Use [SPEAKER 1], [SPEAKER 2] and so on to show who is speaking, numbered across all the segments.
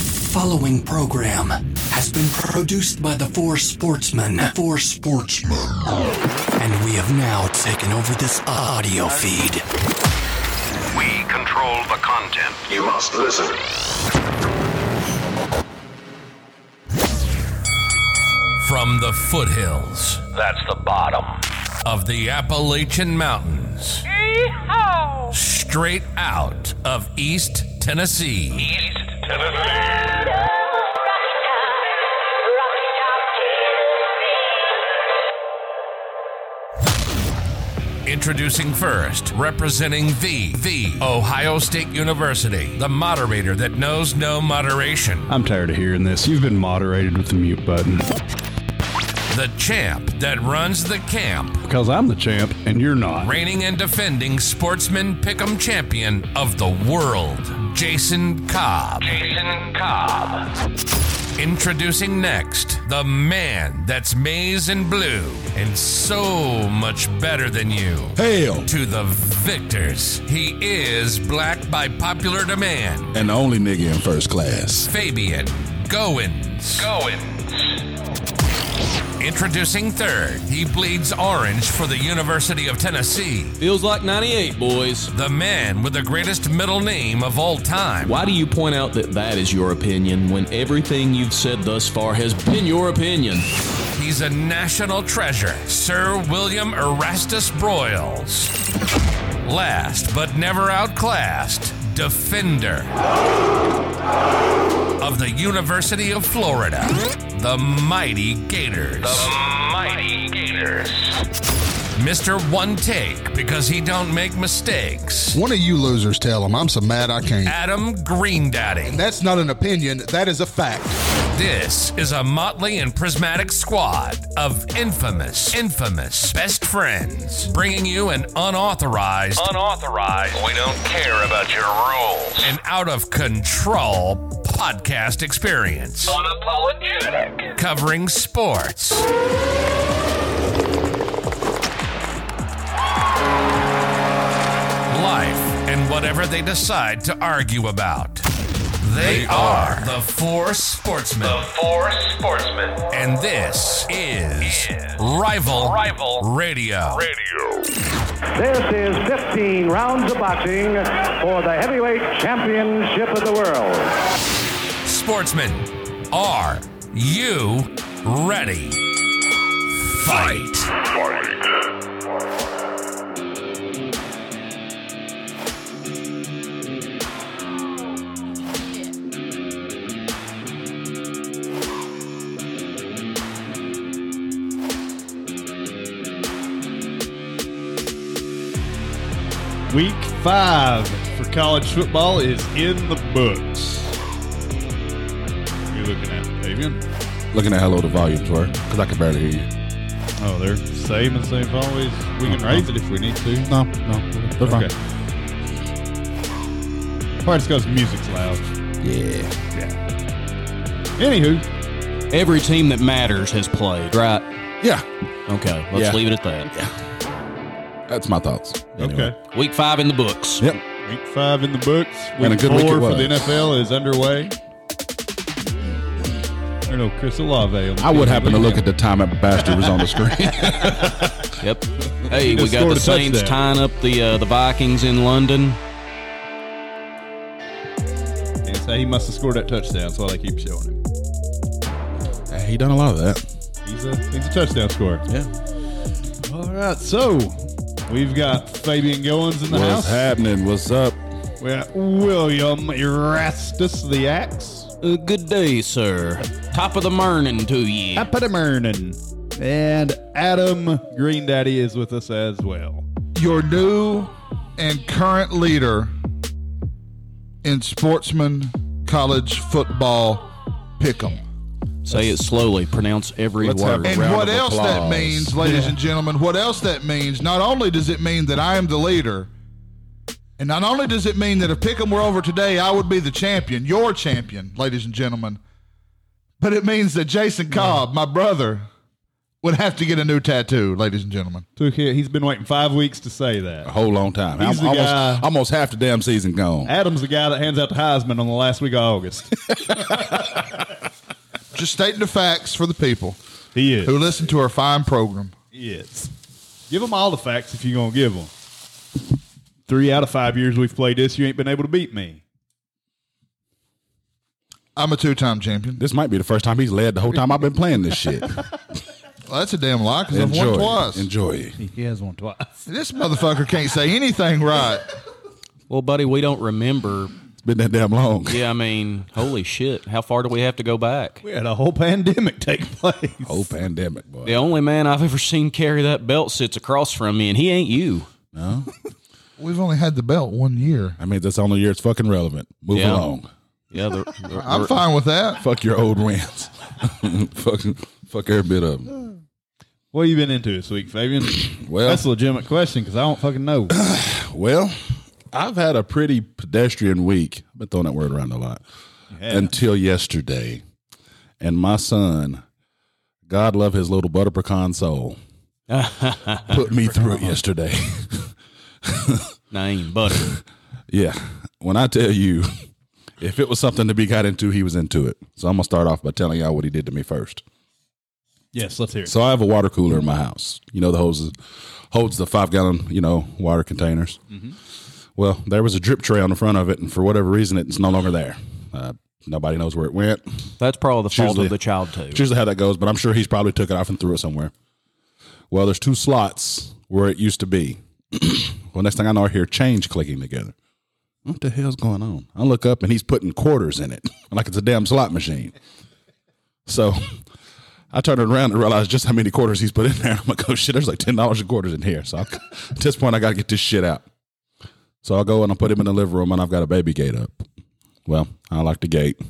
[SPEAKER 1] following program has been produced by the Four Sportsmen. Four Sportsmen. And we have now taken over this audio feed.
[SPEAKER 2] We control the content. You must listen.
[SPEAKER 3] From the foothills
[SPEAKER 2] That's the bottom.
[SPEAKER 3] of the Appalachian Mountains, straight out of East Tennessee,
[SPEAKER 2] East Tennessee.
[SPEAKER 3] introducing first, representing the the Ohio State University, the moderator that knows no moderation,
[SPEAKER 4] I'm tired of hearing this. You've been moderated with the mute button
[SPEAKER 3] the champ that runs the camp,
[SPEAKER 4] because I'm the champ and you're not.
[SPEAKER 3] reigning and defending sportsman pick'em champion of the world, Jason Cobb.
[SPEAKER 2] Jason Cobb.
[SPEAKER 3] Introducing next, the man that's maize and blue and so much better than you.
[SPEAKER 5] Hell,
[SPEAKER 3] To the victors, he is black by popular demand.
[SPEAKER 5] and the only nigga in first class.
[SPEAKER 3] Fabian Goins.
[SPEAKER 2] Goins.
[SPEAKER 3] Introducing third, he bleeds orange for the University of Tennessee.
[SPEAKER 6] Feels like 98, boys.
[SPEAKER 3] The man with the greatest middle name of all time.
[SPEAKER 6] Why do you point out that that is your opinion when everything you've said thus far has been your opinion?
[SPEAKER 3] He's a national treasure, Sir William Erastus Broyles. Last but never outclassed, defender of the University of Florida, the mighty Gators.
[SPEAKER 2] Mighty Gators.
[SPEAKER 3] Mr. One Take, because he don't make mistakes.
[SPEAKER 7] One of you losers tell him I'm so mad I can't.
[SPEAKER 3] Adam Greendaddy.
[SPEAKER 7] That's not an opinion, that is a fact.
[SPEAKER 3] This is a motley and prismatic squad of infamous, infamous best friends, bringing you an unauthorized
[SPEAKER 2] Unauthorized. We don't care about your rules.
[SPEAKER 3] an out of control podcast experience
[SPEAKER 2] Unapologetic.
[SPEAKER 3] covering sports, life, and whatever they decide to argue about. They, are the four sportsmen,
[SPEAKER 2] The four sportsmen.
[SPEAKER 3] and this is,
[SPEAKER 2] Is
[SPEAKER 3] Rival,
[SPEAKER 2] Rival
[SPEAKER 3] Radio.
[SPEAKER 2] Radio.
[SPEAKER 8] This is 15 rounds of boxing for the heavyweight championship of the world.
[SPEAKER 3] Sportsmen, are you ready? Fight.
[SPEAKER 4] Week five for college football is in the books. What are you looking at, Fabian?
[SPEAKER 5] Looking at how low the volumes were, because I could barely hear you.
[SPEAKER 4] Oh, they're same and same always. We can raise it if we need to.
[SPEAKER 5] Uh-huh. No, no, they're fine.
[SPEAKER 4] Okay. Probably just because music's loud.
[SPEAKER 5] Yeah.
[SPEAKER 4] Anywho,
[SPEAKER 6] Every team that matters has played, right?
[SPEAKER 5] Yeah,
[SPEAKER 6] Okay, let's
[SPEAKER 5] Yeah.
[SPEAKER 6] leave it at that.
[SPEAKER 5] that's my thoughts. Anyway.
[SPEAKER 4] okay.
[SPEAKER 6] Week five in the books.
[SPEAKER 5] Yep.
[SPEAKER 4] Week five in the books. Week
[SPEAKER 5] And a good
[SPEAKER 4] four
[SPEAKER 5] week it
[SPEAKER 4] for
[SPEAKER 5] was.
[SPEAKER 4] the NFL is underway. I don't know, Chris Olave. on the
[SPEAKER 5] I would
[SPEAKER 4] field.
[SPEAKER 5] happen to look at the time that bastard was on the screen.
[SPEAKER 6] Yep. Hey, we
[SPEAKER 4] just
[SPEAKER 6] got
[SPEAKER 4] scored a
[SPEAKER 6] the Saints
[SPEAKER 4] touchdown.
[SPEAKER 6] tying up the uh, the Vikings in London.
[SPEAKER 4] And say he must have scored that touchdown. That's why they keep showing him.
[SPEAKER 5] he done a lot of that.
[SPEAKER 4] He's a he's a touchdown scorer.
[SPEAKER 5] Yeah.
[SPEAKER 4] All right, so we've got Fabian Goins in the
[SPEAKER 5] What's
[SPEAKER 4] house.
[SPEAKER 5] happening? What's up?
[SPEAKER 4] We got William Erastus the Axe.
[SPEAKER 6] Uh, good day, sir. Top of the morning to you.
[SPEAKER 4] Apatamernin. And Adam Greendaddy is with us as well.
[SPEAKER 9] your new and current leader in sportsman college football pick'em.
[SPEAKER 6] Say it slowly. Pronounce every
[SPEAKER 5] Let's have
[SPEAKER 6] word.
[SPEAKER 9] And
[SPEAKER 5] Round
[SPEAKER 9] what
[SPEAKER 5] of
[SPEAKER 9] else that
[SPEAKER 5] applause.
[SPEAKER 9] means, ladies and gentlemen, what else that means, not only does it mean that I am the leader, and not only does it mean that if Pick'em were over today, I would be the champion, your champion, ladies and gentlemen, but it means that Jason Cobb, my brother,
[SPEAKER 4] would have to get a new tattoo, ladies and gentlemen.
[SPEAKER 8] Took hit. He's been waiting five weeks to say
[SPEAKER 9] Oh,
[SPEAKER 8] that.
[SPEAKER 5] A whole long time.
[SPEAKER 8] He's
[SPEAKER 5] I'm
[SPEAKER 8] the
[SPEAKER 5] almost,
[SPEAKER 8] guy-
[SPEAKER 5] almost half the damn season gone.
[SPEAKER 8] Adam's the guy that hands out the Heisman on the last week of August.
[SPEAKER 4] Just stating the facts for the people
[SPEAKER 8] He is.
[SPEAKER 4] who listen to our fine program.
[SPEAKER 8] He is. Give them all the facts if you're going to give them. Three out of five years we've played this, you ain't been able to beat me.
[SPEAKER 4] I'm a two-time champion.
[SPEAKER 5] This might be the first time he's led the whole time I've been playing this shit.
[SPEAKER 4] Well, that's a damn lie because I've
[SPEAKER 5] Enjoy.
[SPEAKER 4] won
[SPEAKER 5] it.
[SPEAKER 4] twice.
[SPEAKER 5] Enjoy. it.
[SPEAKER 8] He has won twice.
[SPEAKER 4] This motherfucker can't say anything right.
[SPEAKER 6] Well, buddy, we don't remember.
[SPEAKER 5] It's been that damn long.
[SPEAKER 6] Yeah, I mean, holy shit. How far do we have to go back?
[SPEAKER 8] We had a whole pandemic take place.
[SPEAKER 5] Whole pandemic, boy.
[SPEAKER 6] The only man I've ever seen carry that belt sits across from me, and he ain't you.
[SPEAKER 4] We've only had the belt one year.
[SPEAKER 5] I mean, that's the only year it's fucking relevant. Move
[SPEAKER 6] Yeah.
[SPEAKER 5] along.
[SPEAKER 6] Yeah, the, the-
[SPEAKER 4] I'm fine with that.
[SPEAKER 5] Fuck your old rants. fuck, fuck every bit of them.
[SPEAKER 8] What have you been into this week, Fabian?
[SPEAKER 5] Well-
[SPEAKER 8] that's a legitimate question because I don't fucking know.
[SPEAKER 5] Well, I've had a pretty pedestrian week. I've been throwing that word around a lot until yesterday. And my son, God love his little butter pecan soul, put me through it yesterday.
[SPEAKER 6] name, butter.
[SPEAKER 5] yeah. When I tell you, if it was something to be got into, he was into it. So I'm going to start off by telling y'all what he did to me first.
[SPEAKER 8] yes, let's hear it.
[SPEAKER 5] So I have a water cooler in my house. You know the hoses holds the five gallon, you know, water containers. Well, there was a drip tray on the front of it, and for whatever reason, it's no longer there. Uh, nobody knows where it went.
[SPEAKER 6] That's probably the fault
[SPEAKER 5] Usually-
[SPEAKER 6] of the child, too.
[SPEAKER 5] It's usually how that goes, but I'm sure he's probably took it off and threw it somewhere. Well, there's two slots where it used to be. well, next thing I know, I hear change clicking together. What the hell's going on? I look up and he's putting quarters in it like it's a damn slot machine. So I turned it around and realized just how many quarters he's put in there. I'm like, oh shit, there's like $10 of quarters in here. So I, at this point, I got to get this shit out. So I go and I put him in the living room and I've got a baby gate up. Well, I lock the gate.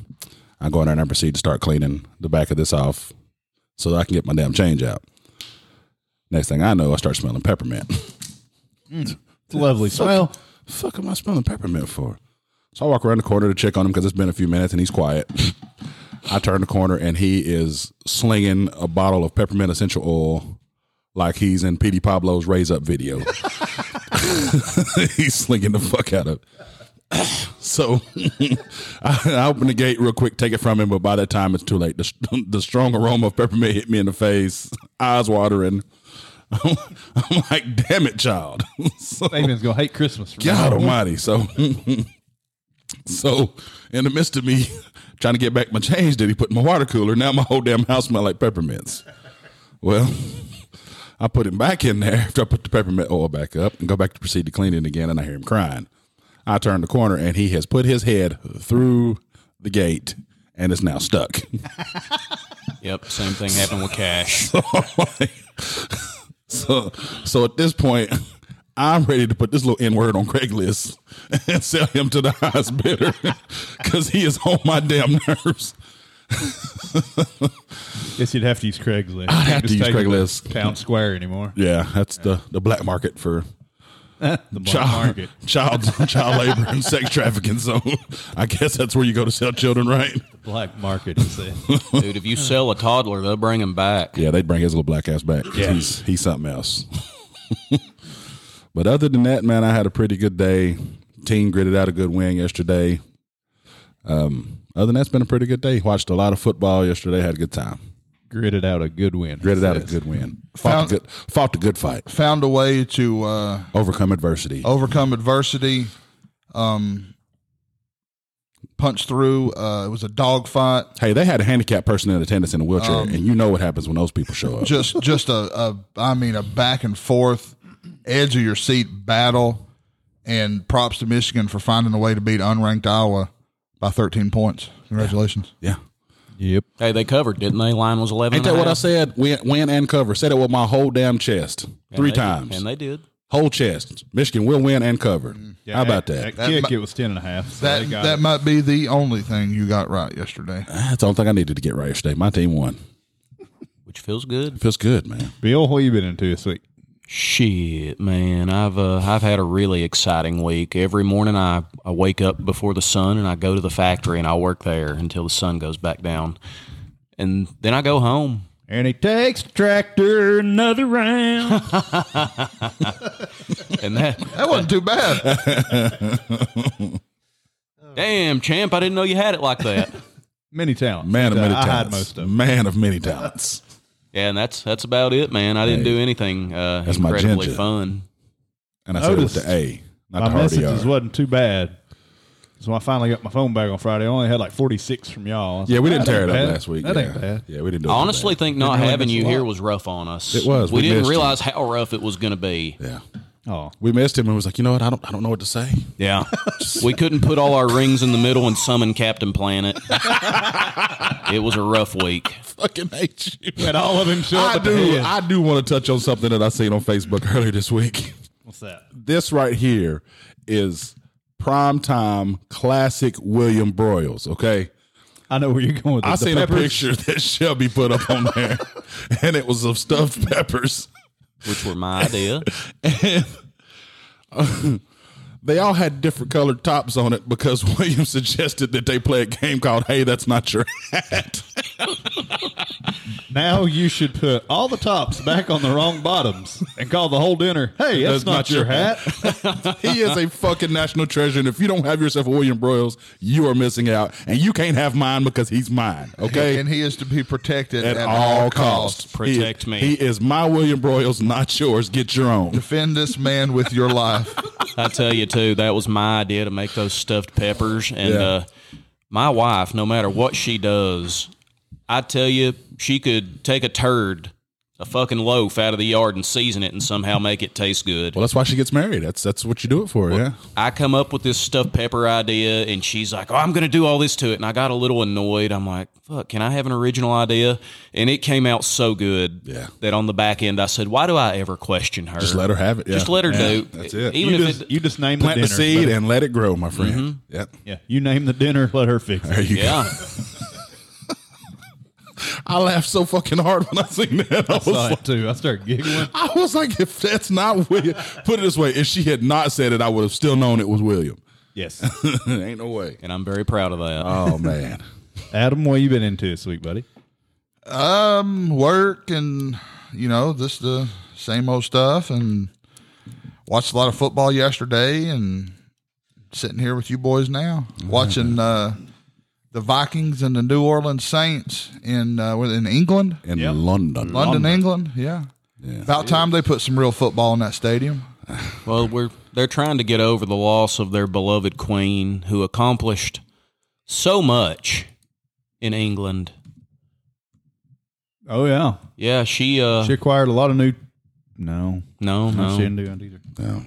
[SPEAKER 5] I go in there and I proceed to start cleaning the back of this off so that I can get my damn change out. Next thing I know, I start smelling peppermint.
[SPEAKER 8] It's a lovely smell.
[SPEAKER 5] fuck am I smelling peppermint for? So I walk around the corner to check on him because it's been a few minutes and he's quiet. I turn the corner and he is slinging a bottle of peppermint essential oil like he's in Petey Pablo's Raise Up video. he's slinging the fuck out of So I, I open the gate real quick, take it from him, but by that time it's too late. The, the strong aroma of peppermint hit me in the face, eyes watering. I'm, like, damn it, child. So-
[SPEAKER 8] Fabian's gonna hate Christmas. from
[SPEAKER 5] God
[SPEAKER 8] now on.
[SPEAKER 5] Almighty! So, so in the midst of me trying to get back my change that he put in my water cooler, now my whole damn house smell like peppermints. Well, I put him back in there after I put the peppermint oil back up and go back to proceed to clean it again, and I hear him crying. I turn the corner and he has put his head through the gate and is now stuck.
[SPEAKER 6] Yep, same thing happened with Cash.
[SPEAKER 5] Oh so, so at this point, I'm ready to put this little N word on Craigslist and sell him to the highest bidder because he is on my damn nerves.
[SPEAKER 8] Guess you'd have to use Craigslist.
[SPEAKER 5] I'd have
[SPEAKER 8] Just
[SPEAKER 5] to use
[SPEAKER 8] take it
[SPEAKER 5] Craigslist.
[SPEAKER 8] Town Square anymore.
[SPEAKER 5] Yeah, that's the the black market for
[SPEAKER 8] The black
[SPEAKER 5] child
[SPEAKER 8] market.
[SPEAKER 5] child child labor and sex trafficking. So, I guess that's where you go to sell children, right?
[SPEAKER 8] Black market. Is it?
[SPEAKER 6] Dude, if you sell a toddler, they'll bring him back.
[SPEAKER 5] Yeah, they'd bring his little black ass back. 'cause He's he's something else. but other than that, man, I had a pretty good day. Team gritted out a good win yesterday. Um, other than that, it's been a pretty good day. Watched a lot of football yesterday. Had a good time.
[SPEAKER 8] Gritted out a good win.
[SPEAKER 5] Gritted out a
[SPEAKER 8] Says.
[SPEAKER 5] good win. Fought a good, fought a good fight.
[SPEAKER 4] Found a way to uh,
[SPEAKER 5] Overcome adversity.
[SPEAKER 4] overcome adversity. Um, punch through. Uh, it was a dog fight.
[SPEAKER 5] Hey, they had a handicapped person in attendance in a wheelchair,
[SPEAKER 6] Um,
[SPEAKER 5] and you know what happens when those people show up.
[SPEAKER 4] Just, just a, a, I mean, a back and forth, edge of your seat battle. And props to Michigan for finding a way to beat unranked Iowa by 13 points. Congratulations.
[SPEAKER 5] yeah.
[SPEAKER 8] Yep.
[SPEAKER 6] Hey, they covered, didn't they? Line was 11.
[SPEAKER 5] Ain't that
[SPEAKER 6] and a
[SPEAKER 5] what I
[SPEAKER 6] half.
[SPEAKER 5] said? Win, win and cover. Said it with my whole damn chest.
[SPEAKER 6] And
[SPEAKER 5] Three
[SPEAKER 6] they-
[SPEAKER 5] times.
[SPEAKER 6] And they did.
[SPEAKER 5] whole chest. Michigan will win and cover. How about that?
[SPEAKER 8] Mm-hmm. That kick, it was ten and a half. So
[SPEAKER 4] That
[SPEAKER 8] they got
[SPEAKER 4] that
[SPEAKER 8] it.
[SPEAKER 4] might be the only thing you got right yesterday.
[SPEAKER 5] That's the only thing I needed to get right yesterday. My team won.
[SPEAKER 6] Which feels good.
[SPEAKER 5] Feels good, man.
[SPEAKER 8] Bill, what you been into this week?
[SPEAKER 6] Shit, man, I've uh, I've had a really exciting week. Every morning I, I wake up before the sun and I go to the factory and I work there until the sun goes back down, and then I go home
[SPEAKER 8] And he takes the tractor another round.
[SPEAKER 6] And that,
[SPEAKER 4] That wasn't too bad.
[SPEAKER 6] damn, champ, I didn't know you had it like that.
[SPEAKER 8] many talents.
[SPEAKER 5] Man of
[SPEAKER 8] Uh,
[SPEAKER 5] many
[SPEAKER 8] I hide
[SPEAKER 5] talents.
[SPEAKER 8] most of them.
[SPEAKER 5] Man of many talents.
[SPEAKER 6] Yeah, and that's that's about it, man. I didn't do anything uh,
[SPEAKER 5] That's my
[SPEAKER 6] incredibly
[SPEAKER 5] ginger.
[SPEAKER 6] fun.
[SPEAKER 5] And I said it with
[SPEAKER 8] Noticed
[SPEAKER 5] the A, not
[SPEAKER 8] My
[SPEAKER 5] the hard
[SPEAKER 8] messages
[SPEAKER 5] ER.
[SPEAKER 8] wasn't too bad. So I finally got my phone back on Friday. I only had like 46 from y'all. I was
[SPEAKER 5] Yeah, we didn't
[SPEAKER 8] like, "That
[SPEAKER 5] tear it
[SPEAKER 8] ain't
[SPEAKER 5] up
[SPEAKER 8] bad.
[SPEAKER 5] last week.
[SPEAKER 8] That
[SPEAKER 5] yeah.
[SPEAKER 8] ain't bad.
[SPEAKER 5] Yeah, we didn't do it.
[SPEAKER 6] I
[SPEAKER 5] too
[SPEAKER 6] honestly
[SPEAKER 5] bad.
[SPEAKER 6] think not
[SPEAKER 5] really
[SPEAKER 6] having
[SPEAKER 5] miss a
[SPEAKER 6] you
[SPEAKER 5] lot.
[SPEAKER 6] here was rough on us.
[SPEAKER 5] It was.
[SPEAKER 6] We,
[SPEAKER 5] We
[SPEAKER 6] didn't
[SPEAKER 5] missed you.
[SPEAKER 6] realize how rough it was going to be.
[SPEAKER 5] Yeah.
[SPEAKER 8] Oh,
[SPEAKER 5] We missed him and was like, you know what? I don't I don't know what to say.
[SPEAKER 6] Yeah. we couldn't put all our rings in the middle and summon Captain Planet. it was a rough week.
[SPEAKER 5] Fucking hate you.
[SPEAKER 8] and all of them showed
[SPEAKER 5] I
[SPEAKER 8] up. at the
[SPEAKER 5] do.
[SPEAKER 8] end.
[SPEAKER 5] I do want to touch on something that I seen on Facebook earlier this week.
[SPEAKER 8] What's that?
[SPEAKER 5] This right here is primetime classic William Broyles. Okay,
[SPEAKER 8] I know where you're going. With
[SPEAKER 5] I
[SPEAKER 8] this. The
[SPEAKER 5] seen a
[SPEAKER 8] peppers.
[SPEAKER 5] picture that Shelby put up on there, and it was of stuffed peppers.
[SPEAKER 6] Which were my idea.
[SPEAKER 5] They all had different colored tops on it because William suggested that they play a game called "Hey, that's not your hat."
[SPEAKER 8] Now you should put all the tops back on the wrong bottoms and call the whole dinner. Hey, that's, not, your hat.
[SPEAKER 5] he is a fucking national treasure, and if you don't have yourself a William Broyles, you are missing out, and you can't have mine because he's mine. Okay,
[SPEAKER 4] And he is to be protected
[SPEAKER 5] at, all, costs.
[SPEAKER 6] Protect
[SPEAKER 5] He-
[SPEAKER 6] me.
[SPEAKER 5] He is my William Broyles, not yours. Get your own.
[SPEAKER 4] Defend this man with your life.
[SPEAKER 6] I tell you too, that was my idea to make those stuffed peppers. And
[SPEAKER 5] Yeah.
[SPEAKER 6] uh, my wife, no matter what she does, I tell you, she could take a turd, a fucking loaf out of the yard and season it and somehow make it taste good.
[SPEAKER 5] Well, that's why she gets married. That's that's what you do it for. yeah.
[SPEAKER 6] I come up with this stuffed pepper idea, and she's like, "Oh, I'm going to do all this to it." And I got a little annoyed. I'm like, "Fuck, can I have an original idea?" And it came out so good
[SPEAKER 5] Yeah.
[SPEAKER 6] that on the back end, I said, "Why do I ever question her?
[SPEAKER 5] Just let her have it. Yeah.
[SPEAKER 6] Just let her
[SPEAKER 5] Yeah,
[SPEAKER 6] do.
[SPEAKER 5] That's it.
[SPEAKER 6] Even
[SPEAKER 8] you,
[SPEAKER 6] if
[SPEAKER 8] just,
[SPEAKER 6] it,
[SPEAKER 8] you just name
[SPEAKER 5] Plant
[SPEAKER 8] the
[SPEAKER 5] the
[SPEAKER 8] dinner.
[SPEAKER 5] seed
[SPEAKER 8] buddy. Mm-hmm.
[SPEAKER 5] and let it grow, my friend. Yep.
[SPEAKER 8] yeah, you name the dinner. Let her fix
[SPEAKER 5] There
[SPEAKER 8] it.
[SPEAKER 5] you
[SPEAKER 6] yeah,
[SPEAKER 5] go. I laughed so fucking hard when I seen that. I was,
[SPEAKER 8] Saw
[SPEAKER 5] like,
[SPEAKER 8] it too. I started giggling.
[SPEAKER 5] I was like, if that's not William, put it this way, if she had not said it, I would have still known it was William.
[SPEAKER 8] Yes,
[SPEAKER 5] Ain't no way.
[SPEAKER 6] and I'm very proud of that.
[SPEAKER 5] Oh man.
[SPEAKER 8] Adam, what you been into this week, buddy?
[SPEAKER 4] Um, work and you know just the same old stuff, and watched a lot of football yesterday, and sitting here with you boys now, watching uh, the Vikings and the New Orleans Saints in uh, what, in England,
[SPEAKER 5] In
[SPEAKER 8] Yep.
[SPEAKER 5] London.
[SPEAKER 4] London, England. Yeah, about time they put some real football in that stadium.
[SPEAKER 6] Well, we're they're trying to get over the loss of their beloved queen, who accomplished so much in England.
[SPEAKER 8] Oh yeah,
[SPEAKER 6] Yeah, she. Uh,
[SPEAKER 8] she acquired a lot of new. No,
[SPEAKER 6] no,
[SPEAKER 8] no, she
[SPEAKER 6] no.
[SPEAKER 8] didn't do it either.
[SPEAKER 5] Uh,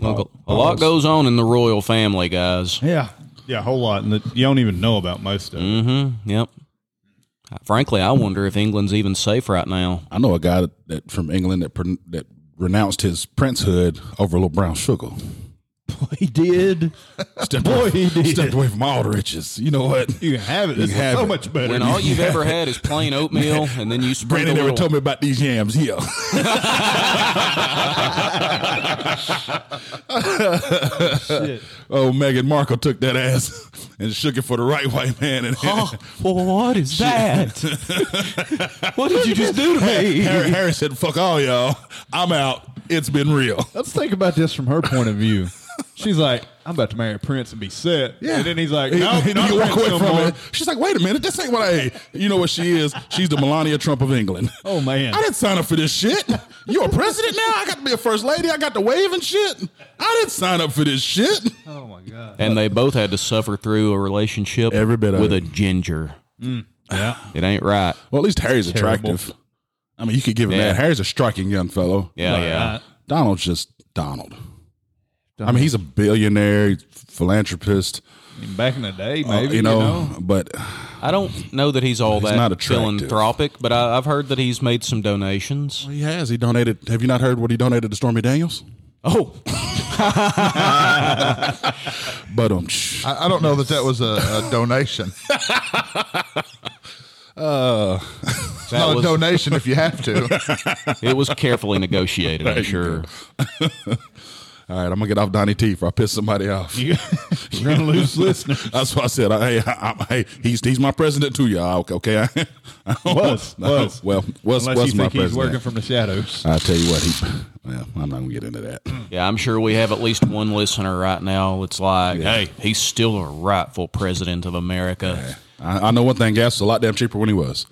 [SPEAKER 6] Look, a lot goes on in the royal family, guys.
[SPEAKER 8] Yeah, yeah, a whole lot, and that you don't even know about most of. it.
[SPEAKER 6] Mm-hmm. Yep. Uh, Frankly, I wonder if England's even safe right now.
[SPEAKER 5] I know a guy that, that from England that pron- that renounced his princehood over a little brown sugar.
[SPEAKER 8] He did.
[SPEAKER 5] Stepped
[SPEAKER 8] Boy,
[SPEAKER 5] away,
[SPEAKER 8] he did.
[SPEAKER 5] stepped away from all the riches. You know what?
[SPEAKER 8] You can have it.
[SPEAKER 5] You
[SPEAKER 8] This is
[SPEAKER 5] have
[SPEAKER 8] so
[SPEAKER 5] it.
[SPEAKER 8] much better.
[SPEAKER 6] When all you've ever had is plain oatmeal, and then you
[SPEAKER 5] Brandon
[SPEAKER 6] sprinkle a
[SPEAKER 5] never
[SPEAKER 6] little,
[SPEAKER 5] told me about these yams here.
[SPEAKER 8] Shit.
[SPEAKER 5] oh, Meghan Markle took that ass and shook it for the right white man. And
[SPEAKER 6] what is that? what did you just do to
[SPEAKER 5] Harry, Harry said, "Fuck all y'all. I'm out. It's been real."
[SPEAKER 8] Let's think about this from her point of view. She's like, I'm about to marry a prince and be set. And then he's like,
[SPEAKER 5] He-
[SPEAKER 8] No,
[SPEAKER 5] he-
[SPEAKER 8] not
[SPEAKER 5] he
[SPEAKER 8] a
[SPEAKER 5] walk away
[SPEAKER 8] prince no
[SPEAKER 5] from
[SPEAKER 8] more.
[SPEAKER 5] it. She's like, "Wait a minute. This ain't what I." ate." You know what she is? She's the Melania Trump of England.
[SPEAKER 8] Oh, man.
[SPEAKER 5] I didn't sign up for this shit. You're a president now. I got to be a first lady. I got to wave and shit. I didn't sign up for this shit.
[SPEAKER 8] Oh my god.
[SPEAKER 6] And they both had to suffer through a relationship
[SPEAKER 5] Every bit of
[SPEAKER 6] with
[SPEAKER 5] it.
[SPEAKER 6] a ginger.
[SPEAKER 8] Yeah.
[SPEAKER 6] It ain't right.
[SPEAKER 5] Well, at least Harry's
[SPEAKER 8] Terrible.
[SPEAKER 5] attractive. I mean, you could give him
[SPEAKER 6] Yeah.
[SPEAKER 5] that. Harry's a striking young fellow.
[SPEAKER 6] Yeah, yeah.
[SPEAKER 5] Donald's just Donald. I mean, he's a billionaire, he's a philanthropist,
[SPEAKER 8] Even back in the day,
[SPEAKER 4] Oh,
[SPEAKER 5] uh,
[SPEAKER 8] maybe
[SPEAKER 5] you, know, But
[SPEAKER 6] I don't know that he's all
[SPEAKER 5] He's
[SPEAKER 6] that
[SPEAKER 5] not attractive.
[SPEAKER 6] philanthropic, but I, I've heard that he's made some donations.
[SPEAKER 5] he has. He donated. Have you not heard what he donated to Stormy Daniels?
[SPEAKER 6] Oh,
[SPEAKER 5] But um,
[SPEAKER 4] I, I don't know that that was a, a donation.
[SPEAKER 6] that
[SPEAKER 4] Not a
[SPEAKER 6] was,
[SPEAKER 4] donation if you have to.
[SPEAKER 6] it was carefully negotiated. I'm sure.
[SPEAKER 5] All right, I'm gonna get off Donnie T for I piss somebody off.
[SPEAKER 8] You- You're gonna lose listeners.
[SPEAKER 5] That's what I said. I, hey, I, I, hey, he's he's my president too, y'all. Okay, okay. I,
[SPEAKER 8] Was, was.
[SPEAKER 5] well was
[SPEAKER 8] Unless
[SPEAKER 5] was
[SPEAKER 8] you
[SPEAKER 5] my
[SPEAKER 8] think he's
[SPEAKER 5] president.
[SPEAKER 8] working from the shadows.
[SPEAKER 5] I tell you what, he. Well, I'm not gonna get into that.
[SPEAKER 6] Yeah, I'm sure we have at least one listener right now. It's like, hey, he's still a rightful president of America.
[SPEAKER 5] I, I know one thing: gas was a lot damn cheaper when he was.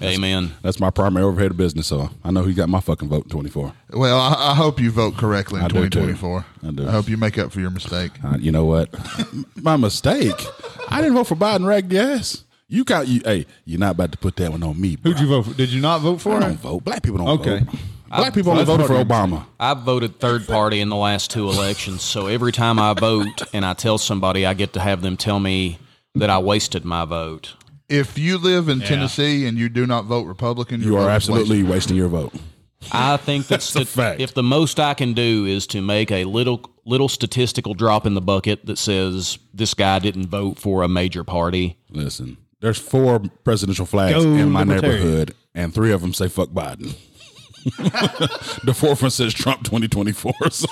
[SPEAKER 6] Amen.
[SPEAKER 5] That's my primary overhead of business, so I know he got my fucking vote in 24.
[SPEAKER 4] Well, I, I hope you vote correctly in
[SPEAKER 5] I do, too.
[SPEAKER 4] 2024.
[SPEAKER 5] I do.
[SPEAKER 4] hope you make up for your mistake.
[SPEAKER 5] Uh, you know what? my mistake. I didn't vote for Biden rag gas. You got you. Hey, you're not about to put that one on me. Bro.
[SPEAKER 8] Who'd you vote for? Did you not vote for
[SPEAKER 5] I
[SPEAKER 8] him?
[SPEAKER 5] don't vote. Black people don't
[SPEAKER 8] Okay.
[SPEAKER 5] vote. Black people only voted for Obama.
[SPEAKER 6] I voted third party in the last two elections, so every time I vote and I tell somebody, I get to have them tell me that I wasted my vote.
[SPEAKER 4] If you live in Tennessee and you do not vote Republican,
[SPEAKER 5] You
[SPEAKER 4] your
[SPEAKER 5] are
[SPEAKER 4] vote is wasted.
[SPEAKER 5] absolutely wasting your vote.
[SPEAKER 6] I think that's,
[SPEAKER 5] That's a
[SPEAKER 6] the,
[SPEAKER 5] fact.
[SPEAKER 6] If the most I can do is to make a little little statistical drop in the bucket that says this guy didn't vote for a major party,
[SPEAKER 5] Listen, there's four presidential flags
[SPEAKER 8] Go
[SPEAKER 5] in my
[SPEAKER 8] libertarian.
[SPEAKER 5] neighborhood, and three of them say "fuck Biden." the fourth one says Trump 2024. So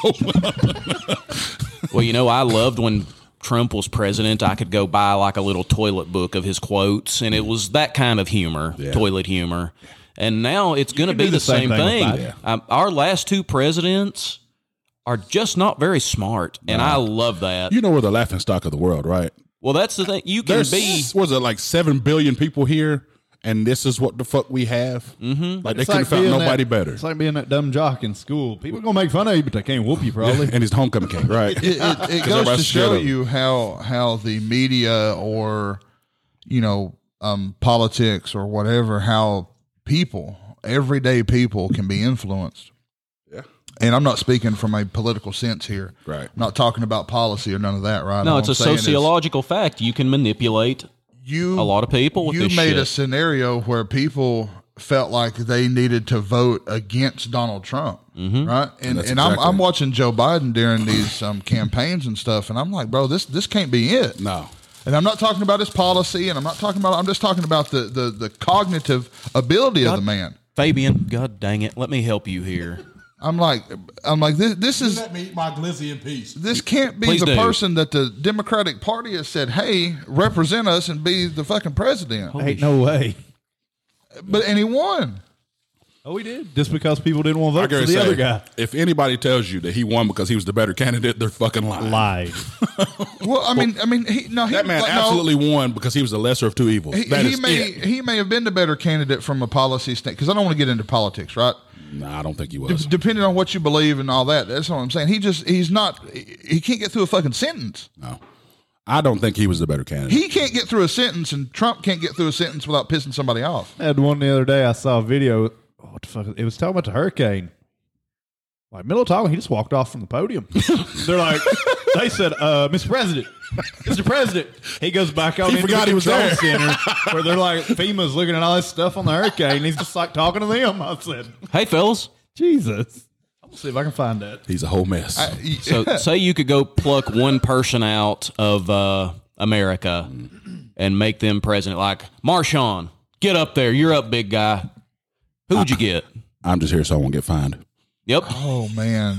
[SPEAKER 6] Well, you know, I loved when Trump was president. I could go buy like a little toilet book of his quotes, and it was that kind of humor, toilet humor. And now it's going to
[SPEAKER 8] can
[SPEAKER 6] be
[SPEAKER 8] do
[SPEAKER 6] the, same, thing.
[SPEAKER 8] with Biden.
[SPEAKER 6] Um, our last two presidents are just not very smart, and I love that.
[SPEAKER 5] you know we're the laughing stock of the world, right?
[SPEAKER 6] well, that's the thing. You can
[SPEAKER 5] There's
[SPEAKER 6] be.
[SPEAKER 5] was it like seven billion people here, and this is what the fuck we have. Mm-hmm. Like they
[SPEAKER 8] It's
[SPEAKER 5] could have
[SPEAKER 8] like
[SPEAKER 5] found
[SPEAKER 8] being
[SPEAKER 5] nobody
[SPEAKER 8] that-
[SPEAKER 5] better.
[SPEAKER 8] It's like being that dumb jock in school. People gonna make fun of you, but they can't whoop you probably.
[SPEAKER 5] and it's the homecoming king, right?
[SPEAKER 4] it, it, it
[SPEAKER 5] 'Cause
[SPEAKER 4] goes
[SPEAKER 5] everybody's
[SPEAKER 4] to
[SPEAKER 5] scared
[SPEAKER 4] show
[SPEAKER 5] of 'em.
[SPEAKER 4] you how how the media or you know um, politics or whatever how people everyday people can be influenced. Yeah, and I'm not speaking from a political sense here.
[SPEAKER 5] Right.
[SPEAKER 4] not talking about policy or none of that. Right.
[SPEAKER 6] no,
[SPEAKER 4] All
[SPEAKER 6] it's
[SPEAKER 4] I'm
[SPEAKER 6] a
[SPEAKER 4] saying is
[SPEAKER 6] sociological fact. You can manipulate.
[SPEAKER 4] You
[SPEAKER 6] a lot of people with
[SPEAKER 4] you
[SPEAKER 6] this
[SPEAKER 4] made a
[SPEAKER 6] shit.
[SPEAKER 4] scenario where people felt like they needed to vote against Donald Trump,
[SPEAKER 6] Mm-hmm.
[SPEAKER 4] right? And
[SPEAKER 5] that's
[SPEAKER 4] and I'm
[SPEAKER 5] exactly-
[SPEAKER 4] I'm watching Joe Biden during these um, campaigns and stuff, and I'm like, bro, this this can't be it.
[SPEAKER 5] No,
[SPEAKER 4] And I'm not talking about his policy, and I'm not talking about. I'm just talking about the the, the cognitive ability of the man.
[SPEAKER 6] Fabian, God dang it, let me help you here.
[SPEAKER 4] I'm like, I'm like, this, this is
[SPEAKER 10] Let me eat my glizzy in peace.
[SPEAKER 4] this can't be
[SPEAKER 6] Please
[SPEAKER 4] the
[SPEAKER 6] do.
[SPEAKER 4] person that the Democratic Party has said, hey, represent us and be the fucking president.
[SPEAKER 8] Ain't no way.
[SPEAKER 4] But and he won.
[SPEAKER 8] Oh, we did just because people didn't want
[SPEAKER 5] I
[SPEAKER 8] to vote
[SPEAKER 5] gotta
[SPEAKER 8] for the
[SPEAKER 5] say,
[SPEAKER 8] other guy.
[SPEAKER 5] if anybody tells you that he won because he was the better candidate, they're fucking lying.
[SPEAKER 8] Lied.
[SPEAKER 4] Well, I mean, I mean, he no, he,
[SPEAKER 5] That man
[SPEAKER 4] like, no,
[SPEAKER 5] absolutely won because he was the lesser of two evils.
[SPEAKER 4] He,
[SPEAKER 5] That
[SPEAKER 4] he
[SPEAKER 5] is
[SPEAKER 4] may
[SPEAKER 5] it.
[SPEAKER 4] he may have been the better candidate from a policy standpoint because I don't want to get into politics, right?
[SPEAKER 5] No, I don't think he
[SPEAKER 4] De-
[SPEAKER 5] was.
[SPEAKER 4] depending on what you believe and all that, that's what I'm saying. He just he's not he he can't get through a fucking sentence.
[SPEAKER 5] No, I don't think he was the better candidate.
[SPEAKER 4] He can't get through a sentence, and Trump can't get through a sentence without pissing somebody off.
[SPEAKER 8] I had one the other day. I saw a video. oh, What the fuck? It was talking about the hurricane. Like middle of talking, he just walked off from the podium. They're like, they said, uh, "Mr. President, Mr. President." He goes back out
[SPEAKER 5] He
[SPEAKER 8] into the
[SPEAKER 5] forgot he was
[SPEAKER 8] control
[SPEAKER 5] there.
[SPEAKER 8] center where they're like FEMA's looking at all this stuff on the hurricane. He's just like talking to them. I said,
[SPEAKER 6] Hey, fellas.
[SPEAKER 8] "Jesus." I'm gonna see if I can find that.
[SPEAKER 5] He's a whole mess.
[SPEAKER 6] So say you could go pluck one person out of uh, America and make them president, like Marshawn. Get up there, you're up, big guy. Who would you get?
[SPEAKER 5] I'm just here so I won't get fined.
[SPEAKER 6] Yep.
[SPEAKER 4] Oh man,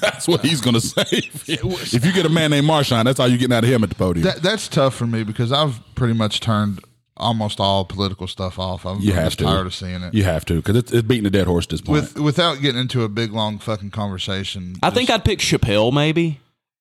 [SPEAKER 5] That's what he's gonna say. if you get a man named Marshawn, that's all you're getting out of him at the podium.
[SPEAKER 4] that that's tough for me because I've pretty much turned almost all political stuff off. I'm
[SPEAKER 5] you
[SPEAKER 4] I'm
[SPEAKER 5] have
[SPEAKER 4] just
[SPEAKER 5] to.
[SPEAKER 4] tired of seeing it.
[SPEAKER 5] You have to because it's, it's beating a dead horse at this point.
[SPEAKER 4] With, without getting into a big long fucking conversation,
[SPEAKER 6] I think I'd pick Chappelle, maybe.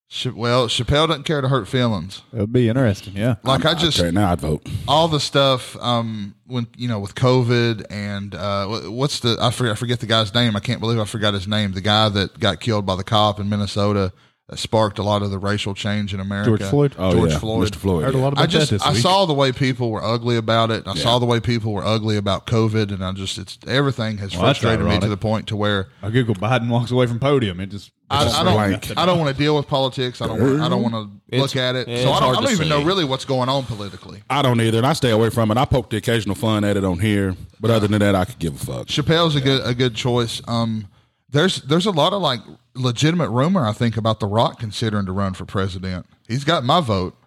[SPEAKER 4] Ch- well, Chappelle doesn't care to hurt feelings.
[SPEAKER 8] It would be interesting. Yeah.
[SPEAKER 4] Like i
[SPEAKER 5] I
[SPEAKER 4] just
[SPEAKER 5] tell you now I'd vote.
[SPEAKER 4] all the stuff um when you know with covid and uh wh- what's the i forget i forget the guy's name i can't believe i forgot his name the guy that got killed by the cop in minnesota that sparked a lot of the racial change in america
[SPEAKER 8] George Floyd?
[SPEAKER 5] Oh,
[SPEAKER 4] george
[SPEAKER 5] yeah.
[SPEAKER 4] floyd
[SPEAKER 5] Mr. Floyd.
[SPEAKER 8] Heard a lot about
[SPEAKER 4] I just
[SPEAKER 8] that this
[SPEAKER 4] I
[SPEAKER 8] week.
[SPEAKER 4] saw the way people were ugly about it. I saw the way people were ugly about COVID, and I just it's everything has
[SPEAKER 8] Well, that's
[SPEAKER 4] frustrated me to
[SPEAKER 8] ironic.
[SPEAKER 4] the point to where
[SPEAKER 8] I Google Biden walks away from podium. It just
[SPEAKER 4] I, I
[SPEAKER 5] blank.
[SPEAKER 4] don't I don't want to deal with politics. I don't wanna, I don't want to
[SPEAKER 6] It's-
[SPEAKER 4] look at it.
[SPEAKER 6] it's
[SPEAKER 4] So I
[SPEAKER 6] hard
[SPEAKER 4] don't, I don't
[SPEAKER 6] to
[SPEAKER 4] even know
[SPEAKER 6] see.
[SPEAKER 4] really what's going on politically.
[SPEAKER 5] I don't either, and I stay away from it. I poke the occasional fun at it on here, but other than that, I could give a fuck.
[SPEAKER 4] Chappelle's a good a good choice. Um, there's there's a lot of like legitimate rumor I think about The Rock considering to run for president. He's got my vote.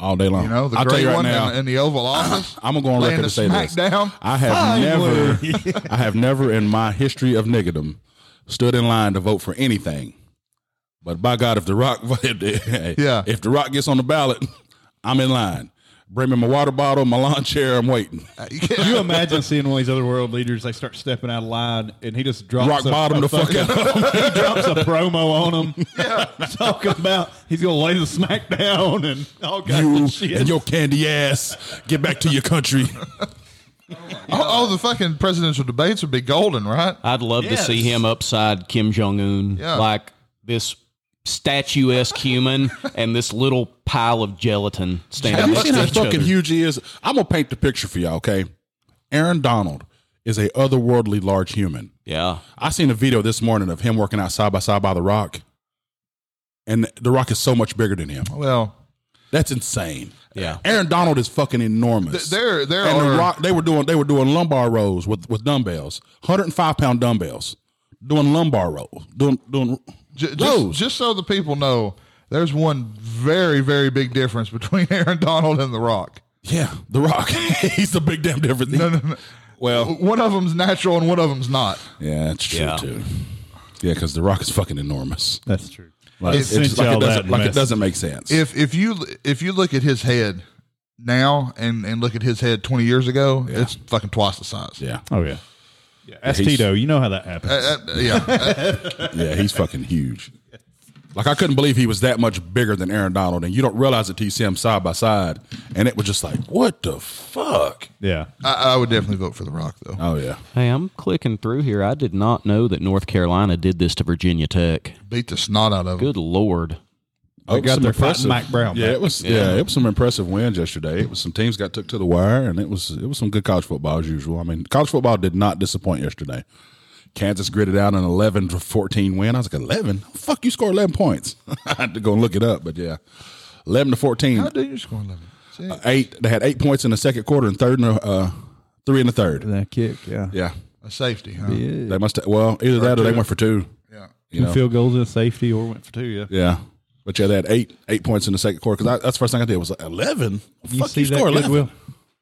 [SPEAKER 5] all day long.
[SPEAKER 4] You know the
[SPEAKER 5] I'll tell
[SPEAKER 4] gray
[SPEAKER 5] you right
[SPEAKER 4] one
[SPEAKER 5] now. Uh-huh.
[SPEAKER 4] in, in the Oval Office.
[SPEAKER 5] I'm gonna go on
[SPEAKER 4] laying
[SPEAKER 5] record
[SPEAKER 4] the
[SPEAKER 5] to say
[SPEAKER 4] smack
[SPEAKER 5] this.
[SPEAKER 4] down.
[SPEAKER 5] I have never, I have never in my history of niggerdom stood in line to vote for anything. But by God, if the Rock, if,
[SPEAKER 4] Yeah.
[SPEAKER 5] if the Rock gets on the ballot, I'm in line. Bring me my water bottle, my lawn chair. I'm waiting.
[SPEAKER 8] Could you imagine seeing one of these other world leaders? They start stepping out of line, and he just drops
[SPEAKER 5] Rock
[SPEAKER 8] a-
[SPEAKER 5] bottom
[SPEAKER 8] a
[SPEAKER 5] the fuck
[SPEAKER 8] fucking-
[SPEAKER 5] out.
[SPEAKER 8] he drops a promo on him, talking about he's gonna lay the smack down and all kinds
[SPEAKER 5] you
[SPEAKER 8] of shit.
[SPEAKER 5] and your candy ass. Get back to your country.
[SPEAKER 4] Oh, oh, the fucking presidential debates would be golden, right?
[SPEAKER 6] I'd love to see
[SPEAKER 8] Yes.
[SPEAKER 6] him upside Kim Jong Un,
[SPEAKER 4] Yeah.
[SPEAKER 6] like this statuesque human and this little pile of gelatin standing
[SPEAKER 5] Have you
[SPEAKER 6] next
[SPEAKER 5] seen
[SPEAKER 6] to
[SPEAKER 5] how
[SPEAKER 6] each other.
[SPEAKER 5] fucking huge he is? I'm gonna paint the picture for y'all. Okay, Aaron Donald is a otherworldly large human.
[SPEAKER 6] Yeah,
[SPEAKER 5] I seen a video this morning of him working out side by side by The Rock, and The Rock is so much bigger than him.
[SPEAKER 4] Well,
[SPEAKER 5] That's insane.
[SPEAKER 6] Yeah.
[SPEAKER 5] Aaron Donald is fucking enormous.
[SPEAKER 4] Th- there- there
[SPEAKER 5] and
[SPEAKER 4] are-
[SPEAKER 5] The Rock, they were doing they were doing lumbar rows with with dumbbells, 105 pound dumbbells, doing lumbar row, doing doing
[SPEAKER 4] j- just,
[SPEAKER 5] rows.
[SPEAKER 4] just so the people know, there's one very, very big difference between Aaron Donald and The Rock.
[SPEAKER 5] yeah, The Rock. He's the big damn difference.
[SPEAKER 4] No, no, no.
[SPEAKER 5] Well,
[SPEAKER 4] One of them's natural and one of them's not.
[SPEAKER 5] yeah, that's true
[SPEAKER 6] Yeah.
[SPEAKER 5] too. Yeah, because The Rock is fucking enormous.
[SPEAKER 8] That's true.
[SPEAKER 5] Like,
[SPEAKER 4] It
[SPEAKER 5] it's
[SPEAKER 8] sent
[SPEAKER 5] just like,
[SPEAKER 8] y'all
[SPEAKER 5] it doesn't,
[SPEAKER 8] that
[SPEAKER 5] like it
[SPEAKER 8] message.
[SPEAKER 5] doesn't make sense.
[SPEAKER 4] If if you if you look at his head now and and look at his head 20 years ago, it's fucking twice the size.
[SPEAKER 5] yeah,
[SPEAKER 8] Oh yeah, yeah. Ask
[SPEAKER 5] he's-
[SPEAKER 8] Tito. You know Oh, how that happens.
[SPEAKER 4] Uh, uh, yeah.
[SPEAKER 5] Yeah, he's fucking huge. Like I couldn't believe he was that much bigger than Aaron Donald, and you don't realize it till you see him side by side, and it was just like, what the fuck?
[SPEAKER 8] yeah.
[SPEAKER 4] I, I would definitely vote for The Rock though.
[SPEAKER 5] Oh yeah,
[SPEAKER 6] Hey, I'm clicking through here. I did not know that North Carolina did this to Virginia Tech.
[SPEAKER 4] Beat the snot out of him.
[SPEAKER 6] Good lord.
[SPEAKER 5] I
[SPEAKER 8] got their fighting Mike Brown
[SPEAKER 5] Yeah,
[SPEAKER 8] back.
[SPEAKER 5] it was yeah. it was some impressive wins yesterday. It was some teams got took to the wire, and it was it was some good college football as usual. I mean, college football did not disappoint yesterday. Kansas gritted out an 11 to 14 win. I was like, 11? Fuck, you scored 11 points. I had to go and look it up, but yeah. 11 to 14.
[SPEAKER 4] How do you score 11?
[SPEAKER 5] Uh,
[SPEAKER 4] See?
[SPEAKER 5] eight. They had eight points in the second quarter and third in the uh, three in the third.
[SPEAKER 8] That kick. Yeah.
[SPEAKER 5] Yeah,
[SPEAKER 4] A safety, huh?
[SPEAKER 5] they must. well, either that or they went for two.
[SPEAKER 4] Yeah.
[SPEAKER 5] You know,
[SPEAKER 8] Field goals in safety or went for two. Yeah.
[SPEAKER 5] yeah. But yeah, they had eight eight points in the second quarter because that's the first thing I did was like eleven.
[SPEAKER 8] You
[SPEAKER 5] Fuck,
[SPEAKER 8] see
[SPEAKER 5] you
[SPEAKER 8] that?
[SPEAKER 5] score eleven.
[SPEAKER 8] Goodwill?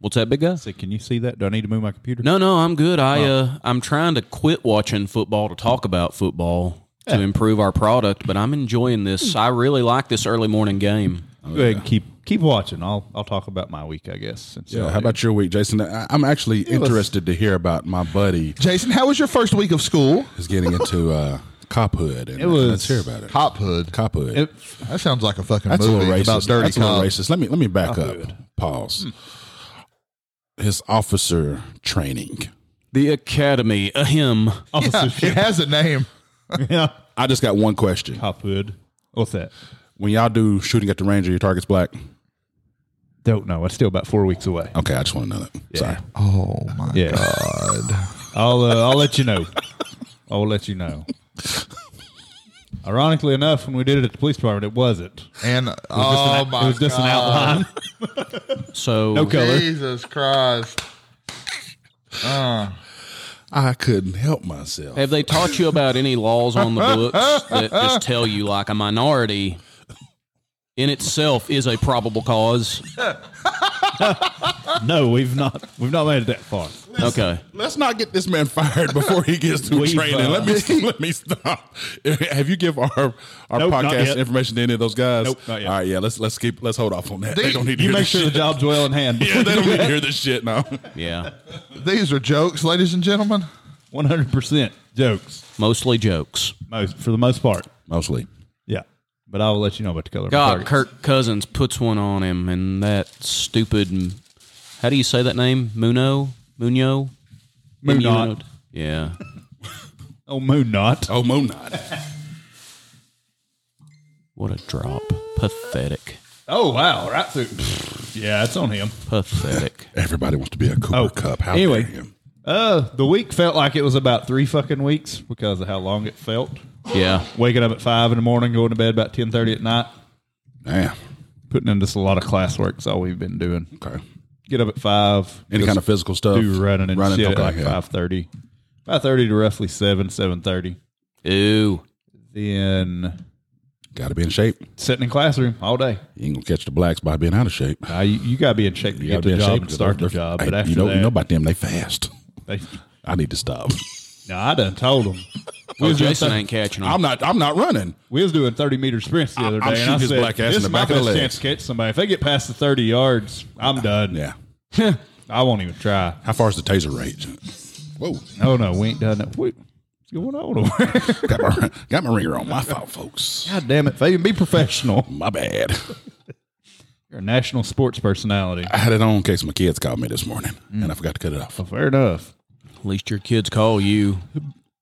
[SPEAKER 6] What's that, big guy?
[SPEAKER 8] Say, can you see that? Do I need to move my computer?
[SPEAKER 6] No, no, I'm good. I
[SPEAKER 8] Oh.
[SPEAKER 6] uh, I'm trying to quit watching football to talk about football to improve our product, but I'm enjoying this.
[SPEAKER 8] Hmm.
[SPEAKER 6] I really like this early morning game.
[SPEAKER 8] Go ahead and keep keep watching. I'll I'll talk about my week, I guess. since
[SPEAKER 5] Yeah,
[SPEAKER 8] y'all
[SPEAKER 5] how
[SPEAKER 8] did.
[SPEAKER 5] about your week, Jason? I, I'm actually interested to hear about my buddy
[SPEAKER 4] Jason, how was your first week of school?
[SPEAKER 5] is getting into uh, cop hood. And
[SPEAKER 8] It was-
[SPEAKER 5] let's hear about it.
[SPEAKER 4] Cop hood.
[SPEAKER 5] Cop hood.
[SPEAKER 8] It-
[SPEAKER 4] That sounds like a fucking
[SPEAKER 5] That's a
[SPEAKER 4] movie
[SPEAKER 5] little racist.
[SPEAKER 4] about dirty
[SPEAKER 5] That's a little
[SPEAKER 4] cops.
[SPEAKER 5] racist. Let me let me back up. Pause.
[SPEAKER 4] Hmm.
[SPEAKER 5] His officer training.
[SPEAKER 6] The Academy, a him.
[SPEAKER 8] Oh.
[SPEAKER 4] Yeah, it has a name.
[SPEAKER 8] yeah?
[SPEAKER 5] I just got one question.
[SPEAKER 8] Top hood. What's that?
[SPEAKER 5] When y'all do shooting at the range, are your target's black?
[SPEAKER 8] Don't know. It's still about four weeks away.
[SPEAKER 5] Okay, I just want to know that. Sorry.
[SPEAKER 4] Oh my
[SPEAKER 8] Yeah. I'll uh, I'll let you know. I'll let you know. Ironically enough, when we did it at the police department, it wasn't.
[SPEAKER 4] And oh my
[SPEAKER 8] it was just an
[SPEAKER 4] god.
[SPEAKER 8] outline.
[SPEAKER 6] So
[SPEAKER 8] No color.
[SPEAKER 4] Jesus Christ.
[SPEAKER 5] I couldn't help myself.
[SPEAKER 6] Have they taught you about any laws on the books that just tell you like a minority in itself is a probable cause?
[SPEAKER 8] No, we've not. We've not made it that far.
[SPEAKER 6] Okay.
[SPEAKER 5] Let's not get this man fired before he gets to
[SPEAKER 8] We've,
[SPEAKER 5] training.
[SPEAKER 8] uh,
[SPEAKER 5] let me let me stop. Have you give our our
[SPEAKER 8] Nope, not
[SPEAKER 5] podcast
[SPEAKER 8] yet.
[SPEAKER 5] information to any of those guys?
[SPEAKER 8] Nope, not yet.
[SPEAKER 5] All right, yeah. Let's let's keep let's hold off on that. they
[SPEAKER 4] Dude,
[SPEAKER 5] don't need to
[SPEAKER 8] You
[SPEAKER 5] hear
[SPEAKER 8] make
[SPEAKER 5] this
[SPEAKER 8] sure the
[SPEAKER 5] shit.
[SPEAKER 8] job's well in hand.
[SPEAKER 5] yeah, they don't need to hear this shit now.
[SPEAKER 6] Yeah.
[SPEAKER 4] These are jokes, ladies and gentlemen.
[SPEAKER 8] One hundred percent jokes,
[SPEAKER 6] Mostly jokes.
[SPEAKER 8] most for the most part.
[SPEAKER 5] Mostly.
[SPEAKER 8] Yeah, but I will let you know about the color. of my
[SPEAKER 6] God,
[SPEAKER 8] targets.
[SPEAKER 6] Kirk Cousins puts one on him and that stupid how do you say that name? Muno? Muno?
[SPEAKER 8] Moonot.
[SPEAKER 6] Yeah.
[SPEAKER 8] Oh, moon not.
[SPEAKER 5] Oh, Moon Knight.
[SPEAKER 6] What a drop. Pathetic.
[SPEAKER 8] Oh wow, right through. yeah, it's on him.
[SPEAKER 6] Pathetic.
[SPEAKER 5] Everybody wants to be a Cooper
[SPEAKER 8] Oh,
[SPEAKER 5] Cup. How
[SPEAKER 8] anyway.
[SPEAKER 5] dare you?
[SPEAKER 8] Uh, the week felt like it was about three fucking weeks because of how long it felt.
[SPEAKER 6] Yeah.
[SPEAKER 8] Waking up at five in the morning, going to bed about ten thirty at night,
[SPEAKER 5] Damn.
[SPEAKER 8] putting in just a lot of classwork. Is all we've been doing.
[SPEAKER 5] Okay.
[SPEAKER 8] Get up at five.
[SPEAKER 5] Any
[SPEAKER 8] just
[SPEAKER 5] kind of physical stuff?
[SPEAKER 8] do running and shit
[SPEAKER 5] okay,
[SPEAKER 8] at like
[SPEAKER 5] yeah.
[SPEAKER 8] five thirty, five thirty to roughly seven seven thirty.
[SPEAKER 6] Ooh.
[SPEAKER 8] Then
[SPEAKER 5] Gotta be in shape.
[SPEAKER 8] sitting in classroom all day.
[SPEAKER 5] You ain't gonna catch the blacks by being out of shape.
[SPEAKER 8] Now, you, you gotta be in shape to
[SPEAKER 5] You
[SPEAKER 8] get
[SPEAKER 5] gotta be
[SPEAKER 8] the
[SPEAKER 5] in
[SPEAKER 8] job
[SPEAKER 5] shape
[SPEAKER 8] and
[SPEAKER 5] to
[SPEAKER 8] start the
[SPEAKER 5] they're-
[SPEAKER 8] job.
[SPEAKER 5] Hey,
[SPEAKER 8] But after
[SPEAKER 5] you know,
[SPEAKER 8] that,
[SPEAKER 5] you know about them, they fast.
[SPEAKER 8] they,
[SPEAKER 5] I need to stop.
[SPEAKER 8] no, I done told them.
[SPEAKER 6] Oh,
[SPEAKER 5] was doing
[SPEAKER 6] Jason
[SPEAKER 5] thir-
[SPEAKER 6] ain't catching 'em.
[SPEAKER 5] I'm not. I'm not running.
[SPEAKER 8] We was doing 30 meter sprints the other day,
[SPEAKER 5] I'll
[SPEAKER 8] and
[SPEAKER 5] shoot
[SPEAKER 8] I
[SPEAKER 5] his
[SPEAKER 8] said,
[SPEAKER 5] black ass in
[SPEAKER 8] "This
[SPEAKER 5] the
[SPEAKER 8] is
[SPEAKER 5] back
[SPEAKER 8] my
[SPEAKER 5] of the
[SPEAKER 8] best
[SPEAKER 5] legs."
[SPEAKER 8] chance to catch somebody. If they get past the 30 yards, I'm done.
[SPEAKER 5] Yeah.
[SPEAKER 8] I won't even try.
[SPEAKER 5] How far is the taser range? Whoa.
[SPEAKER 8] Oh no, we ain't done that. What- What's going on over here?
[SPEAKER 5] Got my, got my ringer on. My fault, folks.
[SPEAKER 8] God damn it, Fabian, be professional.
[SPEAKER 5] My bad.
[SPEAKER 8] You're a national sports personality.
[SPEAKER 5] I had it on in case my kids called me this morning, and I forgot to cut it off.
[SPEAKER 8] Fair enough.
[SPEAKER 6] At least your kids call you.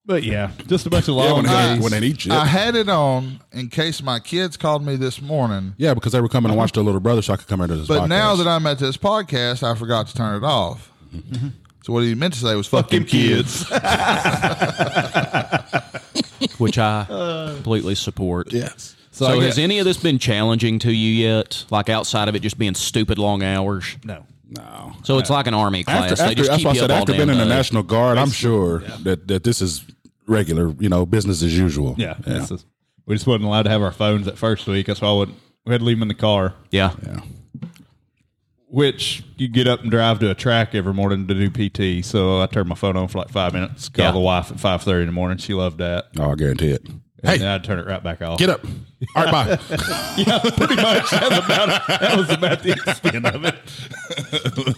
[SPEAKER 8] But yeah, just a bunch of long
[SPEAKER 5] when, they,
[SPEAKER 8] days.
[SPEAKER 5] when they eat shit.
[SPEAKER 4] I had it on in case my kids called me this morning.
[SPEAKER 5] yeah, because they were coming to watch their little brother, so I could come here to this.
[SPEAKER 4] But now
[SPEAKER 5] podcast.
[SPEAKER 4] that I'm at this podcast, I forgot to turn it off.
[SPEAKER 5] Mm-hmm.
[SPEAKER 4] So what he meant to say was "fuck them kids."
[SPEAKER 6] which I completely support.
[SPEAKER 5] yes,
[SPEAKER 6] So,
[SPEAKER 8] I
[SPEAKER 6] has
[SPEAKER 8] guess-
[SPEAKER 6] any of this been challenging to you yet? Like outside of it just being stupid long hours?
[SPEAKER 8] no.
[SPEAKER 5] no.
[SPEAKER 6] So it's like an army class.
[SPEAKER 5] After,
[SPEAKER 6] they
[SPEAKER 5] after,
[SPEAKER 6] just
[SPEAKER 5] that's
[SPEAKER 6] keep
[SPEAKER 5] why I
[SPEAKER 6] you up
[SPEAKER 5] said
[SPEAKER 6] all
[SPEAKER 5] after
[SPEAKER 6] damn
[SPEAKER 5] being in the
[SPEAKER 6] day.
[SPEAKER 5] National Guard, I'm sure that, that this is regular, you know, business as usual.
[SPEAKER 8] Yeah. this is- we just wasn't allowed to have our phones that first week. That's why I wouldn't. We had to leave them in the car,
[SPEAKER 6] Yeah.
[SPEAKER 5] yeah.
[SPEAKER 8] which you get up and drive to a track every morning to do PT. So I turned my phone on for like five minutes. Called
[SPEAKER 6] Yeah.
[SPEAKER 8] the wife at five thirty in the morning. She loved that.
[SPEAKER 5] Oh, I guarantee it.
[SPEAKER 8] And
[SPEAKER 5] Hey,
[SPEAKER 8] then I'd turn it right back off.
[SPEAKER 5] get up! All right, bye.
[SPEAKER 8] yeah, pretty much. That's about, that was about the extent of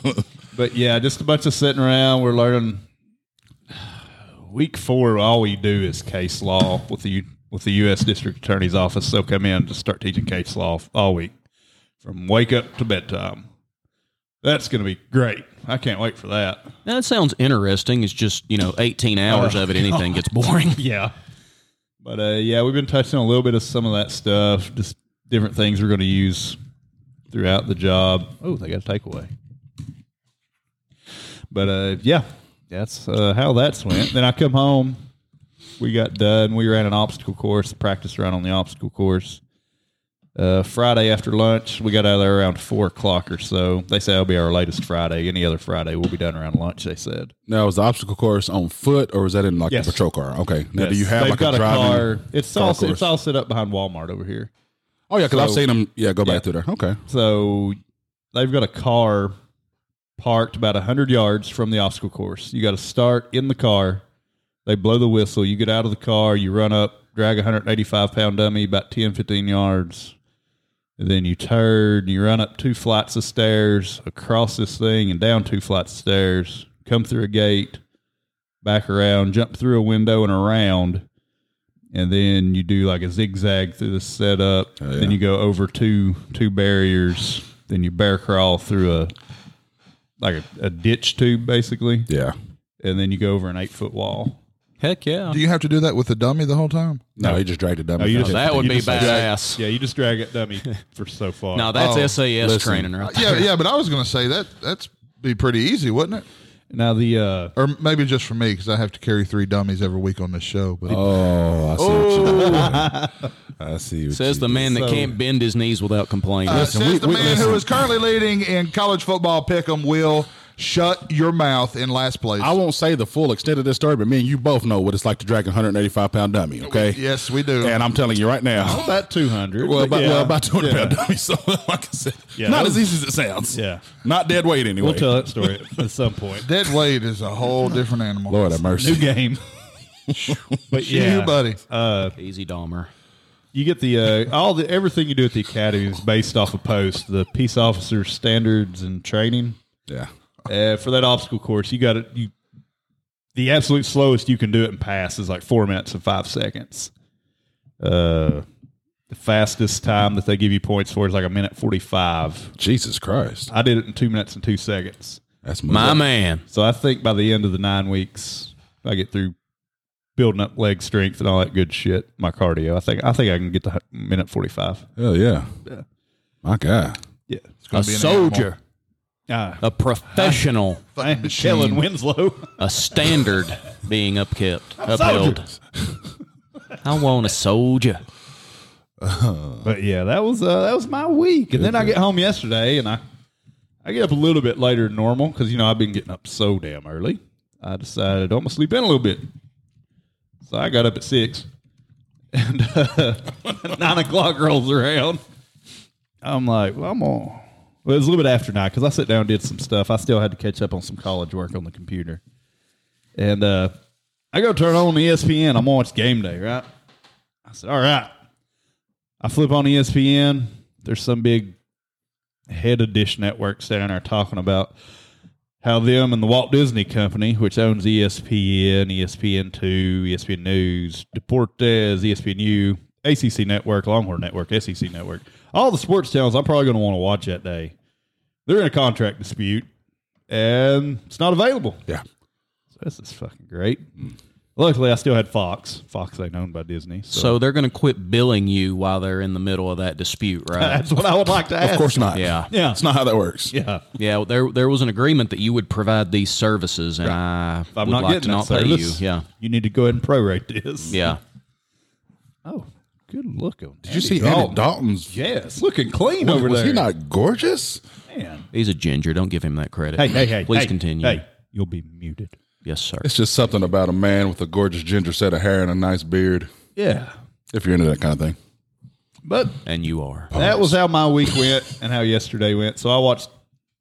[SPEAKER 8] it. but yeah, just a bunch of sitting around. We're learning. Week four, all we do is case law with the U- with the U.S. District Attorney's Office. They'll come in and just start teaching case law all week, from wake up to bedtime. That's going to be great. I can't wait for that.
[SPEAKER 6] Now, that sounds interesting. It's just, you know, 18 hours of it, anything gets boring.
[SPEAKER 8] Yeah. But uh, yeah, we've been touching on a little bit of some of that stuff, just different things we're going to use throughout the job. Oh, they got a takeaway. But uh, yeah, that's uh, how that's went. then I come home. We got done. We ran an obstacle course, practice run on the obstacle course. Uh, Friday after lunch, we got out of there around four o'clock or so. They say it'll be our latest Friday. Any other Friday, we'll be done around lunch. They said.
[SPEAKER 5] Now, was the obstacle course on foot, or was that in like
[SPEAKER 8] Yes.
[SPEAKER 5] the patrol car? Okay. Now, do
[SPEAKER 8] Yes.
[SPEAKER 5] you have
[SPEAKER 8] They've
[SPEAKER 5] like a driving?
[SPEAKER 8] It's
[SPEAKER 5] car
[SPEAKER 8] all it's
[SPEAKER 5] course?
[SPEAKER 8] all set up behind Walmart over here.
[SPEAKER 5] Oh yeah, because I've
[SPEAKER 8] so-
[SPEAKER 5] seen them. Yeah, go
[SPEAKER 8] Yeah.
[SPEAKER 5] back through there. Okay.
[SPEAKER 8] So they've got a car parked about hundred yards from the obstacle course. You got to start in the car. They blow the whistle. You get out of the car. You run up, drag a 185 pound dummy about 10, 15 yards. And then you turn, you run up two flights of stairs, across this thing, and down two flights of stairs, come through a gate, back around, jump through a window and around. And then you do like a zigzag through the setup. Then you go over two two barriers. Then you bear crawl through a like a, a ditch tube basically.
[SPEAKER 5] Yeah.
[SPEAKER 8] And then you go over an eight foot wall.
[SPEAKER 6] Heck yeah.
[SPEAKER 4] Do you have to do that with the dummy the whole time?
[SPEAKER 5] No, he just dragged it down.
[SPEAKER 8] No, you just-
[SPEAKER 6] that would
[SPEAKER 8] You
[SPEAKER 6] be
[SPEAKER 8] just said that.
[SPEAKER 6] badass.
[SPEAKER 8] Yeah, you just drag it dummy for so far.
[SPEAKER 6] No, that's
[SPEAKER 4] Oh,
[SPEAKER 6] SAS
[SPEAKER 5] listen.
[SPEAKER 6] training right
[SPEAKER 4] Yeah, yeah. But I was going to say that that's be pretty easy, wouldn't it?
[SPEAKER 8] now the uh
[SPEAKER 4] Or maybe just for me because I have to carry three dummies every week on this show. But
[SPEAKER 5] Oh, I see. What you did. I see. What
[SPEAKER 6] Says
[SPEAKER 5] you
[SPEAKER 6] the
[SPEAKER 5] did.
[SPEAKER 6] man that can't bend his knees without complaining.
[SPEAKER 4] Uh,
[SPEAKER 5] Listen,
[SPEAKER 4] says
[SPEAKER 5] we-
[SPEAKER 4] the
[SPEAKER 5] we-
[SPEAKER 4] man
[SPEAKER 5] listen.
[SPEAKER 4] who is currently leading in college football pick'em will shut your mouth in last place.
[SPEAKER 5] I won't say the full extent of this story, but me and you both know what it's like to drag a 185 pound dummy. Okay.
[SPEAKER 4] yes, we do.
[SPEAKER 5] And I'm telling you right now.
[SPEAKER 8] about two hundred.
[SPEAKER 5] Well, about, well, about 200 pound dummy. So, like I said,
[SPEAKER 8] Yeah,
[SPEAKER 5] not
[SPEAKER 8] that
[SPEAKER 5] as easy as it sounds.
[SPEAKER 8] Yeah.
[SPEAKER 5] Not dead weight anyway.
[SPEAKER 8] We'll tell that story at some point.
[SPEAKER 4] Dead weight is a whole different animal.
[SPEAKER 5] Lord have
[SPEAKER 8] New
[SPEAKER 5] mercy.
[SPEAKER 8] game. but
[SPEAKER 4] You
[SPEAKER 8] yeah,
[SPEAKER 4] buddy.
[SPEAKER 6] Easy Dahmer.
[SPEAKER 8] you get the uh, all the everything you do at the academy is based off a post, the peace officer standards and training.
[SPEAKER 5] Yeah.
[SPEAKER 8] Uh, for that obstacle course, you got it. You the absolute slowest you can do it and pass is like four minutes and five seconds. Uh, the fastest time that they give you points for is like a minute forty five.
[SPEAKER 5] Jesus Christ.
[SPEAKER 8] I did it in two minutes and two seconds.
[SPEAKER 5] That's
[SPEAKER 6] My man.
[SPEAKER 8] So I think by the end of the nine weeks, I get through building up leg strength and all that good shit. My cardio, I think I think I can get to hu- minute forty five.
[SPEAKER 5] Hell yeah. My God.
[SPEAKER 8] Yeah,
[SPEAKER 6] A soldier.
[SPEAKER 8] Ah,
[SPEAKER 6] A professional.
[SPEAKER 8] I'm Kellen Winslow.
[SPEAKER 6] a standard being upkept, upheld. I want a soldier.
[SPEAKER 8] but yeah, that was uh, that was my week, and then I get home yesterday, and I I get up a little bit later than normal because you know I've been getting up so damn early. I decided I'm gonna sleep in a little bit, so I got up at six, and uh, nine o'clock rolls around. I'm like, well, I'm on. Well, it was a little bit after nine because I sat down and did some stuff. I still had to catch up on some college work on the computer, and uh, I I go turn on ESPN. I'm on it's game day, right? I said, all right. I flip on E ESPN. There's some big head of Dish Network standing there talking about how them and the Walt Disney Company, which owns ESPN, ESPN2, ESPN News, Deportes, ESPNU, ACC Network, Longhorn Network, SEC Network, all the sports channels I'm probably going to want to watch that day. They're in a contract dispute, and it's not available.
[SPEAKER 5] Yeah.
[SPEAKER 8] So this is fucking great. Luckily, I still had Fox. Fox ain't owned by Disney. So,
[SPEAKER 6] So they're going to quit billing you while they're in the middle of that dispute, right?
[SPEAKER 8] that's what I would like to ask.
[SPEAKER 5] Of course not.
[SPEAKER 6] Yeah.
[SPEAKER 8] Yeah.
[SPEAKER 5] It's not how that works.
[SPEAKER 8] Yeah.
[SPEAKER 6] Yeah, well, there there was an agreement that you would provide these services, and I
[SPEAKER 8] If I'm
[SPEAKER 6] would
[SPEAKER 8] not
[SPEAKER 6] like to
[SPEAKER 8] getting
[SPEAKER 6] not
[SPEAKER 8] that
[SPEAKER 6] pay you.
[SPEAKER 8] service,
[SPEAKER 6] Yeah,
[SPEAKER 8] You need to go ahead and prorate this.
[SPEAKER 6] yeah.
[SPEAKER 8] Oh, good looking.
[SPEAKER 5] Did you see Andy Dalton's?
[SPEAKER 8] Yes. Looking clean
[SPEAKER 5] Was,
[SPEAKER 8] over
[SPEAKER 5] was
[SPEAKER 8] there.
[SPEAKER 5] he not gorgeous?
[SPEAKER 8] Man.
[SPEAKER 6] He's a ginger. Don't give him that credit.
[SPEAKER 8] Hey, hey, hey.
[SPEAKER 6] Please
[SPEAKER 8] hey,
[SPEAKER 6] continue.
[SPEAKER 8] Hey, you'll be muted.
[SPEAKER 6] Yes, sir.
[SPEAKER 5] It's just something about a man with a gorgeous ginger set of hair and a nice beard.
[SPEAKER 8] Yeah.
[SPEAKER 5] If you're into that kind of thing,
[SPEAKER 8] But
[SPEAKER 6] And you are.
[SPEAKER 8] that was how my week went and how yesterday went. So I watched,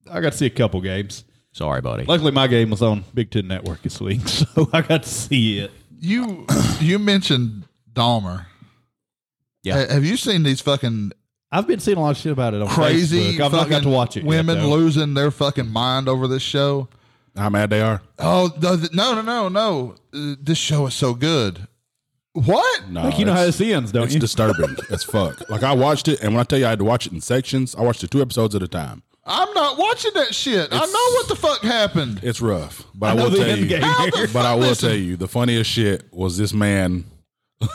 [SPEAKER 8] I got to see a couple games.
[SPEAKER 6] Sorry, buddy.
[SPEAKER 8] Luckily, my game was on Big Ten Network this week, so I got to see it.
[SPEAKER 4] You you mentioned Dahmer.
[SPEAKER 6] Yeah.
[SPEAKER 4] Ha- Have you seen these fucking
[SPEAKER 8] I've been seeing a lot of shit about it on
[SPEAKER 4] crazy
[SPEAKER 8] Facebook. I've not got
[SPEAKER 4] fucking
[SPEAKER 8] to watch it. yet,
[SPEAKER 4] women
[SPEAKER 8] though.
[SPEAKER 4] losing their fucking mind over this show?
[SPEAKER 5] how mad they are.
[SPEAKER 4] Oh no, th- no, no, no, no! Uh, This show is so good. What?
[SPEAKER 5] No,
[SPEAKER 8] Like, you know how
[SPEAKER 5] it's-
[SPEAKER 8] this ends, don't
[SPEAKER 5] it's
[SPEAKER 8] you?
[SPEAKER 5] disturbing as fuck. Like I watched it, and when I tell you I had to watch it in sections, I watched it two episodes at a time.
[SPEAKER 4] I'm not watching that shit. I know what the fuck happened.
[SPEAKER 5] It's rough, but I,
[SPEAKER 8] know
[SPEAKER 5] will
[SPEAKER 8] the
[SPEAKER 5] tell
[SPEAKER 8] end
[SPEAKER 5] you.
[SPEAKER 8] game here.
[SPEAKER 5] But I will
[SPEAKER 4] Listen.
[SPEAKER 5] tell you, the funniest shit was this man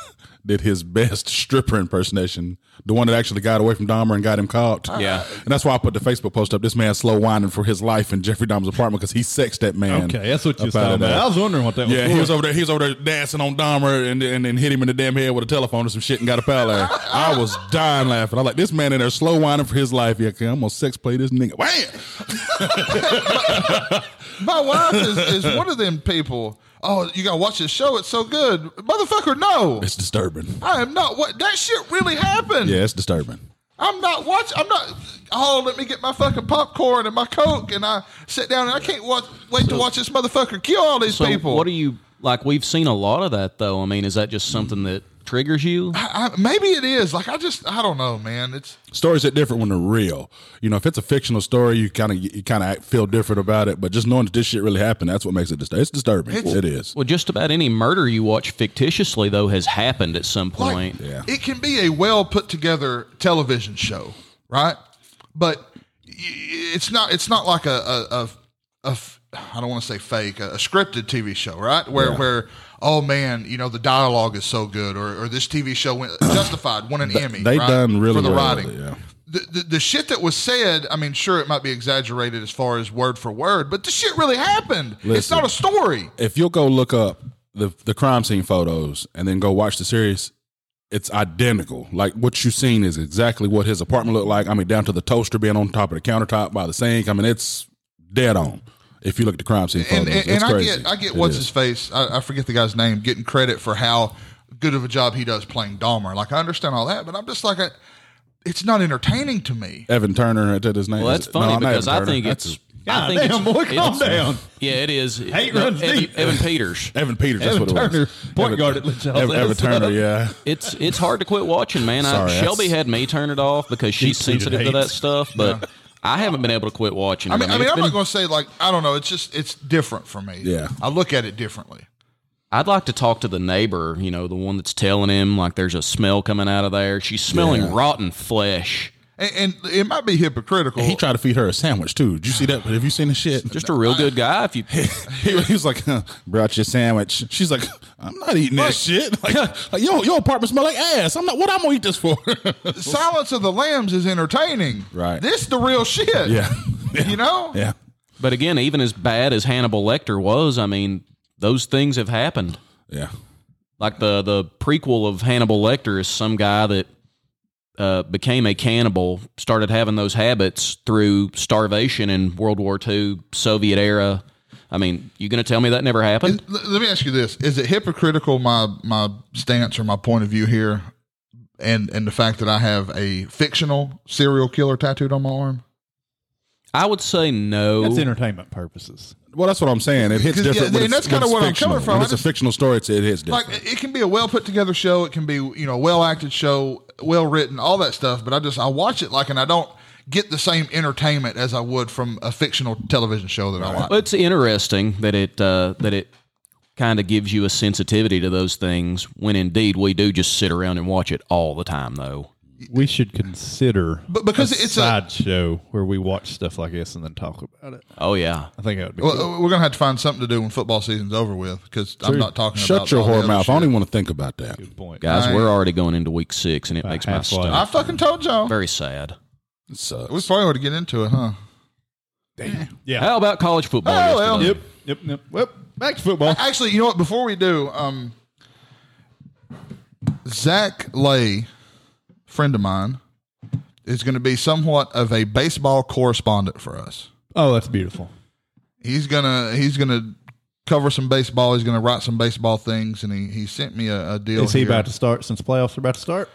[SPEAKER 5] did his best stripper impersonation. The one that actually got away from Dahmer and got him caught.
[SPEAKER 6] Yeah.
[SPEAKER 5] and that's why I put the Facebook post up. This man slow whining for his life in Jeffrey Dahmer's apartment because he sexed that man.
[SPEAKER 8] Okay, that's what you was
[SPEAKER 5] up out
[SPEAKER 8] talking
[SPEAKER 5] of there.
[SPEAKER 8] about. I was wondering what that
[SPEAKER 5] Yeah,
[SPEAKER 8] was.
[SPEAKER 5] he
[SPEAKER 8] for.
[SPEAKER 5] was over there. He was over there dancing on Dahmer and and then hit him in the damn head with a telephone or some shit and got a foul there. I was dying laughing. I was like this man in there slow whining for his life. Yeah, okay, I'm gonna sex play this nigga. Wham!
[SPEAKER 4] My wife is, is one of them people. Oh, you gotta watch this show. It's so good, motherfucker. No,
[SPEAKER 5] It's disturbing.
[SPEAKER 4] I am not. What that shit really happened?
[SPEAKER 5] Yeah, it's disturbing.
[SPEAKER 4] I'm not watching. I'm not. Oh, let me get my fucking popcorn and my coke, and I sit down and I can't watch, wait to watch this motherfucker kill all these
[SPEAKER 6] so,
[SPEAKER 4] people.
[SPEAKER 6] what are you like? We've seen a lot of that, though. I mean, is that just something that triggers you?
[SPEAKER 4] I, I, maybe it is. Like I just, I don't know, man. It's
[SPEAKER 5] Stories are different when they're real. You know, if it's a fictional story, you kind of you kind of feel different about it. But just knowing that this shit really happened, that's what makes it disturbing. It's disturbing.
[SPEAKER 4] It's-
[SPEAKER 5] it is.
[SPEAKER 6] Well, just about any murder you watch fictitiously, though, has happened at some point.
[SPEAKER 4] like it can be a well put together television show, right? But y- it's not. It's not like a a, a, a f- I don't want to say fake a, a scripted TV show, right? Where where oh man, you know the dialogue is so good, or, or this TV show went justified won an Emmy.
[SPEAKER 5] they
[SPEAKER 4] right,
[SPEAKER 5] done really
[SPEAKER 4] for the
[SPEAKER 5] well with
[SPEAKER 4] writing.
[SPEAKER 5] it, yeah.
[SPEAKER 4] The, the, the shit that was said, I mean, sure, it might be exaggerated as far as word for word, but the shit really happened. it's
[SPEAKER 5] Listen.
[SPEAKER 4] not a story.
[SPEAKER 5] If you'll go look up the the crime scene photos and then go watch the series, it's identical. Like what you've seen is exactly what his apartment looked like. I mean, down to the toaster being on top of the countertop by the sink. I mean, it's dead on. If you look at the crime scene photos,
[SPEAKER 4] and, and,
[SPEAKER 5] it's
[SPEAKER 4] and I
[SPEAKER 5] crazy.
[SPEAKER 4] get I get
[SPEAKER 5] It
[SPEAKER 4] what's
[SPEAKER 5] is.
[SPEAKER 4] his face I, I forget the guy's name getting credit for how good of a job he does playing Dahmer. Like I understand all that, but I'm just like I, it's not entertaining to me.
[SPEAKER 5] Evan Turner. I did his name.
[SPEAKER 6] Well,
[SPEAKER 5] Is
[SPEAKER 6] that's
[SPEAKER 5] it- no,
[SPEAKER 6] funny
[SPEAKER 5] not
[SPEAKER 6] because
[SPEAKER 5] Evan
[SPEAKER 6] I
[SPEAKER 5] Turner.
[SPEAKER 6] think
[SPEAKER 5] That's
[SPEAKER 6] it's.
[SPEAKER 5] his-
[SPEAKER 6] I think
[SPEAKER 8] Goddamn,
[SPEAKER 6] it's,
[SPEAKER 8] boy, calm
[SPEAKER 6] it's-
[SPEAKER 8] down.
[SPEAKER 6] Yeah, it is.
[SPEAKER 8] Hate
[SPEAKER 6] No,
[SPEAKER 8] runs
[SPEAKER 6] Evan,
[SPEAKER 8] deep.
[SPEAKER 6] Evan Peters.
[SPEAKER 5] Evan Peters. That's
[SPEAKER 8] Evan
[SPEAKER 5] what it was.
[SPEAKER 8] Turner, point
[SPEAKER 5] Evan,
[SPEAKER 8] guard at Litchfield
[SPEAKER 5] Evan,
[SPEAKER 8] Hills.
[SPEAKER 5] Evan Turner. Yeah.
[SPEAKER 6] It's it's hard to quit watching, man. I,
[SPEAKER 5] Sorry, that's-
[SPEAKER 6] Shelby had me turn it off because she's
[SPEAKER 8] Deep-seated
[SPEAKER 6] sensitive to that
[SPEAKER 8] hates.
[SPEAKER 6] stuff, but I haven't been able to quit watching. it.
[SPEAKER 4] I mean, I mean,
[SPEAKER 6] it's
[SPEAKER 4] I'm
[SPEAKER 6] been-
[SPEAKER 4] not going to say like I don't know. It's just it's different for me.
[SPEAKER 5] Yeah.
[SPEAKER 4] I look at it differently.
[SPEAKER 6] I'd like to talk to the neighbor, you know, the one that's telling him like there's a smell coming out of there. She's smelling rotten flesh.
[SPEAKER 4] And, and it might be hypocritical.
[SPEAKER 5] He tried to feed her a sandwich too. Did you see that? But have you seen the shit?
[SPEAKER 6] Just a real good guy. If you,
[SPEAKER 5] he, he was like, huh, "Brought your sandwich." She's like, "I'm not eating that shit." Like, like, yo, your apartment smell like ass. I'm not. What I'm gonna eat this for?
[SPEAKER 4] Silence of the Lambs is entertaining.
[SPEAKER 5] Right.
[SPEAKER 4] This the real shit.
[SPEAKER 5] yeah,
[SPEAKER 4] You know.
[SPEAKER 5] yeah.
[SPEAKER 6] but again, even as bad as Hannibal Lecter was, I mean, those things have happened.
[SPEAKER 5] Yeah.
[SPEAKER 6] Like the the prequel of Hannibal Lecter is some guy that uh, became a cannibal, started having those habits through starvation in World War II, Soviet era. I mean, you going to tell me that never happened?
[SPEAKER 4] L- let me ask you this: Is it hypocritical my my stance or my point of view here, and and the fact that I have a fictional serial killer tattooed on my arm?
[SPEAKER 6] I would say no.
[SPEAKER 8] That's entertainment purposes.
[SPEAKER 5] Well, that's what I'm saying. It hits
[SPEAKER 4] 'Cause, yeah,
[SPEAKER 5] different. when
[SPEAKER 4] and
[SPEAKER 5] it's-
[SPEAKER 4] that's
[SPEAKER 5] when
[SPEAKER 4] kinda
[SPEAKER 5] it's
[SPEAKER 4] what I'm coming
[SPEAKER 5] fictional.
[SPEAKER 4] from.
[SPEAKER 5] When
[SPEAKER 4] I
[SPEAKER 5] it's a
[SPEAKER 4] just-
[SPEAKER 5] fictional story, it's, it hits
[SPEAKER 4] Like
[SPEAKER 5] different.
[SPEAKER 4] it can be a well put together show. It can be you know well acted show, well written, all that stuff. But I just I watch it like, and I don't get the same entertainment as I would from a fictional television show that I watch.
[SPEAKER 6] Well, it's interesting that it uh, that it kind of gives you a sensitivity to those things when indeed we do just sit around and watch it all the time though.
[SPEAKER 8] We should consider
[SPEAKER 4] But because
[SPEAKER 8] a
[SPEAKER 4] it's a-
[SPEAKER 8] sideshow where we watch stuff like this and then talk about it.
[SPEAKER 6] Oh yeah.
[SPEAKER 8] I think that would be cool.
[SPEAKER 4] Well, we're gonna have to find something to do when football season's over with because I'm not talking. about
[SPEAKER 5] Shut your
[SPEAKER 4] all the
[SPEAKER 5] whore
[SPEAKER 4] other
[SPEAKER 5] mouth. I
[SPEAKER 4] shit.
[SPEAKER 5] don't even want to think about that.
[SPEAKER 8] point.
[SPEAKER 6] Guys,
[SPEAKER 4] I-
[SPEAKER 6] we're already going into week 6 and it
[SPEAKER 8] About
[SPEAKER 6] makes my
[SPEAKER 8] halfway.
[SPEAKER 6] stomach
[SPEAKER 4] I fucking told y'all.
[SPEAKER 6] very sad.
[SPEAKER 5] It sucks.
[SPEAKER 4] We probably ought to get into it, huh?
[SPEAKER 8] Yeah.
[SPEAKER 6] How about college football?
[SPEAKER 4] Oh, well.
[SPEAKER 6] yesterday?
[SPEAKER 8] Yep. Yep. Yep. Well, back to football.
[SPEAKER 4] Actually, you know what? Before we do, um, Zach Lay, friend of mine, is going to be somewhat of a baseball correspondent for us.
[SPEAKER 8] Oh, that's beautiful.
[SPEAKER 4] He's gonna he's gonna cover some baseball. He's gonna write some baseball things, and he, he sent me a, a deal.
[SPEAKER 8] Is he
[SPEAKER 4] here.
[SPEAKER 8] about to start since playoffs are about to start?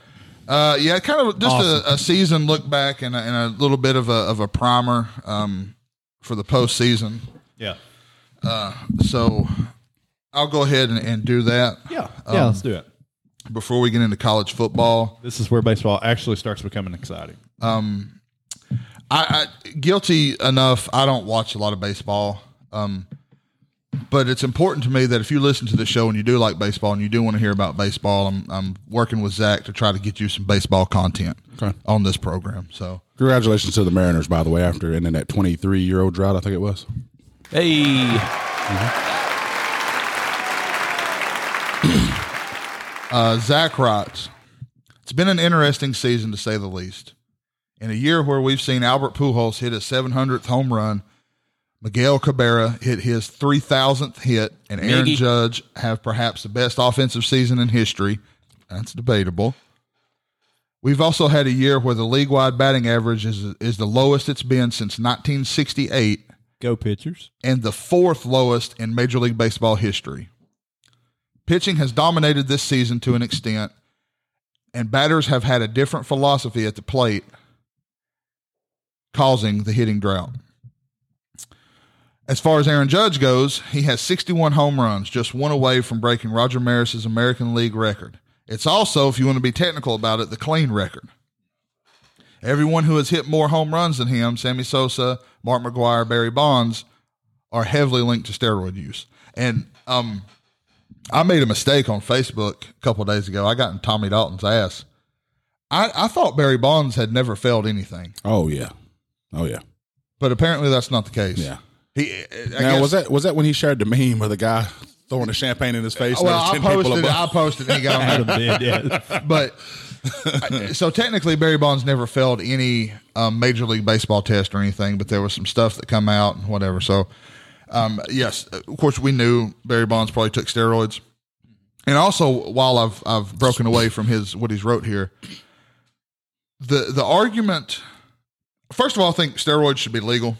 [SPEAKER 4] Uh, yeah, kind of just
[SPEAKER 8] Awesome.
[SPEAKER 4] a, a season look back and a, and a little bit of a of a primer um, for the postseason.
[SPEAKER 8] Yeah.
[SPEAKER 4] So I'll go ahead and, and do that
[SPEAKER 8] Yeah.
[SPEAKER 5] Um,
[SPEAKER 8] Yeah. let's do it.
[SPEAKER 4] before we get into college football.
[SPEAKER 8] This is where baseball actually starts becoming exciting.
[SPEAKER 4] I, I guilty enough. I don't watch a lot of baseball, um, but it's important to me that if you listen to the show and you do like baseball and you do want to hear about baseball, I'm I'm working with Zach to try to get you some baseball content
[SPEAKER 5] Okay.
[SPEAKER 4] on this program. So
[SPEAKER 5] Congratulations to the Mariners, by the way, after ending that 23 year old drought, I think it was.
[SPEAKER 6] Hey,
[SPEAKER 4] Uh, Zach writes, It's been an interesting season to say the least. In a year where we've seen Albert Pujols hit his 700th home run, Miguel Cabrera hit his 3,000th hit, and Aaron
[SPEAKER 6] Miggy.
[SPEAKER 4] Judge have perhaps the best offensive season in history. That's debatable. We've also had a year where the league wide batting average is, is the lowest it's been since 1968
[SPEAKER 8] Go pitchers.
[SPEAKER 4] and the fourth lowest in Major League Baseball history. Pitching has dominated this season to an extent, and batters have had a different philosophy at the plate, causing the hitting drought. As far as Aaron Judge goes, he has 61 home runs, just one away from breaking Roger Maris's American League record. It's also, if you want to be technical about it, the clean record. Everyone who has hit more home runs than him, Sammy Sosa, Mark McGuire, Barry Bonds, are heavily linked to steroid use. And um, I made a mistake on Facebook a couple of days ago. I got in Tommy Dalton's ass. I, I thought Barry Bonds had never failed anything,
[SPEAKER 5] Oh, yeah. Oh, yeah.
[SPEAKER 4] but apparently that's not the case.
[SPEAKER 5] Yeah.
[SPEAKER 4] He, I
[SPEAKER 5] now,
[SPEAKER 4] guess-
[SPEAKER 5] was that was that when he shared the meme of the guy throwing the champagne in his face? and
[SPEAKER 4] Well,
[SPEAKER 5] there
[SPEAKER 4] I
[SPEAKER 5] was 10 people
[SPEAKER 4] posted. it.
[SPEAKER 5] above?
[SPEAKER 4] I posted. And he got on
[SPEAKER 8] Adam did, yeah.
[SPEAKER 4] there. But I- so technically, Barry Bonds never failed any um, major league baseball test or anything. But there was some stuff that come out and whatever. So um, yes, of course, we knew Barry Bonds probably took steroids. And also, while I've I've broken away from his what he's wrote here, the the argument. First of all, I think steroids should be legal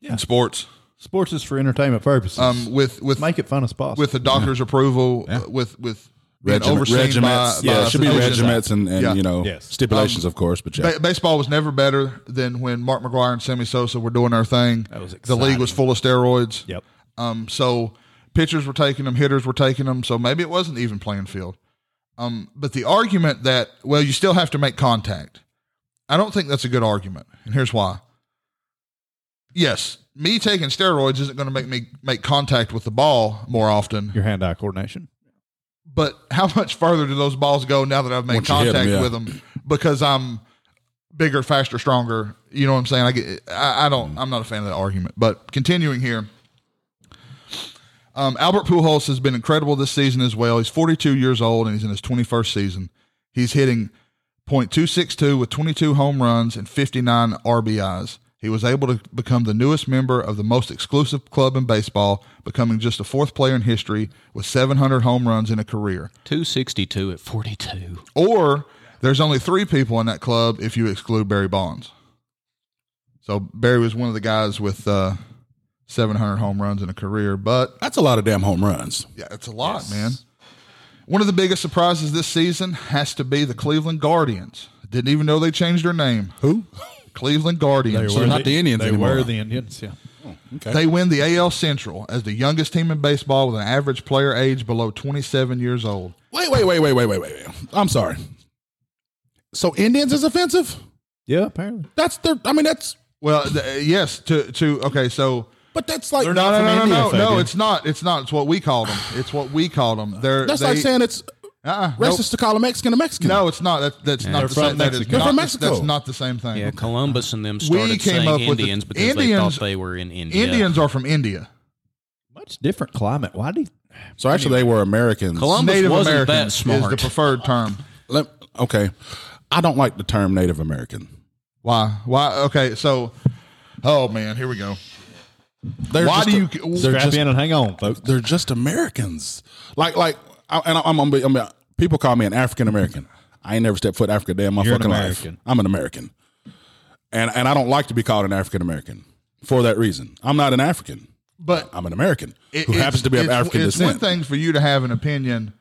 [SPEAKER 8] Yeah.
[SPEAKER 4] in sports.
[SPEAKER 8] Sports is for entertainment purposes.
[SPEAKER 4] Um, with with
[SPEAKER 8] Make it fun as possible.
[SPEAKER 4] with a doctor's approval, uh, with with being
[SPEAKER 5] Regiment-
[SPEAKER 4] overseen by,
[SPEAKER 5] regiments.
[SPEAKER 4] by
[SPEAKER 5] yeah,
[SPEAKER 4] a
[SPEAKER 5] it should be
[SPEAKER 4] physician.
[SPEAKER 5] regiments and, and
[SPEAKER 4] Yeah.
[SPEAKER 5] you know,
[SPEAKER 8] Yes.
[SPEAKER 5] stipulations, of course, but yeah.
[SPEAKER 4] Ba- baseball was never better than when Mark McGuire and Sammy Sosa were doing their thing. That
[SPEAKER 8] was
[SPEAKER 4] the league was full of steroids.
[SPEAKER 8] Yep.
[SPEAKER 4] Um, so pitchers were taking them, hitters were taking them. So maybe it wasn't even playing field. Um, but the argument that well, you still have to make contact. I don't think that's a good argument, and here's why. Yes, me taking steroids isn't going to make me make contact with the ball more often.
[SPEAKER 8] Your hand eye coordination.
[SPEAKER 4] but how much further do those balls go now that I've made
[SPEAKER 5] Once you hit 'em,
[SPEAKER 4] contact
[SPEAKER 5] yeah.
[SPEAKER 4] with them because I'm bigger, faster, stronger? You know what I'm saying? I get, I, I don't,
[SPEAKER 5] Mm.
[SPEAKER 4] I'm not a fan of that argument. But continuing here, um, Albert Pujols has been incredible this season as well. He's 42 years old and he's in his 21st season. He's hitting .262 with 22 home runs and 59 RBIs. He was able to become the newest member of the most exclusive club in baseball, becoming just the fourth player in history with 700 home runs in a career.
[SPEAKER 6] 262 at 42.
[SPEAKER 4] Or there's only three people in that club if you exclude Barry Bonds. So Barry was one of the guys with uh, 700 home runs in a career, but
[SPEAKER 5] That's a lot of damn home runs.
[SPEAKER 4] yeah, it's a lot, man. One of the biggest surprises this season has to be the Cleveland Guardians. Didn't even know they changed their name.
[SPEAKER 5] Who?
[SPEAKER 4] Cleveland Guardians.
[SPEAKER 5] So they're not the Indians
[SPEAKER 8] They
[SPEAKER 5] anymore. Oh,
[SPEAKER 8] were the Indians. Yeah.
[SPEAKER 5] Okay.
[SPEAKER 4] They win the AL Central as the youngest team in baseball with an average player age below 27 years old.
[SPEAKER 5] wait, wait, wait, wait, wait, wait, wait. I'm sorry. So Indians is offensive?
[SPEAKER 8] Yeah. Apparently.
[SPEAKER 5] That's their. I mean, that's.
[SPEAKER 4] Well, th- yes, to to okay, so
[SPEAKER 5] But that's like.
[SPEAKER 8] They're
[SPEAKER 4] no,
[SPEAKER 8] not
[SPEAKER 4] no,
[SPEAKER 8] from
[SPEAKER 4] no, no,
[SPEAKER 8] India,
[SPEAKER 4] no, no,
[SPEAKER 8] Fabian.
[SPEAKER 4] it's not. It's not. It's what we call them. It's what we call them. They're
[SPEAKER 5] That's
[SPEAKER 4] they,
[SPEAKER 5] like saying it's
[SPEAKER 4] uh-uh,
[SPEAKER 5] racist to call a Mexican a Mexican.
[SPEAKER 4] No, it's not. That, that's not
[SPEAKER 8] They're
[SPEAKER 4] the
[SPEAKER 8] from
[SPEAKER 4] same. That is
[SPEAKER 8] Mexico.
[SPEAKER 4] not,
[SPEAKER 5] They're from
[SPEAKER 4] the-
[SPEAKER 5] Mexico.
[SPEAKER 4] That's not the same thing.
[SPEAKER 6] Yeah, Columbus and them
[SPEAKER 4] We
[SPEAKER 6] started
[SPEAKER 4] came
[SPEAKER 6] saying
[SPEAKER 4] up with the-
[SPEAKER 6] Indians because they
[SPEAKER 4] Indians-
[SPEAKER 6] thought they were in India.
[SPEAKER 4] Indians are from India.
[SPEAKER 8] Much different climate. Why do? You,
[SPEAKER 5] So actually, they were Americans.
[SPEAKER 6] Columbus
[SPEAKER 4] Native
[SPEAKER 6] wasn't
[SPEAKER 4] American
[SPEAKER 6] that
[SPEAKER 4] is the
[SPEAKER 6] smart.
[SPEAKER 4] preferred term.
[SPEAKER 5] Let- okay. I don't like the term Native American.
[SPEAKER 4] Why? Why? Okay, so, oh man, here we go.
[SPEAKER 5] They're
[SPEAKER 4] Why
[SPEAKER 5] just
[SPEAKER 4] do
[SPEAKER 5] a-
[SPEAKER 4] you-
[SPEAKER 5] They're
[SPEAKER 8] strap
[SPEAKER 5] just,
[SPEAKER 8] in and hang on, folks.
[SPEAKER 5] they're just Americans. Like like, I, and I, I'm, I'm, I'm people call me an African American. I ain't never stepped foot in Africa a day in my
[SPEAKER 8] You're an
[SPEAKER 5] fucking life.
[SPEAKER 8] American.
[SPEAKER 5] I'm an American, and and I don't like to be called an African American for that reason. I'm not an African.
[SPEAKER 4] But
[SPEAKER 5] I'm an American
[SPEAKER 4] it-
[SPEAKER 5] who
[SPEAKER 4] it's-
[SPEAKER 5] happens to be of
[SPEAKER 4] it's-
[SPEAKER 5] African
[SPEAKER 4] it's
[SPEAKER 5] descent.
[SPEAKER 4] one thing for you to have an opinion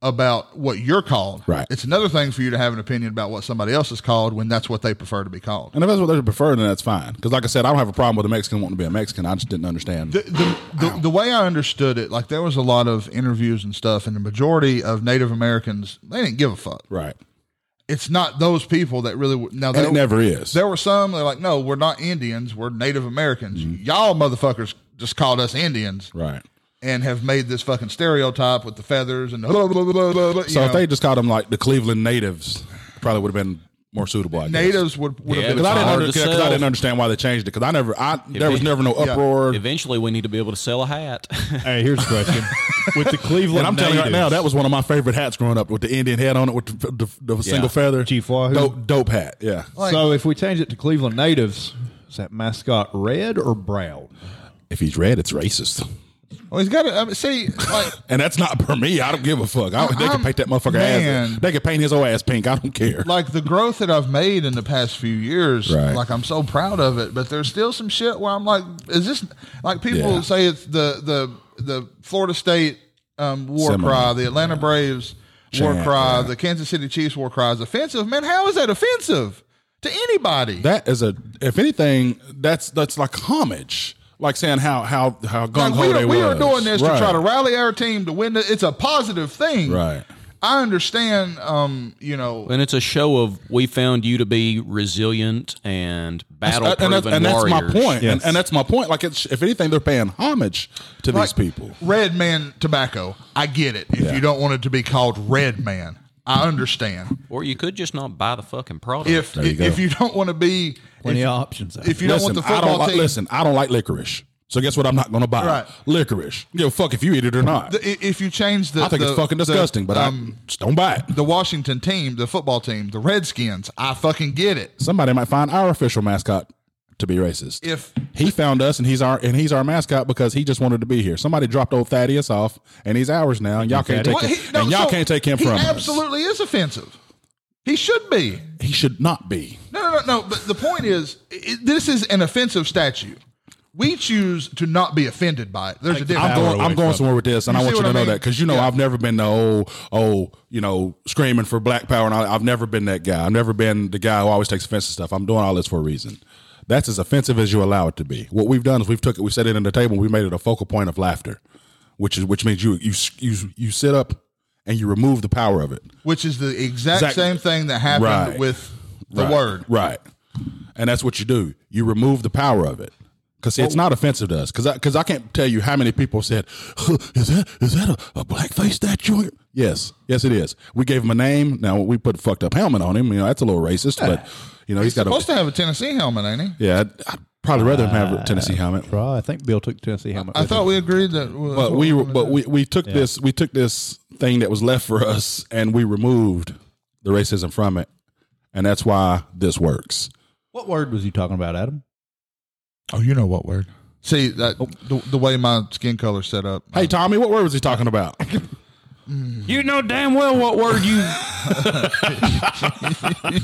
[SPEAKER 4] about what you're called.
[SPEAKER 5] Right.
[SPEAKER 4] It's another thing for you to have an opinion about what somebody else is called when that's what they prefer to be called.
[SPEAKER 5] and if that's what they prefer, then that's fine. Because like I said, I don't have a problem with a Mexican wanting to be a Mexican. I just didn't understand.
[SPEAKER 4] The, the, the, the way I understood it, like there was a lot of interviews and stuff, and the majority of Native Americans they didn't give a fuck.
[SPEAKER 5] right.
[SPEAKER 4] It's not those people that really. were- Now
[SPEAKER 5] And
[SPEAKER 4] there,
[SPEAKER 5] it never is.
[SPEAKER 4] there were some they're like, no, we're not Indians, we're Native Americans. Y'all motherfuckers just called us Indians
[SPEAKER 5] Mm-hmm. Right.
[SPEAKER 4] and have made this fucking stereotype with the feathers and the blah blah blah blah blah. blah, you
[SPEAKER 5] So if
[SPEAKER 4] know.
[SPEAKER 5] they just called them like the Cleveland natives, probably would have been more suitable. I guess.
[SPEAKER 4] natives would would
[SPEAKER 6] Yeah,
[SPEAKER 4] have been
[SPEAKER 5] Because I, didn't
[SPEAKER 6] Hard
[SPEAKER 5] under,
[SPEAKER 6] to
[SPEAKER 5] 'cause I
[SPEAKER 6] sell.
[SPEAKER 5] didn't understand why they changed it. Because I never, I there was never no uproar.
[SPEAKER 6] Eventually, we need to be able to sell a hat.
[SPEAKER 8] All right, here's a question. With the Cleveland,
[SPEAKER 5] And I'm telling you right
[SPEAKER 8] natives-
[SPEAKER 5] now, that was one of my favorite hats growing up with the Indian head on it with the, the, the single feather.
[SPEAKER 8] Chief Wahoo.
[SPEAKER 5] Dope, dope hat. Yeah.
[SPEAKER 8] so if we change it to Cleveland natives, is that mascot red or brown?
[SPEAKER 5] If he's red, it's racist.
[SPEAKER 4] Well, "Oh, he's got to I mean, see. Like,
[SPEAKER 5] And that's not for me. I don't give a fuck. I, they
[SPEAKER 4] I'm-
[SPEAKER 5] can paint that motherfucker
[SPEAKER 4] man.
[SPEAKER 5] ass. They can paint his old ass pink. I don't care.
[SPEAKER 4] like the growth that I've made in the past few years,
[SPEAKER 5] Right.
[SPEAKER 4] like I'm so proud of it. But there's still some shit where I'm like, is this like people
[SPEAKER 5] Yeah.
[SPEAKER 4] say it's the the the Florida State um, war
[SPEAKER 5] Seminole,
[SPEAKER 4] cry, the Atlanta Braves war
[SPEAKER 5] Chant,
[SPEAKER 4] cry,
[SPEAKER 5] yeah.
[SPEAKER 4] the Kansas City Chiefs war cry is offensive. Man, how is that offensive to anybody?
[SPEAKER 5] That is a. If anything, that's that's like homage. Like saying how how how gung
[SPEAKER 4] like
[SPEAKER 5] ho
[SPEAKER 4] we,
[SPEAKER 5] they
[SPEAKER 4] are, we
[SPEAKER 5] was.
[SPEAKER 4] are doing this to
[SPEAKER 5] Right.
[SPEAKER 4] try to rally our team to win. The, it's a positive thing,
[SPEAKER 5] Right.
[SPEAKER 4] I understand. Um, you know,
[SPEAKER 6] and it's a show of we found you to be resilient and battle
[SPEAKER 5] That's- uh, and,
[SPEAKER 6] proven
[SPEAKER 5] that's- and that's
[SPEAKER 6] warriors.
[SPEAKER 5] my point.
[SPEAKER 8] Yes.
[SPEAKER 5] And, and that's my point. Like, it's, if anything, they're paying homage to
[SPEAKER 4] Like,
[SPEAKER 5] these people.
[SPEAKER 4] Red Man Tobacco. I get it. If
[SPEAKER 5] Yeah.
[SPEAKER 4] you don't want it to be called Red Man, I understand.
[SPEAKER 6] Or you could just not buy the fucking product.
[SPEAKER 4] If
[SPEAKER 5] There you
[SPEAKER 4] if
[SPEAKER 5] go.
[SPEAKER 4] you don't want to be
[SPEAKER 8] Plenty
[SPEAKER 4] if,
[SPEAKER 8] of options. out
[SPEAKER 4] if you don't want the
[SPEAKER 5] I don't
[SPEAKER 4] football
[SPEAKER 5] like,
[SPEAKER 4] team,
[SPEAKER 5] listen, I don't like licorice. So guess what? I'm not going to buy
[SPEAKER 4] Right.
[SPEAKER 5] licorice. Give a fuck if you eat it or not.
[SPEAKER 4] the- i- if you change the
[SPEAKER 5] I think
[SPEAKER 4] the-
[SPEAKER 5] it's fucking
[SPEAKER 4] the, um,
[SPEAKER 5] disgusting, but I just don't buy it.
[SPEAKER 4] the Washington team, the football team, the Redskins, I fucking get it.
[SPEAKER 5] Somebody might find our official mascot to be racist.
[SPEAKER 4] If
[SPEAKER 5] he found us and he's our and he's our mascot because he just wanted to be here. Somebody dropped old Thaddeus off and he's ours now. And y'all can't take
[SPEAKER 4] what
[SPEAKER 5] him,
[SPEAKER 4] he- no,
[SPEAKER 5] and y'all
[SPEAKER 4] so
[SPEAKER 5] can't take him
[SPEAKER 4] he
[SPEAKER 5] from us.
[SPEAKER 4] Absolutely is offensive. He should be.
[SPEAKER 5] He should not be.
[SPEAKER 4] No, no, no, no. But the point is, it, this is an offensive statue. We choose to not be offended by it. There's a difference.
[SPEAKER 5] I'm going. I'm going somewhere with this, and
[SPEAKER 4] You
[SPEAKER 5] I want
[SPEAKER 4] see
[SPEAKER 5] you to
[SPEAKER 4] what I
[SPEAKER 5] know
[SPEAKER 4] mean?
[SPEAKER 5] that because you know
[SPEAKER 4] Yeah.
[SPEAKER 5] I've never been the old, oh, you know, screaming for black power, and all that. I've never been that guy. I've never been the guy who always takes offense to stuff. I'm doing all this for a reason. That's as offensive as you allow it to be. What we've done is we've took it, we set it on the table, and we made it a focal point of laughter, which is which means you you you you sit up and you remove the power of it.
[SPEAKER 4] which is the exact
[SPEAKER 5] Exact-
[SPEAKER 4] same thing that happened
[SPEAKER 5] Right.
[SPEAKER 4] with the
[SPEAKER 5] Right.
[SPEAKER 4] word.
[SPEAKER 5] right? And that's what you do. You remove the power of it. Because it's not offensive to us. Because I, 'cause I can't tell you how many people said, "Huh, "Is that is that a, a blackface statue?" Yes, yes, it is. We gave him a name. Now we put a fucked up helmet on him. You know that's a little racist, but you know he's got
[SPEAKER 4] Supposed
[SPEAKER 5] a
[SPEAKER 4] to Ah. have a Tennessee helmet, ain't he?
[SPEAKER 5] yeah. I'd, I'd probably rather him have a Tennessee helmet.
[SPEAKER 8] Bro, I think Bill took Tennessee helmet.
[SPEAKER 4] I
[SPEAKER 8] with
[SPEAKER 4] thought
[SPEAKER 8] him.
[SPEAKER 4] we agreed that. well, that's
[SPEAKER 5] But
[SPEAKER 4] what
[SPEAKER 5] we
[SPEAKER 4] we're gonna
[SPEAKER 5] but
[SPEAKER 4] do.
[SPEAKER 5] we, we took this we took this thing that was left for us and we removed the racism from it, and that's why this works.
[SPEAKER 8] what word was you talking about, Adam?
[SPEAKER 4] Oh, you know what word? See that
[SPEAKER 5] Oh.
[SPEAKER 4] the, the way my skin color set up.
[SPEAKER 5] Hey Tommy, what word was he talking about?
[SPEAKER 6] Mm-hmm. you know damn well what word you.
[SPEAKER 4] Maybe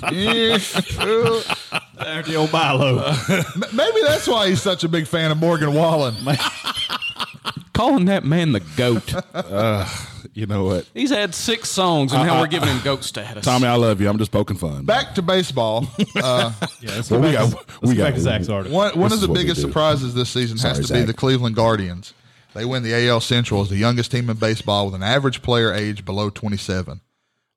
[SPEAKER 8] The old Milo.
[SPEAKER 4] that's why he's such a big fan of Morgan Wallen.
[SPEAKER 6] Calling that man the goat.
[SPEAKER 5] You know what?
[SPEAKER 6] He's had six songs, and now
[SPEAKER 5] Uh, uh,
[SPEAKER 6] we're giving him goat status.
[SPEAKER 5] Tommy, I love you. I'm just poking fun.
[SPEAKER 4] Back to baseball. Uh,
[SPEAKER 8] Yeah, let's
[SPEAKER 5] Well,
[SPEAKER 8] go
[SPEAKER 5] we got-
[SPEAKER 8] back to- let's
[SPEAKER 5] we
[SPEAKER 8] go
[SPEAKER 5] got-
[SPEAKER 8] back to Zach's article.
[SPEAKER 4] one one
[SPEAKER 5] This
[SPEAKER 4] of the
[SPEAKER 5] is what we
[SPEAKER 4] biggest
[SPEAKER 5] do.
[SPEAKER 4] surprises this season has
[SPEAKER 5] Sorry,
[SPEAKER 4] to be
[SPEAKER 5] Zach.
[SPEAKER 4] the Cleveland Guardians. They win the AL Central as the youngest team in baseball with an average player age below 27.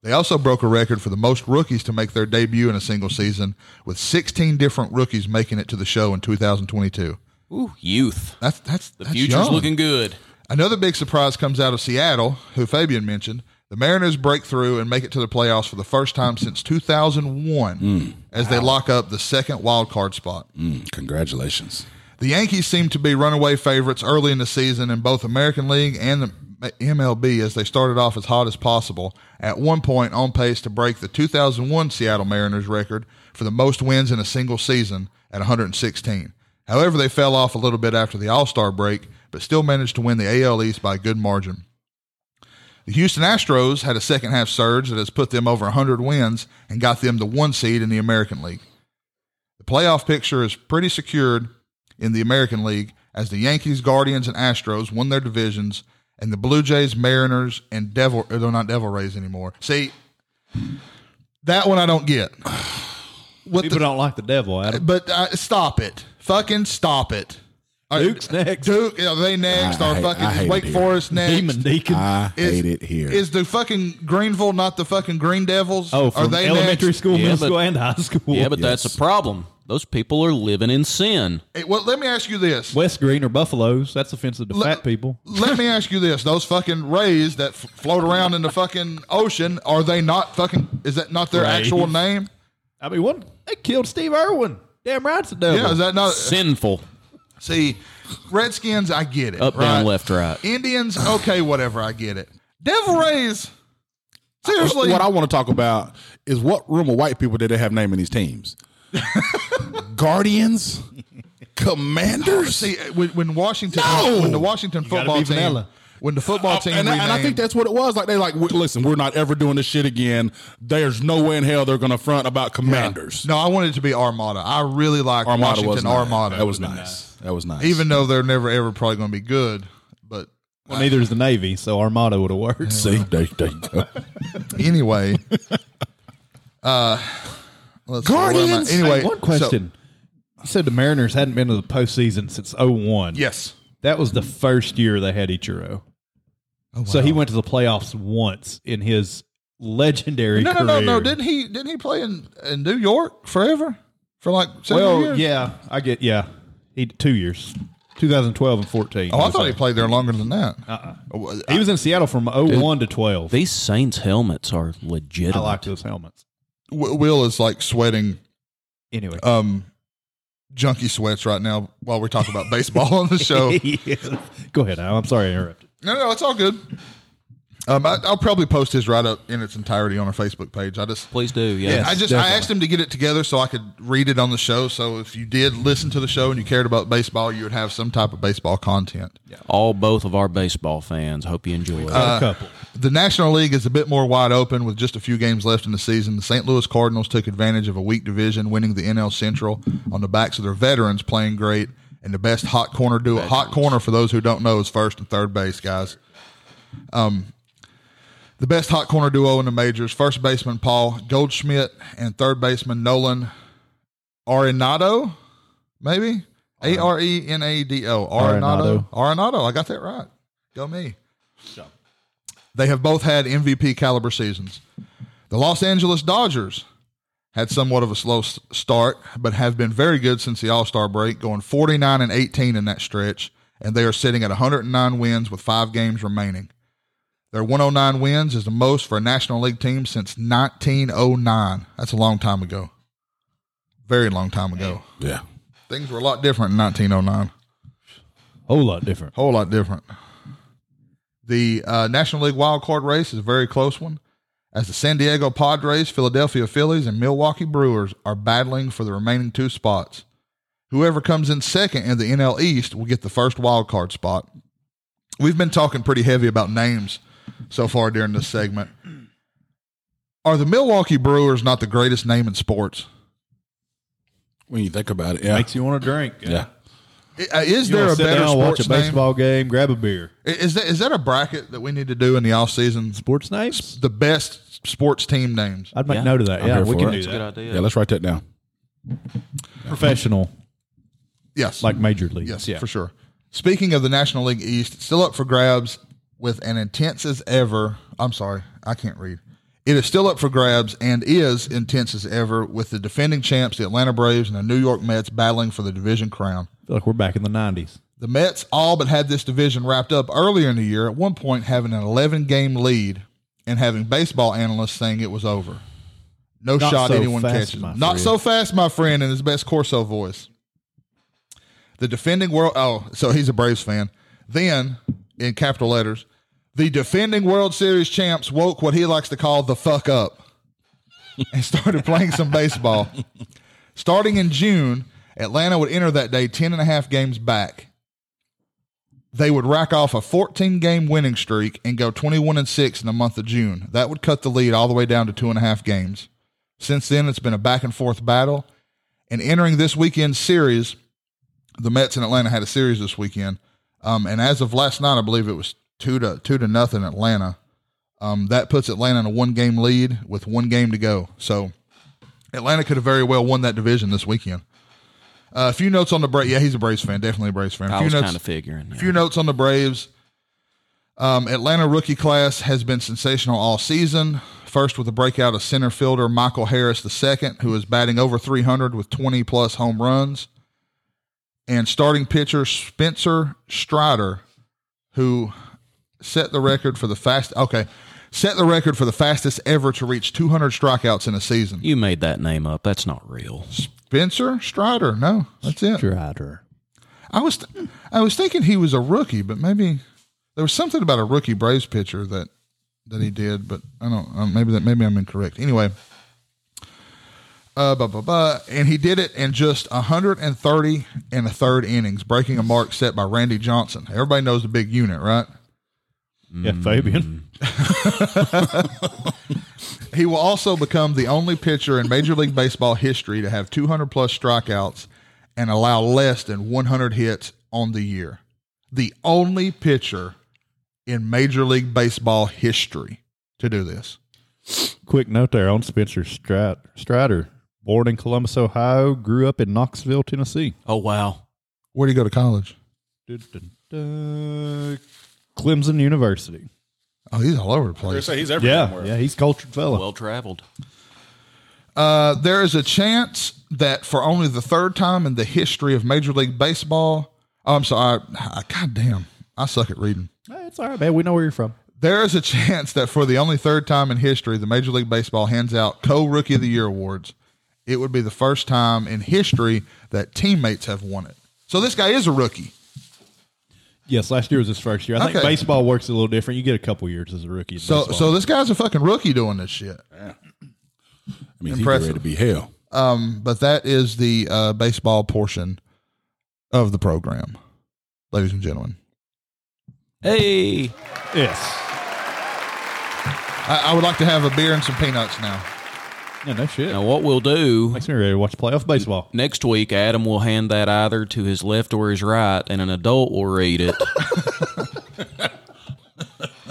[SPEAKER 4] They also broke a record for the most rookies to make their debut in a single season, with 16 different rookies making it to the show in 2022.
[SPEAKER 6] Ooh, youth.
[SPEAKER 4] That's that's
[SPEAKER 6] The
[SPEAKER 4] that's
[SPEAKER 6] future's
[SPEAKER 4] young.
[SPEAKER 6] looking good.
[SPEAKER 4] Another big surprise comes out of Seattle, who Fabian mentioned. The Mariners break through and make it to the playoffs for the first time since 2001
[SPEAKER 6] Hmm.
[SPEAKER 4] as they lock up the second wild card spot.
[SPEAKER 5] Mm, congratulations.
[SPEAKER 4] The Yankees seem to be runaway favorites early in the season in both American League and the MLB as they started off as hot as possible, at one point on pace to break the 2001 Seattle Mariners record for the most wins in a single season at 116. However, they fell off a little bit after the All Star break, but still managed to win the AL East by a good margin. The Houston Astros had a second half surge that has put them over 100 wins and got them the one seed in the American League. The playoff picture is pretty secured in the American League as the Yankees, Guardians, and Astros won their divisions, and the Blue Jays, Mariners, and Devil or they're not Devil Rays anymore. See, that one I don't get. What
[SPEAKER 8] People
[SPEAKER 4] the,
[SPEAKER 8] don't like the devil, Adam.
[SPEAKER 4] but uh, stop it. Fucking stop it. All right,
[SPEAKER 8] Duke's next.
[SPEAKER 4] Duke, are they next?
[SPEAKER 5] I
[SPEAKER 4] Or
[SPEAKER 5] hate- I hate
[SPEAKER 4] fucking
[SPEAKER 5] it
[SPEAKER 4] Wake
[SPEAKER 5] here.
[SPEAKER 4] Forest next?
[SPEAKER 8] Demon Deacon.
[SPEAKER 5] I
[SPEAKER 4] Is-
[SPEAKER 5] hate it here.
[SPEAKER 4] Is the fucking Greenville not the fucking Green Devils?
[SPEAKER 8] oh, from
[SPEAKER 4] are they
[SPEAKER 8] elementary
[SPEAKER 4] next?
[SPEAKER 8] school,
[SPEAKER 6] Yeah,
[SPEAKER 8] middle
[SPEAKER 6] but-
[SPEAKER 8] school, and high school.
[SPEAKER 6] Yeah, but that's a problem. Those people are living in sin.
[SPEAKER 4] Hey, well, let me ask you this.
[SPEAKER 8] West Green or Buffaloes. That's offensive to
[SPEAKER 4] Le-
[SPEAKER 8] fat people.
[SPEAKER 4] Let me ask you this: Those fucking rays that f- float around in the fucking ocean, are they not fucking? Is that not their
[SPEAKER 8] Rays.
[SPEAKER 4] actual name?
[SPEAKER 8] I mean, one they killed Steve Irwin. Damn right, it's a devil.
[SPEAKER 4] Yeah, is that not?
[SPEAKER 6] Sinful.
[SPEAKER 4] See, Redskins, I get it.
[SPEAKER 6] Up,
[SPEAKER 4] right?
[SPEAKER 6] down, left, right.
[SPEAKER 4] Indians, okay, whatever, I get it. Devil Rays, seriously,
[SPEAKER 5] what I want to talk about is what room of white people did they have naming these teams? Guardians, Commanders.
[SPEAKER 4] see when, when Washington,
[SPEAKER 5] No!
[SPEAKER 4] when the Washington
[SPEAKER 8] gotta
[SPEAKER 4] football
[SPEAKER 8] be
[SPEAKER 4] team,
[SPEAKER 8] vanilla.
[SPEAKER 4] when the football
[SPEAKER 5] Uh,
[SPEAKER 4] team,
[SPEAKER 5] and, I- and I think
[SPEAKER 4] renamed-
[SPEAKER 5] that's what it was. Like they like, "W- listen, we're not ever doing this shit again. There's no way in hell they're going to front about Commanders.
[SPEAKER 4] No, I wanted it to be Armada. I really like
[SPEAKER 5] Armada was
[SPEAKER 4] Washington
[SPEAKER 5] nice.
[SPEAKER 4] Armada.
[SPEAKER 5] That was nice. That was nice.
[SPEAKER 4] even though they're never ever probably going to be good, but
[SPEAKER 8] well, neither is the Navy, so Armada would have worked.
[SPEAKER 5] see, there, there you go.
[SPEAKER 4] anyway. uh, let's see, where am I?
[SPEAKER 5] Guardians!
[SPEAKER 4] anyway,
[SPEAKER 8] Hey, one
[SPEAKER 4] so-
[SPEAKER 8] question. you said the Mariners hadn't been to the postseason since 01.
[SPEAKER 4] yes.
[SPEAKER 8] That was the first year they had Ichiro.
[SPEAKER 4] Oh,
[SPEAKER 8] So he went to the playoffs once in his legendary
[SPEAKER 4] No, no,
[SPEAKER 8] career.
[SPEAKER 4] no, no. Didn't he? Didn't he play in, in New York forever for like several
[SPEAKER 8] Well,
[SPEAKER 4] years?
[SPEAKER 8] yeah, I get, yeah. He Two years, 2012 and 14.
[SPEAKER 4] Oh, I thought he played there longer than that. uh,
[SPEAKER 8] was, uh, Uh-uh. he was in Seattle from 01 to 12.
[SPEAKER 6] These Saints helmets are legitimate.
[SPEAKER 8] I like those helmets.
[SPEAKER 4] W- Will is like sweating
[SPEAKER 8] Anyway.
[SPEAKER 4] um, junkie sweats right now while we talk about baseball on the show.
[SPEAKER 8] Go ahead, Al. I'm sorry I interrupted.
[SPEAKER 4] No, no, it's all good. Um, I, I'll probably post his write up in its entirety on our Facebook page. I just,
[SPEAKER 6] Please do. Yeah.
[SPEAKER 4] I just, I asked him to get it together so I could read it on the show. So if you did listen to the show and you cared about baseball, you would have some type of baseball content.
[SPEAKER 6] All both of our baseball fans. Hope you enjoy it.
[SPEAKER 5] Uh,
[SPEAKER 8] a couple.
[SPEAKER 4] The National League is a bit more wide open with just a few games left in the season. The St. Louis Cardinals took advantage of a weak division, winning the NL Central on the backs of their veterans playing great and the best hot corner duo. Hot corner, for those who don't know, is first and third base, guys. Um, the best hot corner duo in the majors: first baseman Paul Goldschmidt and third baseman Nolan Arenado, maybe A R E N A D O Arenado. Arenado, I got that right. Go me. They have both had MVP caliber seasons. The Los Angeles Dodgers had somewhat of a slow s- start, but have been very good since the All Star break, going 49 and 18 in that stretch, and they are sitting at 109 wins with five games remaining. Their 109 wins is the most for a National League team since 1909. That's a long time ago. Very long time ago.
[SPEAKER 5] yeah,
[SPEAKER 4] Things were a lot different in 1909
[SPEAKER 8] Whole lot different.
[SPEAKER 4] whole lot different. The uh, National League wild card race is a very close one, as the San Diego Padres, Philadelphia Phillies, and Milwaukee Brewers are battling for the remaining two spots. Whoever comes in second in the NL East will get the first wild card spot. We've been talking pretty heavy about names so far during this segment. Are the Milwaukee Brewers not the greatest name in sports?
[SPEAKER 5] when you think about it, yeah,
[SPEAKER 8] Makes you want to drink.
[SPEAKER 5] yeah.
[SPEAKER 4] I- Is there a
[SPEAKER 8] sit
[SPEAKER 4] better
[SPEAKER 8] down,
[SPEAKER 4] sports
[SPEAKER 8] watch a
[SPEAKER 4] name? I-
[SPEAKER 8] baseball game, grab a beer.
[SPEAKER 4] Is that is that a bracket that we need to do in the off season?
[SPEAKER 8] Sports names?
[SPEAKER 4] The best sports team names.
[SPEAKER 8] I'd make
[SPEAKER 6] Yeah.
[SPEAKER 8] note of that.
[SPEAKER 5] I'm
[SPEAKER 8] yeah,
[SPEAKER 5] here
[SPEAKER 8] we
[SPEAKER 5] for
[SPEAKER 8] can
[SPEAKER 5] it.
[SPEAKER 8] do
[SPEAKER 5] That's a
[SPEAKER 8] that.
[SPEAKER 6] idea.
[SPEAKER 5] Yeah, let's write that down.
[SPEAKER 8] Professional,
[SPEAKER 4] Yes,
[SPEAKER 8] like major league.
[SPEAKER 4] yes,
[SPEAKER 8] yeah.
[SPEAKER 4] for sure. Speaking of the National League East, it's still up for grabs with an intense as ever. I'm sorry, I can't read. It is still up for grabs and is intense as ever with the defending champs, the Atlanta Braves, and the New York Mets battling for the division crown.
[SPEAKER 8] I feel like we're back in the nineties.
[SPEAKER 4] The Mets all but had this division wrapped up earlier in the year, at one point having an 11 game lead and having baseball analysts saying it was over. No
[SPEAKER 8] Not
[SPEAKER 4] shot
[SPEAKER 8] so
[SPEAKER 4] anyone
[SPEAKER 8] fast,
[SPEAKER 4] catches.
[SPEAKER 8] my
[SPEAKER 4] Not
[SPEAKER 8] friend.
[SPEAKER 4] so fast, my friend, in his best Corso voice. The defending world. Oh, so he's a Braves fan. Then, in capital letters, the defending World Series champs woke what he likes to call the fuck up and started playing some baseball. Starting in June, Atlanta would enter that day 10 and a half games back. They would rack off a 14 game winning streak and go 21 and 6 in the month of June. That would cut the lead all the way down to two and a half games. Since then, it's been a back and forth battle. And entering this weekend series, the Mets in Atlanta had a series this weekend. Um, and as of last night, I believe it was two to two to nothing Atlanta. Um, that puts Atlanta in a one game lead with one game to go. So Atlanta could have very well won that division this weekend. Uh, a few notes on the Braves. Yeah, he's a Braves fan, definitely a Braves fan. A
[SPEAKER 6] I
[SPEAKER 4] few
[SPEAKER 6] was
[SPEAKER 4] notes-
[SPEAKER 6] kind of figuring.
[SPEAKER 4] few notes on the Braves. Um, Atlanta rookie class has been sensational all season. First with a breakout of center fielder Michael Harris II, who is batting over 300 with 20 plus home runs, and starting pitcher Spencer Strider, who set the record for the fast. Okay, set the record for the fastest ever to reach 200 strikeouts in a season.
[SPEAKER 6] You made that name up. That's not real.
[SPEAKER 4] Spencer Strider, no, that's it.
[SPEAKER 8] Strider.
[SPEAKER 4] I was I was thinking he was a rookie, but maybe there was something about a rookie Braves pitcher that that he did, but I don't. uh, Maybe that maybe I'm incorrect. Anyway, uh, blah blah blah, and he did it in just 130 and a third innings, breaking a mark set by Randy Johnson. Everybody knows the big unit, right?
[SPEAKER 8] Yeah, Fabian.
[SPEAKER 4] He will also become the only pitcher in Major League Baseball history to have 200 plus strikeouts and allow less than 100 hits on the year. The only pitcher in Major League Baseball history to do this.
[SPEAKER 8] Quick note there on Spencer Strat- Strider. Born in Columbus, Ohio, grew up in Knoxville, Tennessee.
[SPEAKER 6] Oh wow.
[SPEAKER 4] Where do you go to college?
[SPEAKER 8] Dun, dun, dun. Clemson University.
[SPEAKER 4] Oh, he's all over the place.
[SPEAKER 5] he's
[SPEAKER 8] Yeah, yeah, he's a cultured fella.
[SPEAKER 6] Well traveled.
[SPEAKER 4] Uh, there is a chance that for only the third time in the history of Major League Baseball, oh, I'm sorry, I, I, God damn, I suck at reading.
[SPEAKER 8] Eh, it's all right, man. We know where you're from.
[SPEAKER 4] There is a chance that for the only third time in history, the Major League Baseball hands out co Rookie of the Year awards. It would be the first time in history that teammates have won it. So this guy is a rookie.
[SPEAKER 8] Yes, last year was his first year. I think
[SPEAKER 4] Okay.
[SPEAKER 8] baseball works a little different. You get a couple years as a rookie. in
[SPEAKER 4] So
[SPEAKER 8] baseball.
[SPEAKER 4] so this guy's a fucking rookie doing this shit.
[SPEAKER 5] I mean,
[SPEAKER 4] Impressive.
[SPEAKER 5] he's ready to be hell.
[SPEAKER 4] But that is the uh, baseball portion of the program, ladies and gentlemen.
[SPEAKER 6] Hey.
[SPEAKER 8] yes,
[SPEAKER 4] I, I would like to have a beer and some peanuts now.
[SPEAKER 8] yeah, no shit.
[SPEAKER 6] Now what we'll do
[SPEAKER 8] Makes me ready to watch playoff baseball.
[SPEAKER 6] next week, Adam will hand that either to his left or his right, and an adult will read it.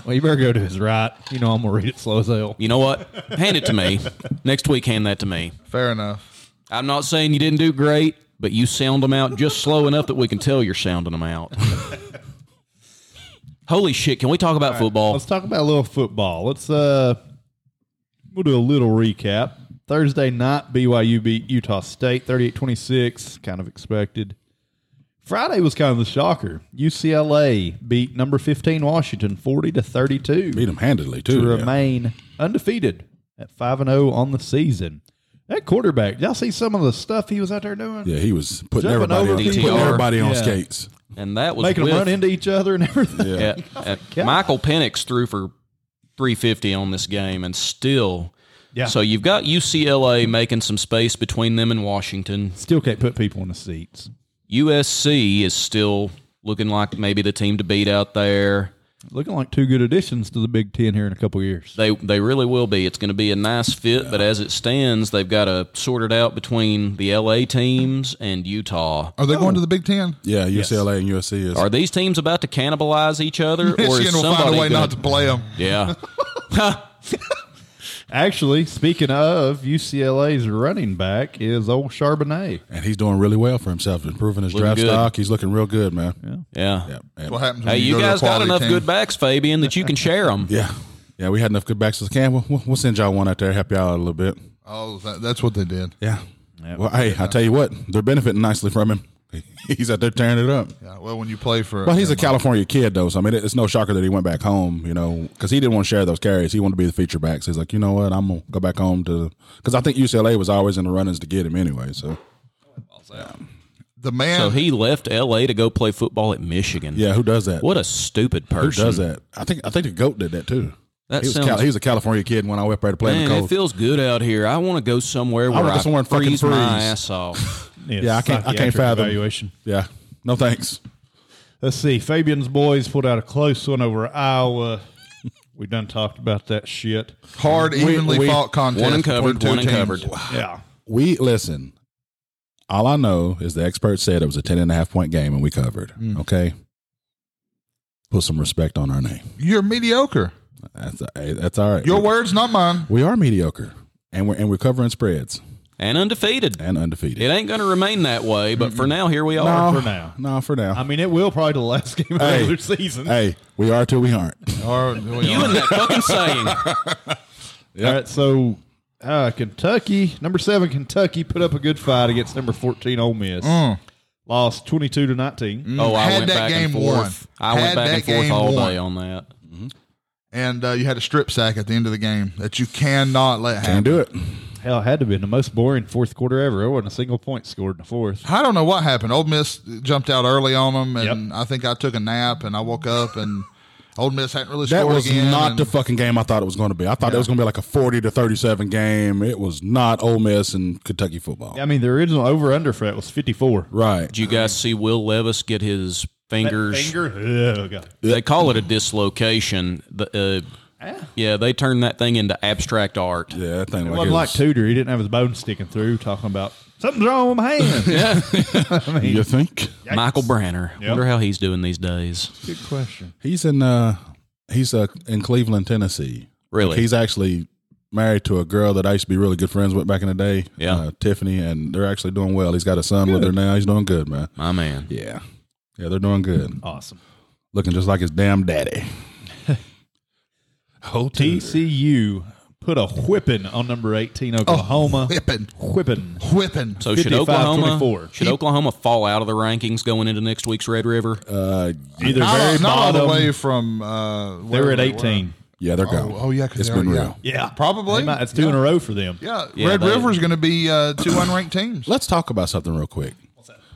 [SPEAKER 8] Well, you better go to his right. You know I'm gonna read it slow as hell.
[SPEAKER 6] You know what? Hand it to me. Next week, hand that to me.
[SPEAKER 4] Fair enough.
[SPEAKER 6] I'm not saying you didn't do great, but you sound them out just slow enough that we can tell you're sounding them out. Holy shit! Can we talk about football?
[SPEAKER 8] Let's talk about a little football. Let's uh, we'll do a little recap. Thursday night, BYU beat Utah State 38-26, kind of expected. Friday was kind of the shocker. UCLA beat number 15 Washington 40 to 32
[SPEAKER 5] Beat him handedly
[SPEAKER 8] to
[SPEAKER 5] too. yeah.
[SPEAKER 8] remain undefeated at 5 and 0 on the season. That quarterback, y'all see some of the stuff he was out there doing?
[SPEAKER 5] Yeah, he was putting
[SPEAKER 8] Jumping
[SPEAKER 5] everybody,
[SPEAKER 8] over
[SPEAKER 5] on,
[SPEAKER 8] people.
[SPEAKER 5] putting everybody on
[SPEAKER 8] Yeah.
[SPEAKER 5] skates.
[SPEAKER 6] And that was
[SPEAKER 8] Making
[SPEAKER 6] with,
[SPEAKER 8] them run into each other and everything.
[SPEAKER 5] Yeah.
[SPEAKER 6] Yeah, and Oh Michael Penix threw for 350 on this game, and still.
[SPEAKER 8] Yeah.
[SPEAKER 6] So you've got UCLA making some space between them and Washington.
[SPEAKER 8] Still can't put people in the seats.
[SPEAKER 6] USC is still looking like maybe the team to beat out there.
[SPEAKER 8] Looking like two good additions to the Big Ten here in a couple years.
[SPEAKER 6] They they really will be. It's going to be a nice fit, but as it stands, they've got to sort it out between the LA teams and Utah.
[SPEAKER 4] Are they going to the Big Ten?
[SPEAKER 5] Yeah, UCLA and USC is.
[SPEAKER 6] Are these teams about to cannibalize each other, or is
[SPEAKER 4] Michigan will find
[SPEAKER 6] somebody
[SPEAKER 4] a way
[SPEAKER 6] gonna-
[SPEAKER 4] not to play them.
[SPEAKER 6] Yeah,
[SPEAKER 8] Actually, speaking of UCLA's running back is old Charbonnet.
[SPEAKER 5] and he's doing really well for himself, improving his draft
[SPEAKER 6] good.
[SPEAKER 5] stock. He's looking real good, man. Yeah.
[SPEAKER 6] yeah.
[SPEAKER 5] Yeah.
[SPEAKER 4] What happens? When
[SPEAKER 6] Hey, you,
[SPEAKER 4] go to a
[SPEAKER 6] guys got
[SPEAKER 4] quality
[SPEAKER 6] enough
[SPEAKER 4] team.
[SPEAKER 6] good backs, Fabian, that you can share them.
[SPEAKER 5] Yeah. Yeah, we had enough good backs as can. We'll, we'll- we'll send y'all one out there, help y'all out a little bit.
[SPEAKER 4] Oh, that, that's what they did.
[SPEAKER 5] Yeah. well, hey, I tell you what, they're benefiting nicely from him. He's out there tearing it up.
[SPEAKER 4] Yeah, well, when you play for,
[SPEAKER 5] Well, he's a California kid, though. So, I mean, it's no shocker that he went back home, you know, because he didn't want to share those carries. He wanted to be the feature back. So he's like, you know what? I'm going to go back home to. Because I think UCLA was always in the runnings to get him anyway. So,
[SPEAKER 4] the man.
[SPEAKER 6] So he left LA to go play football at Michigan.
[SPEAKER 5] yeah, who does that?
[SPEAKER 6] What a stupid person.
[SPEAKER 5] Who does that? I think I think the GOAT did that, too.
[SPEAKER 6] That
[SPEAKER 5] he, was
[SPEAKER 6] sounds-
[SPEAKER 5] Cal- he was a California kid when I went up there to play in
[SPEAKER 6] Man,
[SPEAKER 5] the
[SPEAKER 6] it
[SPEAKER 5] cold.
[SPEAKER 6] feels good out here. I want to go somewhere where
[SPEAKER 5] wanna
[SPEAKER 6] I,
[SPEAKER 5] go somewhere and fucking
[SPEAKER 6] freeze, my
[SPEAKER 5] freeze.
[SPEAKER 6] ass off.
[SPEAKER 5] Yeah, I can't- I can't
[SPEAKER 8] psychiatric
[SPEAKER 5] fathom.
[SPEAKER 8] evaluation.
[SPEAKER 5] yeah. No thanks.
[SPEAKER 8] Let's see. Fabian's boys pulled out a close one over Iowa. we done talked about that shit.
[SPEAKER 4] hard, evenly
[SPEAKER 5] we-
[SPEAKER 4] fought contest.
[SPEAKER 6] one uncovered,
[SPEAKER 4] between two
[SPEAKER 6] one
[SPEAKER 4] teams.
[SPEAKER 6] uncovered.
[SPEAKER 8] Yeah.
[SPEAKER 5] We listen. All I know is the expert said it was a 10 and a half point game and we covered.
[SPEAKER 4] Mm.
[SPEAKER 5] Okay. Put some respect on our name.
[SPEAKER 4] You're mediocre.
[SPEAKER 5] That's uh, hey, that's all right.
[SPEAKER 4] Your words, not mine.
[SPEAKER 5] we are mediocre and we're and we're covering spreads
[SPEAKER 6] And undefeated.
[SPEAKER 5] and
[SPEAKER 6] It
[SPEAKER 5] undefeated.
[SPEAKER 6] ain't going to remain that way, but for now, here we are.
[SPEAKER 8] for now.
[SPEAKER 5] No, for now.
[SPEAKER 8] I mean, it will probably the last game of the
[SPEAKER 5] Hey.
[SPEAKER 8] regular season.
[SPEAKER 5] hey, we are till we aren't.
[SPEAKER 4] Or, well,
[SPEAKER 6] You and that fucking saying.
[SPEAKER 8] All right. So, uh, Kentucky, number seven, Kentucky put up a good fight against number 14, Ole Miss. Lost 22 to 19.
[SPEAKER 6] Oh, I
[SPEAKER 4] Mm. Had
[SPEAKER 6] went
[SPEAKER 4] that
[SPEAKER 6] back and
[SPEAKER 4] game
[SPEAKER 6] forth.
[SPEAKER 4] won.
[SPEAKER 6] I went
[SPEAKER 4] Had
[SPEAKER 6] back
[SPEAKER 4] that
[SPEAKER 6] and forth
[SPEAKER 4] game
[SPEAKER 6] all
[SPEAKER 4] won.
[SPEAKER 6] day on that.
[SPEAKER 4] and uh, you had a strip sack at the end of the game that you cannot let happen.
[SPEAKER 5] Can't do it.
[SPEAKER 8] Hell, it had to be the most boring fourth quarter ever. There wasn't a single point scored in the fourth.
[SPEAKER 4] I don't know what happened. Old Miss jumped out early on them, and
[SPEAKER 8] Yep.
[SPEAKER 4] I think I took a nap and I woke up and Old Miss hadn't really
[SPEAKER 5] That
[SPEAKER 4] scored
[SPEAKER 5] was
[SPEAKER 4] again.
[SPEAKER 5] not
[SPEAKER 4] and
[SPEAKER 5] the fucking game I thought it was going to be. I thought it was going to be like a 40 to 37 game. It was not Ole Miss and Kentucky football.
[SPEAKER 8] I mean, the original over under for that was 54.
[SPEAKER 5] Right.
[SPEAKER 6] Did you guys see Will Levis get his fingers?
[SPEAKER 8] Finger. Oh, God.
[SPEAKER 6] They call it a dislocation. The, uh, yeah, they turned that thing into abstract art.
[SPEAKER 5] Yeah, that thing
[SPEAKER 8] It
[SPEAKER 5] like
[SPEAKER 8] wasn't
[SPEAKER 5] it
[SPEAKER 8] like
[SPEAKER 5] was-
[SPEAKER 8] Tudor. He didn't have his bone sticking through, talking about something's wrong with my hand.
[SPEAKER 5] You think?
[SPEAKER 6] Michael Branner. Wonder how he's doing these days.
[SPEAKER 8] Good question.
[SPEAKER 5] He's in uh he's uh in Cleveland, Tennessee.
[SPEAKER 6] Really?
[SPEAKER 5] Like, he's actually married to a girl that I used to be really good friends with back in the day.
[SPEAKER 6] Yeah.
[SPEAKER 5] Uh, Tiffany, and they're actually doing well. He's got a son with her now. He's doing good, man.
[SPEAKER 6] My man.
[SPEAKER 5] Yeah. Yeah, they're doing good.
[SPEAKER 8] Awesome.
[SPEAKER 5] Looking just like his damn daddy. Whole
[SPEAKER 8] TCU put a whipping on number 18 Oklahoma.
[SPEAKER 4] Oh, whipping,
[SPEAKER 8] whipping.
[SPEAKER 4] whipping.
[SPEAKER 6] So should
[SPEAKER 8] 55,
[SPEAKER 6] Oklahoma
[SPEAKER 8] 24.
[SPEAKER 6] should Oklahoma fall out of the rankings going into next week's Red River?
[SPEAKER 5] Uh,
[SPEAKER 8] Either
[SPEAKER 4] Not,
[SPEAKER 8] very
[SPEAKER 4] all- not all
[SPEAKER 8] bottom.
[SPEAKER 4] the way from. Uh,
[SPEAKER 8] they were at
[SPEAKER 4] wherever they
[SPEAKER 8] 18.
[SPEAKER 5] yeah, they're
[SPEAKER 4] were.
[SPEAKER 5] gone.
[SPEAKER 4] Oh, oh yeah, 'cause
[SPEAKER 5] it's
[SPEAKER 4] they
[SPEAKER 5] been
[SPEAKER 4] are, yeah.
[SPEAKER 5] real.
[SPEAKER 8] Yeah.
[SPEAKER 4] Probably.
[SPEAKER 8] They might- it's two in a row for them.
[SPEAKER 4] Yeah,
[SPEAKER 6] Yeah,
[SPEAKER 4] Red
[SPEAKER 6] they-
[SPEAKER 4] River's going to be uh, two unranked teams.
[SPEAKER 5] Let's talk about something real quick.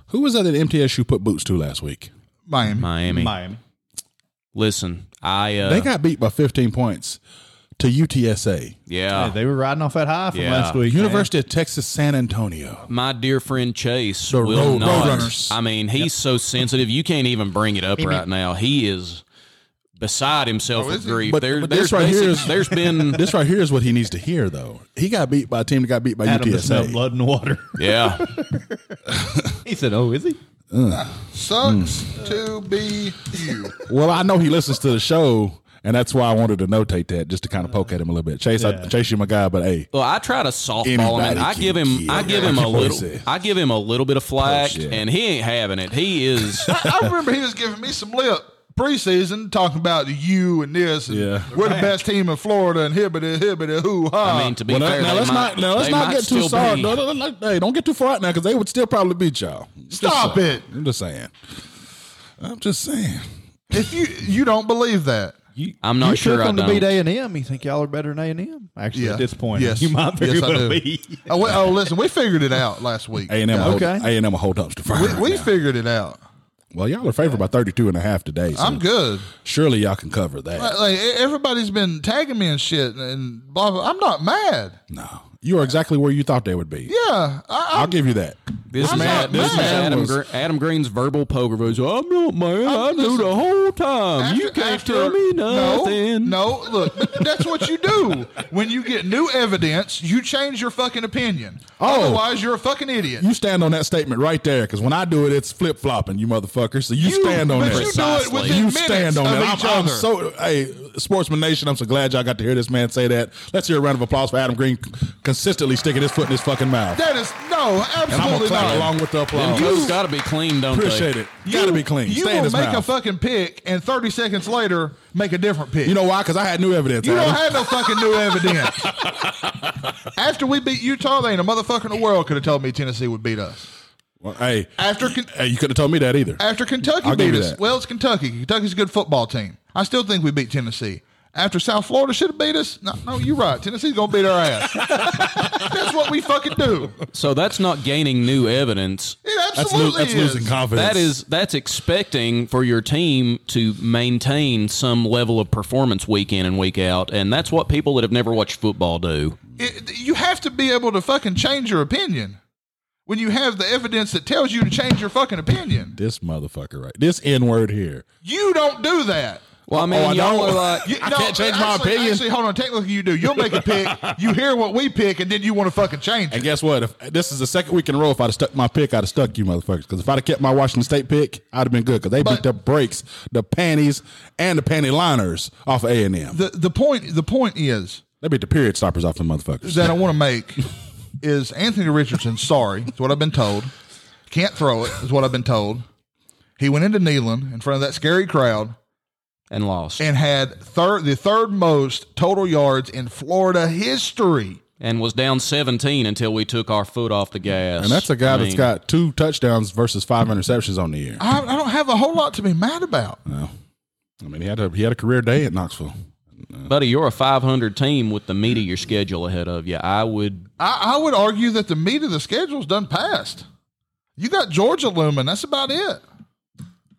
[SPEAKER 5] Who was that that MTSU put boots to last week?
[SPEAKER 4] Miami.
[SPEAKER 6] Miami.
[SPEAKER 8] Miami.
[SPEAKER 6] Listen, I uh,
[SPEAKER 5] They got beat by 15 points to UTSA,
[SPEAKER 6] yeah.
[SPEAKER 8] Hey, they were riding off that high from
[SPEAKER 6] Yeah.
[SPEAKER 8] last week.
[SPEAKER 5] University of Texas San Antonio.
[SPEAKER 6] my dear friend Chase
[SPEAKER 5] The
[SPEAKER 6] will
[SPEAKER 5] Road-
[SPEAKER 6] not.
[SPEAKER 5] Roadrunners.
[SPEAKER 6] I mean, he's so sensitive. You can't even bring it up right now. He is beside himself with grief.
[SPEAKER 5] But-
[SPEAKER 6] there,
[SPEAKER 5] but
[SPEAKER 6] there's
[SPEAKER 5] this right here
[SPEAKER 6] basic-
[SPEAKER 5] is-
[SPEAKER 6] there's been
[SPEAKER 5] this right here is what he needs to hear, though. He got beat by a team that got beat by
[SPEAKER 8] Man. Adam just smelled
[SPEAKER 5] UTSA.
[SPEAKER 8] blood and water.
[SPEAKER 6] yeah.
[SPEAKER 8] he said, "Oh, is he?"
[SPEAKER 4] Sucks to be you.
[SPEAKER 5] Well, I know he listens to the show, and that's why I wanted to notate that just to kind of poke at him a little bit. Chase, I, Chase, you my guy, but hey,
[SPEAKER 6] Well, I try to softball him.
[SPEAKER 5] Anybody
[SPEAKER 6] And I
[SPEAKER 5] can
[SPEAKER 6] give him, I
[SPEAKER 5] kill.
[SPEAKER 6] give him a
[SPEAKER 5] What is
[SPEAKER 6] little,
[SPEAKER 5] it?
[SPEAKER 6] I give him a little bit of flack,
[SPEAKER 5] Bullshit.
[SPEAKER 6] and he ain't having it. He is.
[SPEAKER 4] I remember he was giving me some lip preseason talking about you and this. And
[SPEAKER 5] Yeah.
[SPEAKER 4] We're the best team in Florida and hibbity hibbity hoo ha.
[SPEAKER 6] I mean, to be
[SPEAKER 5] well,
[SPEAKER 6] fair,
[SPEAKER 5] now
[SPEAKER 6] they
[SPEAKER 5] let's
[SPEAKER 6] might-
[SPEAKER 5] not now let's
[SPEAKER 6] they
[SPEAKER 5] not
[SPEAKER 6] might
[SPEAKER 5] get too
[SPEAKER 6] still
[SPEAKER 5] far.
[SPEAKER 6] be-
[SPEAKER 5] No, no, no, no, hey, don't get too far out now because they would still probably beat y'all. Just
[SPEAKER 4] Stop
[SPEAKER 5] saying.
[SPEAKER 4] it.
[SPEAKER 5] I'm just saying. I'm just saying.
[SPEAKER 4] if you you don't believe that,
[SPEAKER 8] You,
[SPEAKER 6] I'm not
[SPEAKER 8] you
[SPEAKER 6] sure
[SPEAKER 8] Took
[SPEAKER 6] I
[SPEAKER 8] them to beat A
[SPEAKER 6] don't.
[SPEAKER 8] and M. You think y'all are better than A and M? Actually,
[SPEAKER 4] yeah.
[SPEAKER 8] at this point,
[SPEAKER 4] yes,
[SPEAKER 8] you might very
[SPEAKER 4] yes, I
[SPEAKER 8] well
[SPEAKER 4] do.
[SPEAKER 8] be.
[SPEAKER 4] Oh, wait, oh, listen, we figured it out last week.
[SPEAKER 5] A and M,
[SPEAKER 8] okay.
[SPEAKER 5] A and M, a whole dumpster fire.
[SPEAKER 4] We,
[SPEAKER 5] right
[SPEAKER 4] we
[SPEAKER 5] now.
[SPEAKER 4] figured it out.
[SPEAKER 5] well, y'all are favored by 32 and a half today. So
[SPEAKER 4] I'm good.
[SPEAKER 5] Surely y'all can cover that.
[SPEAKER 4] Like, like, everybody's been tagging me and shit and blah blah. I'm not mad.
[SPEAKER 5] no, You are exactly where you thought they would be.
[SPEAKER 4] Yeah, I,
[SPEAKER 5] I'll give you that.
[SPEAKER 6] This man,
[SPEAKER 4] not
[SPEAKER 6] this is
[SPEAKER 4] mad.
[SPEAKER 6] Adam,
[SPEAKER 5] was-
[SPEAKER 6] Gre- Adam Green's verbal poker voice. I'm not mad. I knew
[SPEAKER 4] listen,
[SPEAKER 6] the whole time. you can't tell me nothing.
[SPEAKER 4] No, no, look, that's what you do. When you get new evidence, you change your fucking opinion.
[SPEAKER 5] Oh.
[SPEAKER 4] Otherwise, you're a fucking idiot.
[SPEAKER 5] You stand on that statement right there, because when I do it, it's flip flopping, you motherfucker. So you, stand on
[SPEAKER 4] but
[SPEAKER 5] that.
[SPEAKER 4] you do it within
[SPEAKER 5] You
[SPEAKER 4] minutes
[SPEAKER 5] stand on
[SPEAKER 4] of
[SPEAKER 5] that.
[SPEAKER 4] each
[SPEAKER 5] I'm, I'm
[SPEAKER 4] other.
[SPEAKER 5] so hey, Sportsman Nation. I'm so glad y'all got to hear this man say that. Let's hear a round of applause for Adam Green consistently sticking his foot in his fucking mouth.
[SPEAKER 4] that is no,
[SPEAKER 5] and I'm gonna
[SPEAKER 4] absolutely
[SPEAKER 5] clap
[SPEAKER 4] not.
[SPEAKER 5] along with the
[SPEAKER 6] Them
[SPEAKER 5] applause.
[SPEAKER 6] cuts got to be clean, don't
[SPEAKER 5] Appreciate
[SPEAKER 6] they?
[SPEAKER 5] it. Gotta be clean.
[SPEAKER 4] You
[SPEAKER 5] Stay in
[SPEAKER 4] will
[SPEAKER 5] his
[SPEAKER 4] make a
[SPEAKER 5] mouth.
[SPEAKER 4] fucking pick, and 30 seconds later, make a different pick.
[SPEAKER 5] You know why? Because I had new evidence.
[SPEAKER 4] You don't
[SPEAKER 5] Adam.
[SPEAKER 4] have no fucking new evidence. After we beat Utah, they ain't a motherfucker in the world could have told me Tennessee would beat us.
[SPEAKER 5] Well, hey,
[SPEAKER 4] After Ken-
[SPEAKER 5] hey, you couldn't have told me that either.
[SPEAKER 4] after Kentucky
[SPEAKER 5] I'll give
[SPEAKER 4] beat
[SPEAKER 5] you
[SPEAKER 4] us,
[SPEAKER 5] that.
[SPEAKER 4] well, it's Kentucky. Kentucky's a good football team. I still think we beat Tennessee. After South Florida should have beat us, no, no, you're right. Tennessee's gonna beat our ass. That's what we fucking do.
[SPEAKER 6] So that's not gaining new evidence.
[SPEAKER 4] It
[SPEAKER 5] That's, lo-
[SPEAKER 4] absolutely
[SPEAKER 5] that's
[SPEAKER 4] is.
[SPEAKER 5] losing confidence.
[SPEAKER 6] That is that's expecting for your team to maintain some level of performance week in and week out, and that's what people that have never watched football do.
[SPEAKER 4] It- you have to be able to fucking change your opinion when you have the evidence that tells you to change your fucking opinion.
[SPEAKER 5] this motherfucker right. This n word here.
[SPEAKER 4] You don't do that.
[SPEAKER 6] Well, I mean,
[SPEAKER 5] Oh, I
[SPEAKER 6] y'all
[SPEAKER 5] know.
[SPEAKER 6] are like,
[SPEAKER 4] You-
[SPEAKER 5] I can't change my
[SPEAKER 4] actually-
[SPEAKER 5] opinion.
[SPEAKER 4] Actually, hold on. Technically, you do. You'll make a pick. you hear what we pick, and then you want to fucking change
[SPEAKER 5] And
[SPEAKER 4] it.
[SPEAKER 5] guess what? If this is the second week in a row, if I'd have stuck my pick, I'd have stuck you motherfuckers. Because if I'd have kept my Washington State pick, I'd have been good. Because they
[SPEAKER 4] But-
[SPEAKER 5] beat the brakes, the panties, and the panty liners off of A and M.
[SPEAKER 4] The the point the point is
[SPEAKER 5] They beat the period stoppers off the motherfuckers.
[SPEAKER 4] that I want to make is Anthony Richardson. Sorry, is what I've been told. Can't throw it is what I've been told. He went into Neyland in front of that scary crowd
[SPEAKER 6] and lost, and,
[SPEAKER 4] and had third the third most total yards in Florida history.
[SPEAKER 6] was down seventeen until we took our foot off the gas.
[SPEAKER 5] and that's a guy
[SPEAKER 6] I
[SPEAKER 5] that's
[SPEAKER 6] mean,
[SPEAKER 5] got two touchdowns versus five interceptions on the year.
[SPEAKER 4] I, I don't have a whole lot to be mad about.
[SPEAKER 5] I mean, he had a he had a career day at Knoxville.
[SPEAKER 6] buddy. You're a five hundred team with the meat of your schedule ahead of you. I would
[SPEAKER 4] I, I would argue that the meat of the schedule's done past. You got Georgia looming. That's about it.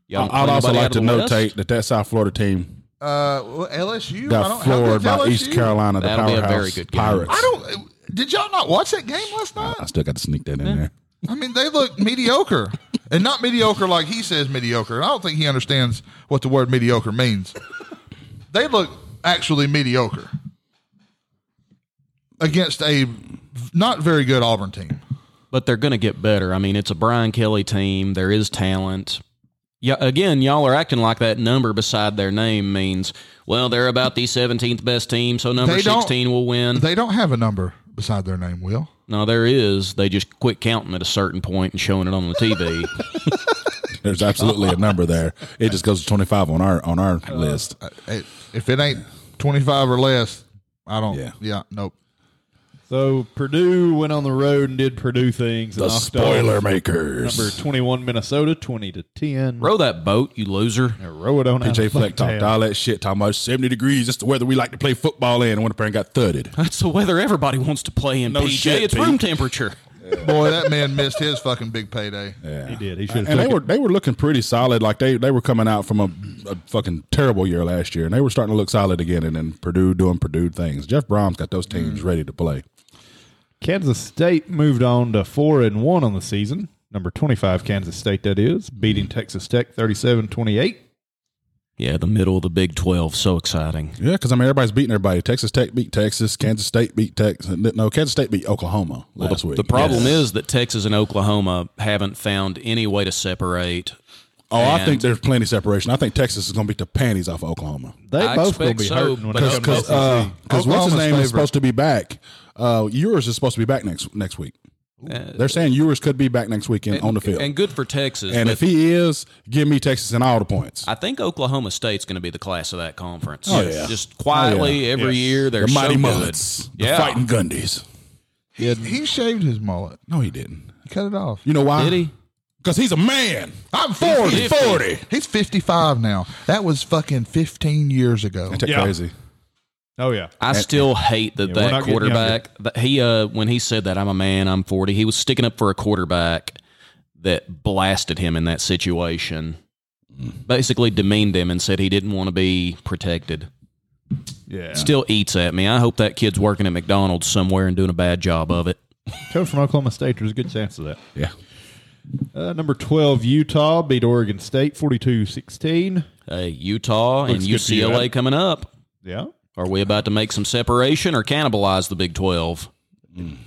[SPEAKER 6] Y'all don't
[SPEAKER 5] I'd
[SPEAKER 6] play
[SPEAKER 5] also
[SPEAKER 6] nobody
[SPEAKER 5] like
[SPEAKER 6] out
[SPEAKER 5] to
[SPEAKER 6] of the West?
[SPEAKER 5] notate that that South Florida team
[SPEAKER 4] Uh, well, LSU I
[SPEAKER 5] got
[SPEAKER 4] don't, how
[SPEAKER 5] floored
[SPEAKER 4] good's
[SPEAKER 5] by
[SPEAKER 4] LSU?
[SPEAKER 5] East Carolina, the
[SPEAKER 6] That'll be a
[SPEAKER 5] powerhouse
[SPEAKER 6] very good game.
[SPEAKER 5] Pirates.
[SPEAKER 4] I don't. Did y'all not watch that game last night?
[SPEAKER 5] I still got to sneak that in there.
[SPEAKER 4] I mean, they look mediocre, and not mediocre like he says mediocre. And I don't think he understands what the word mediocre means. they look actually mediocre against a not very good Auburn team.
[SPEAKER 6] but they're going to get better. I mean, it's a Brian Kelly team. There is talent. Yeah, again, y'all are acting like that number beside their name means well they're about the seventeenth best team, so number
[SPEAKER 4] They don't-
[SPEAKER 6] sixteen will win.
[SPEAKER 4] They don't have a number beside their name. Will
[SPEAKER 6] no, there is. They just quit counting at a certain point and showing it on the TV.
[SPEAKER 5] There's absolutely a number there. It just goes to 25 on our on our list.
[SPEAKER 4] Hey, if it ain't twenty five or less, I don't.
[SPEAKER 5] Yeah.
[SPEAKER 4] Yeah, nope.
[SPEAKER 8] So Purdue went on the road and did Purdue things. and
[SPEAKER 5] The
[SPEAKER 8] knocked
[SPEAKER 5] spoiler
[SPEAKER 8] off
[SPEAKER 5] makers.
[SPEAKER 8] Number 21 Minnesota, 20 to 10.
[SPEAKER 6] Row that boat, you loser.
[SPEAKER 8] And row it on out
[SPEAKER 5] PJ
[SPEAKER 8] of
[SPEAKER 5] Fleck
[SPEAKER 8] Bucktown.
[SPEAKER 5] talked all that shit, talking about 70 degrees. That's the weather we like to play football in. And Winter Parent got thudded.
[SPEAKER 6] That's the weather everybody wants to play in.
[SPEAKER 5] No
[SPEAKER 6] PJ,
[SPEAKER 5] shit,
[SPEAKER 6] it's
[SPEAKER 5] Pete.
[SPEAKER 6] room temperature.
[SPEAKER 4] Boy, that man missed his fucking big payday.
[SPEAKER 8] He did. He should have
[SPEAKER 5] And they
[SPEAKER 8] took
[SPEAKER 5] were
[SPEAKER 8] it.
[SPEAKER 5] they were looking pretty solid. Like they, they were coming out from a, a fucking terrible year last year, and they were starting to look solid again. And then Purdue doing Purdue things. Jeff Brom's got those teams ready to play.
[SPEAKER 8] Kansas State moved on to 4 and 1 on the season. Number 25 Kansas State that is, beating Texas Tech 37-28.
[SPEAKER 6] Yeah, the middle of the Big Twelve, so exciting.
[SPEAKER 5] Yeah, because I mean everybody's beating everybody. Texas Tech beat Texas. Kansas State beat Texas. No, Kansas State beat Oklahoma last week.
[SPEAKER 6] The problem is that Texas and Oklahoma haven't found any way to separate.
[SPEAKER 5] oh, I
[SPEAKER 6] and-
[SPEAKER 5] think there's plenty of separation. I I think Texas is going to beat the panties off of Oklahoma.
[SPEAKER 8] They
[SPEAKER 6] I
[SPEAKER 8] both going
[SPEAKER 6] expect
[SPEAKER 8] to be
[SPEAKER 6] so,
[SPEAKER 8] hurting when they
[SPEAKER 6] because-
[SPEAKER 8] come to
[SPEAKER 5] because
[SPEAKER 8] SEC.
[SPEAKER 5] uh, 'cause what's his
[SPEAKER 4] Oklahoma's
[SPEAKER 5] name
[SPEAKER 4] favorite.
[SPEAKER 5] is supposed to be back. Uh, Ewers is supposed to be back next next week. They're saying Ewers could be back next weekend on the field.
[SPEAKER 6] Uh, And
[SPEAKER 5] And,
[SPEAKER 6] good for Texas. but-
[SPEAKER 5] if he is, give me Texas and all the points.
[SPEAKER 6] I think Oklahoma State's going to be the class of that conference.
[SPEAKER 5] Oh, yeah.
[SPEAKER 6] Just quietly every year they're
[SPEAKER 5] the mighty
[SPEAKER 6] so
[SPEAKER 5] mullets,
[SPEAKER 6] good.
[SPEAKER 5] the
[SPEAKER 6] Yeah.
[SPEAKER 5] fighting Gundies.
[SPEAKER 4] He, he shaved his mullet.
[SPEAKER 5] No, he didn't.
[SPEAKER 4] He cut it off.
[SPEAKER 5] You know why?
[SPEAKER 6] Did he?
[SPEAKER 5] Because he's a man.
[SPEAKER 4] I'm 40.
[SPEAKER 5] 40.
[SPEAKER 4] He's 55 now. That was fucking 15 years ago.
[SPEAKER 5] That's
[SPEAKER 8] Yeah.
[SPEAKER 5] crazy.
[SPEAKER 8] Oh yeah.
[SPEAKER 6] I still hate that
[SPEAKER 8] Yeah, we're
[SPEAKER 6] that
[SPEAKER 8] not getting
[SPEAKER 6] quarterback that he uh when he said that I'm a man, I'm 40, he was sticking up for a quarterback that blasted him in that
[SPEAKER 8] Mm.
[SPEAKER 6] situation. Basically demeaned him and said he didn't want to be protected.
[SPEAKER 8] Yeah.
[SPEAKER 6] Still eats at me. I hope that kid's working at McDonald's somewhere and doing a bad job of it.
[SPEAKER 8] Coming from Oklahoma State, there's a good chance of that.
[SPEAKER 5] Yeah.
[SPEAKER 8] Uh, number 12, Utah beat Oregon State 42 16.
[SPEAKER 6] Hey, Utah and
[SPEAKER 8] Looks good for you,
[SPEAKER 6] UCLA
[SPEAKER 8] huh?
[SPEAKER 6] coming up.
[SPEAKER 8] Yeah.
[SPEAKER 6] Are we about to make some separation or cannibalize the Big 12?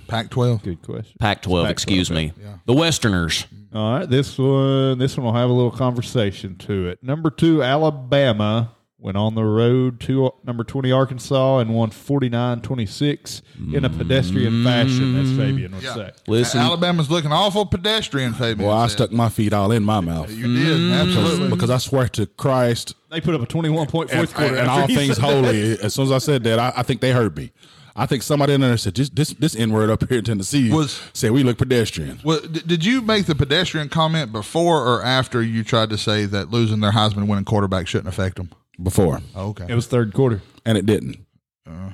[SPEAKER 4] Pac 12.
[SPEAKER 8] Good question.
[SPEAKER 6] Pac 12, excuse me. The Westerners.
[SPEAKER 8] All right. This one, this one will have a little conversation to it. Number two, Alabama went on the road to number 20, Arkansas, and won 49 26 in a pedestrian fashion, as Fabian would say.
[SPEAKER 6] Listen,
[SPEAKER 4] Alabama's looking awful pedestrian, Fabian.
[SPEAKER 5] Well, I
[SPEAKER 4] said.
[SPEAKER 5] stuck my feet all in my mouth
[SPEAKER 4] You did, absolutely.
[SPEAKER 5] because I swear to Christ,
[SPEAKER 8] They put up a 21 point fourth
[SPEAKER 5] and,
[SPEAKER 8] quarter.
[SPEAKER 5] and
[SPEAKER 8] after
[SPEAKER 5] all
[SPEAKER 8] he
[SPEAKER 5] things
[SPEAKER 8] said that.
[SPEAKER 5] holy. As soon as I said that, I, I think they heard me. I think somebody in there said this this, this N word up here in Tennessee
[SPEAKER 4] Was-
[SPEAKER 5] said we look pedestrian.
[SPEAKER 4] Well, d- did you make the pedestrian comment before or after you tried to say that losing their Heisman winning quarterback shouldn't affect them?
[SPEAKER 5] before,
[SPEAKER 4] Oh, Okay. Uh.
[SPEAKER 8] It was third quarter.
[SPEAKER 5] and it didn't.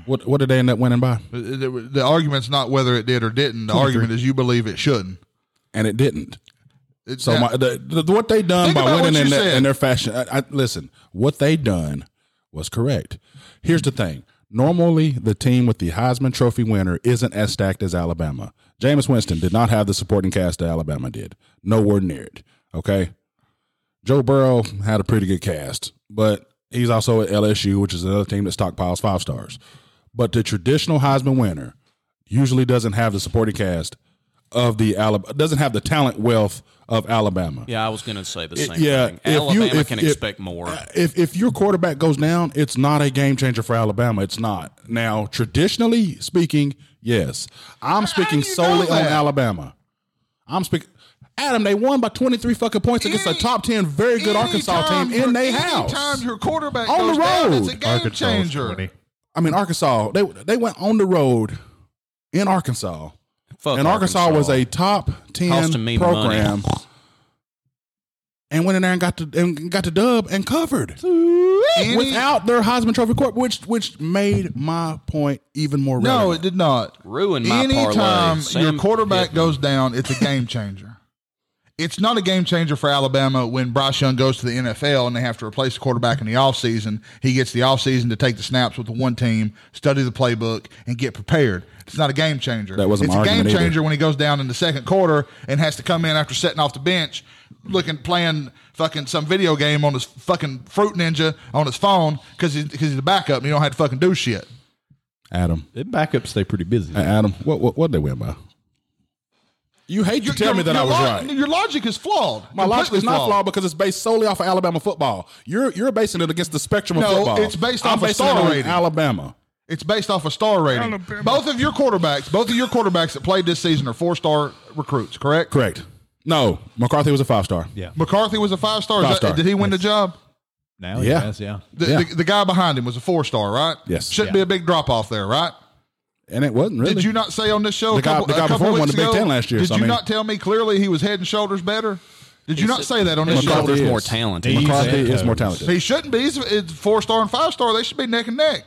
[SPEAKER 5] what what did they end up winning by?
[SPEAKER 4] the, the argument's not whether it did or didn't. The argument is you believe it shouldn't.
[SPEAKER 5] And it didn't.
[SPEAKER 4] It's
[SPEAKER 5] So my, the, the, what they done
[SPEAKER 4] Think
[SPEAKER 5] by
[SPEAKER 4] about what
[SPEAKER 5] winning in,
[SPEAKER 4] you
[SPEAKER 5] that,
[SPEAKER 4] said.
[SPEAKER 5] in their fashion. I, I, listen, what they done was correct. Here's the thing. Normally, the team with the Heisman Trophy winner isn't as stacked as Alabama. Jameis Winston did not have the supporting cast that Alabama did. Nowhere near it. Okay. Joe Burrow had a pretty good cast, but he's also at LSU, which is another team that stockpiles five stars. But the traditional Heisman winner usually doesn't have the supporting cast of the Alabama, doesn't have the talent wealth of Alabama.
[SPEAKER 6] yeah, I was going to say the
[SPEAKER 5] It-
[SPEAKER 6] same
[SPEAKER 5] yeah,
[SPEAKER 6] thing.
[SPEAKER 5] if you-
[SPEAKER 6] Alabama
[SPEAKER 5] if- uh,
[SPEAKER 6] can
[SPEAKER 5] if-
[SPEAKER 6] expect more.
[SPEAKER 5] If if your quarterback goes down, it's not a game changer for Alabama. It's not. Now, traditionally speaking, yes. I'm speaking solely on Alabama. I'm speaking Adam, they won by 23 fucking points against a
[SPEAKER 4] Any-
[SPEAKER 5] top 10 very good Arkansas team in their house.
[SPEAKER 4] Anytime your quarterback
[SPEAKER 5] On
[SPEAKER 4] goes
[SPEAKER 5] the
[SPEAKER 4] down, it's a
[SPEAKER 5] road.
[SPEAKER 4] game
[SPEAKER 8] Arkansas was
[SPEAKER 4] changer.
[SPEAKER 8] 20.
[SPEAKER 5] I mean, Arkansas, they they went on the road in Arkansas.
[SPEAKER 6] Fuck
[SPEAKER 5] and Arkansas, was a top 10
[SPEAKER 6] Costing me
[SPEAKER 5] program. And went in there and got the and got the dub and covered.
[SPEAKER 4] Any-
[SPEAKER 5] without their Heisman Trophy court, which which made my point even more relevant.
[SPEAKER 4] No, it did not.
[SPEAKER 6] Ruined my
[SPEAKER 4] Anytime
[SPEAKER 6] parlay.
[SPEAKER 4] your
[SPEAKER 6] Sam
[SPEAKER 4] quarterback
[SPEAKER 6] Pittman.
[SPEAKER 4] goes down, it's a game changer. It's not a game changer for Alabama when Bryce Young goes to the NFL and they have to replace the quarterback in the offseason. He gets the offseason to take the snaps with the one team, study the playbook, and get prepared. It's not a game changer.
[SPEAKER 5] That wasn't
[SPEAKER 4] it's
[SPEAKER 5] my
[SPEAKER 4] a game
[SPEAKER 5] argument either.
[SPEAKER 4] changer when he goes down in the second quarter and has to come in after sitting off the bench looking playing fucking some video game on his fucking fruit ninja on his phone because he's, 'cause he's the backup and he don't have to fucking do shit.
[SPEAKER 5] Adam,
[SPEAKER 8] Them backups stay pretty busy.
[SPEAKER 5] Uh, Adam, what what what they win by? You hate to tell me that I was
[SPEAKER 4] lo-
[SPEAKER 5] right.
[SPEAKER 4] Your logic is flawed.
[SPEAKER 5] My logic
[SPEAKER 4] Completely
[SPEAKER 5] is not flawed because it's based solely off of Alabama football. You're you're basing it against the spectrum of
[SPEAKER 4] No,
[SPEAKER 5] football.
[SPEAKER 4] it's based
[SPEAKER 5] I'm
[SPEAKER 4] off of
[SPEAKER 5] basing
[SPEAKER 4] star
[SPEAKER 5] it on
[SPEAKER 4] rating.
[SPEAKER 5] Alabama.
[SPEAKER 4] It's based off a star rating. Both of your quarterbacks, both of your quarterbacks that played this season are four star recruits, correct?
[SPEAKER 5] Correct. No, McCarthy was a five star.
[SPEAKER 8] Yeah.
[SPEAKER 4] McCarthy was a five star.
[SPEAKER 5] Five-star.
[SPEAKER 4] Did he win the job?
[SPEAKER 8] Now he
[SPEAKER 5] Yeah.
[SPEAKER 8] has, yeah.
[SPEAKER 4] The,
[SPEAKER 5] Yeah.
[SPEAKER 4] the, the guy behind him was a four star, right?
[SPEAKER 5] Yes.
[SPEAKER 4] Shouldn't be a big drop off there, right?
[SPEAKER 5] and it wasn't really.
[SPEAKER 4] Did you not say on this show
[SPEAKER 5] The
[SPEAKER 4] a
[SPEAKER 5] guy-
[SPEAKER 4] couple,
[SPEAKER 5] the guy
[SPEAKER 4] a couple
[SPEAKER 5] before him won
[SPEAKER 4] weeks
[SPEAKER 5] the Big
[SPEAKER 4] ago,
[SPEAKER 5] Ten last year,
[SPEAKER 4] Did
[SPEAKER 5] so I
[SPEAKER 4] you
[SPEAKER 5] mean-
[SPEAKER 4] not tell me clearly he was head and shoulders better? Did you not say that on this
[SPEAKER 5] McCarthy
[SPEAKER 4] show?
[SPEAKER 6] McCarthy's
[SPEAKER 5] is.
[SPEAKER 6] more talented.
[SPEAKER 8] He's
[SPEAKER 5] McCarthy
[SPEAKER 8] at
[SPEAKER 5] is more
[SPEAKER 8] Tony's.
[SPEAKER 5] talented.
[SPEAKER 4] He shouldn't be. He's it's four star and five star. They should be neck and neck.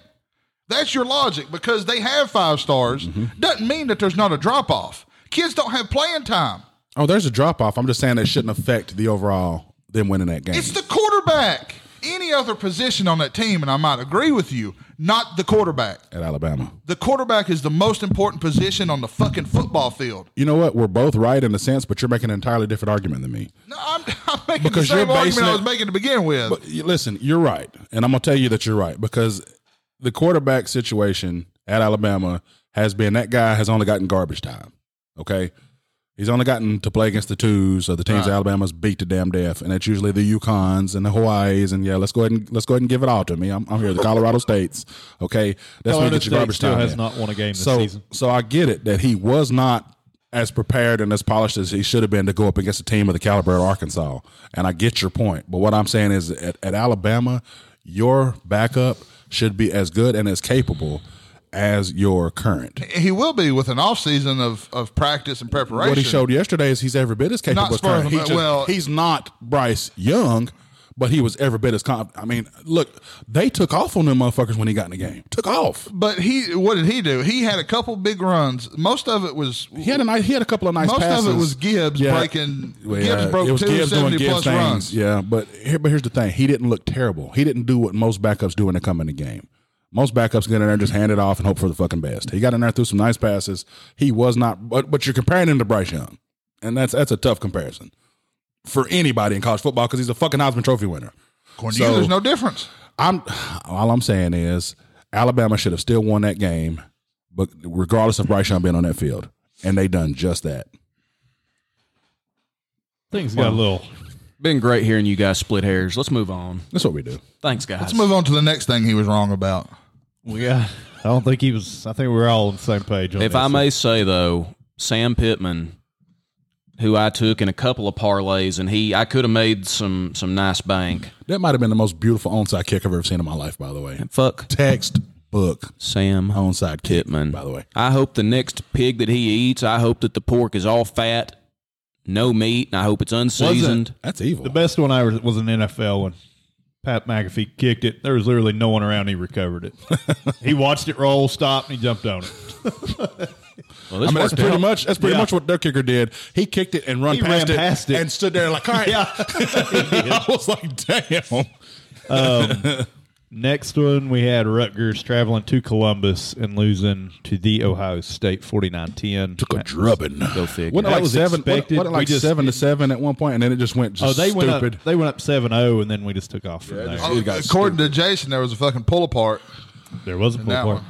[SPEAKER 4] That's your logic because they have five stars.
[SPEAKER 5] Mm-hmm.
[SPEAKER 4] Doesn't mean that there's not a drop off. Kids don't have playing time.
[SPEAKER 5] Oh, there's a drop off. I'm just saying that shouldn't affect the overall them winning that game.
[SPEAKER 4] It's the quarterback. Any other position on that team, and I might agree with you, not the quarterback.
[SPEAKER 5] at Alabama.
[SPEAKER 4] The quarterback is the most important position on the fucking football field.
[SPEAKER 5] You know what? We're both right in a sense, but you're making an entirely different argument than me.
[SPEAKER 4] No, I'm, I'm making
[SPEAKER 5] Because
[SPEAKER 4] the
[SPEAKER 5] you're
[SPEAKER 4] same argument
[SPEAKER 5] basing
[SPEAKER 4] I
[SPEAKER 5] it-
[SPEAKER 4] was making to begin with.
[SPEAKER 5] But you- listen, you're right, and I'm gonna tell you that you're right because the quarterback situation at Alabama has been that guy has only gotten garbage time. Okay, he's only gotten to play against the twos, so the teams Alabama's beat to damn death, and that's usually the Yukons and the Hawaii's, and yeah, let's go ahead and let's go ahead and give it all to me. I'm, I'm here, the Colorado States. Okay, that's where you
[SPEAKER 8] Colorado
[SPEAKER 5] get your
[SPEAKER 8] State
[SPEAKER 5] garbage
[SPEAKER 8] still
[SPEAKER 5] time.
[SPEAKER 8] has
[SPEAKER 5] in.
[SPEAKER 8] not won a game this
[SPEAKER 5] so,
[SPEAKER 8] season.
[SPEAKER 5] So I get it that he was not as prepared and as polished as he should have been to go up against a team of the caliber of Arkansas. And I get your point. But what I'm saying is at, at Alabama, your backup should be as good and as capable as your current.
[SPEAKER 4] he will be with an off season of, of practice and preparation.
[SPEAKER 5] What he showed yesterday is he's every bit as capable
[SPEAKER 4] Not
[SPEAKER 5] as current.
[SPEAKER 4] Spurgeon,
[SPEAKER 5] He
[SPEAKER 4] but-
[SPEAKER 5] just-
[SPEAKER 4] well-
[SPEAKER 5] he's not Bryce Young. But he was every bit as comp. I mean, look, they took off on them motherfuckers when he got in the game. Took off.
[SPEAKER 4] But he, what did he do? He had a couple big runs. Most of it was
[SPEAKER 5] He had a nice, he had a couple of nice
[SPEAKER 4] Most of it
[SPEAKER 5] passes.
[SPEAKER 4] was Gibbs breaking- Gibbs broke two 70 plus runs.
[SPEAKER 5] Yeah, but here, but here's the thing: he didn't look terrible. He didn't do what most backups do when they come in the game. Most backups get in there and just hand it off and hope for the fucking best. He got in there threw some nice passes. He was not, but but you're comparing him to Bryce Young, and that's that's a tough comparison for anybody in college football because he's a fucking Heisman Trophy winner.
[SPEAKER 4] According to
[SPEAKER 5] So-
[SPEAKER 4] you, there's no difference.
[SPEAKER 5] I'm all I'm saying is Alabama should have still won that game, but regardless of Bryce Young being on that field, and they done just that.
[SPEAKER 8] Things got a little.
[SPEAKER 6] Been great hearing you guys split hairs. Let's move on.
[SPEAKER 5] That's what we do.
[SPEAKER 6] Thanks, guys.
[SPEAKER 4] Let's move on to the next thing he was wrong about.
[SPEAKER 8] Yeah, I don't think he was. I think we were all on the same page. On
[SPEAKER 6] If
[SPEAKER 8] this.
[SPEAKER 6] I may say though, Sam Pittman, who I took in a couple of parlays, and he I could have made some some nice bank.
[SPEAKER 5] That might have been the most beautiful onside kick I've ever seen in my life. By the way,
[SPEAKER 6] Fuck
[SPEAKER 5] textbook
[SPEAKER 6] Sam
[SPEAKER 5] onside kick.
[SPEAKER 6] Pittman.
[SPEAKER 5] By the way,
[SPEAKER 6] I hope the next pig that he eats, I hope that the pork is all fat, no meat, and I hope it's unseasoned.
[SPEAKER 5] Wasn't- That's evil.
[SPEAKER 8] the best one I was, was an NFL one. Pat McAfee kicked it. There was literally no one around. He recovered it. he watched it roll, stopped, and he jumped on it.
[SPEAKER 6] Well,
[SPEAKER 5] I
[SPEAKER 6] this
[SPEAKER 5] mean, that's
[SPEAKER 6] worked
[SPEAKER 5] pretty
[SPEAKER 6] out.
[SPEAKER 5] much that's pretty
[SPEAKER 8] Yeah.
[SPEAKER 5] much what their kicker did. He kicked it and run
[SPEAKER 8] He
[SPEAKER 5] past,
[SPEAKER 8] ran
[SPEAKER 5] it
[SPEAKER 8] past it.
[SPEAKER 5] and stood there like, all right.
[SPEAKER 8] Yeah.
[SPEAKER 5] I was like, damn.
[SPEAKER 8] Next one, we had Rutgers traveling to Columbus and losing to the Ohio State 49-10.
[SPEAKER 5] Took a drubbing. Go Wasn't
[SPEAKER 6] figure.
[SPEAKER 5] it
[SPEAKER 8] That
[SPEAKER 5] like
[SPEAKER 8] was
[SPEAKER 5] seven? Wasn't
[SPEAKER 8] expected.
[SPEAKER 5] wasn't it
[SPEAKER 8] We
[SPEAKER 5] like
[SPEAKER 8] just-
[SPEAKER 5] seven to seven at one point, and then it just went just
[SPEAKER 8] Oh, they
[SPEAKER 5] stupid.
[SPEAKER 8] went up. They went up 7-0, and then we just took off from there.
[SPEAKER 5] just- It got
[SPEAKER 4] Uh, According to Jason, there was a fucking pull apart.
[SPEAKER 8] there was a pull
[SPEAKER 4] that
[SPEAKER 8] apart.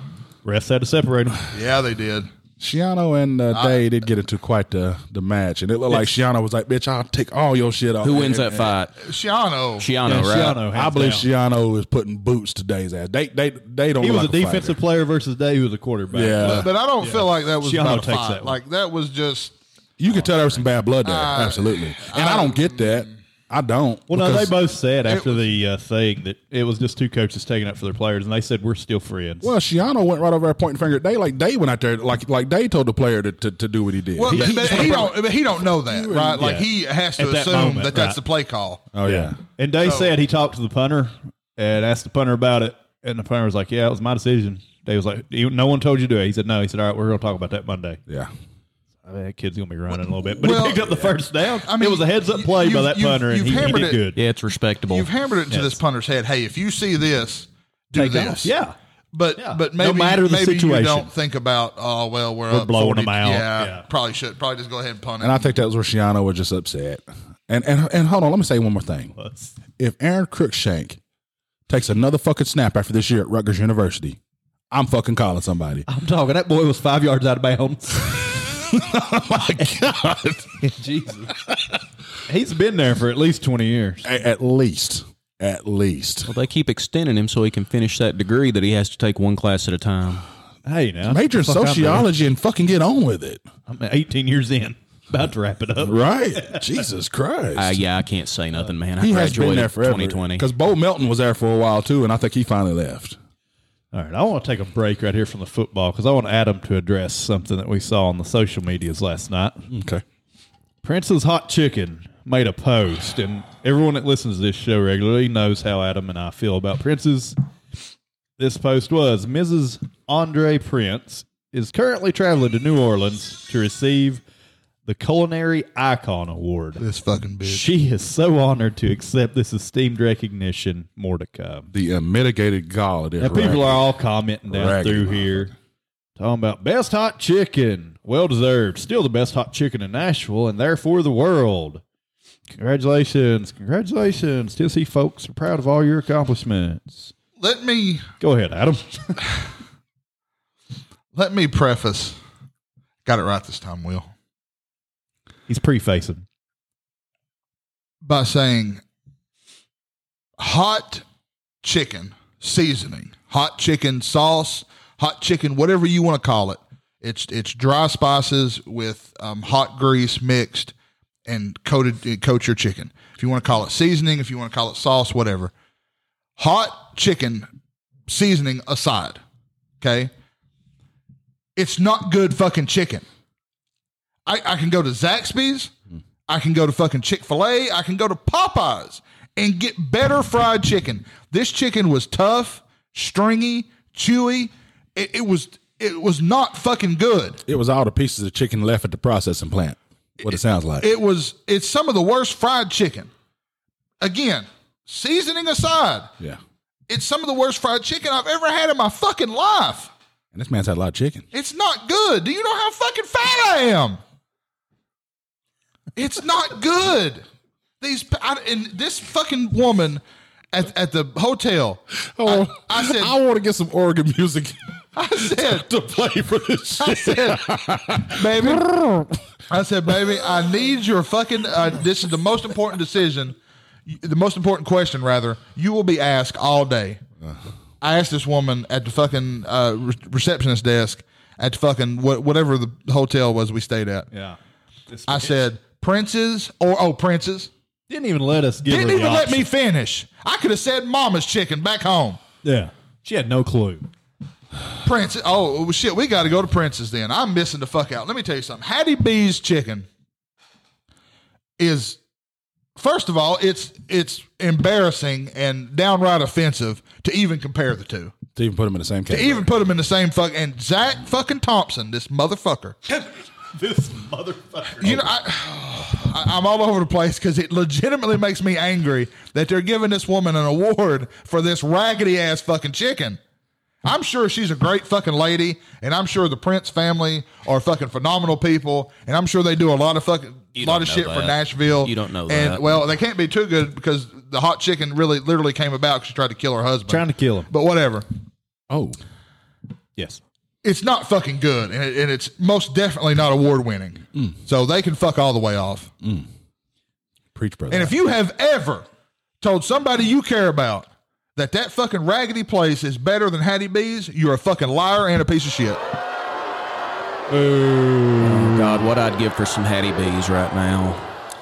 [SPEAKER 8] Refs had to separate them.
[SPEAKER 4] Yeah, they did.
[SPEAKER 5] Shiano and uh, Day did get into quite the, the match, and it looked like Shiano was like, "Bitch, I'll take all your shit off."
[SPEAKER 6] Who wins
[SPEAKER 5] And-
[SPEAKER 6] that fight?
[SPEAKER 4] Shiano.
[SPEAKER 6] Shiano,
[SPEAKER 8] Yeah,
[SPEAKER 6] right?
[SPEAKER 8] Shiano,
[SPEAKER 5] and I
[SPEAKER 8] hands
[SPEAKER 5] believe
[SPEAKER 8] down.
[SPEAKER 5] Shiano is putting boots to Day's ass. They they they don't.
[SPEAKER 8] He
[SPEAKER 5] look
[SPEAKER 8] was a
[SPEAKER 5] like
[SPEAKER 8] defensive
[SPEAKER 5] fighter.
[SPEAKER 8] player versus Day, who was a quarterback.
[SPEAKER 5] Yeah,
[SPEAKER 4] but I don't feel like that was
[SPEAKER 8] Shiano
[SPEAKER 4] about a
[SPEAKER 8] takes
[SPEAKER 4] fight.
[SPEAKER 8] that one.
[SPEAKER 4] like that was just
[SPEAKER 5] you could tell there was some bad blood there. Absolutely, and I, don't get that. I don't.
[SPEAKER 8] Well, no, they
[SPEAKER 5] because-
[SPEAKER 8] both said after the uh, thing that it was just two coaches taking up for their players, and they said we're still friends.
[SPEAKER 5] Well, Shiano went right over there pointing finger at Day. Like Day went out there, like like Day told the player to, to, to do what he did.
[SPEAKER 4] well,
[SPEAKER 5] He-
[SPEAKER 4] but
[SPEAKER 5] he-
[SPEAKER 4] but he, don't but he don't know that, right? Like
[SPEAKER 8] yeah.
[SPEAKER 4] he has
[SPEAKER 8] At
[SPEAKER 4] to
[SPEAKER 8] that
[SPEAKER 4] assume
[SPEAKER 8] moment,
[SPEAKER 4] that that's
[SPEAKER 8] right.
[SPEAKER 4] the play call.
[SPEAKER 5] oh yeah.
[SPEAKER 8] and Day said he talked to the punter and asked the punter about it, and the punter was like, "Yeah, it was my decision." Day was like, "You- "No one told you to do it." He said, "No." He said, "All right, we're going to talk about that Monday."
[SPEAKER 5] yeah,
[SPEAKER 8] I mean, that kid's going to be running a little bit, but
[SPEAKER 4] Well,
[SPEAKER 8] he picked up the first down.
[SPEAKER 4] I mean,
[SPEAKER 8] it was a heads-up
[SPEAKER 4] you-
[SPEAKER 8] play by
[SPEAKER 4] you've-
[SPEAKER 8] that
[SPEAKER 4] you've-
[SPEAKER 8] punter, and
[SPEAKER 4] you've
[SPEAKER 8] he, he
[SPEAKER 4] hammered
[SPEAKER 8] did
[SPEAKER 4] it.
[SPEAKER 8] good.
[SPEAKER 6] Yeah, it's respectable.
[SPEAKER 4] You've hammered it to this punter's head. Hey, if you see this, do
[SPEAKER 8] Take
[SPEAKER 4] this.
[SPEAKER 8] off. Yeah.
[SPEAKER 4] But
[SPEAKER 8] Yeah.
[SPEAKER 4] but
[SPEAKER 8] No
[SPEAKER 4] maybe
[SPEAKER 8] matter the
[SPEAKER 4] maybe
[SPEAKER 8] situation.
[SPEAKER 4] you don't think about oh well we're,
[SPEAKER 8] We're
[SPEAKER 4] up
[SPEAKER 8] blowing
[SPEAKER 4] 40.
[SPEAKER 8] them out.
[SPEAKER 4] Yeah,
[SPEAKER 8] Yeah.
[SPEAKER 4] probably should probably just go ahead and punt it.
[SPEAKER 5] and I think that was where Shiano was just upset. And and and hold on, let me say one more thing.
[SPEAKER 8] Let's-
[SPEAKER 5] if Aaron Crookshank takes another fucking snap after this year at Rutgers University, I'm fucking calling somebody.
[SPEAKER 8] I'm talking. That boy was five yards out of bounds.
[SPEAKER 5] Oh my god!
[SPEAKER 8] Jesus, he's been there for at least twenty years.
[SPEAKER 5] A- at least, at least.
[SPEAKER 6] Well, they keep extending him so he can finish that degree that he has to take one class at a time.
[SPEAKER 8] Hey, now
[SPEAKER 5] Major in
[SPEAKER 8] Fuck, I'm-
[SPEAKER 5] sociology and fucking get on with it,
[SPEAKER 8] I'm 18 years in. About to wrap it up.
[SPEAKER 5] right? Jesus Christ!
[SPEAKER 6] Uh, yeah, I can't say nothing, man. I
[SPEAKER 5] he has been
[SPEAKER 6] graduated
[SPEAKER 5] there forever.
[SPEAKER 6] 2020.
[SPEAKER 5] Because Bo Melton was there for a while too, and I think he finally left.
[SPEAKER 8] All right, I want to take a break right here from the football because I want Adam to address something that we saw on the social medias last night.
[SPEAKER 5] Okay.
[SPEAKER 8] Prince's Hot Chicken made a post, and everyone that listens to this show regularly knows how Adam and I feel about Prince's. This post was Mrs. Andre Prince is currently traveling to New Orleans to receive the Culinary Icon Award.
[SPEAKER 4] this fucking bitch.
[SPEAKER 8] She is so honored to accept this esteemed recognition. More to come.
[SPEAKER 5] The uh, unmitigated gall it is.
[SPEAKER 8] Now, people
[SPEAKER 5] right?
[SPEAKER 8] are all commenting down
[SPEAKER 5] Raggedy
[SPEAKER 8] through here, talking about best hot chicken. Well deserved. Still the best hot chicken in Nashville and therefore the world. Congratulations. Congratulations. Tennessee folks are proud of all your accomplishments.
[SPEAKER 4] Let me
[SPEAKER 8] Go ahead, Adam.
[SPEAKER 4] let me preface. Got it right this time, Will.
[SPEAKER 8] He's prefacing.
[SPEAKER 4] By saying hot chicken seasoning, hot chicken sauce, hot chicken, whatever you want to call it. It's it's dry spices with um, hot grease mixed and coated uh, coat your chicken. If you want to call it seasoning, if you want to call it sauce, whatever. Hot chicken seasoning aside, okay? It's not good fucking chicken. I, I can go to Zaxby's, I can go to fucking Chick fil A, I can go to Popeyes and get better fried chicken. This chicken was tough, stringy, chewy. It, it was it was not fucking good.
[SPEAKER 5] It was all the pieces of chicken left at the processing plant. What it, sounds like.
[SPEAKER 4] It was it's some of the worst fried chicken. Again, seasoning aside,
[SPEAKER 5] yeah.
[SPEAKER 4] It's some of the worst fried chicken I've ever had in my fucking life.
[SPEAKER 5] And this man's had a lot of chicken.
[SPEAKER 4] It's not good. Do you know how fucking fat I am? It's not good. These I, and this fucking woman at, at the hotel.
[SPEAKER 5] Oh,
[SPEAKER 4] I, I said,
[SPEAKER 5] I want to get some Oregon music
[SPEAKER 4] I said,
[SPEAKER 5] to play for this
[SPEAKER 4] I
[SPEAKER 5] shit.
[SPEAKER 4] said, baby, I said, baby, I need your fucking. Uh, this is the most important decision, the most important question, rather. You will be asked all day.
[SPEAKER 8] Uh-huh.
[SPEAKER 4] I asked this woman at the fucking uh, re- receptionist desk at the fucking wha- whatever the hotel was we stayed at.
[SPEAKER 8] Yeah. This
[SPEAKER 4] I said, princes or oh princes
[SPEAKER 8] didn't even let us give
[SPEAKER 4] didn't
[SPEAKER 8] her
[SPEAKER 4] even
[SPEAKER 8] the
[SPEAKER 4] let me
[SPEAKER 8] option.
[SPEAKER 4] finish. I could have said mama's chicken back home.
[SPEAKER 8] Yeah. She had no clue.
[SPEAKER 4] Princess. Oh well, shit, we got to go to Princess then. I'm missing the fuck out. Let me tell you something. Hattie B's chicken is first of all, it's it's embarrassing and downright offensive to even compare the two.
[SPEAKER 5] To even put him in the same
[SPEAKER 4] To
[SPEAKER 5] category.
[SPEAKER 4] even put them in the same fuck and Zach fucking Thompson, this motherfucker.
[SPEAKER 8] This motherfucker.
[SPEAKER 4] You know, I, I, I'm all over the place because it legitimately makes me angry that they're giving this woman an award for this raggedy ass fucking chicken. I'm sure she's a great fucking lady, and I'm sure the Prince family are fucking phenomenal people, and I'm sure they do a lot of fucking
[SPEAKER 6] You
[SPEAKER 4] lot
[SPEAKER 6] don't
[SPEAKER 4] of
[SPEAKER 6] know
[SPEAKER 4] shit for
[SPEAKER 6] that.
[SPEAKER 4] Nashville.
[SPEAKER 6] You don't know
[SPEAKER 4] and
[SPEAKER 6] that.
[SPEAKER 4] well, they can't be too good because the hot chicken really literally came about because she tried to kill her husband.
[SPEAKER 8] Trying to kill him.
[SPEAKER 4] but whatever
[SPEAKER 5] oh. Yes.
[SPEAKER 4] it's not fucking good, and, it, and it's most definitely not award winning. So they can fuck all the way off.
[SPEAKER 5] Preach, brother.
[SPEAKER 4] And if you have ever told somebody you care about that that fucking raggedy place is better than Hattie B's, you're a fucking liar and a piece of shit.
[SPEAKER 6] God, what I'd give for some Hattie B's right now.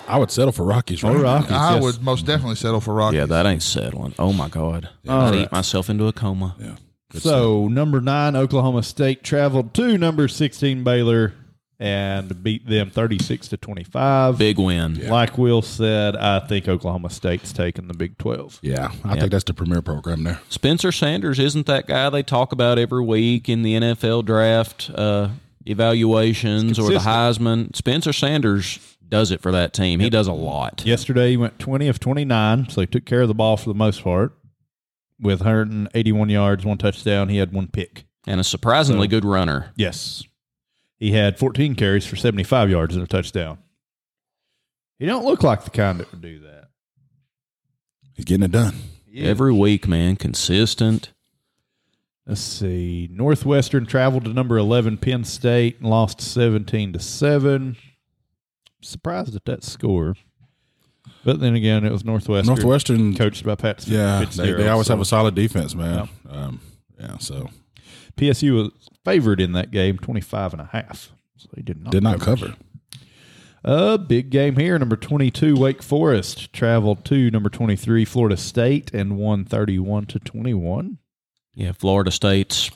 [SPEAKER 5] I would settle for Rockies.
[SPEAKER 8] Or
[SPEAKER 5] right?
[SPEAKER 8] Rockies.
[SPEAKER 4] I
[SPEAKER 8] yes.
[SPEAKER 4] would most definitely settle for Rocky.
[SPEAKER 6] Yeah, that ain't settling. Oh my God, I'd eat myself into a coma.
[SPEAKER 5] Yeah. Good stuff.
[SPEAKER 8] So number nine, Oklahoma State traveled to number sixteen Baylor and beat them thirty-six to twenty-five.
[SPEAKER 6] Big win.
[SPEAKER 8] Like Will said, I think Oklahoma State's taking the Big Twelve.
[SPEAKER 5] yeah, I think that's the premier program there.
[SPEAKER 6] Spencer Sanders isn't that guy they talk about every week in the NFL draft uh, evaluations or the Heisman. Spencer Sanders does it for that team. He does a lot.
[SPEAKER 8] Yesterday he went twenty of twenty-nine, so he took care of the ball for the most part. With 181 yards, one touchdown, he had one pick.
[SPEAKER 6] And a surprisingly good runner.
[SPEAKER 8] Yes, he had 14 carries for 75 yards and a touchdown. He don't look like the kind that would do that.
[SPEAKER 5] He's getting it done.
[SPEAKER 6] Every week, man, consistent.
[SPEAKER 8] Let's see. Northwestern traveled to number eleven Penn State and lost seventeen to seven. Surprised at that score, but then again, it was Northwestern.
[SPEAKER 5] Northwestern.
[SPEAKER 8] coached by Pat.
[SPEAKER 5] Yeah, they,
[SPEAKER 8] Fitzgerald,
[SPEAKER 5] they always
[SPEAKER 8] so
[SPEAKER 5] have a solid defense, man. Um, yeah, so
[SPEAKER 8] PSU was favored in that game, 25 and a half. So they did not
[SPEAKER 5] did not cover.
[SPEAKER 8] A big game here. Number 22 Wake Forest traveled to number 23 Florida State and won 31 to 21.
[SPEAKER 6] Yeah, Florida State's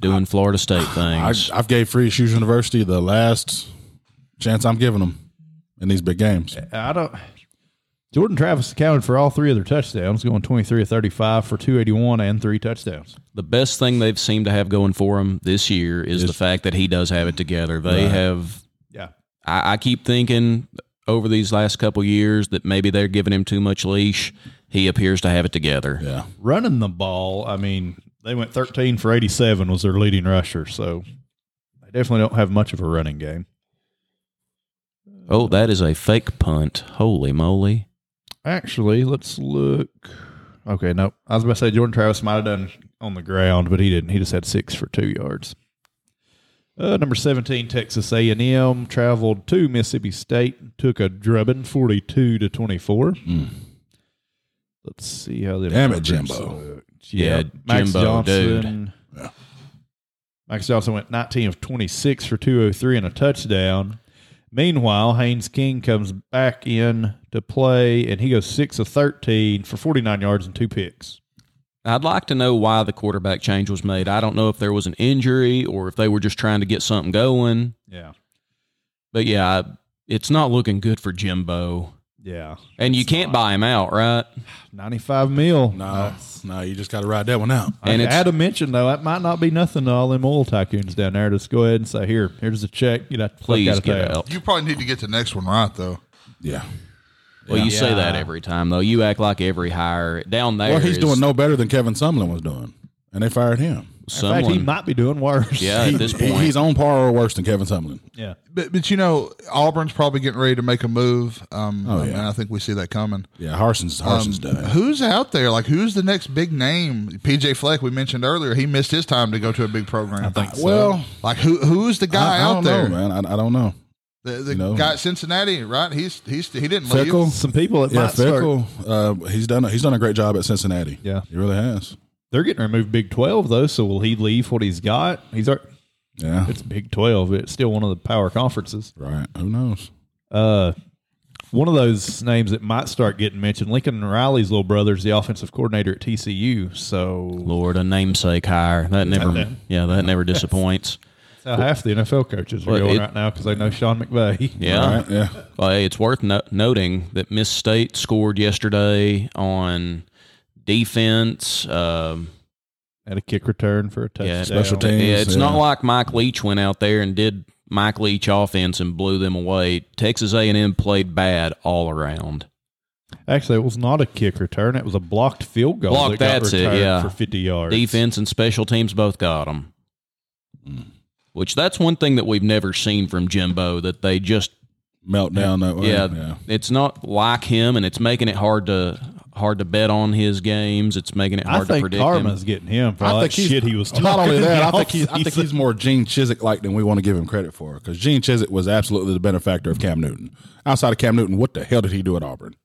[SPEAKER 6] doing Florida State
[SPEAKER 5] I,
[SPEAKER 6] things.
[SPEAKER 5] I've gave Free Shoes University the last chance I'm giving them in these big games.
[SPEAKER 8] I don't. Jordan Travis accounted for all three of their touchdowns, going 23 of 35 for 281 and three touchdowns.
[SPEAKER 6] the best thing they've seemed to have going for him this year is the fact that he does have it together. They have
[SPEAKER 8] Yeah.
[SPEAKER 6] I, I keep thinking over these last couple years that maybe they're giving him too much leash. He appears to have it together.
[SPEAKER 5] Yeah,
[SPEAKER 8] Running the ball, I mean, they went 13 for 87 was their leading rusher, so they definitely don't have much of a running game.
[SPEAKER 6] Oh, that is a fake punt. Holy moly.
[SPEAKER 8] Actually, let's look. Okay, nope. I was about to say Jordan Travis might have done on the ground, but he didn't. He just had six for two yards. Uh, number seventeen, Texas A and M traveled to Mississippi State, and took a drubbing, forty-two to twenty-four. Let's see how they.
[SPEAKER 5] Damn it, Jimbo.
[SPEAKER 8] Uh, Yeah,
[SPEAKER 6] Yeah,
[SPEAKER 8] Max
[SPEAKER 6] Jimbo, dude.
[SPEAKER 8] Johnson. Max Johnson went 19 of 26 for 203 and a touchdown. Meanwhile, Haynes King comes back in to play, and he goes 6 of 13 for 49 yards and two picks.
[SPEAKER 6] I'd like to know why the quarterback change was made. I don't know if there was an injury or if they were just trying to get something going.
[SPEAKER 8] Yeah.
[SPEAKER 6] But yeah, I- it's not looking good for Jimbo.
[SPEAKER 8] Yeah.
[SPEAKER 6] And you can't buy him out, right?
[SPEAKER 8] 95 mil.
[SPEAKER 5] no, no, you just got to ride that one out.
[SPEAKER 8] And
[SPEAKER 6] And it's-
[SPEAKER 8] Adam mentioned, though, that might not be nothing to all them oil tycoons down there. Just go ahead and say, here, here's the check. Get out the fuck
[SPEAKER 6] Please
[SPEAKER 8] out of
[SPEAKER 6] get
[SPEAKER 8] there.
[SPEAKER 6] out.
[SPEAKER 4] You probably need to get the next one right though.
[SPEAKER 5] Yeah,
[SPEAKER 6] Well, you say that every time though. You act like every hire down there.
[SPEAKER 5] Well, he's
[SPEAKER 6] is
[SPEAKER 5] doing no better than Kevin Sumlin was doing, and they fired him.
[SPEAKER 8] In fact, he
[SPEAKER 6] someone.
[SPEAKER 8] might be doing worse.
[SPEAKER 6] yeah, at
[SPEAKER 5] He-
[SPEAKER 6] this
[SPEAKER 5] he-
[SPEAKER 6] point,
[SPEAKER 5] he's on par or worse than Kevin Sumlin.
[SPEAKER 8] Yeah.
[SPEAKER 4] But, but you know, Auburn's probably getting ready to make a move. Um,
[SPEAKER 5] Oh,
[SPEAKER 4] and
[SPEAKER 5] yeah.
[SPEAKER 4] I think we see that coming.
[SPEAKER 5] Yeah, Harson's Harson's
[SPEAKER 4] Um,
[SPEAKER 5] done.
[SPEAKER 4] who's out there? Like, who's the next big name? PJ Fleck, we mentioned earlier, he missed his time to go to a big program. Uh,
[SPEAKER 5] Well,
[SPEAKER 4] like who who's the
[SPEAKER 5] I,
[SPEAKER 4] guy
[SPEAKER 5] I
[SPEAKER 4] out
[SPEAKER 5] don't
[SPEAKER 4] there?
[SPEAKER 5] know, man. I, I don't know.
[SPEAKER 4] The, the
[SPEAKER 5] No.
[SPEAKER 4] guy at Cincinnati, right? He's he's he didn't
[SPEAKER 5] Fickle.
[SPEAKER 4] leave.
[SPEAKER 8] Some people that
[SPEAKER 5] Yeah,
[SPEAKER 8] might start.
[SPEAKER 5] Fickle. Uh, he's done. A, he's done a great job at Cincinnati.
[SPEAKER 8] Yeah.
[SPEAKER 5] he really has.
[SPEAKER 8] They're getting removed Big 12, though, so will he leave what he's got? He's our,
[SPEAKER 5] Yeah,
[SPEAKER 8] It's Big 12. It's still one of the power conferences.
[SPEAKER 5] right. Who knows?
[SPEAKER 8] Uh, one of those names that might start getting mentioned, Lincoln Riley's little brother is the offensive coordinator at TCU. So
[SPEAKER 6] Lord, a namesake hire that never, yeah, that never disappoints.
[SPEAKER 8] that's how Uh, half the NFL coaches are
[SPEAKER 6] Well,
[SPEAKER 8] going
[SPEAKER 6] it-
[SPEAKER 8] right now because they know Sean McVay.
[SPEAKER 6] Yeah,
[SPEAKER 5] All right. Uh, Yeah.
[SPEAKER 6] Well, hey, it's worth no- noting that Miss State scored yesterday on defense. Um,
[SPEAKER 8] Had a kick return for a touchdown.
[SPEAKER 6] yeah,
[SPEAKER 5] Special teams.
[SPEAKER 6] yeah, it's
[SPEAKER 5] yeah.
[SPEAKER 6] not like Mike Leach went out there and did Mike Leach offense and blew them away. Texas A and M played bad all around.
[SPEAKER 8] Actually, it was not a kick return. It was a blocked field goal.
[SPEAKER 6] Blocked,
[SPEAKER 8] that got
[SPEAKER 6] that's it,
[SPEAKER 8] returned
[SPEAKER 6] yeah.
[SPEAKER 8] For 50 yards.
[SPEAKER 6] Defense and special teams both got them. Which that's one thing that we've never seen from Jimbo that they just
[SPEAKER 5] meltdown that way.
[SPEAKER 6] yeah, it's not like him and it's making it hard to hard to bet on his games. It's making it
[SPEAKER 8] I
[SPEAKER 6] hard to
[SPEAKER 8] think
[SPEAKER 6] predict
[SPEAKER 8] karma's
[SPEAKER 6] him.
[SPEAKER 8] getting him for all that shit he was talking
[SPEAKER 5] Not only that, I
[SPEAKER 8] about.
[SPEAKER 5] think he's I think he's more Gene Chiswick like than we want to give him credit for because Gene Chiswick was absolutely the benefactor of Cam Newton. Outside of Cam Newton, what the hell did he do at Auburn?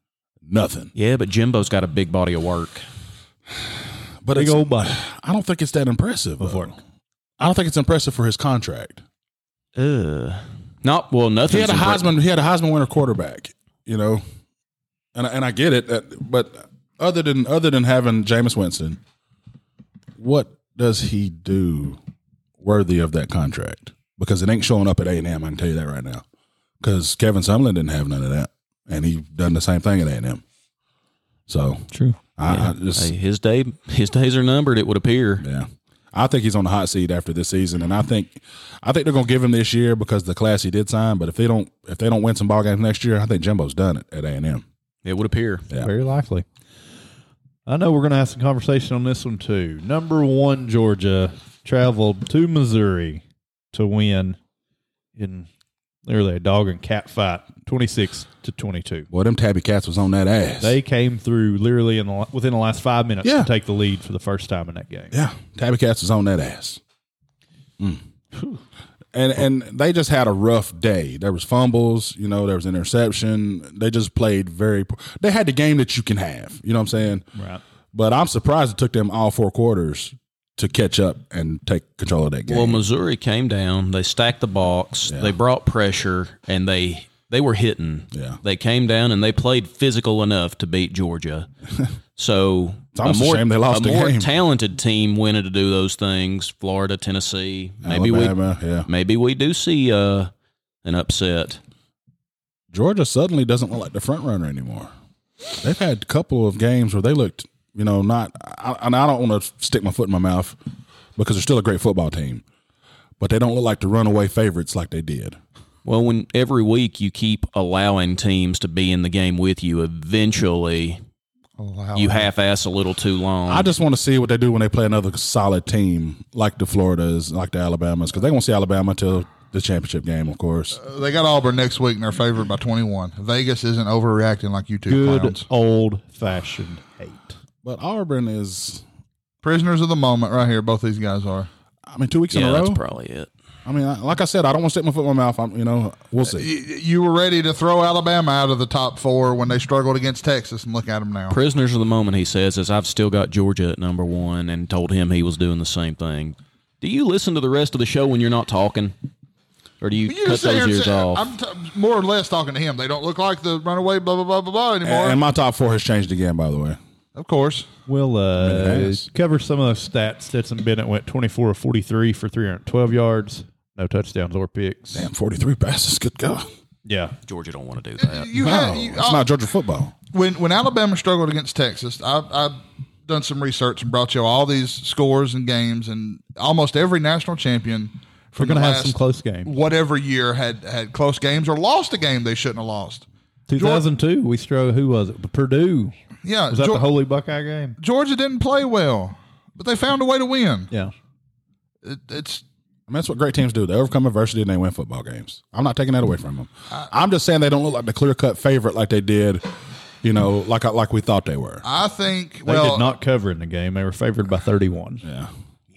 [SPEAKER 5] Nothing.
[SPEAKER 6] Yeah, but Jimbo's got a big body of work.
[SPEAKER 5] But
[SPEAKER 8] big
[SPEAKER 5] it's-
[SPEAKER 8] old body.
[SPEAKER 5] I don't think it's that impressive. though.
[SPEAKER 8] work.
[SPEAKER 5] I don't think it's impressive for his contract.
[SPEAKER 6] Uh, not well. Nothing.
[SPEAKER 5] He had a Heisman. He had a Heisman winner quarterback. You know, and I, and I get it. That, but other than other than having Jameis Winston, what does he do worthy of that contract? Because it ain't showing up at A and M. I can tell you that right now. Because Kevin Sumlin didn't have none of that, and he done the same thing at A and M. So
[SPEAKER 6] True.
[SPEAKER 5] I, I just
[SPEAKER 6] his day, his days are numbered. It would appear.
[SPEAKER 5] yeah. I think he's on the hot seat after this season, and I think, I think they're gonna give him this year because the class he did sign. But if they don't, if they don't win some ball games next year, I think Jimbo's done it at A and M.
[SPEAKER 6] It would appear.
[SPEAKER 8] Very likely. I know we're going to have some conversation on this one too. Number one, Georgia traveled to Missouri to win in literally a dog and cat fight, twenty six to twenty two.
[SPEAKER 5] Well, them tabby cats was on that ass.
[SPEAKER 8] They came through literally in the, la- within the last five minutes
[SPEAKER 5] Yeah.
[SPEAKER 8] to take the lead for the first time in that game.
[SPEAKER 5] yeah, tabby cats was on that ass. Mm. And and they just had a rough day. There was fumbles, you know, there was interception. They just played very. po- They had the game that you can have. You know what I'm saying?
[SPEAKER 8] Right.
[SPEAKER 5] But I'm surprised it took them all four quarters to catch up and take control of that game.
[SPEAKER 6] Well, Missouri came down. They stacked the box. They brought pressure, and they they were hitting.
[SPEAKER 5] Yeah.
[SPEAKER 6] They came down and they played physical enough to beat Georgia. So it's
[SPEAKER 5] almost a shame they lost
[SPEAKER 6] a
[SPEAKER 5] the
[SPEAKER 6] more
[SPEAKER 5] game.
[SPEAKER 6] talented team winning to do those things. Florida, Tennessee. Maybe
[SPEAKER 5] Alabama,
[SPEAKER 6] we
[SPEAKER 5] yeah.
[SPEAKER 6] maybe we do see uh, an upset.
[SPEAKER 5] Georgia suddenly doesn't look like the front runner anymore. They've had a couple of games where they looked, you know, not. I, and I don't want to stick my foot in my mouth because they're still a great football team, but they don't look like the runaway favorites like they did.
[SPEAKER 6] Well, when every week you keep allowing teams to be in the game with you, eventually
[SPEAKER 4] Oh,
[SPEAKER 8] Oh,
[SPEAKER 6] you half ass a little too long.
[SPEAKER 5] I just want to see what they do when they play another solid team like the Floridas, like the Alabamas, because they won't see Alabama till the championship game, of course.
[SPEAKER 4] They got Auburn next week and they're favored by twenty one. Vegas isn't overreacting like you two
[SPEAKER 8] Good
[SPEAKER 4] clowns.
[SPEAKER 8] old fashioned hate.
[SPEAKER 5] But Auburn is,
[SPEAKER 4] Prisoners of the moment, right here. Both these guys are.
[SPEAKER 5] I mean, two weeks
[SPEAKER 6] yeah,
[SPEAKER 5] in a
[SPEAKER 6] that's
[SPEAKER 5] row.
[SPEAKER 6] probably it.
[SPEAKER 5] I mean, I- like I said, I don't want to stick my foot in my mouth. I'm, you know, we'll see.
[SPEAKER 4] Y- You were ready to throw Alabama out of the top four when they struggled against Texas, and look at them now.
[SPEAKER 6] Prisoners of the moment, he says, is I've still got Georgia at number one and told him he was doing the same thing. Do you listen to the rest of the show when you're not talking? Or do you,
[SPEAKER 4] You
[SPEAKER 6] cut
[SPEAKER 4] just sit here
[SPEAKER 6] those
[SPEAKER 4] and
[SPEAKER 6] ears
[SPEAKER 4] say-
[SPEAKER 6] off?
[SPEAKER 4] I'm t- more or less talking to him. They don't look like the runaway blah blah blah blah blah
[SPEAKER 6] Uh,
[SPEAKER 4] anymore.
[SPEAKER 5] And my top four has changed again, by the way.
[SPEAKER 4] of course,
[SPEAKER 8] We'll
[SPEAKER 5] It
[SPEAKER 8] uh,
[SPEAKER 5] has.
[SPEAKER 8] cover some of those stats. Stetson Bennett went 24 of 43 for 312 yards, no touchdowns or picks.
[SPEAKER 5] Damn, 43 passes. Good God.
[SPEAKER 8] Yeah.
[SPEAKER 6] Georgia don't want to do that.
[SPEAKER 4] you
[SPEAKER 5] No,
[SPEAKER 4] have you,
[SPEAKER 5] it's not Georgia football.
[SPEAKER 4] when when Alabama struggled against Texas, I, I've done some research and brought you all these scores and games, and almost every national champion from
[SPEAKER 8] We're going
[SPEAKER 4] the
[SPEAKER 8] to have
[SPEAKER 4] last
[SPEAKER 8] some close games.
[SPEAKER 4] whatever year had had close games or lost a game they shouldn't have lost.
[SPEAKER 8] 2002, we strove. Who was it? Purdue.
[SPEAKER 4] Yeah,
[SPEAKER 8] Was that
[SPEAKER 4] Geor-
[SPEAKER 8] the Holy Buckeye game?
[SPEAKER 4] Georgia didn't play well, but they found a way to win.
[SPEAKER 8] Yeah.
[SPEAKER 4] It, it's
[SPEAKER 5] I mean, that's what great teams do. They overcome adversity and they win football games. I'm not taking that away from them. I'm just saying they don't look like the clear cut favorite like they did, you know, like like we thought they were.
[SPEAKER 4] I think
[SPEAKER 8] They
[SPEAKER 4] well
[SPEAKER 8] did not cover in the game. They were favored by 31.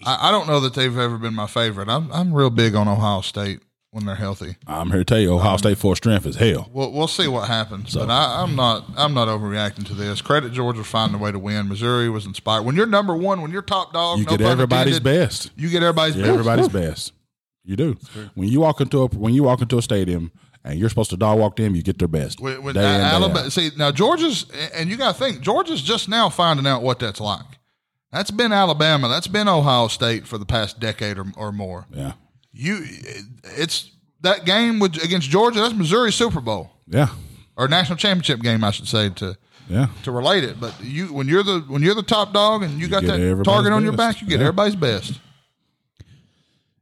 [SPEAKER 4] I, I don't know that they've ever been my favorite. I'm I'm real big on Ohio State when they're healthy.
[SPEAKER 5] I'm here to tell you, Ohio State full strength is hell.
[SPEAKER 4] We'll we'll see what happens. But I, I'm not I'm not overreacting to this. Credit Georgia for finding a way to win. Missouri was inspired. When you're number one, when you're top dog,
[SPEAKER 5] You
[SPEAKER 4] no
[SPEAKER 5] get
[SPEAKER 4] pun
[SPEAKER 5] everybody's
[SPEAKER 4] intended,
[SPEAKER 5] best.
[SPEAKER 4] You get everybody's
[SPEAKER 5] Yeah,
[SPEAKER 4] best.
[SPEAKER 5] everybody's best. You do. When you walk into a when you walk into a stadium and you're supposed to dog walk them, you get their best.
[SPEAKER 4] When, when
[SPEAKER 5] Day in, day out.
[SPEAKER 4] Alabama, see now Georgia's, and you got to think Georgia's just now finding out what that's like. That's been Alabama. That's been Ohio State for the past decade or, or more.
[SPEAKER 5] Yeah.
[SPEAKER 4] You, it's that game with, against Georgia. That's Missouri Super Bowl
[SPEAKER 5] Yeah.
[SPEAKER 4] or national championship game, I should say to
[SPEAKER 5] Yeah.
[SPEAKER 4] to relate it. But you, when you're the when you're the top dog and you, got
[SPEAKER 5] get
[SPEAKER 4] that
[SPEAKER 5] everybody's
[SPEAKER 4] target on your
[SPEAKER 5] best.
[SPEAKER 4] back, you get
[SPEAKER 5] Yeah.
[SPEAKER 4] everybody's best.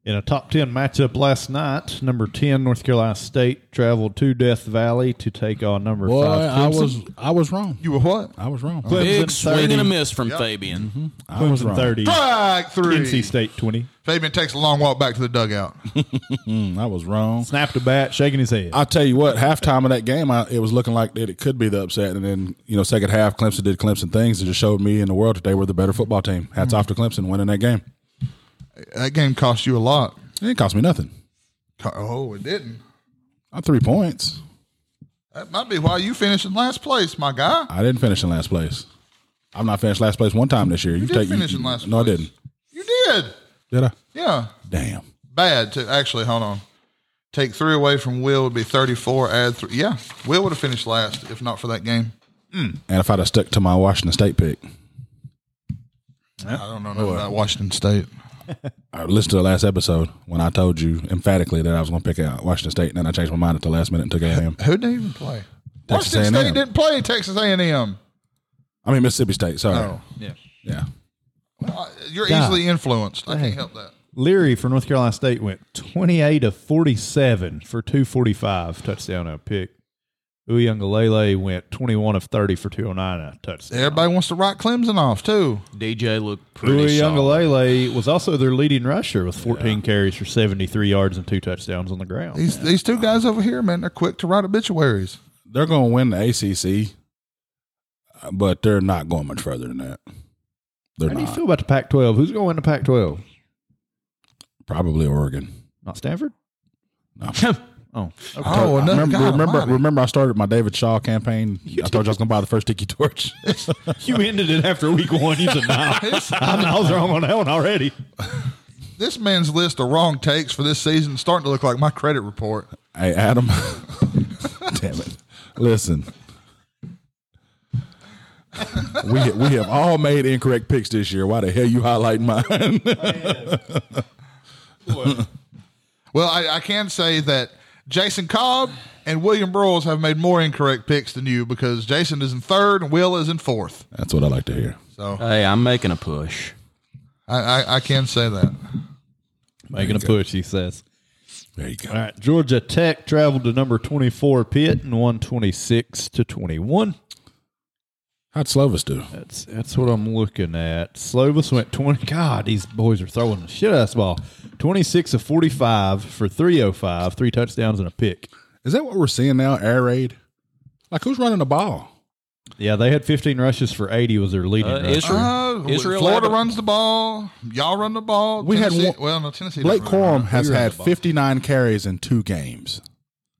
[SPEAKER 8] In a top 10 matchup last night, number 10, North Carolina State traveled to Death Valley to take on number
[SPEAKER 5] Boy,
[SPEAKER 8] five.
[SPEAKER 5] I
[SPEAKER 8] Clemson.
[SPEAKER 5] was I was wrong.
[SPEAKER 4] You were what?
[SPEAKER 5] I was wrong.
[SPEAKER 6] Big
[SPEAKER 8] Clemson
[SPEAKER 6] swing
[SPEAKER 8] 30,
[SPEAKER 6] and a miss from Fabian.
[SPEAKER 8] Mm-hmm.
[SPEAKER 5] I was
[SPEAKER 8] Clemson
[SPEAKER 5] wrong.
[SPEAKER 8] 30.
[SPEAKER 4] Strike
[SPEAKER 8] NC
[SPEAKER 4] three.
[SPEAKER 8] State 20.
[SPEAKER 4] Fabian takes a long walk back to the dugout.
[SPEAKER 5] I was wrong.
[SPEAKER 8] Snapped a bat, shaking his head.
[SPEAKER 5] I'll tell you what, halftime of that game, I, it was looking like that it could be the upset. And then, you know, second half, Clemson did Clemson things and just showed me and the world that they were the better football team. Hats off to Clemson winning that game.
[SPEAKER 4] That game cost you a lot.
[SPEAKER 5] It didn't cost me nothing.
[SPEAKER 4] Co- Oh, it didn't.
[SPEAKER 5] I three points.
[SPEAKER 4] That might be why you finished in last place, my guy.
[SPEAKER 5] I didn't finish in last place. I've not finished last place one time this year. You,
[SPEAKER 4] did
[SPEAKER 5] take
[SPEAKER 4] finish
[SPEAKER 5] you,
[SPEAKER 4] in last
[SPEAKER 5] No, I
[SPEAKER 4] place.
[SPEAKER 5] didn't.
[SPEAKER 4] You did.
[SPEAKER 5] Did I?
[SPEAKER 4] Yeah.
[SPEAKER 5] Damn.
[SPEAKER 4] Bad too. Actually, hold on. Take three away from Will would be thirty four. Add three. Yeah, Will would have finished last if not for that game.
[SPEAKER 5] And if I'd have stuck to my Washington State pick,
[SPEAKER 4] I don't
[SPEAKER 5] Oh,
[SPEAKER 4] know nothing about Washington State.
[SPEAKER 5] I listened to the last episode when I told you emphatically that I was going to pick out Washington State, and then I changed my mind at the last minute and took A&M.
[SPEAKER 4] Who didn't even play?
[SPEAKER 5] Texas
[SPEAKER 4] Washington
[SPEAKER 5] A&M.
[SPEAKER 4] State didn't play Texas A and M.
[SPEAKER 5] I mean Mississippi State. Sorry.
[SPEAKER 4] Oh.
[SPEAKER 5] Yeah. Yeah.
[SPEAKER 4] Uh, You're
[SPEAKER 8] Yeah.
[SPEAKER 4] easily influenced. I can't help that.
[SPEAKER 8] Leary for North Carolina State went 28 of 47 for 245, touchdown and a pick. Uyangalele went 21 of 30 for 209, and a touchdown.
[SPEAKER 4] Everybody wants to write Clemson off too.
[SPEAKER 6] DJ looked pretty solid.
[SPEAKER 8] Uyangalele was also their leading rusher with 14 carries for 73 yards and two touchdowns on the ground.
[SPEAKER 4] These these two guys over here, man, they're quick to write obituaries.
[SPEAKER 5] They're going to win the ACC, uh, but they're not going much further than that. They're
[SPEAKER 8] How do you
[SPEAKER 5] not.
[SPEAKER 8] feel about the Pac 12? Who's going to win the Pac 12?
[SPEAKER 5] Probably Oregon.
[SPEAKER 8] Not Stanford?
[SPEAKER 5] No.
[SPEAKER 8] Oh,
[SPEAKER 4] Oh, another
[SPEAKER 5] remember,
[SPEAKER 4] God
[SPEAKER 5] remember,
[SPEAKER 4] almighty.
[SPEAKER 5] remember I started my David Shaw campaign. I told you I was going to buy the first Tiki Torch.
[SPEAKER 8] you ended it after week one. You said, nah, I was wrong on that one already.
[SPEAKER 4] This man's list of wrong takes for this season is starting to look like my credit report.
[SPEAKER 5] Hey, Adam. Damn it. Listen. we we have all made incorrect picks this year. Why the hell you highlighting mine?
[SPEAKER 4] Well, I, I can say that Jason Cobb and William Broyles have made more incorrect picks than you because Jason is in third and Will is in fourth.
[SPEAKER 5] That's what I like to hear.
[SPEAKER 4] So
[SPEAKER 6] Hey, I'm making a push.
[SPEAKER 4] I, I, I can say that.
[SPEAKER 8] Making a push, he says.
[SPEAKER 5] There you go.
[SPEAKER 8] All right, Georgia Tech traveled to number 24 Pitt and won 26 to 21.
[SPEAKER 5] How'd Slovis do?
[SPEAKER 8] That's that's what I'm looking at. Slovis went 20. God, these boys are throwing the shit out of this ball. 26 of 45 for 305, three touchdowns and a pick.
[SPEAKER 5] Is that what we're seeing now? Air raid? Like who's running the ball?
[SPEAKER 8] Yeah, they had 15 rushes for 80 was their leading.
[SPEAKER 6] Uh,
[SPEAKER 8] rusher.
[SPEAKER 6] Israel,
[SPEAKER 4] Uh,
[SPEAKER 6] Israel
[SPEAKER 4] Florida
[SPEAKER 6] Abbott-
[SPEAKER 4] runs the ball. Y'all run the ball.
[SPEAKER 5] We had
[SPEAKER 4] Tennessee-
[SPEAKER 5] one-
[SPEAKER 4] well, no, Tennessee.
[SPEAKER 5] Blake
[SPEAKER 4] doesn't run
[SPEAKER 5] Corum
[SPEAKER 4] the
[SPEAKER 5] has had 59 carries in two games.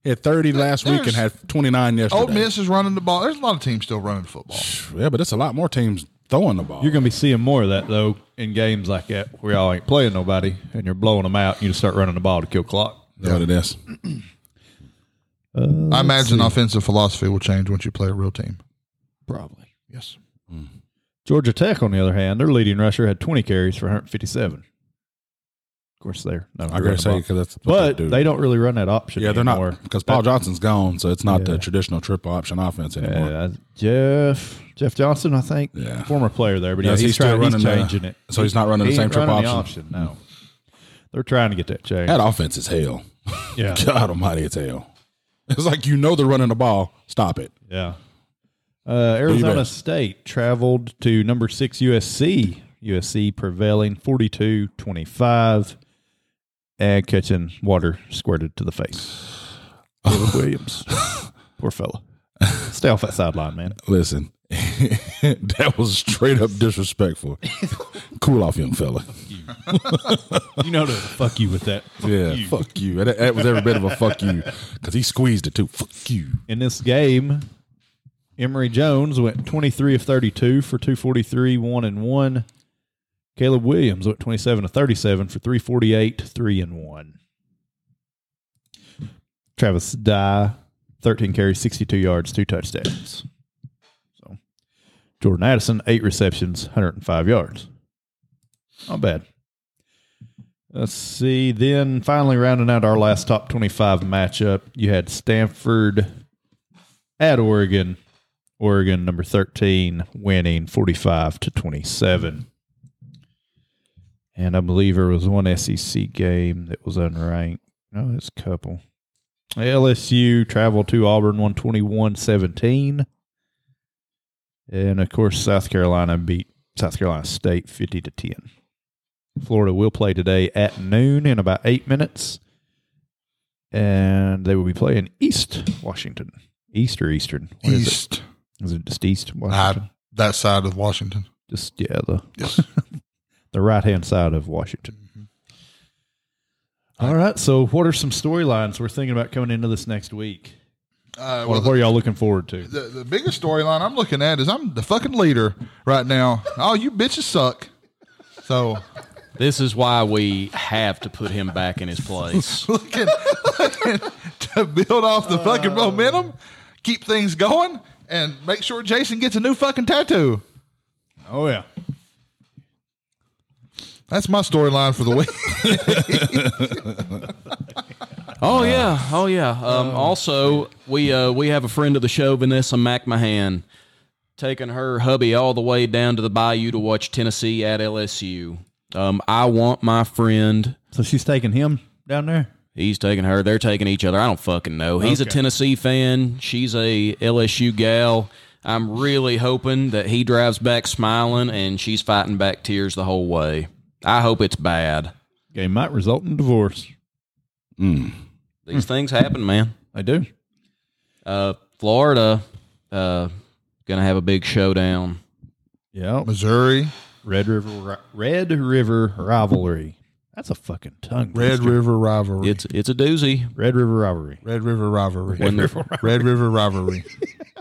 [SPEAKER 5] He had 30 last week and had
[SPEAKER 4] there's-
[SPEAKER 5] 29
[SPEAKER 4] ball.
[SPEAKER 5] yesterday.
[SPEAKER 4] Ole Miss is running the ball. There's a lot of teams still running the football.
[SPEAKER 5] Yeah, but that's a lot more teams throwing the ball.
[SPEAKER 8] You're going to be seeing more of that, though, in games like that where y'all ain't playing nobody and you're blowing them out and you just start running the ball to kill clock.
[SPEAKER 5] That's what it is.
[SPEAKER 4] I imagine offensive philosophy will change once you play a real team.
[SPEAKER 8] Probably.
[SPEAKER 4] Yes.
[SPEAKER 8] Georgia Tech, on the other hand, their leading rusher had 20 carries for 157. Of course, they're no.
[SPEAKER 5] I gotta say because that's what
[SPEAKER 8] but
[SPEAKER 5] they do.
[SPEAKER 8] they don't really run that option.
[SPEAKER 5] Yeah, they're
[SPEAKER 8] anymore.
[SPEAKER 5] not because Paul Johnson's gone, so it's not the traditional triple option offense anymore.
[SPEAKER 8] Uh, Jeff Jeff Johnson, I think,
[SPEAKER 5] Yeah.
[SPEAKER 8] former player there, but yeah,
[SPEAKER 5] Yes,
[SPEAKER 8] he's,
[SPEAKER 5] he's still
[SPEAKER 8] trying, he's
[SPEAKER 5] running the-
[SPEAKER 8] changing it.
[SPEAKER 5] so he's not running the
[SPEAKER 8] He
[SPEAKER 5] same
[SPEAKER 8] ain't
[SPEAKER 5] trip
[SPEAKER 8] running the
[SPEAKER 5] option.
[SPEAKER 8] No, they're trying to get that changed.
[SPEAKER 5] That offense is hell.
[SPEAKER 8] Yeah.
[SPEAKER 5] God Almighty, it's hell. It's like you know they're running the ball. Stop it.
[SPEAKER 8] Yeah. Uh, Arizona
[SPEAKER 5] Bears.
[SPEAKER 8] State traveled to number six USC. USC prevailing 42 25 and catching water squirted to the face. Caleb Williams. Poor fella. Stay off that sideline, man.
[SPEAKER 5] Listen, that was straight up disrespectful. cool off, young fella.
[SPEAKER 8] You know to fuck you with that.
[SPEAKER 5] Yeah, fuck you. That, that was every bit of a fuck you because he squeezed it too. Fuck you.
[SPEAKER 8] In this game, Emory Jones went 23 of 32 for 243, 1 and 1. Caleb Williams went 27 of 37 for 348, 3 and 1. Travis Dye, 13 carries, 62 yards, 2 touchdowns. So Jordan Addison, 8 receptions, 105 yards. Not bad. Let's see. Then finally, rounding out our last top 25 matchup, you had Stanford at Oregon. Oregon, number 13, winning 45 to 27. And I believe there was one SEC game that was unranked. No, that's a couple. LSU traveled to Auburn 121 17. And of course, South Carolina beat South Carolina State 50 to 10. Florida will play today at noon in about eight minutes. And they will be playing East Washington. East or Eastern? What is
[SPEAKER 4] East. Uh,
[SPEAKER 8] it? Is it just East Washington?
[SPEAKER 4] I, that side of Washington.
[SPEAKER 8] just yeah, the the right hand side of Washington.
[SPEAKER 4] Mm-hmm.
[SPEAKER 8] All right. So what are some storylines we're thinking about coming into this next week?
[SPEAKER 4] Uh,
[SPEAKER 8] What, what are y'all looking forward to?
[SPEAKER 4] the, the biggest storyline I'm looking at is I'm the fucking leader right now. Oh, you bitches suck. So
[SPEAKER 6] This is why we have to put him back in his place.
[SPEAKER 4] looking, looking to build off the
[SPEAKER 5] Uh,
[SPEAKER 4] fucking momentum, keep things going, and make sure Jason gets a new fucking tattoo.
[SPEAKER 8] oh yeah.
[SPEAKER 4] That's my storyline for the week.
[SPEAKER 6] Oh yeah, oh yeah. Um, also, we uh, we have a friend of the show, Vanessa McMahon, taking her hubby all the way down to the Bayou to watch Tennessee at LSU. Um, I want my friend.
[SPEAKER 8] So she's taking him down there.
[SPEAKER 6] He's taking her. They're taking each other. I don't fucking know. He's a Tennessee fan. She's a LSU gal. I'm really hoping that he drives back smiling and she's fighting back tears the whole way. I hope it's bad.
[SPEAKER 8] Game might result in divorce.
[SPEAKER 6] These things happen, man.
[SPEAKER 8] I do.
[SPEAKER 6] Uh, Florida, uh, gonna have a big showdown.
[SPEAKER 8] Yeah.
[SPEAKER 4] Missouri,
[SPEAKER 8] Red River ri- Red River rivalry. That's a fucking tongue.
[SPEAKER 4] Red
[SPEAKER 8] twister.
[SPEAKER 4] River rivalry.
[SPEAKER 6] It's it's a doozy
[SPEAKER 8] Red River rivalry.
[SPEAKER 4] Red River rivalry.
[SPEAKER 6] when the
[SPEAKER 4] Red River rivalry.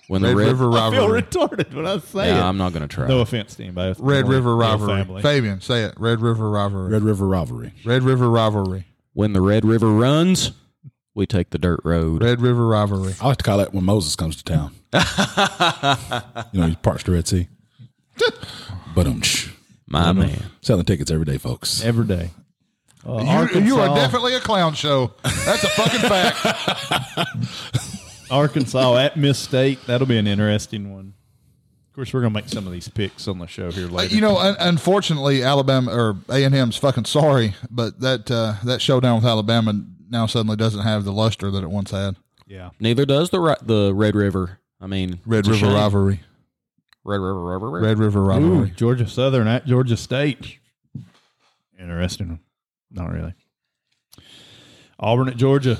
[SPEAKER 6] when the
[SPEAKER 4] Red
[SPEAKER 6] red.
[SPEAKER 4] River rivalry.
[SPEAKER 8] retarded when I say
[SPEAKER 6] Yeah, I'm not gonna try.
[SPEAKER 8] No offense to anybody. That's
[SPEAKER 4] Red
[SPEAKER 8] my
[SPEAKER 4] River
[SPEAKER 8] little
[SPEAKER 4] rivalry.
[SPEAKER 8] family.
[SPEAKER 4] Fabian, say it. Red River rivalry.
[SPEAKER 5] Red River rivalry.
[SPEAKER 4] Red River rivalry.
[SPEAKER 6] When the Red River runs, we take the dirt road.
[SPEAKER 4] Red River rivalry.
[SPEAKER 5] I like to call that when Moses comes to town. you know, he parts the Red Sea. but um,
[SPEAKER 6] My man.
[SPEAKER 5] selling tickets every day, folks.
[SPEAKER 8] Every day. Uh,
[SPEAKER 4] You, you are
[SPEAKER 8] Arkansas-
[SPEAKER 4] definitely a clown show. That's a fucking fact.
[SPEAKER 8] Arkansas at Miss State. That'll be an interesting one. Of course, we're going to make some of these picks on the show here later.
[SPEAKER 4] Uh, you know, un- unfortunately, Alabama or A and M's fucking sorry, but that uh, that showdown with Alabama now suddenly doesn't have the luster that it once had.
[SPEAKER 8] yeah.
[SPEAKER 6] Neither does the ri- the Red River. I mean,
[SPEAKER 4] Red
[SPEAKER 6] it's a
[SPEAKER 4] River
[SPEAKER 6] shame.
[SPEAKER 4] rivalry.
[SPEAKER 6] Red River rivalry.
[SPEAKER 4] Red River
[SPEAKER 8] Ooh,
[SPEAKER 4] rivalry.
[SPEAKER 8] Georgia Southern at Georgia State. Interesting. one. Not really. Auburn at Georgia.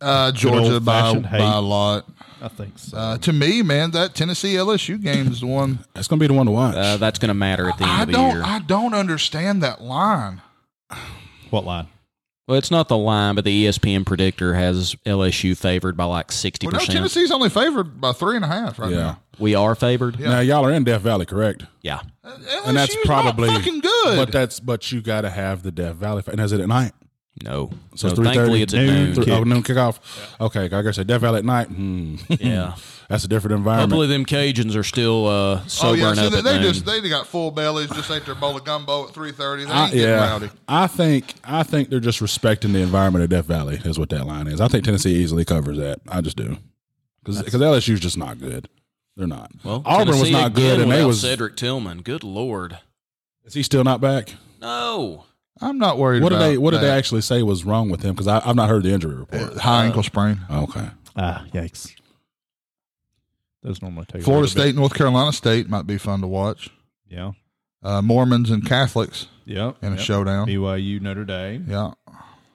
[SPEAKER 4] Uh, Georgia by,
[SPEAKER 8] old-fashioned
[SPEAKER 4] by
[SPEAKER 8] hate.
[SPEAKER 4] a lot.
[SPEAKER 8] I think so.
[SPEAKER 4] Uh, to me, man, that Tennessee LSU game is the one.
[SPEAKER 5] That's gonna be the one to watch.
[SPEAKER 6] Uh, that's gonna matter at the end
[SPEAKER 4] I
[SPEAKER 6] of the
[SPEAKER 4] don't.
[SPEAKER 6] year.
[SPEAKER 4] I don't understand that line.
[SPEAKER 8] what line?
[SPEAKER 6] Well, it's not the line, but the E ESPN predictor has LSU favored by like sixty
[SPEAKER 4] Well, no,
[SPEAKER 6] percent.
[SPEAKER 4] Tennessee's only favored by three and a half right
[SPEAKER 5] yeah.
[SPEAKER 6] We are favored.
[SPEAKER 5] Now y'all are in Death Valley, correct?
[SPEAKER 6] Yeah.
[SPEAKER 4] now. LSU's
[SPEAKER 5] and that's probably
[SPEAKER 4] Oh, not fucking good.
[SPEAKER 5] But that's but you got to have the Death Valley. And is it at night?
[SPEAKER 6] No.
[SPEAKER 5] So
[SPEAKER 6] No,
[SPEAKER 5] it's 3:30,
[SPEAKER 6] thankfully it's at
[SPEAKER 8] noon,
[SPEAKER 6] noon.
[SPEAKER 5] Three,
[SPEAKER 8] Kick.
[SPEAKER 5] oh, noon kickoff. Okay, I guess at Death Valley at night. Hmm.
[SPEAKER 6] Yeah.
[SPEAKER 5] that's a different environment.
[SPEAKER 6] Hopefully them Cajuns are still uh,
[SPEAKER 4] oh
[SPEAKER 6] sobering
[SPEAKER 4] yeah, see,
[SPEAKER 6] up
[SPEAKER 4] they,
[SPEAKER 6] at
[SPEAKER 4] they
[SPEAKER 6] noon.
[SPEAKER 4] just they got full bellies. Just ate their bowl of gumbo at three thirty. They ain't
[SPEAKER 5] I,
[SPEAKER 4] getting
[SPEAKER 5] Uh, yeah,
[SPEAKER 4] rowdy.
[SPEAKER 5] I think I think they're just respecting the environment of Death Valley is what that line is. I think Tennessee easily covers that. I just do because LSU's just not good. They're not.
[SPEAKER 6] well,
[SPEAKER 5] Auburn was
[SPEAKER 6] Tennessee
[SPEAKER 5] not good,
[SPEAKER 6] again
[SPEAKER 5] and they
[SPEAKER 6] without
[SPEAKER 5] was.
[SPEAKER 6] Cedric Tillman. Good lord.
[SPEAKER 5] is he still not back?
[SPEAKER 6] No.
[SPEAKER 4] I'm not worried.
[SPEAKER 5] What did
[SPEAKER 4] about
[SPEAKER 5] they What did they
[SPEAKER 4] that. Uh,
[SPEAKER 5] actually say was wrong with him? Because I've not heard the injury report. Oh,
[SPEAKER 4] High ankle sprain.
[SPEAKER 5] Okay,
[SPEAKER 8] Ah, yikes. Those normally take a
[SPEAKER 4] Florida
[SPEAKER 8] little bit.
[SPEAKER 4] State, North Carolina State might be fun to watch.
[SPEAKER 8] Yeah.
[SPEAKER 4] Uh, Mormons and Catholics
[SPEAKER 8] Yep.
[SPEAKER 4] in a
[SPEAKER 8] yep.
[SPEAKER 4] showdown.
[SPEAKER 8] BYU Notre Dame.
[SPEAKER 4] Yeah.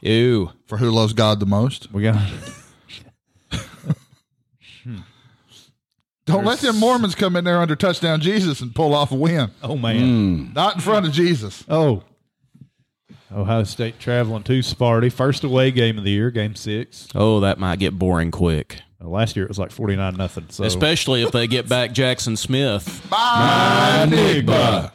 [SPEAKER 6] Ew.
[SPEAKER 4] For who loves God the most?
[SPEAKER 8] We got
[SPEAKER 4] Don't let them Mormons come in there under touchdown Jesus and pull off a win.
[SPEAKER 8] Oh man.
[SPEAKER 4] Not in front of Jesus.
[SPEAKER 8] Oh. Ohio State traveling to Sparty. First away game of the year, game six.
[SPEAKER 6] Oh, that might get boring quick.
[SPEAKER 8] Uh, last year it was like forty nine nothing. So
[SPEAKER 6] Especially if they get back Jackson Smith.
[SPEAKER 5] Nigga.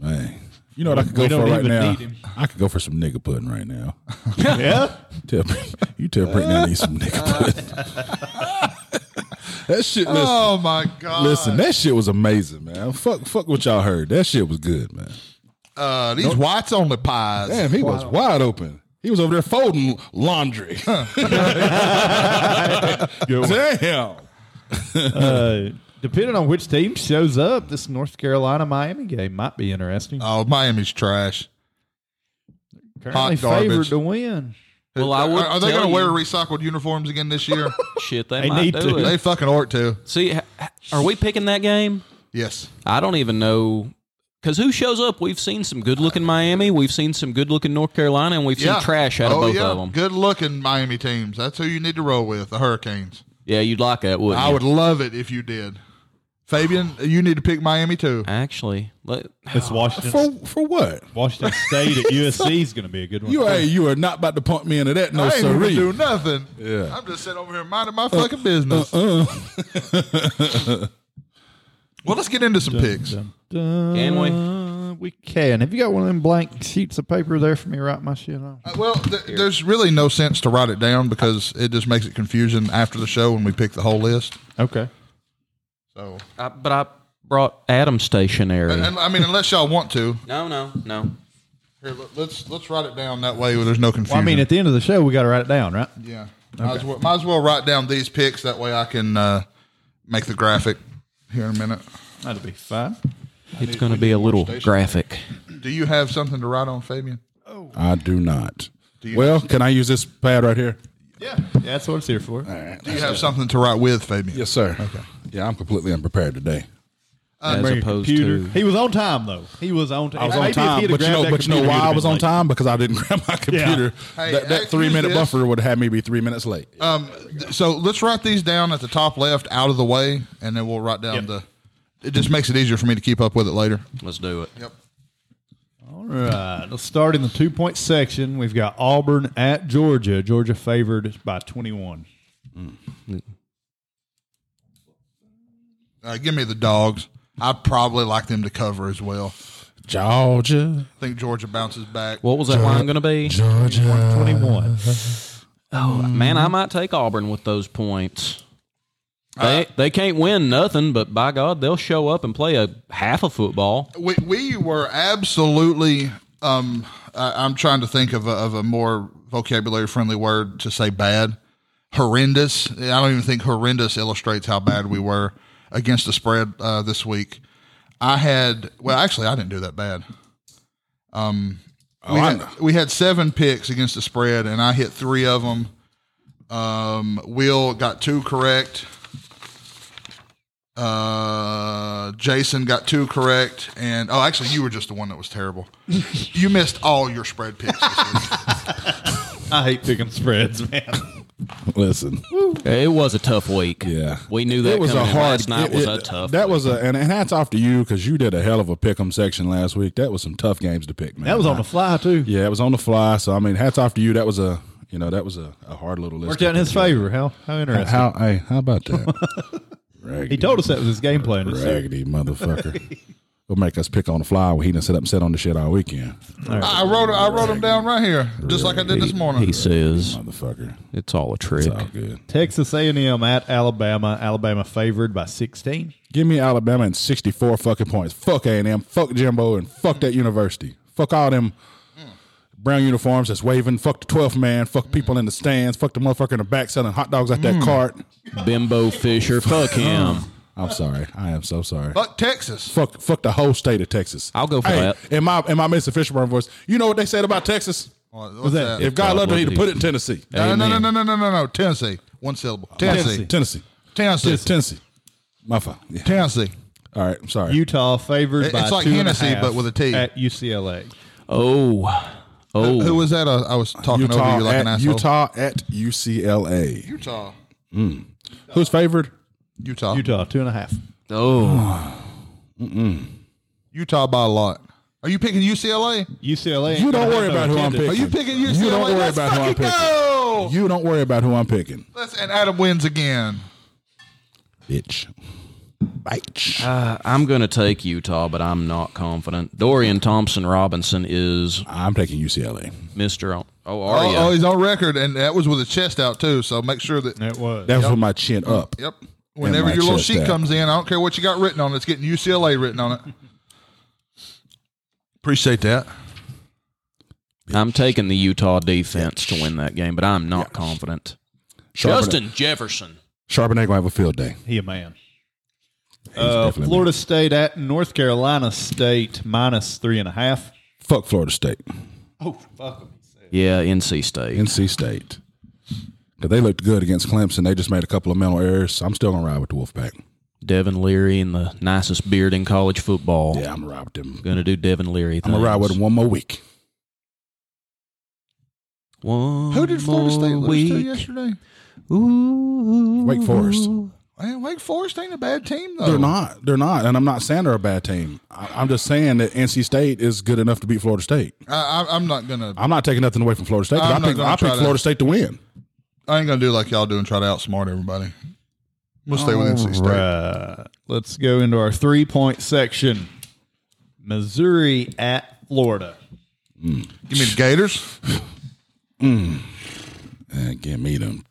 [SPEAKER 5] Man. You know what I could go
[SPEAKER 8] We don't
[SPEAKER 5] for right
[SPEAKER 8] even
[SPEAKER 5] now?
[SPEAKER 8] need him.
[SPEAKER 5] I could go for some nigga pudding right now.
[SPEAKER 8] yeah.
[SPEAKER 5] Tell me, you tell Brittany I need some nigga pudding. that shit, listen,
[SPEAKER 4] Oh my God!
[SPEAKER 5] listen, that shit was amazing, man. Fuck, fuck what y'all heard. That shit was good, man.
[SPEAKER 4] uh, these whites only pies.
[SPEAKER 5] Damn, he was wide open. He was over there folding laundry. Damn.
[SPEAKER 8] Uh, depending on which team shows up, this North Carolina Miami game might be interesting.
[SPEAKER 4] Oh, Miami's trash.
[SPEAKER 8] Currently
[SPEAKER 4] hot garbage.
[SPEAKER 8] favored to win.
[SPEAKER 6] Well, I would
[SPEAKER 4] are, are they
[SPEAKER 6] tell
[SPEAKER 4] going to wear
[SPEAKER 6] you-
[SPEAKER 4] recycled uniforms again this year?
[SPEAKER 6] Shit, they,
[SPEAKER 8] They
[SPEAKER 6] might
[SPEAKER 8] need
[SPEAKER 6] do
[SPEAKER 8] to.
[SPEAKER 6] it.
[SPEAKER 4] they fucking ought to.
[SPEAKER 6] See, h- are we picking that game?
[SPEAKER 4] Yes.
[SPEAKER 6] I don't even know. Because who shows up? We've seen some good looking Miami. We've seen some good looking North Carolina, and we've seen trash out of
[SPEAKER 4] oh,
[SPEAKER 6] both
[SPEAKER 4] yeah.
[SPEAKER 6] of them.
[SPEAKER 4] Good looking Miami teams. That's who you need to roll with. The Hurricanes.
[SPEAKER 6] Yeah, you'd like that, wouldn't
[SPEAKER 4] I
[SPEAKER 6] you?
[SPEAKER 4] would love it if you did. Fabian, you need to pick Miami too.
[SPEAKER 6] Actually, let,
[SPEAKER 8] It's Washington.
[SPEAKER 5] For for what?
[SPEAKER 8] Washington State at USC is going to be a good one.
[SPEAKER 5] You are you are not about to pump me into that. No,
[SPEAKER 4] I ain't gonna
[SPEAKER 5] siree.
[SPEAKER 4] do nothing.
[SPEAKER 5] Yeah.
[SPEAKER 4] I'm just sitting over here minding my fucking business. well, let's get into some picks.
[SPEAKER 6] Can we?
[SPEAKER 8] Uh, we can. Have you got one of them blank sheets of paper there for me to write my shit on?
[SPEAKER 4] Uh, Well, th- there's really no sense to write it down because it just makes it confusing after the show when we pick the whole list.
[SPEAKER 8] Okay.
[SPEAKER 4] So,
[SPEAKER 6] I, but I brought Adam stationery.
[SPEAKER 4] and, and, I mean, unless y'all want to,
[SPEAKER 6] no, no, no.
[SPEAKER 4] here let- let's let's write it down that way where there's no confusion.
[SPEAKER 8] Well, I mean, at the end of the show, we got to write it down, right?
[SPEAKER 4] yeah, might, as well, might as well write down these picks that way I can uh, make the graphic here in a minute.
[SPEAKER 8] That'll be fine.
[SPEAKER 6] It's going to be a little graphic.
[SPEAKER 4] Do you have something to write on, Fabian?
[SPEAKER 5] I do not. well, can I use this pad right here?
[SPEAKER 8] Yeah. that's what it's here for.
[SPEAKER 4] Do you have something to write with, Fabian?
[SPEAKER 5] Yes, sir. Okay. Yeah, I'm completely unprepared today.
[SPEAKER 6] As opposed to.
[SPEAKER 8] He was on time, though. He was on time.
[SPEAKER 5] I was on time, but you know, but you know why I was on time because I didn't grab my computer.
[SPEAKER 4] Hey,
[SPEAKER 5] that that
[SPEAKER 4] excuse
[SPEAKER 5] three minute
[SPEAKER 4] this.
[SPEAKER 5] buffer would have had me be three minutes late.
[SPEAKER 4] So let's write these down at the top left, out of the way, and then we'll write down the. It just makes it easier for me to keep up with it later.
[SPEAKER 6] Let's do it.
[SPEAKER 4] Yep.
[SPEAKER 8] All right. Let's start in the two point section. We've got Auburn at Georgia. Georgia favored by 21.
[SPEAKER 4] Uh, give me the dogs. I probably like them to cover as well.
[SPEAKER 5] Georgia,
[SPEAKER 4] I think Georgia bounces back.
[SPEAKER 6] What was that line going to be?
[SPEAKER 5] Georgia.
[SPEAKER 8] 21.
[SPEAKER 6] Man, I might take Auburn with those points. They they can't win nothing, but by God, they'll show up and play a half of football.
[SPEAKER 4] we, we were absolutely. Um, I, I'm trying to think of a, of a more vocabulary friendly word to say bad. Horrendous. I don't even think horrendous illustrates how bad we were against the spread uh, this week. I had well, actually, I didn't do that bad. Um, we, had, we had seven picks against the spread, and I hit three of them. Um, Will got two correct. Uh, Jason got two correct, and oh, actually, you were just the one that was terrible. you missed all your spread picks. This week.
[SPEAKER 8] I hate picking spreads, man.
[SPEAKER 5] Listen,
[SPEAKER 6] It was a tough week.
[SPEAKER 5] yeah,
[SPEAKER 6] we knew that.
[SPEAKER 5] It was a hard.
[SPEAKER 6] Last night
[SPEAKER 5] it-
[SPEAKER 6] was
[SPEAKER 5] it-
[SPEAKER 6] a tough.
[SPEAKER 5] That was a and, and hats off to you because you did a hell of a pick'em section last week. That was some tough games to pick, man.
[SPEAKER 8] That was on the fly, too.
[SPEAKER 5] yeah, it was on the fly. So I mean, hats off to you. That was a you know that was a, a hard little list.
[SPEAKER 8] Worked out in his favor. How, how interesting.
[SPEAKER 5] How hey, how about that? Raggedy,
[SPEAKER 8] he told us that was his game plan. this year.
[SPEAKER 5] raggedy motherfucker. Will make us pick on the fly when he done sit up and sit on the shit all weekend,
[SPEAKER 4] I wrote I wrote them down right here, just like I did this morning.
[SPEAKER 6] he says
[SPEAKER 5] motherfucker.
[SPEAKER 6] it's all a trick.
[SPEAKER 5] All good.
[SPEAKER 8] Texas A&M at Alabama. Alabama favored by 16.
[SPEAKER 5] Give me Alabama and 64 fucking points. Fuck A&M, fuck Jimbo, and fuck that university. Fuck all them brown uniforms that's waving. Fuck the 12th man. Fuck people in the stands. Fuck the motherfucker in the back selling hot dogs out that cart.
[SPEAKER 6] Bimbo Fisher, fuck him.
[SPEAKER 5] I'm sorry. I am so sorry.
[SPEAKER 4] Fuck Texas.
[SPEAKER 5] Fuck, fuck the whole state of Texas.
[SPEAKER 6] I'll go for that.
[SPEAKER 5] In my, in my Mr. Fisherburn voice, you know what they said about Texas?
[SPEAKER 4] What- What's that?
[SPEAKER 5] If God loved him, he'd
[SPEAKER 6] loved
[SPEAKER 5] put it in Tennessee.
[SPEAKER 4] No, no, no,
[SPEAKER 6] Amen.
[SPEAKER 4] no, no, no, no, no, Tennessee. One syllable.
[SPEAKER 5] Tennessee.
[SPEAKER 4] Tennessee.
[SPEAKER 5] Tennessee.
[SPEAKER 4] Tennessee.
[SPEAKER 5] Tennessee. Tennessee. My fault. Yeah.
[SPEAKER 4] Tennessee.
[SPEAKER 5] All right. I'm sorry.
[SPEAKER 8] Utah favored
[SPEAKER 4] It-
[SPEAKER 8] by
[SPEAKER 4] it's like
[SPEAKER 8] two and a
[SPEAKER 4] Hennessee,
[SPEAKER 8] half
[SPEAKER 4] but with a T.
[SPEAKER 8] at UCLA.
[SPEAKER 6] Oh, oh,
[SPEAKER 4] Who was that? Uh, I was talking
[SPEAKER 5] Utah,
[SPEAKER 4] over you like
[SPEAKER 5] at,
[SPEAKER 4] an asshole.
[SPEAKER 5] Utah at UCLA.
[SPEAKER 4] Utah.
[SPEAKER 5] Who's favored?
[SPEAKER 4] Utah. Utah.
[SPEAKER 8] Utah two and a half.
[SPEAKER 6] oh.
[SPEAKER 4] Utah by a lot. Are you picking UCLA?
[SPEAKER 8] UCLA. ain't
[SPEAKER 5] You don't
[SPEAKER 8] gonna
[SPEAKER 5] worry
[SPEAKER 8] have no
[SPEAKER 5] about who I'm picking.
[SPEAKER 8] attendance.
[SPEAKER 4] Are you picking UCLA?
[SPEAKER 5] You don't worry
[SPEAKER 4] Let's
[SPEAKER 5] about who I'm
[SPEAKER 4] fucking
[SPEAKER 5] picking.
[SPEAKER 4] Go!
[SPEAKER 5] You don't worry about who I'm picking.
[SPEAKER 4] Let's, and Adam wins again.
[SPEAKER 5] Bitch. Bitch.
[SPEAKER 6] Uh, I'm going to take Utah, but I'm not confident. Dorian Thompson Robinson is
[SPEAKER 5] I'm taking UCLA.
[SPEAKER 6] Mr. O- Oh,
[SPEAKER 4] Oh,
[SPEAKER 6] are you?
[SPEAKER 4] oh, he's on record, and that was with a chest out too. So make sure that.
[SPEAKER 8] It was.
[SPEAKER 5] That was with my chin up.
[SPEAKER 4] Yep.
[SPEAKER 5] And
[SPEAKER 4] Whenever
[SPEAKER 5] my
[SPEAKER 4] your little
[SPEAKER 5] chest
[SPEAKER 4] sheet
[SPEAKER 5] out.
[SPEAKER 4] comes in, I don't care what you got written on it. It's getting UCLA written on it. Appreciate that.
[SPEAKER 6] I'm taking the Utah defense to win that game, but I'm not confident.
[SPEAKER 5] Charbonnet-
[SPEAKER 6] Justin Jefferson.
[SPEAKER 5] Charbonnet gonna have a field day.
[SPEAKER 8] He a man.
[SPEAKER 5] He's
[SPEAKER 8] Uh,
[SPEAKER 5] definitely-
[SPEAKER 8] Florida State at North Carolina State minus three and a half.
[SPEAKER 5] Fuck Florida State.
[SPEAKER 6] Yeah, NC State.
[SPEAKER 5] NC State. Because they looked good against Clemson. They just made a couple of mental errors. So I'm still going to ride with the Wolfpack.
[SPEAKER 6] Devin Leary and the nicest beard in college football.
[SPEAKER 5] Yeah, I'm going to ride with them.
[SPEAKER 6] Going to do Devin Leary.
[SPEAKER 5] I'm going to ride with them one more week.
[SPEAKER 6] One
[SPEAKER 4] Who did Florida State
[SPEAKER 6] more
[SPEAKER 4] lose
[SPEAKER 6] week.
[SPEAKER 4] to yesterday?
[SPEAKER 6] Ooh.
[SPEAKER 5] Wake Forest.
[SPEAKER 4] Man, Wake Forest ain't a bad team though.
[SPEAKER 5] They're not. They're not. And I'm not saying they're a bad team. I, I'm just saying that NC State is good enough to beat Florida State.
[SPEAKER 4] I, I, I'm not gonna.
[SPEAKER 5] I'm not taking nothing away from Florida State. 'cause
[SPEAKER 4] I'm
[SPEAKER 5] I
[SPEAKER 4] not
[SPEAKER 5] picked,
[SPEAKER 4] gonna
[SPEAKER 5] I
[SPEAKER 4] try
[SPEAKER 5] picked
[SPEAKER 4] to-
[SPEAKER 5] Florida State to win.
[SPEAKER 4] I ain't gonna do like y'all do and try to outsmart everybody. We'll stay with NC State.
[SPEAKER 8] Right. Let's go into our three point section. Missouri at Florida.
[SPEAKER 4] Give me the Gators. Eh,
[SPEAKER 5] And give me them.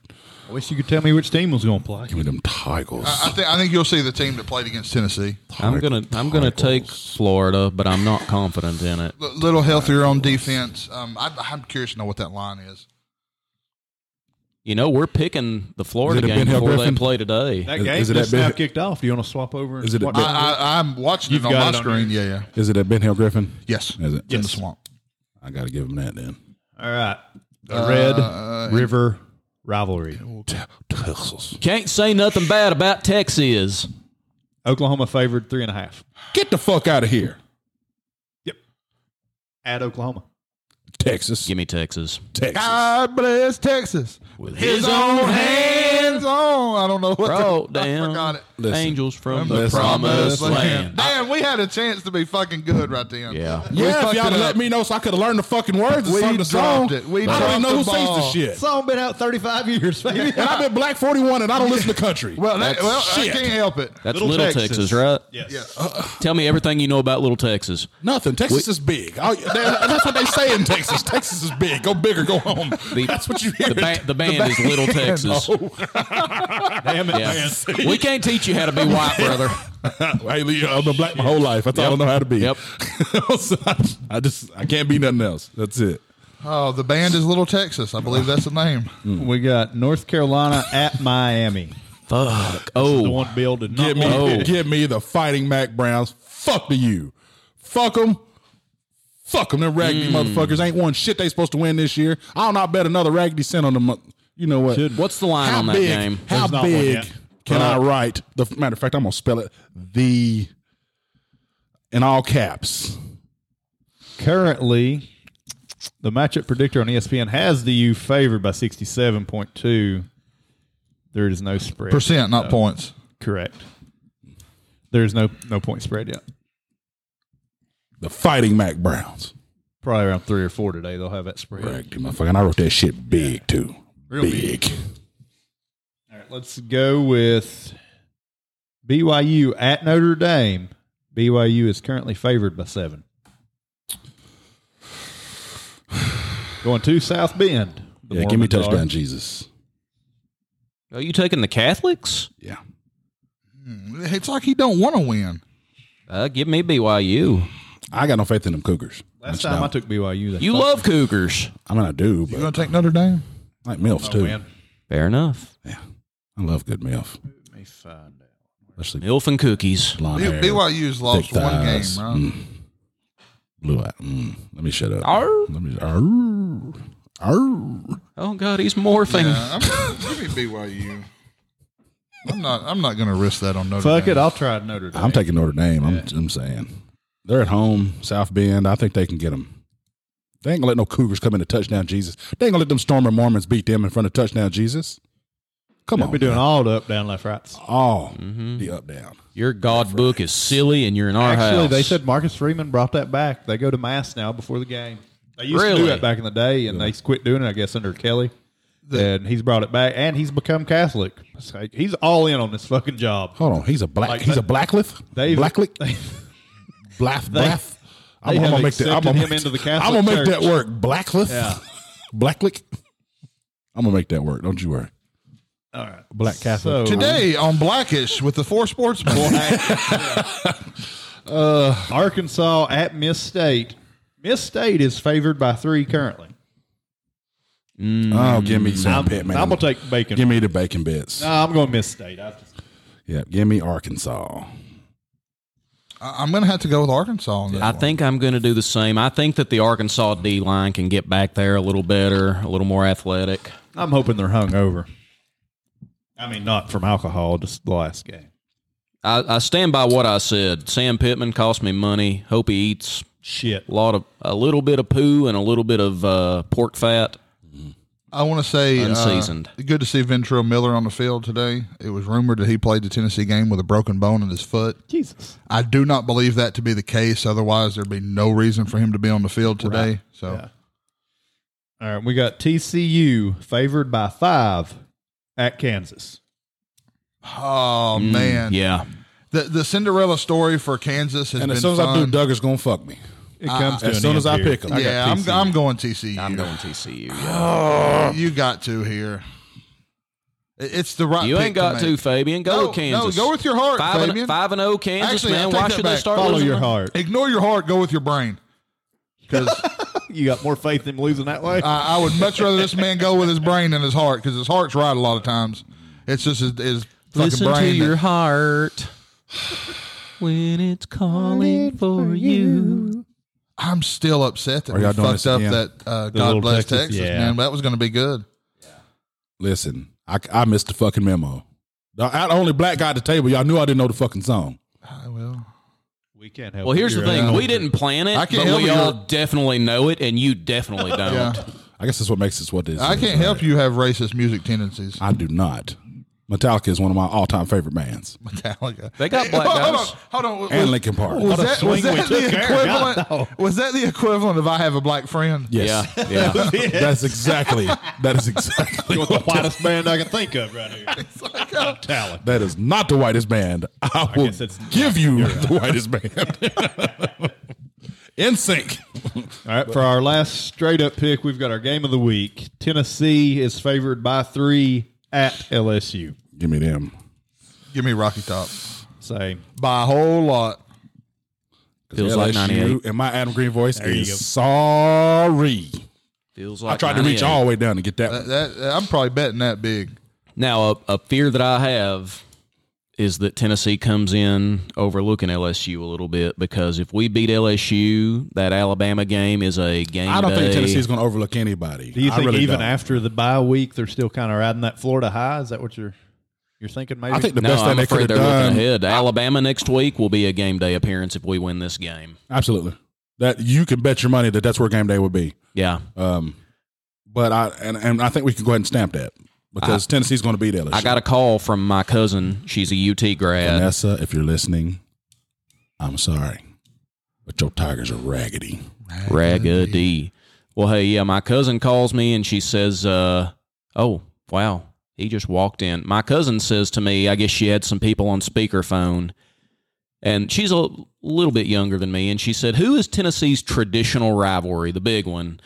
[SPEAKER 8] I wish you could tell me which team was going to play.
[SPEAKER 5] Give me them Tigers.
[SPEAKER 4] I think I think you'll see the team that played against Tennessee.
[SPEAKER 6] I'm gonna I'm gonna take Florida, but I'm not confident in it.
[SPEAKER 4] L- little healthier on defense. Um, I, I'm curious to know what that line is.
[SPEAKER 6] You know, we're picking the Florida
[SPEAKER 5] Is it a
[SPEAKER 6] game
[SPEAKER 5] Ben Hill
[SPEAKER 6] before they
[SPEAKER 5] Griffin?
[SPEAKER 6] play today.
[SPEAKER 8] That
[SPEAKER 5] Is-
[SPEAKER 8] game
[SPEAKER 5] is it
[SPEAKER 8] just
[SPEAKER 5] that big-
[SPEAKER 8] now kicked off. Do you want to swap over? and
[SPEAKER 5] Is it that
[SPEAKER 8] watch
[SPEAKER 5] big-
[SPEAKER 4] I, I, I'm watching
[SPEAKER 8] You've
[SPEAKER 4] it on
[SPEAKER 8] got
[SPEAKER 4] my
[SPEAKER 8] it on
[SPEAKER 4] screen. yeah, yeah.
[SPEAKER 5] is it at Ben Hill Griffin?
[SPEAKER 4] Yes.
[SPEAKER 5] Is it?
[SPEAKER 4] It's in the swamp.
[SPEAKER 5] I got to give them that then.
[SPEAKER 8] All right. The Red
[SPEAKER 4] Uh,
[SPEAKER 8] River rivalry.
[SPEAKER 5] Texas.
[SPEAKER 6] Can't say nothing bad about Texas.
[SPEAKER 8] Oklahoma favored three and a half
[SPEAKER 5] Get the fuck out of here,
[SPEAKER 8] at Oklahoma.
[SPEAKER 5] Texas.
[SPEAKER 6] Give me Texas.
[SPEAKER 5] Texas.
[SPEAKER 4] God bless Texas.
[SPEAKER 6] With his own
[SPEAKER 4] Hands on. I don't know what.
[SPEAKER 6] Bro,
[SPEAKER 4] the, I forgot
[SPEAKER 6] down
[SPEAKER 4] it.
[SPEAKER 5] Listen.
[SPEAKER 6] angels from
[SPEAKER 5] the
[SPEAKER 6] the promised
[SPEAKER 5] promised
[SPEAKER 6] land.
[SPEAKER 4] Damn, we had a chance to be fucking good right then.
[SPEAKER 6] Yeah.
[SPEAKER 4] We
[SPEAKER 5] Yeah, if
[SPEAKER 4] fucked
[SPEAKER 5] y'all
[SPEAKER 4] it up.
[SPEAKER 5] let me know so I could have learned the fucking words
[SPEAKER 4] We
[SPEAKER 5] and sung the
[SPEAKER 4] dropped
[SPEAKER 5] song.
[SPEAKER 4] it. We
[SPEAKER 5] I don't even
[SPEAKER 4] dropped
[SPEAKER 5] know who
[SPEAKER 4] the
[SPEAKER 5] sings the
[SPEAKER 4] ball.
[SPEAKER 5] shit.
[SPEAKER 8] Song been out 35 years, baby.
[SPEAKER 5] And I've been black 41 and I don't listen to country.
[SPEAKER 4] Well, that,
[SPEAKER 6] That's
[SPEAKER 4] well,
[SPEAKER 5] shit.
[SPEAKER 4] I can't help it.
[SPEAKER 6] That's
[SPEAKER 8] Little
[SPEAKER 6] Little,
[SPEAKER 8] Texas.
[SPEAKER 6] Texas. right?
[SPEAKER 4] Yeah.
[SPEAKER 6] Tell me everything you know about Little Texas.
[SPEAKER 5] Nothing. Texas is big. I, that- that's what they say in Texas. Texas is big. Go big or go home. that's what you hear.
[SPEAKER 6] The, ba- the band is Little Texas.
[SPEAKER 8] Damn it.
[SPEAKER 6] Yeah. we can't teach you how to be white, brother.
[SPEAKER 5] hey, Lee, I've been black my whole life. I thought I don't know how to be.
[SPEAKER 6] Yep.
[SPEAKER 5] So I- I just I can't be nothing else. That's it.
[SPEAKER 4] Oh, the band is Little Texas. I believe that's the name.
[SPEAKER 6] Hmm.
[SPEAKER 8] We got North Carolina at Miami.
[SPEAKER 6] Fuck.
[SPEAKER 8] The
[SPEAKER 6] Oh,
[SPEAKER 8] one Bill did not
[SPEAKER 5] Give me,
[SPEAKER 8] want.
[SPEAKER 5] give me the fighting Mac Browns. Fuck the you. Fuck them. Fuck them. Them raggedy motherfuckers ain't won shit they supposed to win this year. I'll not bet another raggedy cent on them. You know what?
[SPEAKER 6] what's the line on that
[SPEAKER 5] big,
[SPEAKER 6] game? Uh,
[SPEAKER 5] How
[SPEAKER 8] There's not one
[SPEAKER 5] big
[SPEAKER 8] yet.
[SPEAKER 5] can I write? The matter of fact, I'm gonna spell it the in all caps.
[SPEAKER 8] Currently, the matchup predictor on E ESPN has the U favored by 67.2. There is no spread.
[SPEAKER 4] Percent,
[SPEAKER 8] Uh,
[SPEAKER 4] not points.
[SPEAKER 8] Correct. There is no no point spread yet.
[SPEAKER 5] The fighting Mac Browns.
[SPEAKER 8] Probably around three or four today. They'll have that spread.
[SPEAKER 5] Raggedy motherfucker. And I wrote that shit big too.
[SPEAKER 8] Real
[SPEAKER 5] big.
[SPEAKER 8] All right, let's go with BYU at Notre Dame. BYU is currently favored by seven. Going to South Bend. The
[SPEAKER 5] Yeah, give me
[SPEAKER 8] Mormons are.
[SPEAKER 5] touchdown, Jesus.
[SPEAKER 6] are you taking the Catholics?
[SPEAKER 5] Yeah.
[SPEAKER 4] It's like he don't want to win.
[SPEAKER 6] Uh, give me BYU.
[SPEAKER 5] I got no faith in them Cougars.
[SPEAKER 8] Last time I took BYU, they
[SPEAKER 6] You love Cougars.
[SPEAKER 5] I mean, I do,
[SPEAKER 4] You
[SPEAKER 5] but
[SPEAKER 4] gonna take Notre Dame?
[SPEAKER 5] I like MILFs too.
[SPEAKER 8] win.
[SPEAKER 6] Fair enough.
[SPEAKER 5] I love good MILF.
[SPEAKER 8] Let me find out.
[SPEAKER 5] Especially
[SPEAKER 6] Milf and cookies.
[SPEAKER 5] blonde
[SPEAKER 4] B-
[SPEAKER 5] hair,
[SPEAKER 4] BYU's lost
[SPEAKER 5] thick
[SPEAKER 4] one game,
[SPEAKER 5] thighs,
[SPEAKER 4] right?
[SPEAKER 5] mm, blue eye. Mm, let me shut up.
[SPEAKER 6] Arr.
[SPEAKER 5] Let me, arr, arr.
[SPEAKER 6] Oh God, he's morphing.
[SPEAKER 4] Yeah, I'm- you Give me BYU. I'm not. I'm not going to risk that on Notre
[SPEAKER 8] Fuck
[SPEAKER 4] Dame.
[SPEAKER 8] it, I'll try Notre Dame.
[SPEAKER 5] I'm taking Notre Dame. I'm, I'm saying they're at home, South Bend. I think they can get them. They ain't gonna let no Cougars come into touchdown Jesus. They ain't gonna let them Stormer Mormons beat them in front of touchdown Jesus. Come
[SPEAKER 8] They'll
[SPEAKER 5] on,
[SPEAKER 8] be doing
[SPEAKER 5] man.
[SPEAKER 8] all Mm-hmm. the up, down, left, rights.
[SPEAKER 5] all the up down.
[SPEAKER 6] Your God book is silly, and you're in our
[SPEAKER 8] Actually,
[SPEAKER 6] house.
[SPEAKER 8] they said Marcus Freeman brought that back. They go to mass now before the game. They used to do
[SPEAKER 6] Really?
[SPEAKER 8] that back in the day, and they quit doing it, I guess, under Kelly. and he's brought it back, and he's become Catholic. So He's all in on this fucking job.
[SPEAKER 5] Hold on, he's a black.
[SPEAKER 8] Like
[SPEAKER 5] he's
[SPEAKER 8] they-
[SPEAKER 5] a blackliff.
[SPEAKER 8] they've-
[SPEAKER 5] Blacklick.
[SPEAKER 8] they-
[SPEAKER 5] Blath. Blath. I'm, I'm
[SPEAKER 8] they have
[SPEAKER 5] gonna make that. I'm
[SPEAKER 8] accepted
[SPEAKER 5] gonna
[SPEAKER 8] him
[SPEAKER 5] make,
[SPEAKER 8] into the
[SPEAKER 5] I'm gonna
[SPEAKER 8] Catholic
[SPEAKER 5] make that work.
[SPEAKER 8] Church.
[SPEAKER 5] Blackliff.
[SPEAKER 8] Yeah.
[SPEAKER 5] Blacklick. I'm gonna make that work. Don't you worry.
[SPEAKER 8] All right.
[SPEAKER 5] Black Catholic.
[SPEAKER 8] So,
[SPEAKER 4] today on Blackish with the four sportsmen.
[SPEAKER 8] Arkansas at Miss State. Miss State is favored by three currently.
[SPEAKER 5] oh, give me some
[SPEAKER 8] I'm,
[SPEAKER 5] pit, man.
[SPEAKER 8] I'm gonna take Bacon.
[SPEAKER 5] Give me the bacon bits.
[SPEAKER 8] Nah, I'm going Miss State. I just,
[SPEAKER 5] Yeah, give me Arkansas.
[SPEAKER 4] I- I'm going to have to go with Arkansas. On that
[SPEAKER 6] I
[SPEAKER 4] one.
[SPEAKER 6] think I'm going to do the same. I think that the Arkansas D line can get back there a little better, a little more athletic.
[SPEAKER 8] I'm hoping they're hungover. I mean, not from alcohol, just the last game.
[SPEAKER 6] I, I stand by what I said. Sam Pittman cost me money. Hope he eats
[SPEAKER 8] Shit.
[SPEAKER 6] a lot of a little bit of poo and a little bit of uh, pork fat.
[SPEAKER 4] I want to say uh,
[SPEAKER 6] Unseasoned.
[SPEAKER 4] good to see Ventura Miller on the field today. It was rumored that he played the Tennessee game with a broken bone in his foot.
[SPEAKER 8] Jesus.
[SPEAKER 4] I do not believe that to be the case. Otherwise, there'd be no reason for him to be on the field today. So
[SPEAKER 8] Yeah. All right, we got TCU favored by five at Kansas.
[SPEAKER 4] Oh
[SPEAKER 5] Mm,
[SPEAKER 4] man,
[SPEAKER 6] Yeah,
[SPEAKER 4] The the Cinderella story for Kansas has
[SPEAKER 5] And
[SPEAKER 4] been
[SPEAKER 5] as soon as
[SPEAKER 4] fun.
[SPEAKER 5] I do, Doug is gonna fuck me.
[SPEAKER 8] It comes to
[SPEAKER 5] As
[SPEAKER 8] an
[SPEAKER 5] soon
[SPEAKER 8] end
[SPEAKER 5] as I
[SPEAKER 8] here.
[SPEAKER 5] pick him,
[SPEAKER 4] yeah, I'm I'm going TCU.
[SPEAKER 6] I'm going TCU.
[SPEAKER 4] You got to here. It- It's the right.
[SPEAKER 6] You
[SPEAKER 4] pick
[SPEAKER 6] ain't got
[SPEAKER 4] make.
[SPEAKER 6] to, Fabian. Go
[SPEAKER 4] No,
[SPEAKER 6] with Kansas.
[SPEAKER 4] No, go with your heart,
[SPEAKER 6] five
[SPEAKER 4] Fabian.
[SPEAKER 6] And, five and oh, Kansas
[SPEAKER 4] Actually, I
[SPEAKER 6] man.
[SPEAKER 4] take
[SPEAKER 6] Why
[SPEAKER 4] that
[SPEAKER 6] should they
[SPEAKER 4] back.
[SPEAKER 6] start?
[SPEAKER 8] Follow
[SPEAKER 6] losing
[SPEAKER 8] your
[SPEAKER 6] them?
[SPEAKER 8] heart.
[SPEAKER 4] Ignore your heart. Go with your brain. Because
[SPEAKER 8] You got more faith in losing that way.
[SPEAKER 4] I, I would much rather this man go with his brain than his heart. Because his heart's right a lot of times. It's just his, his fucking
[SPEAKER 6] Listen
[SPEAKER 4] brain.
[SPEAKER 6] to your
[SPEAKER 4] that-
[SPEAKER 6] heart when it's calling for you.
[SPEAKER 4] I'm still upset that
[SPEAKER 5] Are
[SPEAKER 4] we
[SPEAKER 5] y'all doing
[SPEAKER 4] fucked
[SPEAKER 5] this
[SPEAKER 4] up
[SPEAKER 5] again?
[SPEAKER 4] that uh,
[SPEAKER 8] little
[SPEAKER 4] God bless
[SPEAKER 8] Texas-
[SPEAKER 4] Texas,
[SPEAKER 8] yeah.
[SPEAKER 4] man. That was going to be good.
[SPEAKER 5] Listen, I, I missed the fucking memo. The, I, the only black guy at the table, y'all knew I didn't know the fucking song.
[SPEAKER 4] I will.
[SPEAKER 8] we can't help.
[SPEAKER 6] Well, here's the
[SPEAKER 8] You're
[SPEAKER 6] thing:
[SPEAKER 8] out.
[SPEAKER 6] we didn't plan it,
[SPEAKER 4] I can't
[SPEAKER 6] but
[SPEAKER 4] help
[SPEAKER 6] we
[SPEAKER 4] you.
[SPEAKER 6] all definitely know it, and you definitely don't.
[SPEAKER 4] Yeah.
[SPEAKER 5] I guess that's what makes this what this.
[SPEAKER 4] I
[SPEAKER 5] is,
[SPEAKER 4] can't
[SPEAKER 5] right?
[SPEAKER 4] help you have racist music tendencies.
[SPEAKER 5] I do not. Metallica is one of my all-time favorite bands.
[SPEAKER 4] Metallica.
[SPEAKER 6] They got black
[SPEAKER 4] uh, hold,
[SPEAKER 6] guys.
[SPEAKER 4] Hold on, hold on.
[SPEAKER 5] And Linkin Park.
[SPEAKER 4] Was
[SPEAKER 5] What a
[SPEAKER 4] that, was
[SPEAKER 8] swing we
[SPEAKER 4] that the
[SPEAKER 8] took there.
[SPEAKER 4] equivalent?
[SPEAKER 8] God, no.
[SPEAKER 4] Was that the equivalent of I have a black friend?
[SPEAKER 5] Yes.
[SPEAKER 6] Yeah, yeah.
[SPEAKER 5] That's exactly. That is exactly.
[SPEAKER 8] You're the whitest band I can think of right here. Talent.
[SPEAKER 5] That is not the whitest band. I will
[SPEAKER 8] guess it's-
[SPEAKER 5] give you the whitest band. In sync.
[SPEAKER 8] All right, for our last straight up pick, we've got our game of the week. Tennessee is favored by three at LSU.
[SPEAKER 5] Give me them.
[SPEAKER 4] Give me Rocky Top
[SPEAKER 8] Say
[SPEAKER 4] by a whole lot.
[SPEAKER 6] Feels like
[SPEAKER 5] LSU
[SPEAKER 6] 98.
[SPEAKER 5] And my Adam Green voice
[SPEAKER 8] you
[SPEAKER 5] is
[SPEAKER 8] go.
[SPEAKER 5] sorry.
[SPEAKER 6] Feels
[SPEAKER 5] I
[SPEAKER 6] like
[SPEAKER 5] tried to reach
[SPEAKER 6] 98.
[SPEAKER 5] all the way down to get that.
[SPEAKER 4] That,
[SPEAKER 5] one.
[SPEAKER 4] that- I'm probably betting that big.
[SPEAKER 6] Now, a, a fear that I have is that Tennessee comes in overlooking LSU a little bit because if we beat LSU, that Alabama game is a game.
[SPEAKER 5] I don't think
[SPEAKER 6] day.
[SPEAKER 5] Tennessee's going to overlook anybody.
[SPEAKER 8] Do you
[SPEAKER 5] I
[SPEAKER 8] think
[SPEAKER 5] really
[SPEAKER 8] even
[SPEAKER 5] don't.
[SPEAKER 8] after the bye week, they're still kind of riding that Florida high? Is that what you're you're thinking? Maybe
[SPEAKER 5] I think the
[SPEAKER 6] No,
[SPEAKER 5] best thing
[SPEAKER 6] I'm
[SPEAKER 5] they
[SPEAKER 6] afraid
[SPEAKER 5] could
[SPEAKER 6] they're
[SPEAKER 5] have done.
[SPEAKER 6] looking ahead. Alabama next week will be a game day appearance if we win this game.
[SPEAKER 5] Absolutely. That you can bet your money that that's where game day would be.
[SPEAKER 6] Yeah,
[SPEAKER 5] Um, but I and, and I think we can go ahead and stamp that because Tennessee's going to beat LSU.
[SPEAKER 6] I got a call from my cousin. She's a UT grad.
[SPEAKER 5] Vanessa. If you're listening, I'm sorry, but your tigers are raggedy.
[SPEAKER 6] Raggedy. Well, hey, yeah, my cousin calls me and she says, uh, "Oh, wow, he just walked in." My cousin says to me, "I guess she had some people on speakerphone," and she's a little bit younger than me, and she said, "Who is Tennessee's traditional rivalry, the big one?"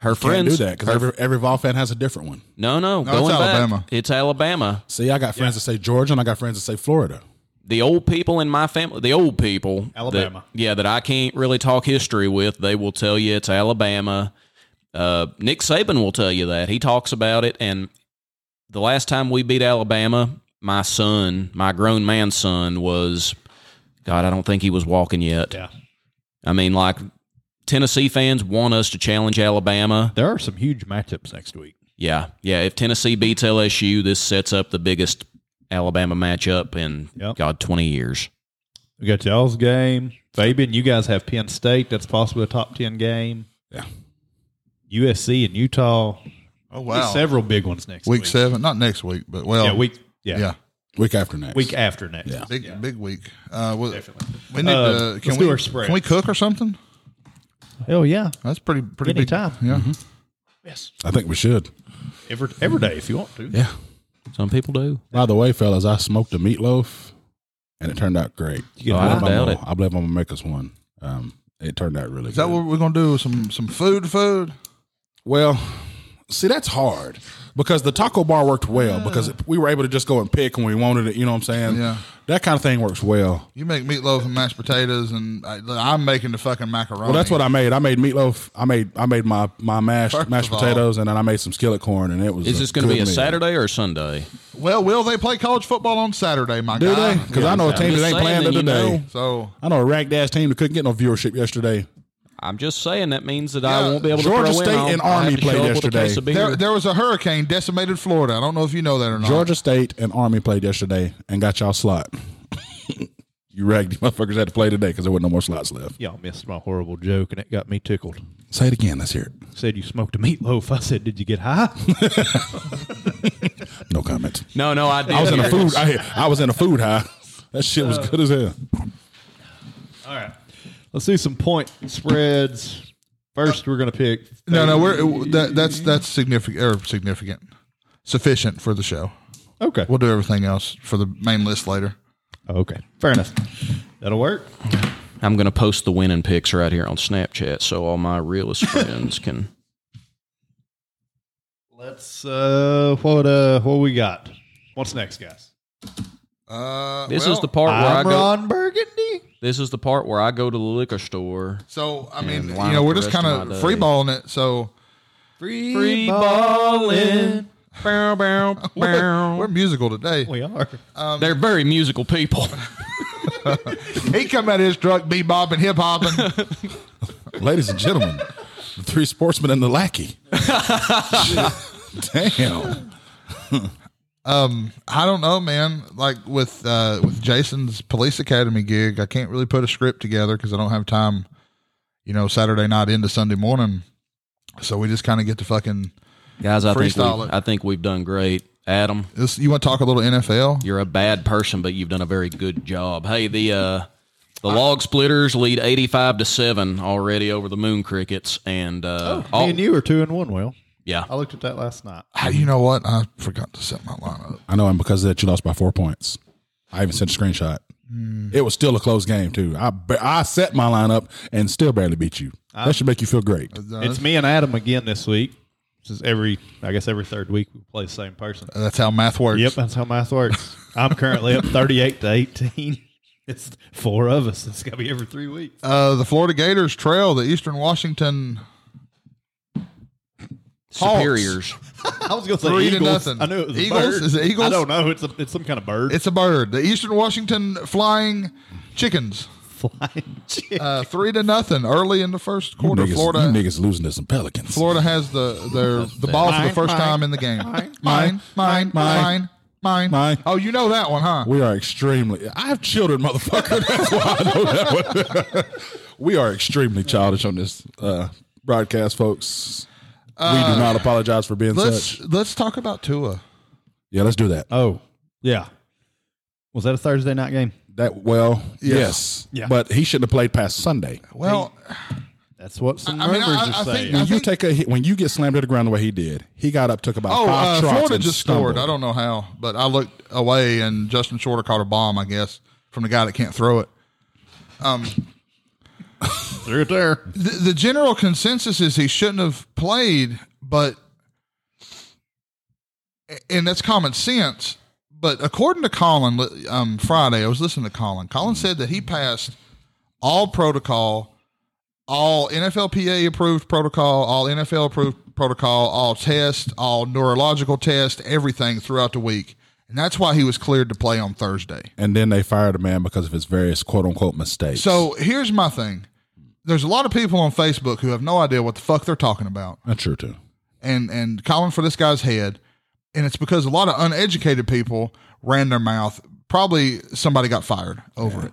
[SPEAKER 6] Her
[SPEAKER 5] Can't
[SPEAKER 6] friends
[SPEAKER 5] do that because
[SPEAKER 6] her-
[SPEAKER 5] every every Vol fan has a different one.
[SPEAKER 6] no, no,
[SPEAKER 4] No,
[SPEAKER 6] going
[SPEAKER 4] it's
[SPEAKER 6] back,
[SPEAKER 4] Alabama.
[SPEAKER 6] it's Alabama.
[SPEAKER 5] See, I got friends that say Georgia, and I got friends that say Florida.
[SPEAKER 6] The old people in my family, the old people, that-
[SPEAKER 8] Alabama.
[SPEAKER 6] yeah, that I can't really talk history with, they will tell you it's Alabama. Uh, Nick Saban will tell you that he talks about it. And the last time we beat Alabama, my son, my grown man son, was God. I don't think he was walking yet.
[SPEAKER 8] Yeah.
[SPEAKER 6] I mean, like Tennessee fans want us to challenge Alabama.
[SPEAKER 8] there are some huge matchups next week.
[SPEAKER 6] Yeah, yeah. If Tennessee beats LSU, this sets up the biggest Alabama matchup in
[SPEAKER 8] Yep.
[SPEAKER 6] God twenty years.
[SPEAKER 8] We got y'all's game. Fabian, you guys have Penn State. That's possibly a top 10 game.
[SPEAKER 5] Yeah.
[SPEAKER 8] USC and Utah.
[SPEAKER 4] Oh wow.
[SPEAKER 8] Several big ones next
[SPEAKER 4] Week
[SPEAKER 8] week.
[SPEAKER 4] seven, not next week, but well,
[SPEAKER 8] Yeah, week. Yeah.
[SPEAKER 4] Yeah,
[SPEAKER 5] Week after next.
[SPEAKER 8] Week after next.
[SPEAKER 5] Yeah.
[SPEAKER 4] big big week. Uh, well,
[SPEAKER 8] Definitely.
[SPEAKER 4] We need
[SPEAKER 8] Uh,
[SPEAKER 4] to.
[SPEAKER 8] let's
[SPEAKER 4] Can
[SPEAKER 8] do
[SPEAKER 4] we
[SPEAKER 8] our spread.
[SPEAKER 4] can we cook or something?
[SPEAKER 8] Hell yeah.
[SPEAKER 4] That's pretty pretty big
[SPEAKER 8] Anytime.
[SPEAKER 4] Yeah,
[SPEAKER 5] Mm-hmm. I think we should.
[SPEAKER 8] Every, every day if you want to.
[SPEAKER 5] Yeah.
[SPEAKER 6] Some people do.
[SPEAKER 5] By the way, fellas, I smoked a meatloaf and it turned out great.
[SPEAKER 6] get
[SPEAKER 5] I,
[SPEAKER 6] one?
[SPEAKER 5] believe
[SPEAKER 6] I
[SPEAKER 5] I'm
[SPEAKER 6] doubt
[SPEAKER 5] gonna- I believe I'm gonna make us one. Um, it turned out really
[SPEAKER 4] is that
[SPEAKER 5] good.
[SPEAKER 4] what we're gonna do? Some some food food.
[SPEAKER 5] Well, see, that's hard because the taco bar worked well because we were able to just go and pick when we wanted it. You know what I'm saying?
[SPEAKER 4] Yeah.
[SPEAKER 5] That kind of thing works well.
[SPEAKER 4] You make meatloaf and mashed potatoes, and I, I'm making the fucking macaroni.
[SPEAKER 5] Well, that's what I made. I made meatloaf. I made I made my my mashed
[SPEAKER 4] First
[SPEAKER 5] mashed
[SPEAKER 4] of all-
[SPEAKER 5] potatoes, and then I made some skillet corn, and it was.
[SPEAKER 6] Is
[SPEAKER 5] a
[SPEAKER 6] this going to be
[SPEAKER 5] good
[SPEAKER 6] a
[SPEAKER 5] meal.
[SPEAKER 6] Saturday or a Sunday?
[SPEAKER 4] Well, will they play college football on Saturday, my
[SPEAKER 5] Do
[SPEAKER 4] guy?
[SPEAKER 5] they? Because I know a
[SPEAKER 6] I'm
[SPEAKER 5] team
[SPEAKER 6] just
[SPEAKER 5] that ain't
[SPEAKER 6] saying,
[SPEAKER 5] playing
[SPEAKER 6] then
[SPEAKER 5] it
[SPEAKER 6] you
[SPEAKER 5] today.
[SPEAKER 6] know.
[SPEAKER 4] So
[SPEAKER 5] I know a ragged ass team that couldn't get no viewership yesterday.
[SPEAKER 6] I'm just saying that means that
[SPEAKER 4] Yeah,
[SPEAKER 6] I won't be able to.
[SPEAKER 5] Georgia
[SPEAKER 6] throw in.
[SPEAKER 5] State
[SPEAKER 6] I'll-
[SPEAKER 5] and
[SPEAKER 6] I'll have
[SPEAKER 5] Army
[SPEAKER 6] to show
[SPEAKER 5] played
[SPEAKER 6] up with a
[SPEAKER 5] yesterday.
[SPEAKER 6] case of beer.
[SPEAKER 4] there, there was a hurricane decimated Florida. I don't know if you know that or
[SPEAKER 8] Uh,
[SPEAKER 4] not.
[SPEAKER 5] Georgia State and Army played yesterday and got y'all slot. you raggedy motherfuckers had to play today because there wasn't no more slots left.
[SPEAKER 8] Y'all missed my horrible joke and it got me tickled.
[SPEAKER 5] Say it again. Let's hear it.
[SPEAKER 8] Said you smoked a meatloaf. I said, did you get high?
[SPEAKER 5] No comment.
[SPEAKER 6] No, no, I did.
[SPEAKER 5] I was in a food. I, I was in a food high. That shit
[SPEAKER 8] Uh,
[SPEAKER 5] was good as hell.
[SPEAKER 8] All right. Let's do some point spreads. First, we're going to pick.
[SPEAKER 4] No, no, we're that, that's that's significant or significant, sufficient for the show.
[SPEAKER 8] Okay.
[SPEAKER 4] We'll do everything else for the main list later.
[SPEAKER 8] Okay. Fair enough. That'll work.
[SPEAKER 6] I'm going to post the winning picks right here on Snapchat so all my realist friends can.
[SPEAKER 8] Let's uh what uh what we got? What's next, guys?
[SPEAKER 4] Uh,
[SPEAKER 6] This
[SPEAKER 4] well,
[SPEAKER 6] is the part where I
[SPEAKER 8] I'm
[SPEAKER 6] go.
[SPEAKER 8] Ron Burgundy.
[SPEAKER 6] This is the part where I go to the liquor store.
[SPEAKER 4] So I mean,
[SPEAKER 6] And
[SPEAKER 4] you
[SPEAKER 6] line
[SPEAKER 4] know,
[SPEAKER 6] up
[SPEAKER 4] we're
[SPEAKER 6] the
[SPEAKER 4] just
[SPEAKER 6] rest
[SPEAKER 4] kind
[SPEAKER 6] of
[SPEAKER 4] of
[SPEAKER 6] my day.
[SPEAKER 4] freeballing it. So
[SPEAKER 8] Free,
[SPEAKER 6] ballin'. Bow, bow,
[SPEAKER 4] we're,
[SPEAKER 6] bow.
[SPEAKER 4] we're musical today. Um,
[SPEAKER 8] We are.
[SPEAKER 6] They're very musical people.
[SPEAKER 4] He come out of his truck, bebop and hip hopping.
[SPEAKER 5] Ladies and gentlemen, the three sportsmen and the lackey. Damn.
[SPEAKER 4] I don't know, man. Like with uh, with Jason's police academy gig, I can't really put a script together because I don't have time. You know, Saturday night into Sunday morning, so we just kind of get to fucking.
[SPEAKER 6] Guys, I think, we,
[SPEAKER 4] Freestyle it.
[SPEAKER 6] I think we've done great. Adam,
[SPEAKER 4] This, you want to talk a little NFL?
[SPEAKER 6] you're a bad person, but you've done a very good job. Hey, the uh, the log splitters lead 85 to 7 already over the moon crickets. And, uh, all-
[SPEAKER 8] Oh, Me and you are two and one, Will.
[SPEAKER 6] yeah.
[SPEAKER 8] I looked at that last night.
[SPEAKER 4] Ah, You know what? I forgot to set my lineup.
[SPEAKER 5] I know, and because of that, you lost by four points. I even sent a screenshot. It was still a close game too. I ba- I set my lineup and still barely beat you. that should make you feel great.
[SPEAKER 8] It's me and Adam again this week. This is every I guess every third week we play the same person.
[SPEAKER 4] That's how math works.
[SPEAKER 8] Yep, that's how math works. I'm currently up thirty eight to eighteen. It's four of us. It's gotta be every three weeks.
[SPEAKER 4] Uh, the Florida Gators trail the Eastern Washington.
[SPEAKER 6] Superiors.
[SPEAKER 8] I was gonna say
[SPEAKER 4] Three to
[SPEAKER 8] Eagles.
[SPEAKER 4] nothing.
[SPEAKER 8] I knew it was a
[SPEAKER 4] Eagles?
[SPEAKER 8] bird.
[SPEAKER 4] Is it Eagles?
[SPEAKER 8] I don't know. It's a, it's some kind of bird.
[SPEAKER 4] It's a bird. The Eastern Washington Flying Chickens.
[SPEAKER 8] flying. chick.
[SPEAKER 4] Uh, three to nothing early in the first
[SPEAKER 5] You
[SPEAKER 4] quarter.
[SPEAKER 5] niggas,
[SPEAKER 4] Florida.
[SPEAKER 5] you niggas losing to some pelicans.
[SPEAKER 4] Florida has the their the ball for
[SPEAKER 8] Mine,
[SPEAKER 4] the first
[SPEAKER 8] mine,
[SPEAKER 4] time in the game. Mine, mine, mine,
[SPEAKER 5] mine,
[SPEAKER 4] mine, mine,
[SPEAKER 5] mine.
[SPEAKER 4] Oh, you know that one, huh?
[SPEAKER 5] We are extremely. I have children, motherfucker. That's why I know that one. we are extremely childish on this uh, broadcast, folks. we do not apologize for being
[SPEAKER 4] Uh, Let's
[SPEAKER 5] such.
[SPEAKER 4] let's talk about Tua.
[SPEAKER 5] Yeah, let's do that.
[SPEAKER 8] Oh, yeah. Was that a Thursday night game?
[SPEAKER 5] That well, yes,
[SPEAKER 8] Yeah.
[SPEAKER 5] but he shouldn't have played past Sunday.
[SPEAKER 4] Well,
[SPEAKER 8] That's what some
[SPEAKER 4] I- I mean,
[SPEAKER 8] rumors
[SPEAKER 4] I- I
[SPEAKER 8] are
[SPEAKER 4] think-
[SPEAKER 8] saying.
[SPEAKER 5] When
[SPEAKER 4] I
[SPEAKER 5] you take a hit, when you get slammed to the ground the way he did, he got up, took about
[SPEAKER 4] oh,
[SPEAKER 5] five
[SPEAKER 4] uh,
[SPEAKER 5] shots.
[SPEAKER 4] Florida
[SPEAKER 5] and
[SPEAKER 4] just
[SPEAKER 5] stumbled.
[SPEAKER 4] scored. I don't know how, but I looked away and Justin Shorter caught a bomb, I guess, from the guy that can't throw it.
[SPEAKER 8] Threw it there.
[SPEAKER 4] The, the general consensus is he shouldn't have played, but and that's common sense. But according to Colin li- um, Friday, I was listening to Colin. Colin said that he passed all protocol, all NFLPA approved protocol, all NFL approved protocol, all tests, all neurological tests, everything throughout the week. And that's why he was cleared to play on Thursday.
[SPEAKER 5] And then they fired a man because of his various quote unquote mistakes.
[SPEAKER 4] So here's my thing there's a lot of people on Facebook who have no idea what the fuck they're talking about.
[SPEAKER 5] that's true too.
[SPEAKER 4] and and calling for this guy's head, and it's because a lot of uneducated people ran their mouth. Probably somebody got fired over it.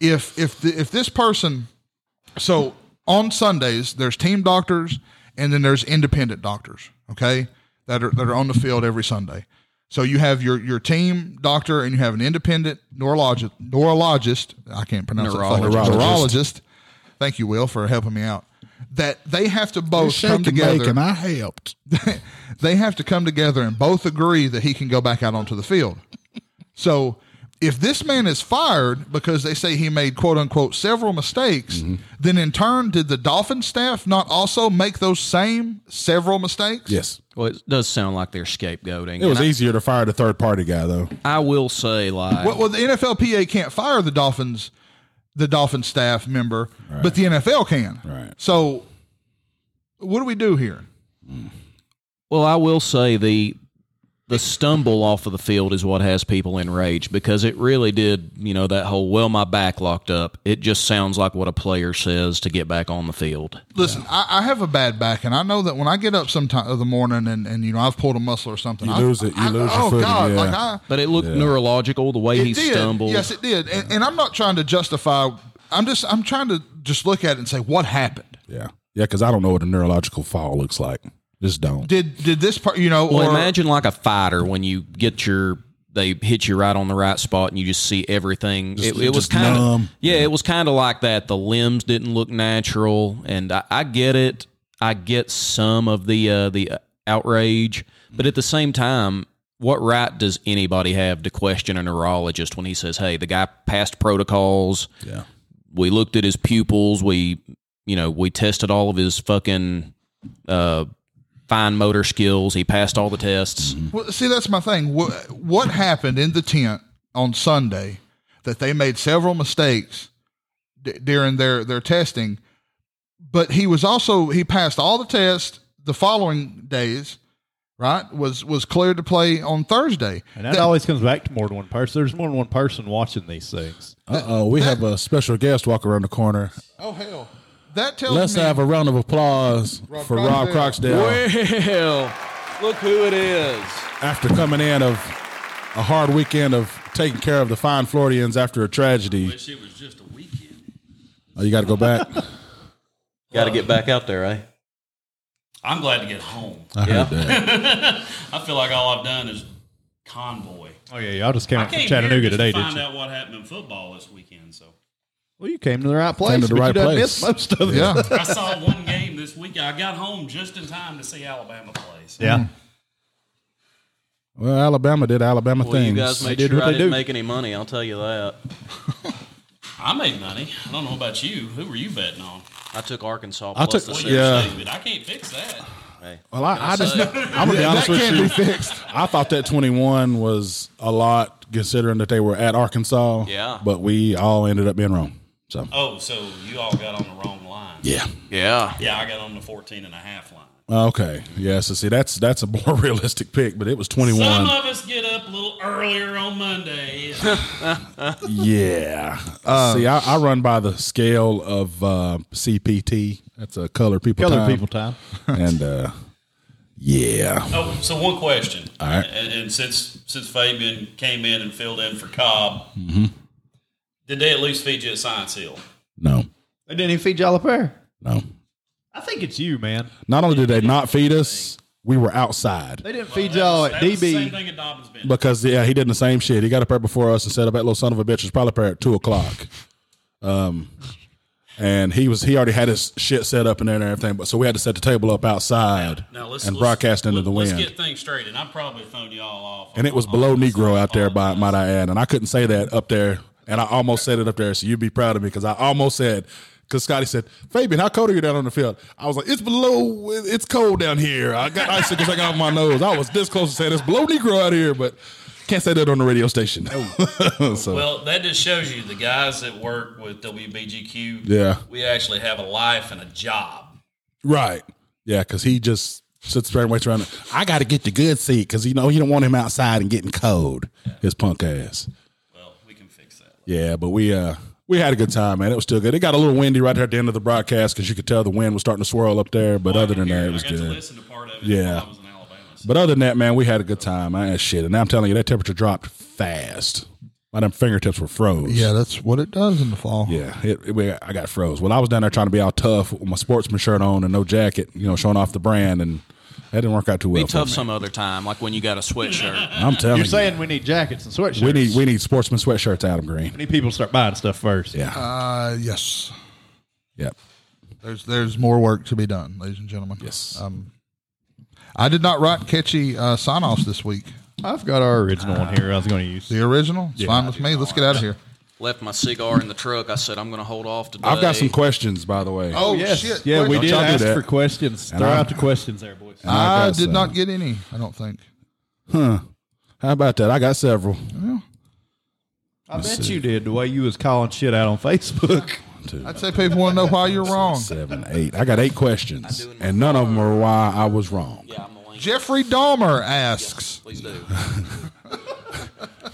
[SPEAKER 4] If if the, if this person, so on Sundays there's team doctors and then there's independent doctors. Okay, that are that are on the field every Sunday. So you have your your team doctor and you have an independent neurologist neurologist. I can't pronounce it.
[SPEAKER 5] Neurologist.
[SPEAKER 4] Neurologist. neurologist. Thank you, Will, for helping me out. That they have to both come together.
[SPEAKER 5] and I helped.
[SPEAKER 4] they have to come together and both agree that he can go back out onto the field. So if this man is fired because they say he made quote unquote several mistakes, then in turn, did the Dolphin staff not also make those same several mistakes?
[SPEAKER 5] Yes.
[SPEAKER 6] Well, it does sound like they're scapegoating.
[SPEAKER 5] It was
[SPEAKER 6] And
[SPEAKER 5] easier to fire the third party guy though.
[SPEAKER 6] I, I will say, like,
[SPEAKER 4] Well, well, the NFLPA can't fire the Dolphins, the Dolphin staff member, but the NFL can.
[SPEAKER 5] Right.
[SPEAKER 4] So what do we do here?
[SPEAKER 6] Well, I will say the the stumble off of the field is what has people enraged because it really did, you know, that whole well my back locked up. It just sounds like what a player says to get back on the field.
[SPEAKER 4] Listen, I, I have a bad back, and I know that when I get up sometime of the morning, and, and you know I've pulled a muscle or something,
[SPEAKER 5] You
[SPEAKER 4] I,
[SPEAKER 5] lose it. You
[SPEAKER 4] I-
[SPEAKER 5] lose your
[SPEAKER 4] Oh
[SPEAKER 5] footing,
[SPEAKER 4] God!
[SPEAKER 5] yeah.
[SPEAKER 4] Like I,
[SPEAKER 6] But it looked neurological the way
[SPEAKER 4] it
[SPEAKER 6] he
[SPEAKER 4] did.
[SPEAKER 6] stumbled.
[SPEAKER 4] Yes, it did. And, and I'm not trying to justify. I'm just I'm trying to just look at it and say what happened.
[SPEAKER 5] Yeah. Yeah, because I don't know what a neurological fall looks like. Just don't.
[SPEAKER 4] Did did this part? You know,
[SPEAKER 6] well,
[SPEAKER 4] or
[SPEAKER 6] imagine like a fighter when you get your they hit you right on the right spot and you just see everything. it, it was
[SPEAKER 5] just
[SPEAKER 6] kind of
[SPEAKER 5] numb.
[SPEAKER 6] yeah, it was kind of like that. The limbs didn't look natural, and I, I get it. I get some of the uh, the outrage, but at the same time, what right does anybody have to question a neurologist when he says, "Hey, the guy passed protocols.
[SPEAKER 5] Yeah.
[SPEAKER 6] We looked at his pupils. We, you know, we tested all of his fucking." Uh, fine motor skills. He passed all the tests.
[SPEAKER 4] Well, see, that's my thing. What, what happened in the tent on Sunday that they made several mistakes d- during their, their testing, but he was also he passed all the tests the following days. Right was was cleared to play on Thursday.
[SPEAKER 8] And that always comes back to more than one person. There's more than one person watching these things.
[SPEAKER 5] Uh oh, we have a special guest walk around the corner.
[SPEAKER 4] Oh hell, that tells
[SPEAKER 5] Let's
[SPEAKER 4] me.
[SPEAKER 5] have a round of applause for Rob Croxdale
[SPEAKER 6] Well, look who it is.
[SPEAKER 5] after coming in of a hard weekend of taking care of the fine Floridians after a tragedy. wish it was just a weekend. Oh, you got to go back.
[SPEAKER 6] Got to get back out there, eh?
[SPEAKER 10] I'm glad to get home.
[SPEAKER 5] I heard that.
[SPEAKER 10] I feel like all I've done is convoy.
[SPEAKER 8] Oh yeah, y'all just came
[SPEAKER 10] I
[SPEAKER 8] out from
[SPEAKER 10] came
[SPEAKER 8] Chattanooga
[SPEAKER 10] here just
[SPEAKER 8] today,
[SPEAKER 10] to
[SPEAKER 8] didn't
[SPEAKER 10] find
[SPEAKER 8] you?
[SPEAKER 10] out what happened in football this weekend. So
[SPEAKER 8] Well, you came to the right place.
[SPEAKER 5] to the
[SPEAKER 8] but
[SPEAKER 5] right
[SPEAKER 8] you done
[SPEAKER 5] place.
[SPEAKER 8] missed most of it.
[SPEAKER 4] yeah,
[SPEAKER 10] I saw one game this week. I got home just in time to see Alabama play. So
[SPEAKER 8] Yeah.
[SPEAKER 5] Well, Alabama did Alabama
[SPEAKER 6] Well,
[SPEAKER 5] things.
[SPEAKER 6] you guys made
[SPEAKER 8] did
[SPEAKER 6] sure
[SPEAKER 8] what
[SPEAKER 6] I
[SPEAKER 8] they
[SPEAKER 6] didn't
[SPEAKER 8] do.
[SPEAKER 6] make any money. I'll tell you that.
[SPEAKER 10] I made money. I don't know about you. Who were you betting on?
[SPEAKER 6] I took Arkansas.
[SPEAKER 5] I
[SPEAKER 6] Plus
[SPEAKER 5] took-
[SPEAKER 6] the six.
[SPEAKER 5] yeah.
[SPEAKER 8] Uh,
[SPEAKER 10] But I can't fix that.
[SPEAKER 5] well, I, I just, I'm gonna be honest with you. I thought that 21 was a lot considering that they were at Arkansas.
[SPEAKER 6] Yeah.
[SPEAKER 5] but we all ended up being wrong. So
[SPEAKER 10] Oh, so you all got on the wrong line.
[SPEAKER 5] yeah.
[SPEAKER 6] Yeah.
[SPEAKER 10] Yeah, I got on the 14 and a half line.
[SPEAKER 5] Okay. Yeah. So see, that's that's a more realistic pick, but it was 21.
[SPEAKER 10] Some of us get up a little earlier on Monday.
[SPEAKER 5] Yeah. See, I, I run by the scale of uh, CPT. That's a color people
[SPEAKER 8] Colored
[SPEAKER 5] time.
[SPEAKER 8] people time.
[SPEAKER 5] and uh, yeah,
[SPEAKER 10] Oh, so one question.
[SPEAKER 5] All right.
[SPEAKER 10] And, and since since Fabian came in and filled in for Cobb,
[SPEAKER 5] Mm-hmm.
[SPEAKER 10] did they at least feed you at Science Hill?
[SPEAKER 5] no,
[SPEAKER 8] They didn't even feed y'all a pair.
[SPEAKER 5] no.
[SPEAKER 8] I think it's you, man.
[SPEAKER 5] Not only did they not feed us, we were outside
[SPEAKER 8] They didn't feed y'all at
[SPEAKER 10] That was the same
[SPEAKER 8] DB.
[SPEAKER 10] thing at Dobbins Bend.
[SPEAKER 5] because yeah, he did the same shit. He got up right before us and said, "I bet little son of a bitch is probably up there at two o'clock." Um, and he was he already had his shit set up in there and everything, but so we had to set the table up outside
[SPEAKER 10] now let's
[SPEAKER 5] and
[SPEAKER 10] let's-
[SPEAKER 5] broadcast into the
[SPEAKER 10] let's
[SPEAKER 5] wind.
[SPEAKER 10] get things straight, and I'm probably throwing you all off.
[SPEAKER 5] and it was
[SPEAKER 10] on-
[SPEAKER 5] below
[SPEAKER 10] on this.
[SPEAKER 5] Negro out there, by might I add. And I couldn't say that up there, and I almost said it up there. So you'd be proud of me because I almost said. Because Scotty said, Fabian, how cold are you down on the field? I was like, it's below, it's cold down here. I got icicles I got on my nose. I was this close to saying it's below Negro out here, but can't say that on the radio station. so,
[SPEAKER 10] Well, that just shows you the guys that work with WBGQ.
[SPEAKER 5] Yeah.
[SPEAKER 10] we actually have a life and a job.
[SPEAKER 5] right. Yeah, because he just sits there and waits around. I got to get the good seat because, you know, you don't want him outside and getting cold, his punk ass.
[SPEAKER 10] Well, we can fix that.
[SPEAKER 5] Yeah, but we uh We had a good time, man. It was still good. It got a little windy right there at the end of the broadcast because you could tell the wind was starting to swirl up there. But
[SPEAKER 6] Oh,
[SPEAKER 5] other than that, it was good. yeah. but other than that, man, we had a good time. I shit, and I'm telling you, that temperature dropped fast. My damn fingertips were froze.
[SPEAKER 4] Yeah, that's what it does in the fall.
[SPEAKER 5] Yeah, it, it- we- I got froze. Well, I was down there trying to be all tough with my sportsman shirt on and no jacket, you know, showing off the brand, and that didn't work out too well.
[SPEAKER 6] Be
[SPEAKER 5] for
[SPEAKER 6] tough
[SPEAKER 5] me.
[SPEAKER 6] some other time, like when you got a sweatshirt.
[SPEAKER 5] I'm telling
[SPEAKER 8] You're
[SPEAKER 5] you.
[SPEAKER 8] saying we need jackets and sweatshirts.
[SPEAKER 5] We need we need sportsman sweatshirts, Adam Green.
[SPEAKER 8] We need people to start buying stuff first.
[SPEAKER 5] Yeah.
[SPEAKER 4] Uh, yes.
[SPEAKER 5] Yep.
[SPEAKER 4] There's there's more work to be done, ladies and gentlemen.
[SPEAKER 5] Yes.
[SPEAKER 4] Um, I did not write catchy uh, sign offs this week.
[SPEAKER 8] I've got our original one here. I was going to use.
[SPEAKER 4] The original, it's fine with me. Let's get out of here.
[SPEAKER 6] Left my cigar in the truck. I said I'm going to hold off today.
[SPEAKER 5] I've got some questions, by the way.
[SPEAKER 4] Oh
[SPEAKER 8] yes.
[SPEAKER 4] shit!
[SPEAKER 8] Yeah, we
[SPEAKER 5] Don't
[SPEAKER 8] did
[SPEAKER 5] y'all do
[SPEAKER 8] ask
[SPEAKER 5] that.
[SPEAKER 8] for questions.
[SPEAKER 5] And
[SPEAKER 8] Throw
[SPEAKER 5] I'm-
[SPEAKER 8] out the questions there, boys.
[SPEAKER 5] And
[SPEAKER 4] I
[SPEAKER 5] got
[SPEAKER 4] did
[SPEAKER 5] some.
[SPEAKER 4] not get any. I don't think.
[SPEAKER 5] How about that? I got several.
[SPEAKER 8] I bet you did the way you was calling shit out on Facebook.
[SPEAKER 4] I'd say people want to know why you're wrong.
[SPEAKER 5] Seven, eight. I got eight questions, and none of them are why I was wrong.
[SPEAKER 6] Yeah, I'm going.
[SPEAKER 4] Jeffrey Dahmer asks,
[SPEAKER 6] Please do.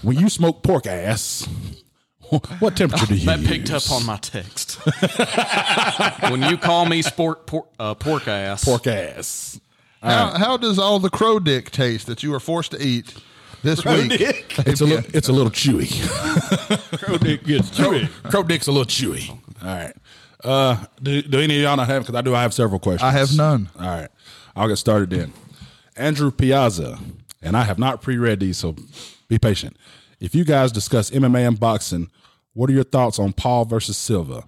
[SPEAKER 5] When you smoke pork ass, what temperature do you
[SPEAKER 6] That
[SPEAKER 5] use?
[SPEAKER 6] picked up on my text. when you call me sport por- uh, pork ass,
[SPEAKER 5] pork ass.
[SPEAKER 4] how, "How does all the crow dick taste that you were forced to eat this week?"
[SPEAKER 5] It's a little, it's a little chewy.
[SPEAKER 8] Crow dick gets chewy.
[SPEAKER 5] Crow dick's a little chewy. All right. Uh, do, do any of y'all not have? Because I do. I have several questions.
[SPEAKER 4] I have none.
[SPEAKER 5] All right. I'll get started then. Andrew Piazza, and I have not pre read these, so be patient. If you guys discuss MMA and boxing, what are your thoughts on Paul versus Silva?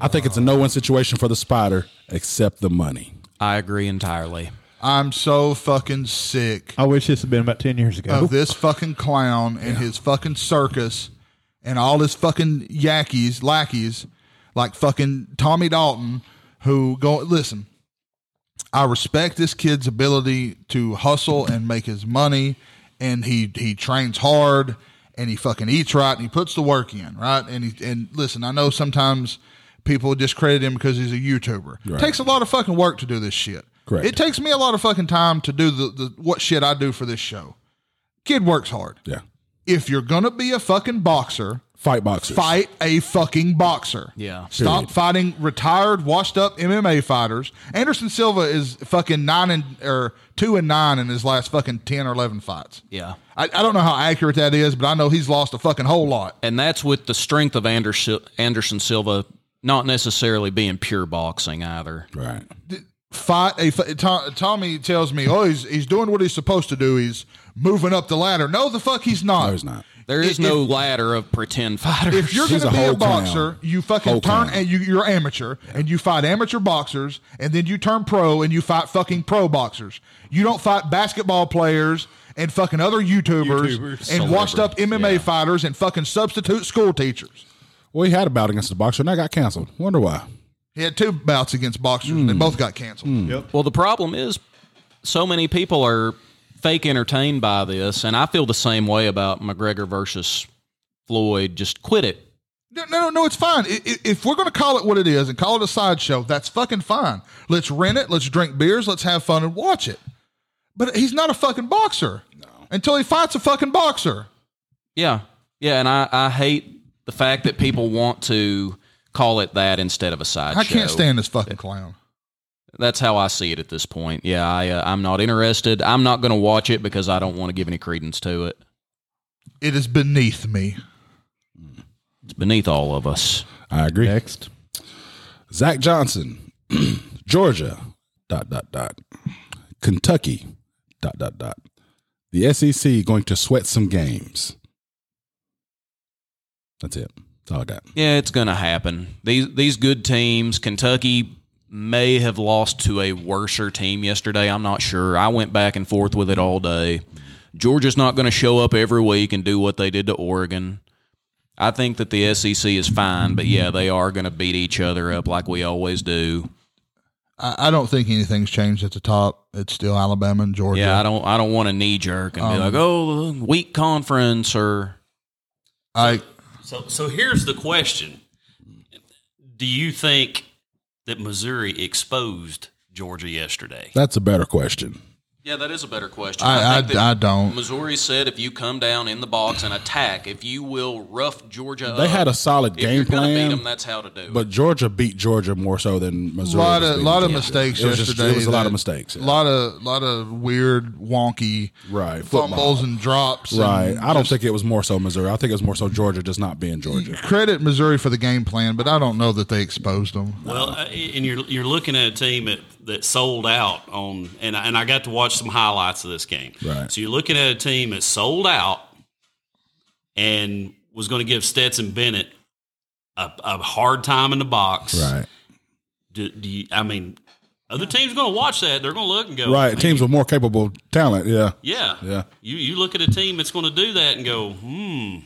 [SPEAKER 5] I think it's a no win situation for the spider, except the money.
[SPEAKER 6] I agree entirely.
[SPEAKER 4] I'm so fucking sick
[SPEAKER 8] I wish this had been about ten years ago.
[SPEAKER 4] of this fucking clown and his fucking circus and all his fucking yakkies, lackeys, like fucking Tommy Dalton, who go listen. I respect this kid's ability to hustle and make his money, and he he trains hard and he fucking eats right and he puts the work in right. And he and listen, I know sometimes people discredit him because he's a YouTuber. It takes a lot of fucking work to do this shit.
[SPEAKER 5] Correct.
[SPEAKER 4] It takes me a lot of fucking time to do the, the what shit I do for this show. Kid works hard.
[SPEAKER 5] Yeah.
[SPEAKER 4] If you're gonna be a fucking boxer,
[SPEAKER 5] Fight boxers.
[SPEAKER 4] fight a fucking boxer.
[SPEAKER 6] Yeah.
[SPEAKER 4] Stop fighting retired, washed up MMA fighters. Anderson Silva is fucking nine and or two and nine in his last fucking ten or eleven fights.
[SPEAKER 6] Yeah.
[SPEAKER 4] I, I don't know how accurate that is, but I know he's lost a fucking whole lot.
[SPEAKER 6] And that's with the strength of Anderson, Anderson Silva not necessarily being pure boxing either.
[SPEAKER 5] Right.
[SPEAKER 4] Fight a fi- To- Tommy tells me, oh, he's he's doing what he's supposed to do. He's moving up the ladder. No, the fuck he's not.
[SPEAKER 5] No, he's not.
[SPEAKER 6] There is
[SPEAKER 4] If-
[SPEAKER 6] no ladder of pretend fighters.
[SPEAKER 4] if you're
[SPEAKER 5] He's
[SPEAKER 4] going to
[SPEAKER 5] a
[SPEAKER 4] be a
[SPEAKER 5] whole
[SPEAKER 4] boxer,
[SPEAKER 5] clown.
[SPEAKER 4] you fucking
[SPEAKER 5] Whole
[SPEAKER 4] turn
[SPEAKER 5] clown.
[SPEAKER 4] and you, you're amateur and you fight amateur boxers, and then you turn pro and you fight fucking pro boxers. You don't fight basketball players and fucking other YouTubers, and washed up MMA fighters and fucking substitute school teachers.
[SPEAKER 5] Well, he had a bout against the boxer, and that got canceled. Wonder why.
[SPEAKER 4] He had two bouts against boxers, and they both got canceled.
[SPEAKER 6] Well, the problem is so many people are fake entertained by this, and I feel the same way about McGregor versus Floyd. Just quit it.
[SPEAKER 4] No, no, no, no, it's fine. I- i- If we're going to call it what it is and call it a sideshow, that's fucking fine. Let's rent it. Let's drink beers. Let's have fun and watch it. But he's not a fucking boxer until he fights a fucking boxer.
[SPEAKER 6] Yeah. Yeah, and I, I hate the fact that people want to call it that instead of a sideshow.
[SPEAKER 4] I can't stand this fucking clown.
[SPEAKER 6] That's how I see it at this point. Yeah, I, uh, I'm not interested. I'm not going to watch it because I don't want to give any credence to it.
[SPEAKER 4] It is beneath me.
[SPEAKER 6] It's beneath all of us.
[SPEAKER 5] I agree.
[SPEAKER 8] Next,
[SPEAKER 5] Zach Johnson, Georgia, dot, dot, dot, Kentucky, dot, dot, dot. The SEC going to sweat some games. That's it. That's all I got.
[SPEAKER 6] Yeah, it's going to happen. These these good teams, Kentucky may have lost to a worser team yesterday. I'm not sure. I went back and forth with it all day. Georgia's not going to show up every week and do what they did to Oregon. I think that the SEC is fine, but yeah, they are going to beat each other up like we always do.
[SPEAKER 4] I, I don't think anything's changed at the top. It's still Alabama and Georgia.
[SPEAKER 6] Yeah, I don't I don't want a knee jerk and be like, "Oh, weak conference or
[SPEAKER 4] I
[SPEAKER 10] So, so here's the question: Do you think that Missouri exposed Georgia yesterday?
[SPEAKER 5] That's a better question.
[SPEAKER 6] Yeah, that is a better question.
[SPEAKER 4] I-
[SPEAKER 6] think
[SPEAKER 4] I-
[SPEAKER 6] that
[SPEAKER 4] I don't.
[SPEAKER 6] Missouri said if you come down in the box and attack, if you will rough Georgia up.
[SPEAKER 5] They had a solid
[SPEAKER 6] if
[SPEAKER 5] game
[SPEAKER 6] you're gonna
[SPEAKER 5] plan.
[SPEAKER 6] Beat 'em, that's how to do. it.
[SPEAKER 5] But Georgia beat Georgia more so than Missouri.
[SPEAKER 4] lot
[SPEAKER 5] was
[SPEAKER 4] of
[SPEAKER 5] beating
[SPEAKER 4] lot of
[SPEAKER 5] Georgia.
[SPEAKER 4] mistakes
[SPEAKER 5] It was just-
[SPEAKER 4] yesterday.
[SPEAKER 5] it was a lot
[SPEAKER 4] that-
[SPEAKER 5] of mistakes. yeah.
[SPEAKER 4] lot of lot of weird, wonky
[SPEAKER 5] Right,
[SPEAKER 4] fumbles
[SPEAKER 5] football.
[SPEAKER 4] and drops. and
[SPEAKER 5] Right. I don't
[SPEAKER 4] just-
[SPEAKER 5] think it was more so Missouri. I think it was more so Georgia just not being Georgia.
[SPEAKER 4] credit Missouri for the game plan, but I don't know that they exposed them.
[SPEAKER 10] Well, uh, and you're you're looking at a team that, that sold out on, and I, and I got to watch some highlights of this game.
[SPEAKER 5] Right.
[SPEAKER 10] So you're looking at a team that sold out and was going to give Stetson Bennett a, a hard time in the box.
[SPEAKER 5] Right.
[SPEAKER 10] Do, do you, I mean, other teams are going to watch that. They're going to look and go,
[SPEAKER 5] Right. Teams with more capable talent. Yeah.
[SPEAKER 10] Yeah.
[SPEAKER 5] Yeah.
[SPEAKER 10] You you look at a team that's going to do that and go, hmm.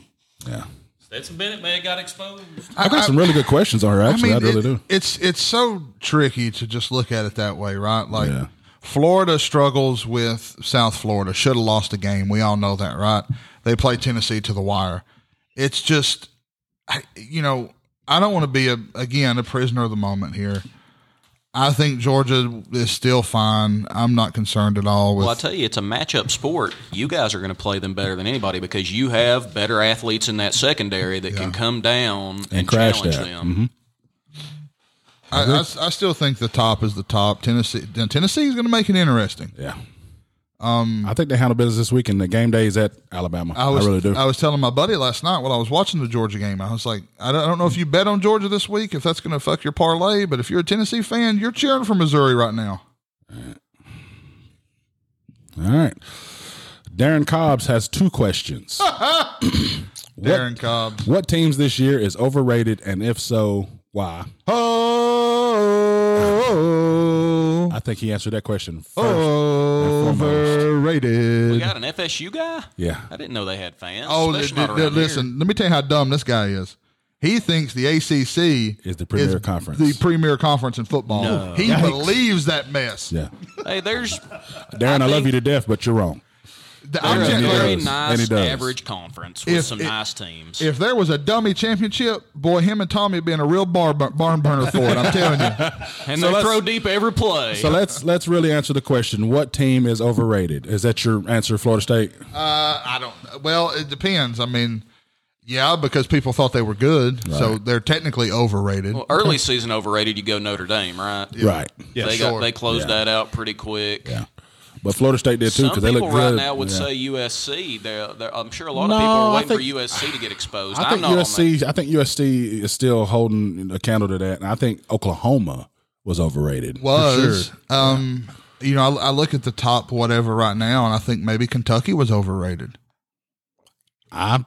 [SPEAKER 5] Yeah.
[SPEAKER 10] Stetson Bennett may have got exposed.
[SPEAKER 5] I've got some really good questions on her,
[SPEAKER 4] I
[SPEAKER 5] actually. I,
[SPEAKER 4] mean,
[SPEAKER 5] really
[SPEAKER 4] it-
[SPEAKER 5] do.
[SPEAKER 4] it's it's so tricky to just look at it that way, right? Like
[SPEAKER 5] Yeah.
[SPEAKER 4] Florida struggles with South Florida. Should have lost a game. We all know that, right? They play Tennessee to the wire. It's just, I, you know, I don't want to be a again a prisoner of the moment here. I think Georgia is still fine. I'm not concerned at all with.
[SPEAKER 6] Well, I tell you, it's a matchup sport. You guys are going to play them better than anybody because you have better athletes in that secondary that can come down and,
[SPEAKER 5] crash
[SPEAKER 6] challenge
[SPEAKER 5] that. Mm-hmm.
[SPEAKER 6] them.
[SPEAKER 4] I, I s- I still think the top is the top. Tennessee Tennessee is going to make it interesting.
[SPEAKER 5] Yeah. Um, I think they handle business this week, and the game day is at Alabama. I,
[SPEAKER 4] I was I,
[SPEAKER 5] really do.
[SPEAKER 4] was telling my buddy last night while I was watching the Georgia game. I was like, I don't, I don't know if you bet on Georgia this week if that's going to fuck your parlay, but if you're a Tennessee fan, you're cheering for Missouri right now.
[SPEAKER 5] All right. Darren Cobbs has two questions. What-
[SPEAKER 4] Darren Cobb.
[SPEAKER 5] What teams this year is overrated, and if so, why?
[SPEAKER 4] Oh,
[SPEAKER 5] I think he answered that question first. and foremost.
[SPEAKER 4] overrated.
[SPEAKER 6] We got an FSU guy.
[SPEAKER 5] Yeah.
[SPEAKER 6] I didn't know they had fans.
[SPEAKER 4] oh,
[SPEAKER 6] especially
[SPEAKER 4] th- th-
[SPEAKER 6] not
[SPEAKER 4] th-
[SPEAKER 6] around here.
[SPEAKER 4] listen. Let me tell you how dumb this guy is. He thinks the ACC
[SPEAKER 5] Is the premier conference.
[SPEAKER 4] the premier conference in football. He believes that mess.
[SPEAKER 5] Yeah.
[SPEAKER 6] Hey, there's
[SPEAKER 5] Darren, I, love
[SPEAKER 6] think-
[SPEAKER 5] you to death, but you're wrong.
[SPEAKER 4] The- I'm
[SPEAKER 6] there's a
[SPEAKER 4] just-
[SPEAKER 5] he
[SPEAKER 6] very
[SPEAKER 5] does. And he
[SPEAKER 6] nice
[SPEAKER 5] does.
[SPEAKER 6] average conference with
[SPEAKER 4] If
[SPEAKER 6] some
[SPEAKER 4] it-
[SPEAKER 6] nice teams.
[SPEAKER 4] If there was a dummy championship, boy, him and Tommy would been a real bar, barn burner for it. I'm telling you.
[SPEAKER 6] and
[SPEAKER 5] so
[SPEAKER 6] they
[SPEAKER 5] let's-
[SPEAKER 6] throw deep every play.
[SPEAKER 5] So let's let's really answer the question: What team is overrated? Is that your answer, Florida State?
[SPEAKER 4] Uh, I don't. Well, it depends. I mean, yeah, because people thought they were good, so they're technically overrated.
[SPEAKER 6] well, early season overrated, you go Notre Dame, right?
[SPEAKER 5] Right.
[SPEAKER 4] Yeah,
[SPEAKER 6] they
[SPEAKER 4] sure.
[SPEAKER 6] got they closed
[SPEAKER 5] Yeah.
[SPEAKER 6] that out pretty quick.
[SPEAKER 5] Yeah. But Florida State did too
[SPEAKER 6] Some
[SPEAKER 5] because they
[SPEAKER 6] people
[SPEAKER 5] look
[SPEAKER 6] right
[SPEAKER 5] good.
[SPEAKER 6] now would
[SPEAKER 5] Yeah.
[SPEAKER 6] say USC. They're, they're, I'm sure a lot
[SPEAKER 5] No,
[SPEAKER 6] of people
[SPEAKER 5] I
[SPEAKER 6] are waiting
[SPEAKER 5] think-
[SPEAKER 6] for USC to get exposed.
[SPEAKER 5] I
[SPEAKER 6] I'm
[SPEAKER 5] think
[SPEAKER 6] not on that.
[SPEAKER 5] USC. I think USC is still holding a candle to that, and I think Oklahoma was overrated. for
[SPEAKER 4] was
[SPEAKER 5] sure.
[SPEAKER 4] um, you know, I, I look at the top whatever right now, and I think maybe Kentucky was overrated.
[SPEAKER 5] I,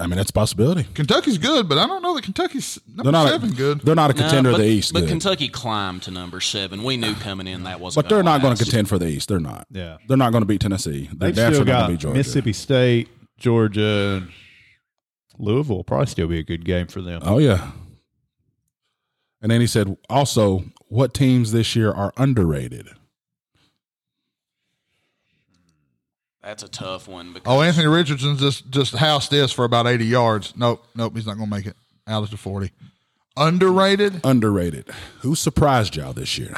[SPEAKER 5] I mean that's a possibility.
[SPEAKER 4] Kentucky's good, but I don't know that Kentucky's number
[SPEAKER 5] They're not
[SPEAKER 4] seven
[SPEAKER 5] a,
[SPEAKER 4] good.
[SPEAKER 5] They're not a
[SPEAKER 6] No,
[SPEAKER 5] contender
[SPEAKER 6] but,
[SPEAKER 5] of the East,
[SPEAKER 6] But
[SPEAKER 5] good.
[SPEAKER 6] Kentucky climbed to number seven. We knew coming in that wasn't.
[SPEAKER 5] but they're not going
[SPEAKER 6] last.
[SPEAKER 5] to contend for the East. They're not.
[SPEAKER 8] Yeah.
[SPEAKER 5] they're not going to beat Tennessee. They're
[SPEAKER 8] They've
[SPEAKER 5] damn sure
[SPEAKER 8] still
[SPEAKER 5] not going to beat
[SPEAKER 8] got
[SPEAKER 5] Georgia.
[SPEAKER 8] Mississippi State, Georgia, and Louisville. will Probably still be a good game for them.
[SPEAKER 5] Oh yeah. And then he said, also, what teams this year are underrated?
[SPEAKER 6] That's a tough one. Because
[SPEAKER 4] Oh, Anthony Richardson's just just housed this for about eighty yards. Nope, nope, he's not going to make it. Out at the forty.
[SPEAKER 5] Uh,
[SPEAKER 4] Underrated.
[SPEAKER 5] Underrated. Who surprised y'all this year?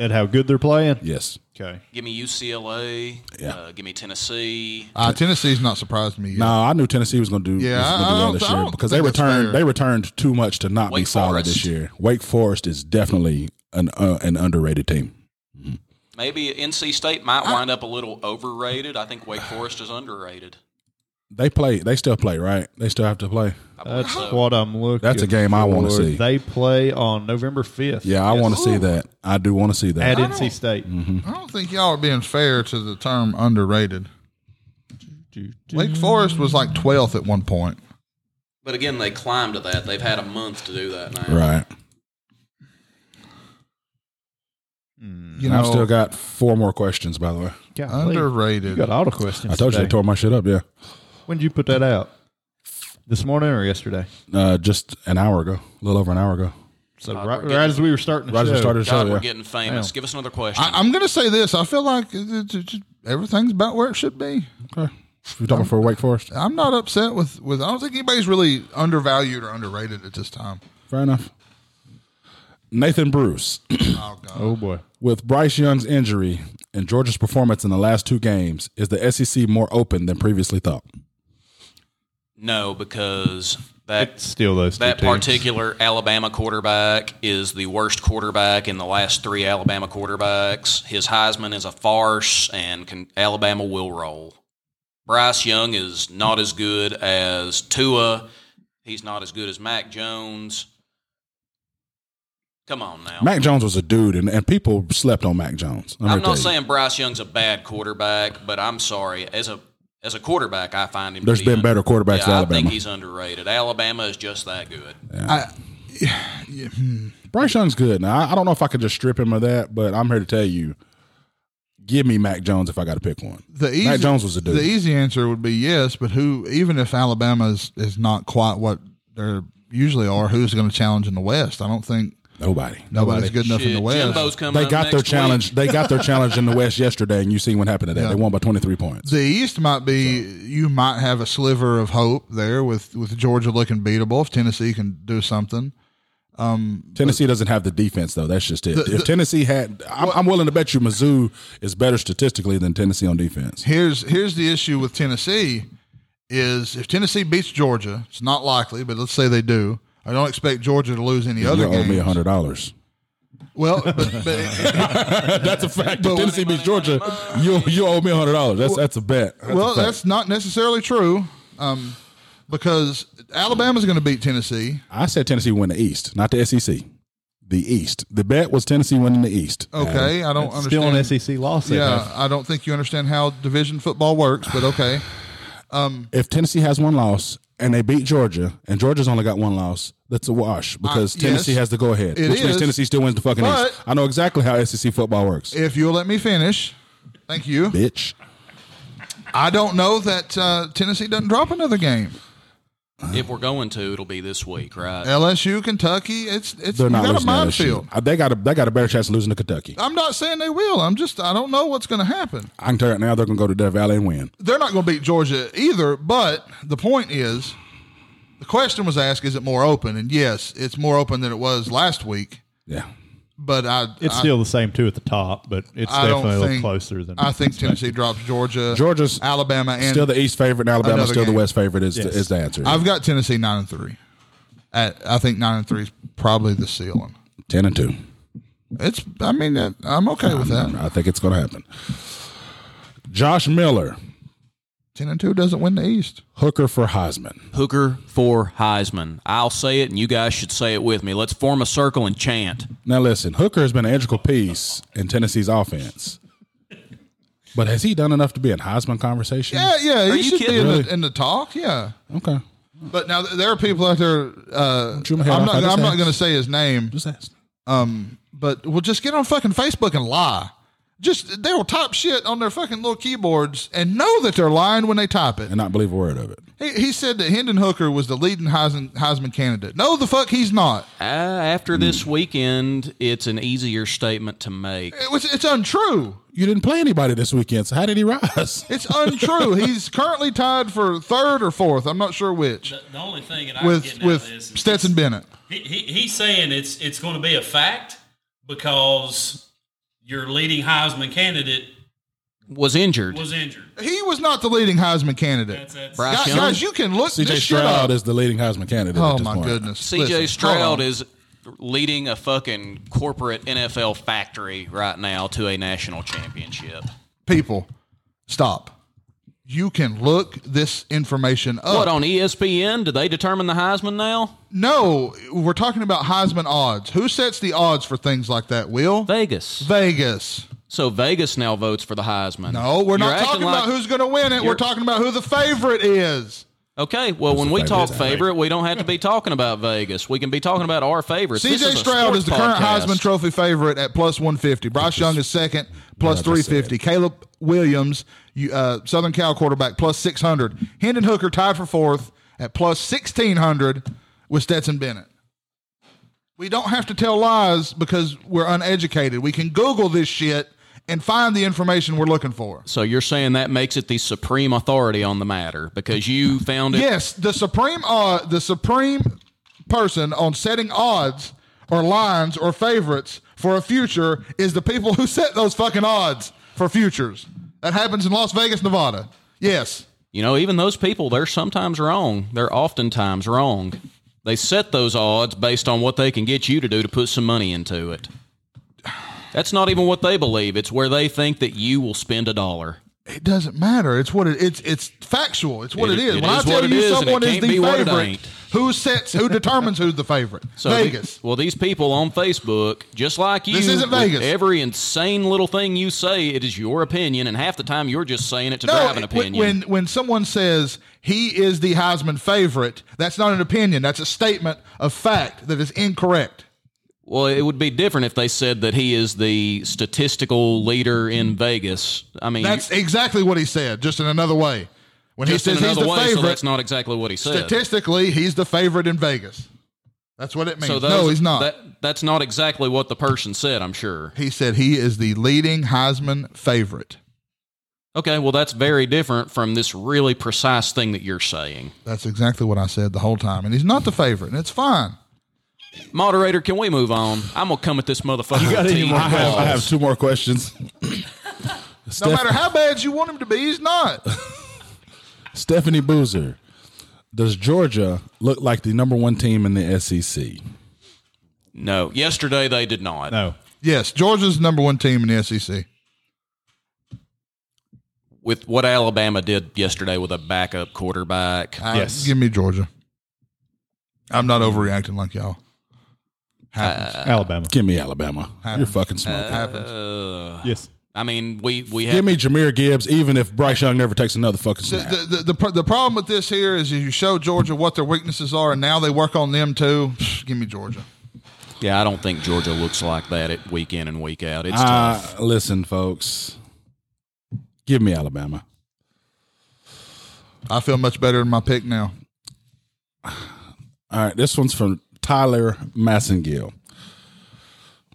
[SPEAKER 8] And how good they're playing.
[SPEAKER 5] Yes.
[SPEAKER 8] Okay.
[SPEAKER 6] give me UCLA.
[SPEAKER 5] Yeah.
[SPEAKER 6] Uh, give me Tennessee.
[SPEAKER 4] Uh, Tennessee's not surprised me. Yet.
[SPEAKER 5] No, I knew Tennessee was going to do,
[SPEAKER 4] Yeah,
[SPEAKER 5] was gonna
[SPEAKER 4] I- I
[SPEAKER 5] do well
[SPEAKER 4] don't-
[SPEAKER 5] this
[SPEAKER 4] I
[SPEAKER 5] year
[SPEAKER 4] don't
[SPEAKER 5] because they
[SPEAKER 4] think that's
[SPEAKER 5] returned
[SPEAKER 4] fair.
[SPEAKER 5] they returned too much to not be
[SPEAKER 6] Wake
[SPEAKER 5] solid this
[SPEAKER 6] Forest.
[SPEAKER 5] year. Wake Forest is definitely an uh, an underrated team.
[SPEAKER 6] Maybe NC State might wind up a little overrated. I think Wake Forest is underrated.
[SPEAKER 5] They play. They still play, right? They still have to play.
[SPEAKER 6] I believe
[SPEAKER 8] That's
[SPEAKER 6] so.
[SPEAKER 8] what I'm looking.
[SPEAKER 5] That's a game I wanna
[SPEAKER 8] for.
[SPEAKER 5] see.
[SPEAKER 8] They play on November 5th.
[SPEAKER 5] Yeah, I Mm. want to see that. I do want to see that.
[SPEAKER 8] at NC State.
[SPEAKER 4] I don't think y'all are being fair to the term underrated. Wake Forest was like 12th at one point.
[SPEAKER 6] But again, they climbed to that. They've had a month to do that now.
[SPEAKER 5] Right.
[SPEAKER 4] You
[SPEAKER 5] I've
[SPEAKER 4] know,
[SPEAKER 5] still got four more questions, by the way.
[SPEAKER 8] Golly, You
[SPEAKER 4] underrated.
[SPEAKER 8] got all the questions.
[SPEAKER 5] I told you they
[SPEAKER 8] today.
[SPEAKER 5] tore my shit up. Yeah,
[SPEAKER 8] When did you put that out? This morning or yesterday?
[SPEAKER 5] uh, just an hour ago, a little over an hour ago.
[SPEAKER 8] So
[SPEAKER 6] God,
[SPEAKER 8] right,
[SPEAKER 6] we're
[SPEAKER 8] right as we were starting. The
[SPEAKER 5] Right as we
[SPEAKER 8] show.
[SPEAKER 5] started the
[SPEAKER 6] God,
[SPEAKER 5] show,
[SPEAKER 6] we're
[SPEAKER 5] yeah.
[SPEAKER 6] getting famous.
[SPEAKER 8] Damn.
[SPEAKER 6] Give us another question.
[SPEAKER 4] I, I'm going to say this. I feel like it- it- it- everything's about where it should be.
[SPEAKER 5] Okay. You talking for Wake Forest?
[SPEAKER 4] I'm not upset with, with, I don't think anybody's really undervalued or underrated at this time.
[SPEAKER 5] Fair enough. Nathan Bruce,
[SPEAKER 4] Oh, God.
[SPEAKER 8] Oh boy.
[SPEAKER 5] with Bryce Young's injury, in Georgia's performance in the last two games, is the SEC more open than previously thought?
[SPEAKER 6] No, because that
[SPEAKER 8] still those two
[SPEAKER 6] that
[SPEAKER 8] teams.
[SPEAKER 6] particular Alabama quarterback is the worst quarterback in the last three Alabama quarterbacks. His Heisman is a farce, and can, Alabama will roll. Bryce Young is not as good as Tua. He's not as good as Mac Jones. Come on now.
[SPEAKER 5] Mac Jones was a dude, and, and people slept on Mac Jones. I'm,
[SPEAKER 6] I'm
[SPEAKER 5] gonna tell
[SPEAKER 6] not
[SPEAKER 5] you.
[SPEAKER 6] saying Bryce Young's a bad quarterback, but I'm sorry. As a as a quarterback, I find him.
[SPEAKER 5] There's
[SPEAKER 6] to be
[SPEAKER 5] been better quarterbacks at
[SPEAKER 6] Yeah, I think
[SPEAKER 5] Alabama.
[SPEAKER 6] he's underrated. Alabama is just that good.
[SPEAKER 5] I, Bryce Young's good. Now, I, I don't know if I could just strip him of that, but I'm here to tell you, give me Mac Jones if I got to pick one.
[SPEAKER 4] The easy,
[SPEAKER 5] Mac Jones was a dude.
[SPEAKER 4] The e- easy answer would be yes, but who? Even if Alabama is, is not quite what they usually are, who's going to challenge in the West? I don't think
[SPEAKER 5] nobody.
[SPEAKER 4] Nobody's
[SPEAKER 5] Nobody.
[SPEAKER 4] good enough in the
[SPEAKER 6] Shit,
[SPEAKER 4] West.
[SPEAKER 6] Jimbo's coming
[SPEAKER 5] They
[SPEAKER 6] up
[SPEAKER 5] got their
[SPEAKER 6] next
[SPEAKER 5] challenge. They got their challenge in the West yesterday, and you see what happened to that.
[SPEAKER 4] Yeah.
[SPEAKER 5] They won by 23 points.
[SPEAKER 4] The East might be you might have a sliver of hope there with with Georgia looking beatable if Tennessee can do something.
[SPEAKER 5] Tennessee doesn't have the defense though. That's just it. if Tennessee had, I'm, I'm willing to bet you Mizzou is better statistically than Tennessee on defense.
[SPEAKER 4] Here's here's the issue with Tennessee is if Tennessee beats Georgia, it's not likely, but let's say they do. I don't expect Georgia to lose any other
[SPEAKER 5] you owe
[SPEAKER 4] game.
[SPEAKER 5] me hundred dollars.
[SPEAKER 4] Well, but, but
[SPEAKER 5] That's a fact. If Tennessee beats Georgia, you you owe me hundred dollars. That's that's a bet. That's
[SPEAKER 4] well,
[SPEAKER 5] a fact.
[SPEAKER 4] that's not necessarily true, um, because Alabama's going to beat Tennessee.
[SPEAKER 5] I said Tennessee win the East, not the SEC. The East. The bet was Tennessee winning the East.
[SPEAKER 4] Okay, I don't
[SPEAKER 8] Still
[SPEAKER 4] understand.
[SPEAKER 8] an E SEC loss. they
[SPEAKER 4] yeah,
[SPEAKER 8] have.
[SPEAKER 4] I don't think you understand how division football works, but okay.
[SPEAKER 5] If Tennessee has one loss and they beat Georgia, and Georgia's only got one loss, that's a wash because
[SPEAKER 4] Uh, yes.
[SPEAKER 5] Tennessee has the go ahead,
[SPEAKER 4] It
[SPEAKER 5] which
[SPEAKER 4] is.
[SPEAKER 5] means Tennessee still wins the fucking
[SPEAKER 4] But-
[SPEAKER 5] East. I know exactly how SEC football works,
[SPEAKER 4] If you'll let me finish, thank you.
[SPEAKER 5] bitch.
[SPEAKER 4] I don't know that uh, Tennessee doesn't drop another game.
[SPEAKER 6] If we're going to, it'll be this week, right?
[SPEAKER 4] LSU, Kentucky, it's it's
[SPEAKER 5] They're
[SPEAKER 4] you
[SPEAKER 5] not
[SPEAKER 4] got a
[SPEAKER 5] losing that shit.
[SPEAKER 4] minefield. Oh.
[SPEAKER 5] Uh, They got a they got a better chance of losing to Kentucky.
[SPEAKER 4] I'm not saying they will. I'm just I don't know what's going to happen.
[SPEAKER 5] I can tell you right now they're gonna go to Death Valley and win.
[SPEAKER 4] They're not going to beat Georgia either. But the point is, the question was asked: Is it more open? And yes, it's more open than it was last week.
[SPEAKER 5] Yeah.
[SPEAKER 4] But I
[SPEAKER 8] it's
[SPEAKER 4] I,
[SPEAKER 8] still the same two at the top, but it's
[SPEAKER 4] I
[SPEAKER 8] definitely a
[SPEAKER 4] don't
[SPEAKER 8] little
[SPEAKER 4] think
[SPEAKER 8] closer than
[SPEAKER 4] I think Tennessee drops Georgia,
[SPEAKER 5] Georgia's
[SPEAKER 4] Alabama, and
[SPEAKER 5] still the East favorite and Alabama's
[SPEAKER 4] Another
[SPEAKER 5] still
[SPEAKER 4] game.
[SPEAKER 5] the West favorite is,
[SPEAKER 8] Yes.
[SPEAKER 5] the, is the answer.
[SPEAKER 4] I've got Tennessee nine and three. At, I think nine and three is probably the ceiling.
[SPEAKER 5] Ten and two.
[SPEAKER 4] It's. I mean, that- I'm okay with that.
[SPEAKER 5] I think it's gonna happen. Josh Miller,
[SPEAKER 4] Ten and two doesn't win the East.
[SPEAKER 5] hooker for Heisman.
[SPEAKER 6] Hooker for Heisman. I'll say it, and you guys should say it with me. Let's form a circle and chant.
[SPEAKER 5] Now listen, Hooker has been an integral piece in Tennessee's offense. But has he done enough to be in Heisman conversation?
[SPEAKER 4] Yeah, yeah.
[SPEAKER 6] Are
[SPEAKER 4] he
[SPEAKER 6] you
[SPEAKER 4] should
[SPEAKER 6] kidding?
[SPEAKER 4] be in,
[SPEAKER 5] Really?
[SPEAKER 4] the, in the talk. Yeah.
[SPEAKER 5] Okay.
[SPEAKER 4] But now th- there are people out there. Uh,
[SPEAKER 5] chew my
[SPEAKER 4] I'm
[SPEAKER 5] head off.
[SPEAKER 4] not.
[SPEAKER 5] I just
[SPEAKER 4] I'm not
[SPEAKER 5] asked.
[SPEAKER 4] going to say his name.
[SPEAKER 5] Just ask.
[SPEAKER 4] But we'll just get on fucking Facebook and lie. Just they will type shit on their fucking little keyboards and know that they're lying when they type it.
[SPEAKER 5] And not believe a word of it.
[SPEAKER 4] He, he said that Hendon Hooker was the leading Heisman, Heisman candidate. No, the fuck he's not.
[SPEAKER 6] Uh, after this
[SPEAKER 5] Hmm.
[SPEAKER 6] weekend, it's an easier statement to make.
[SPEAKER 4] It was, it's untrue.
[SPEAKER 5] You didn't play anybody this weekend, so how did he rise?
[SPEAKER 4] It's untrue. He's currently tied for third or fourth. I'm not sure which.
[SPEAKER 10] The, the only thing that I'm
[SPEAKER 4] With
[SPEAKER 10] getting
[SPEAKER 4] with
[SPEAKER 10] out of this is
[SPEAKER 4] Stetson Bennett.
[SPEAKER 10] he, he, he's saying it's it's going to be a fact because your leading Heisman candidate
[SPEAKER 6] Was injured.
[SPEAKER 10] was injured.
[SPEAKER 4] He was not the leading Heisman candidate.
[SPEAKER 10] That's, that's,
[SPEAKER 6] Bryce
[SPEAKER 4] Guys,
[SPEAKER 6] Young?
[SPEAKER 4] guys, you can look
[SPEAKER 5] CJ
[SPEAKER 4] this shit up.
[SPEAKER 5] Stroud is the leading Heisman candidate. at
[SPEAKER 4] Oh
[SPEAKER 5] this
[SPEAKER 4] my
[SPEAKER 5] point.
[SPEAKER 4] goodness. Listen,
[SPEAKER 6] CJ
[SPEAKER 4] hold on.
[SPEAKER 6] Stroud is leading a fucking corporate NFL factory right now to a national championship.
[SPEAKER 4] people. Stop. You can look this information up.
[SPEAKER 6] What on E ESPN? Do they determine the Heisman now?
[SPEAKER 4] no, we're talking about Heisman odds. Who sets the odds for things like that? Will
[SPEAKER 6] Vegas.
[SPEAKER 4] Vegas?
[SPEAKER 6] So Vegas now votes for the Heisman.
[SPEAKER 4] No, we're
[SPEAKER 6] You're
[SPEAKER 4] not
[SPEAKER 6] acting
[SPEAKER 4] talking
[SPEAKER 6] like-
[SPEAKER 4] about who's going to win it. We're
[SPEAKER 6] You're-
[SPEAKER 4] talking about who the favorite is.
[SPEAKER 6] Okay, well, when we
[SPEAKER 5] favorite?
[SPEAKER 6] talk
[SPEAKER 5] Is that
[SPEAKER 6] favorite, we don't have to be talking about Vegas. We can be talking about our favorites. This
[SPEAKER 4] CJ
[SPEAKER 6] a
[SPEAKER 4] Stroud
[SPEAKER 6] sports
[SPEAKER 4] is the current
[SPEAKER 6] podcast.
[SPEAKER 4] Heisman Trophy favorite at plus 150. Bryce Young is second, plus
[SPEAKER 5] I just said.
[SPEAKER 4] 350. Caleb Williams, you, uh, Southern Cal quarterback, plus 600. Hendon Hooker tied for fourth at plus 1600 with Stetson Bennett. We don't have to tell lies because we're uneducated. We can Google this shit and find the information we're looking for.
[SPEAKER 6] So you're saying that makes it the supreme authority on the matter because you found it.
[SPEAKER 4] Yes, the supreme uh, the supreme person on setting odds or lines or favorites for a future is the people who set those fucking odds. for futures. That happens in Las Vegas, Nevada. Yes.
[SPEAKER 6] You know, even those people, they're sometimes wrong. They're oftentimes wrong. They set those odds based on what they can get you to do to put some money into it. That's not even what they believe. It's where they think that you will spend a dollar.
[SPEAKER 4] It doesn't matter. It's what it, it's it's factual. It's what
[SPEAKER 6] It-
[SPEAKER 4] it is.
[SPEAKER 6] it
[SPEAKER 4] when
[SPEAKER 6] is
[SPEAKER 4] I tell
[SPEAKER 6] what it
[SPEAKER 4] you
[SPEAKER 6] is, and it
[SPEAKER 4] someone is
[SPEAKER 6] can't
[SPEAKER 4] the
[SPEAKER 6] be what it
[SPEAKER 4] favorite,
[SPEAKER 6] ain't.
[SPEAKER 4] who sets who determines who's the favorite?
[SPEAKER 6] the-
[SPEAKER 4] Vegas.
[SPEAKER 6] well, these people on Facebook, just like you,
[SPEAKER 4] This isn't
[SPEAKER 6] with
[SPEAKER 4] Vegas.
[SPEAKER 6] Every insane little thing you say, it is your opinion, and half the time you're just saying it to
[SPEAKER 4] no,
[SPEAKER 6] drive an
[SPEAKER 4] when-
[SPEAKER 6] opinion.
[SPEAKER 4] when when someone says he is the Heisman favorite, that's not an opinion. That's a statement of fact that is incorrect.
[SPEAKER 6] Well, it would be different if they said that he is the statistical leader in Vegas. I mean,
[SPEAKER 4] That's exactly what he said, just in another way. When
[SPEAKER 6] just
[SPEAKER 4] he
[SPEAKER 6] in
[SPEAKER 4] says he's
[SPEAKER 6] another
[SPEAKER 4] the
[SPEAKER 6] way, so
[SPEAKER 4] favorite,
[SPEAKER 6] that's not exactly what he said.
[SPEAKER 4] statistically, he's the favorite in Vegas. That's what it means.
[SPEAKER 6] So
[SPEAKER 4] no, he's not.
[SPEAKER 6] That, that's not exactly what the person said. I'm sure.
[SPEAKER 4] he said he is the leading Heisman favorite.
[SPEAKER 6] Okay, well, that's very different from this really precise thing that you're saying.
[SPEAKER 4] That's exactly what I said the whole time. And he's not the favorite, and it's fine.
[SPEAKER 6] Moderator, can we move on? I'm gonna come at this motherfucker.
[SPEAKER 5] You got
[SPEAKER 6] with
[SPEAKER 5] any
[SPEAKER 6] teeth
[SPEAKER 5] more I have, I
[SPEAKER 6] balls.
[SPEAKER 5] have two more questions.
[SPEAKER 4] No
[SPEAKER 5] Steph-
[SPEAKER 4] matter how bad you want him to be, he's not.
[SPEAKER 5] Stephanie Boozer, does Georgia look like the number one team in the E SEC?
[SPEAKER 6] No, yesterday they did not.
[SPEAKER 5] No.
[SPEAKER 4] yes, Georgia's the number one team in the E SEC.
[SPEAKER 6] With what Alabama did yesterday with a backup quarterback.
[SPEAKER 4] Uh, Give me Georgia. I'm not overreacting like y'all.
[SPEAKER 6] Uh,
[SPEAKER 8] Alabama.
[SPEAKER 5] Give me Alabama. You're fucking smoking.
[SPEAKER 4] Happens.
[SPEAKER 8] Yes.
[SPEAKER 6] I mean, we we
[SPEAKER 5] Give
[SPEAKER 6] have
[SPEAKER 5] me Jameer Gibbs, even if Bryce Young never takes another fucking
[SPEAKER 4] The,
[SPEAKER 5] snap.
[SPEAKER 4] the, the, the, pro- the problem with this here is if you show Georgia what their weaknesses are and now they work on them too, give me Georgia.
[SPEAKER 6] Yeah, I don't think Georgia looks like that at week in and week out. It's tough.
[SPEAKER 5] Uh, listen, folks. Give me Alabama.
[SPEAKER 4] I feel much better in my pick now.
[SPEAKER 5] All right, this one's from Tyler Massengill.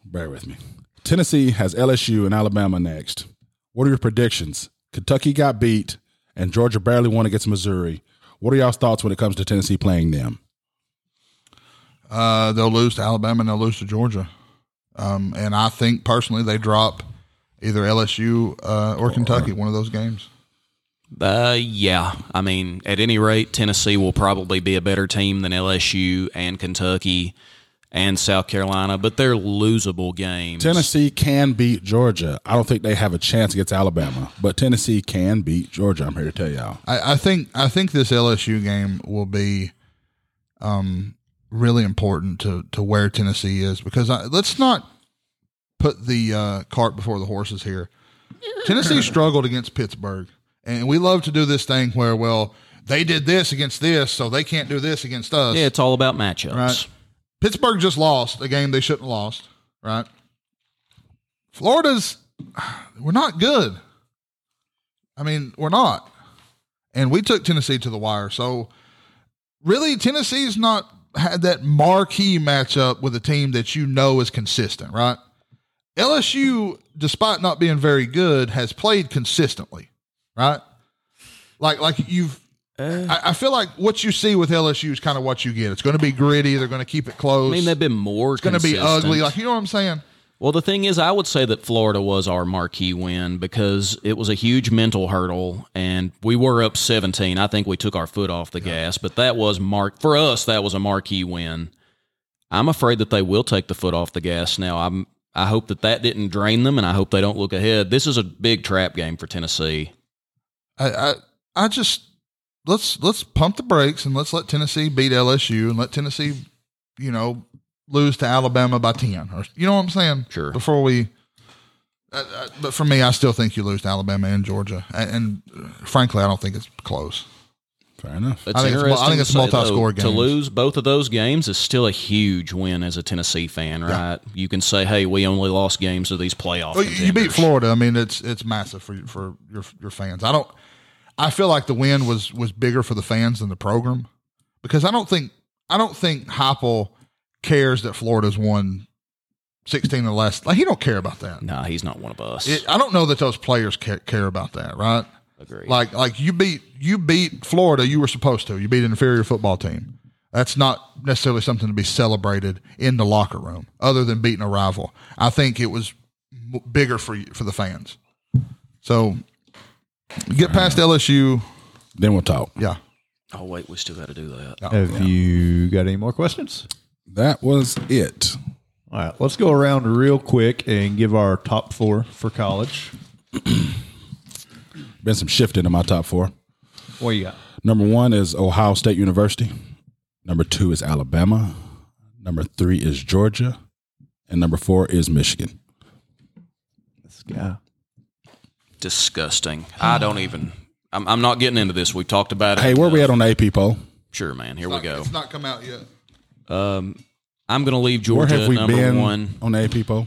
[SPEAKER 5] Bear with me. Tennessee has LSU and Alabama next. What are your predictions? Kentucky got beat, and Georgia barely won against Missouri. What are y'all's thoughts when it comes to Tennessee playing them?
[SPEAKER 4] Uh, they'll lose to Alabama and they'll lose to Georgia. Um, and I think personally they drop either LSU uh, or Kentucky, one of those games.
[SPEAKER 6] Uh, yeah. I mean, at any rate, Tennessee will probably be a better team than LSU and Kentucky and South Carolina, but they're losable games.
[SPEAKER 5] Tennessee can beat Georgia. I don't think they have a chance against Alabama, but Tennessee can beat Georgia. I'm here to tell y'all.
[SPEAKER 4] I, I think I think this LSU game will be um, really important to to where Tennessee is because I, let's not put the uh, cart before the horses here. Tennessee struggled against Pittsburgh, and we love to do this thing where well they did this against this, so they can't do this against us.
[SPEAKER 6] Yeah, it's all about matchups.
[SPEAKER 4] Right. Pittsburgh just lost a game they shouldn't have lost, right? Florida's we're not good. I mean, we're not. And we took Tennessee to the wire. So really Tennessee's not had that marquee matchup with a team that you know is consistent, right? LSU, despite not being very good, has played consistently, right? Like like you've
[SPEAKER 6] Eh.
[SPEAKER 4] I, I feel like what you see with LSU is kind of what you get. It's going to be gritty. They're going to keep it
[SPEAKER 6] I
[SPEAKER 4] close.
[SPEAKER 6] mean, they've been more.
[SPEAKER 4] it's going to be ugly. Like you know what I'm saying?
[SPEAKER 6] Well, the thing is, I would say that Florida was our marquee win because it was a huge mental hurdle, and we were up 17. I think we took our foot off the gas, but that was mark for us. That was a marquee win. I'm afraid that they will take the foot off the gas now. I'm. I hope that that didn't drain them, and I hope they don't look ahead. This is a big trap game for Tennessee.
[SPEAKER 4] I, I I just let's let's pump the brakes and let's let Tennessee beat LSU and let Tennessee, you know, lose to Alabama by ten or you know what I'm saying?
[SPEAKER 6] Sure.
[SPEAKER 4] Before we, uh, uh, but for me, I still think you lose to Alabama and Georgia, A- and, and frankly, I don't think it's close.
[SPEAKER 5] Fair enough.
[SPEAKER 6] It's
[SPEAKER 4] I think it's- I
[SPEAKER 6] interesting
[SPEAKER 4] think
[SPEAKER 6] to
[SPEAKER 4] it's
[SPEAKER 6] say, though,
[SPEAKER 4] multi-score
[SPEAKER 6] To
[SPEAKER 4] games.
[SPEAKER 6] lose both of those games is still a huge win as a Tennessee fan, right? You can say, "Hey, we only lost games to these playoff."
[SPEAKER 4] Well, Oh, you- you beat
[SPEAKER 6] contenders.
[SPEAKER 4] Florida. I mean, it's it's massive for you- for your your fans. I don't. I feel like the win was was bigger for the fans than the program because I don't think I don't think Heupel cares that Florida's won sixteen or less. Like he don't care about that.
[SPEAKER 6] No, he's not one of us.
[SPEAKER 4] It, I don't know that those players care, care about that, right?
[SPEAKER 6] Agree.
[SPEAKER 4] Like like you beat you beat Florida. You were supposed to. You beat an inferior football team. That's not necessarily something to be celebrated in the locker room, other than beating a rival. I think it was m- bigger for you, for the fans. So get past LSU.
[SPEAKER 5] Then we'll talk.
[SPEAKER 4] Yeah.
[SPEAKER 6] Oh wait, we still got to do that.
[SPEAKER 8] Have you got any more questions?
[SPEAKER 5] That was it.
[SPEAKER 8] All right, let's go around real quick and give our top four for college.
[SPEAKER 5] Been some shifting in my top four.
[SPEAKER 8] What you got?
[SPEAKER 5] Number one is Ohio State University. Number two is Alabama. Number three is Georgia. And number four is Michigan.
[SPEAKER 8] Yeah.
[SPEAKER 6] Disgusting. I don't even. I'm, I'm not getting into this. We've talked about it. Uh,
[SPEAKER 5] Hey, where we at on the AP poll?
[SPEAKER 6] Sure, man. Here we go.
[SPEAKER 4] It's not come out yet.
[SPEAKER 6] Um, I'm going to leave
[SPEAKER 5] Where
[SPEAKER 6] Georgia
[SPEAKER 5] have
[SPEAKER 6] at
[SPEAKER 5] we
[SPEAKER 6] number
[SPEAKER 5] been
[SPEAKER 6] one.
[SPEAKER 5] on the AP poll?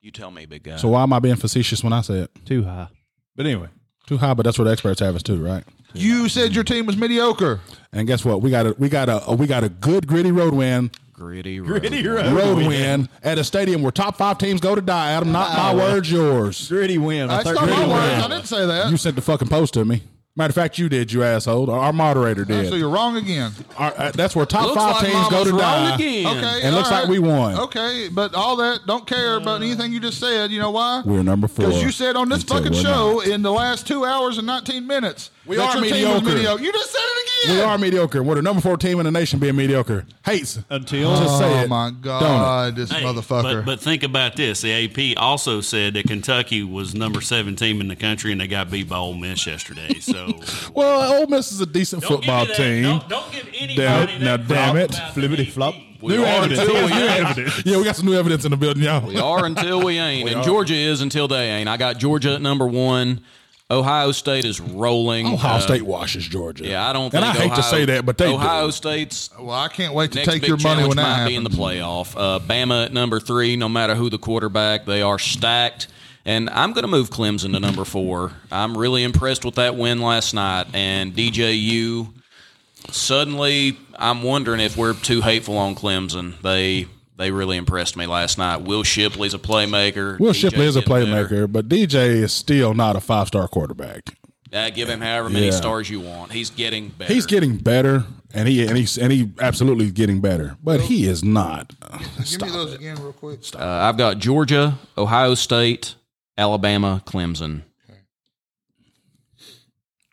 [SPEAKER 6] You tell me, big guy.
[SPEAKER 5] So why am I being facetious when I say it?
[SPEAKER 8] Too high. But anyway,
[SPEAKER 5] Too high, but that's what experts have us too, right?
[SPEAKER 4] You said your team was mediocre.
[SPEAKER 5] And guess what? We got a we got a we got a good gritty road win.
[SPEAKER 6] gritty, gritty.
[SPEAKER 5] Road win at a stadium where top five teams go to die. Adam, not my words, yours.
[SPEAKER 8] gritty win. I
[SPEAKER 4] That's not
[SPEAKER 8] thought
[SPEAKER 4] my
[SPEAKER 8] gritty win.
[SPEAKER 4] words. I didn't say
[SPEAKER 5] You
[SPEAKER 4] that.
[SPEAKER 5] sent the fucking post to me. Matter of fact, you did, you asshole. Our- Our moderator did.
[SPEAKER 4] So you're wrong again.
[SPEAKER 5] Our- uh, that's where top
[SPEAKER 6] Looks
[SPEAKER 5] five
[SPEAKER 6] like
[SPEAKER 5] teams go
[SPEAKER 6] Mama's
[SPEAKER 5] to
[SPEAKER 6] wrong
[SPEAKER 5] die.
[SPEAKER 6] again.
[SPEAKER 4] Okay.
[SPEAKER 5] And looks
[SPEAKER 4] all
[SPEAKER 5] like we won.
[SPEAKER 4] Okay, but all that don't care about anything you just said. You know why?
[SPEAKER 5] We're number four.
[SPEAKER 4] Because you said on this
[SPEAKER 5] until
[SPEAKER 4] fucking
[SPEAKER 5] we're
[SPEAKER 4] show
[SPEAKER 5] not.
[SPEAKER 4] in the last two hours and 19 minutes,
[SPEAKER 5] We
[SPEAKER 4] that
[SPEAKER 5] are
[SPEAKER 4] your team was
[SPEAKER 5] mediocre.
[SPEAKER 4] mediocre. You just said it again.
[SPEAKER 5] we are mediocre. We're the number four team in the nation being mediocre. Hates.
[SPEAKER 8] Until-
[SPEAKER 5] Just say
[SPEAKER 4] Oh
[SPEAKER 5] it.
[SPEAKER 4] my
[SPEAKER 5] Don't it?
[SPEAKER 4] god, this
[SPEAKER 10] Hey,
[SPEAKER 4] motherfucker!
[SPEAKER 10] But, but think about this. The AP also said that Kentucky was number seven team in the country, and they got beat by Ole Miss yesterday. So
[SPEAKER 5] Well, uh, Ole Miss is a decent
[SPEAKER 10] Don't give me
[SPEAKER 5] football
[SPEAKER 10] that-
[SPEAKER 5] team.
[SPEAKER 10] Don't, don't give anybody
[SPEAKER 5] Damn it.
[SPEAKER 10] that
[SPEAKER 5] Now,
[SPEAKER 10] crap
[SPEAKER 5] damn it.
[SPEAKER 10] about the
[SPEAKER 8] Flippity
[SPEAKER 10] AP.
[SPEAKER 8] flop.
[SPEAKER 5] New evidence.
[SPEAKER 6] until
[SPEAKER 5] Yeah,
[SPEAKER 6] we
[SPEAKER 5] new evidence. Yeah, we got some new evidence in the building, y'all.
[SPEAKER 6] We are until we ain't, and Georgia is until they ain't. I got Georgia at number one. Ohio State is rolling.
[SPEAKER 5] Ohio
[SPEAKER 6] Uh,
[SPEAKER 5] State washes Georgia.
[SPEAKER 6] Yeah, I don't.
[SPEAKER 5] And
[SPEAKER 6] Think
[SPEAKER 5] I hate
[SPEAKER 6] Ohio-
[SPEAKER 5] to say that, but they
[SPEAKER 6] Ohio
[SPEAKER 5] do.
[SPEAKER 6] State's
[SPEAKER 4] well, I can't wait to
[SPEAKER 6] next
[SPEAKER 4] take
[SPEAKER 6] big
[SPEAKER 4] your money
[SPEAKER 6] challenge
[SPEAKER 4] when that
[SPEAKER 6] might
[SPEAKER 4] happens.
[SPEAKER 6] be in the playoff. Uh, Bama at number three. No matter who the quarterback, they are stacked. And I'm going to move Clemson to number four. I'm really impressed with that win last night. And DJU. Suddenly, I'm wondering if we're too hateful on Clemson. They they really impressed me last night. Will Shipley's a playmaker.
[SPEAKER 5] Will
[SPEAKER 6] DJ
[SPEAKER 5] Shipley is a
[SPEAKER 6] getting better.
[SPEAKER 5] playmaker, but DJ is still not a five star quarterback.
[SPEAKER 6] Uh, give him however many
[SPEAKER 5] Yeah.
[SPEAKER 6] stars you want. He's getting better.
[SPEAKER 5] He's getting better, and he and he's and he absolutely is getting better, but he is not.
[SPEAKER 4] Give me those again real quick.
[SPEAKER 6] Uh, I've got Georgia, Ohio State, Alabama, Clemson.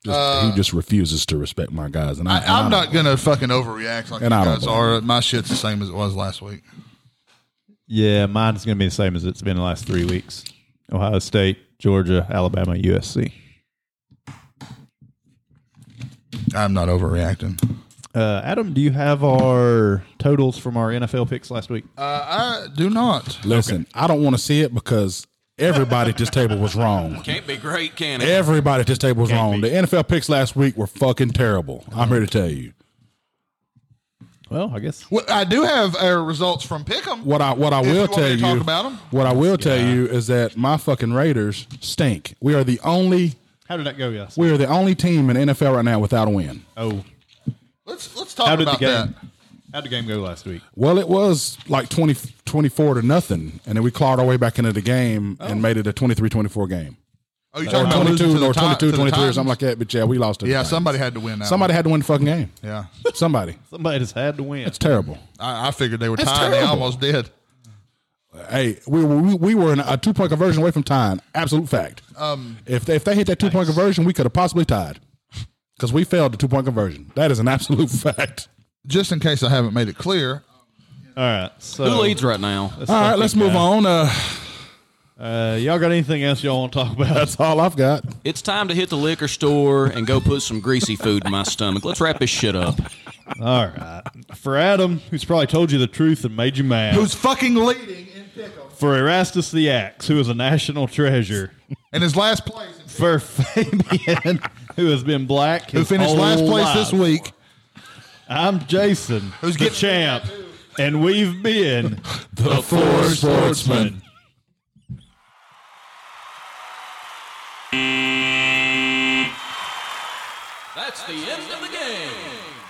[SPEAKER 5] Just, he just refuses to respect my guys, and I, and
[SPEAKER 4] I,
[SPEAKER 5] I
[SPEAKER 4] I'm not
[SPEAKER 5] don't-
[SPEAKER 4] gonna fucking overreact like
[SPEAKER 5] And
[SPEAKER 4] you
[SPEAKER 5] I don't
[SPEAKER 4] guys are. My shit's the same as it was last week.
[SPEAKER 8] Yeah, mine's going to be the same as it's been the last three weeks. Ohio State, Georgia, Alabama, USC.
[SPEAKER 4] I'm not overreacting.
[SPEAKER 8] Uh, Adam, do you have our totals from our NFL picks last week?
[SPEAKER 4] Uh, I do not.
[SPEAKER 5] Listen, I don't want to see it because everybody at this table was wrong.
[SPEAKER 6] Can't be great, can it?
[SPEAKER 5] Everybody at this table was wrong. The NFL picks last week were fucking terrible. I'm here to tell you.
[SPEAKER 8] well, I guess
[SPEAKER 4] Well, I do have our results from Pick'em.
[SPEAKER 5] What I what I
[SPEAKER 4] If you
[SPEAKER 5] will
[SPEAKER 4] want me
[SPEAKER 5] tell
[SPEAKER 4] to
[SPEAKER 5] you,
[SPEAKER 4] talk about 'em?
[SPEAKER 5] what I will tell you is that my fucking Raiders stink. We are the only
[SPEAKER 8] How did that go, guys?
[SPEAKER 5] we are the only team in NFL right now without a win.
[SPEAKER 8] Oh,
[SPEAKER 4] Let's let's talk
[SPEAKER 8] how did the
[SPEAKER 4] about that.
[SPEAKER 8] game? How did the game go last week?
[SPEAKER 5] Well, it was like 20, 24 to nothing, and then we clawed our way back into the game and made it a 23-24 game.
[SPEAKER 4] Oh, you
[SPEAKER 5] Or
[SPEAKER 4] talking about Oh. losing
[SPEAKER 5] 22
[SPEAKER 4] to the
[SPEAKER 5] or
[SPEAKER 4] Ti- to
[SPEAKER 5] 22
[SPEAKER 4] the
[SPEAKER 5] 23 or
[SPEAKER 4] Titans?
[SPEAKER 5] something like that, but yeah, we lost it.
[SPEAKER 4] Yeah, somebody had to win that.
[SPEAKER 5] somebody
[SPEAKER 4] one.
[SPEAKER 5] had to win the fucking game.
[SPEAKER 4] Yeah,
[SPEAKER 5] Somebody.
[SPEAKER 8] Somebody just had to win.
[SPEAKER 5] It's terrible.
[SPEAKER 4] I, I figured they were
[SPEAKER 5] That's
[SPEAKER 4] tied. They
[SPEAKER 5] terrible.
[SPEAKER 4] almost did.
[SPEAKER 5] Hey, we were we, we were in a two point conversion away from tying. Absolute fact. Um, if they, if they hit that two point conversion, we could have possibly tied because we failed the two point conversion. That is an absolute fact.
[SPEAKER 4] Just in case I haven't made it clear,
[SPEAKER 8] All right. So,
[SPEAKER 6] Who leads right now?
[SPEAKER 5] All right, let's move on. Uh,
[SPEAKER 8] Uh, y'all got anything else y'all want to talk about?
[SPEAKER 5] that's all I've got.
[SPEAKER 6] It's time to hit the liquor store and go put some greasy food in my stomach. Let's wrap this shit up.
[SPEAKER 8] All right. For Adam, who's probably told you the truth and made you mad.
[SPEAKER 4] who's fucking leading in Pick'em
[SPEAKER 8] for Erastus the Axe, who is a national treasure.
[SPEAKER 4] in his last place? in
[SPEAKER 8] For Fabian, who has been black,
[SPEAKER 4] Who
[SPEAKER 8] his
[SPEAKER 4] finished last
[SPEAKER 8] whole
[SPEAKER 4] place
[SPEAKER 8] life.
[SPEAKER 4] this week?
[SPEAKER 8] I'm Jason,
[SPEAKER 4] Who's
[SPEAKER 8] who's the
[SPEAKER 4] getting-
[SPEAKER 8] champ, and we've been
[SPEAKER 5] The four sportsmen.
[SPEAKER 6] That's the end of the game.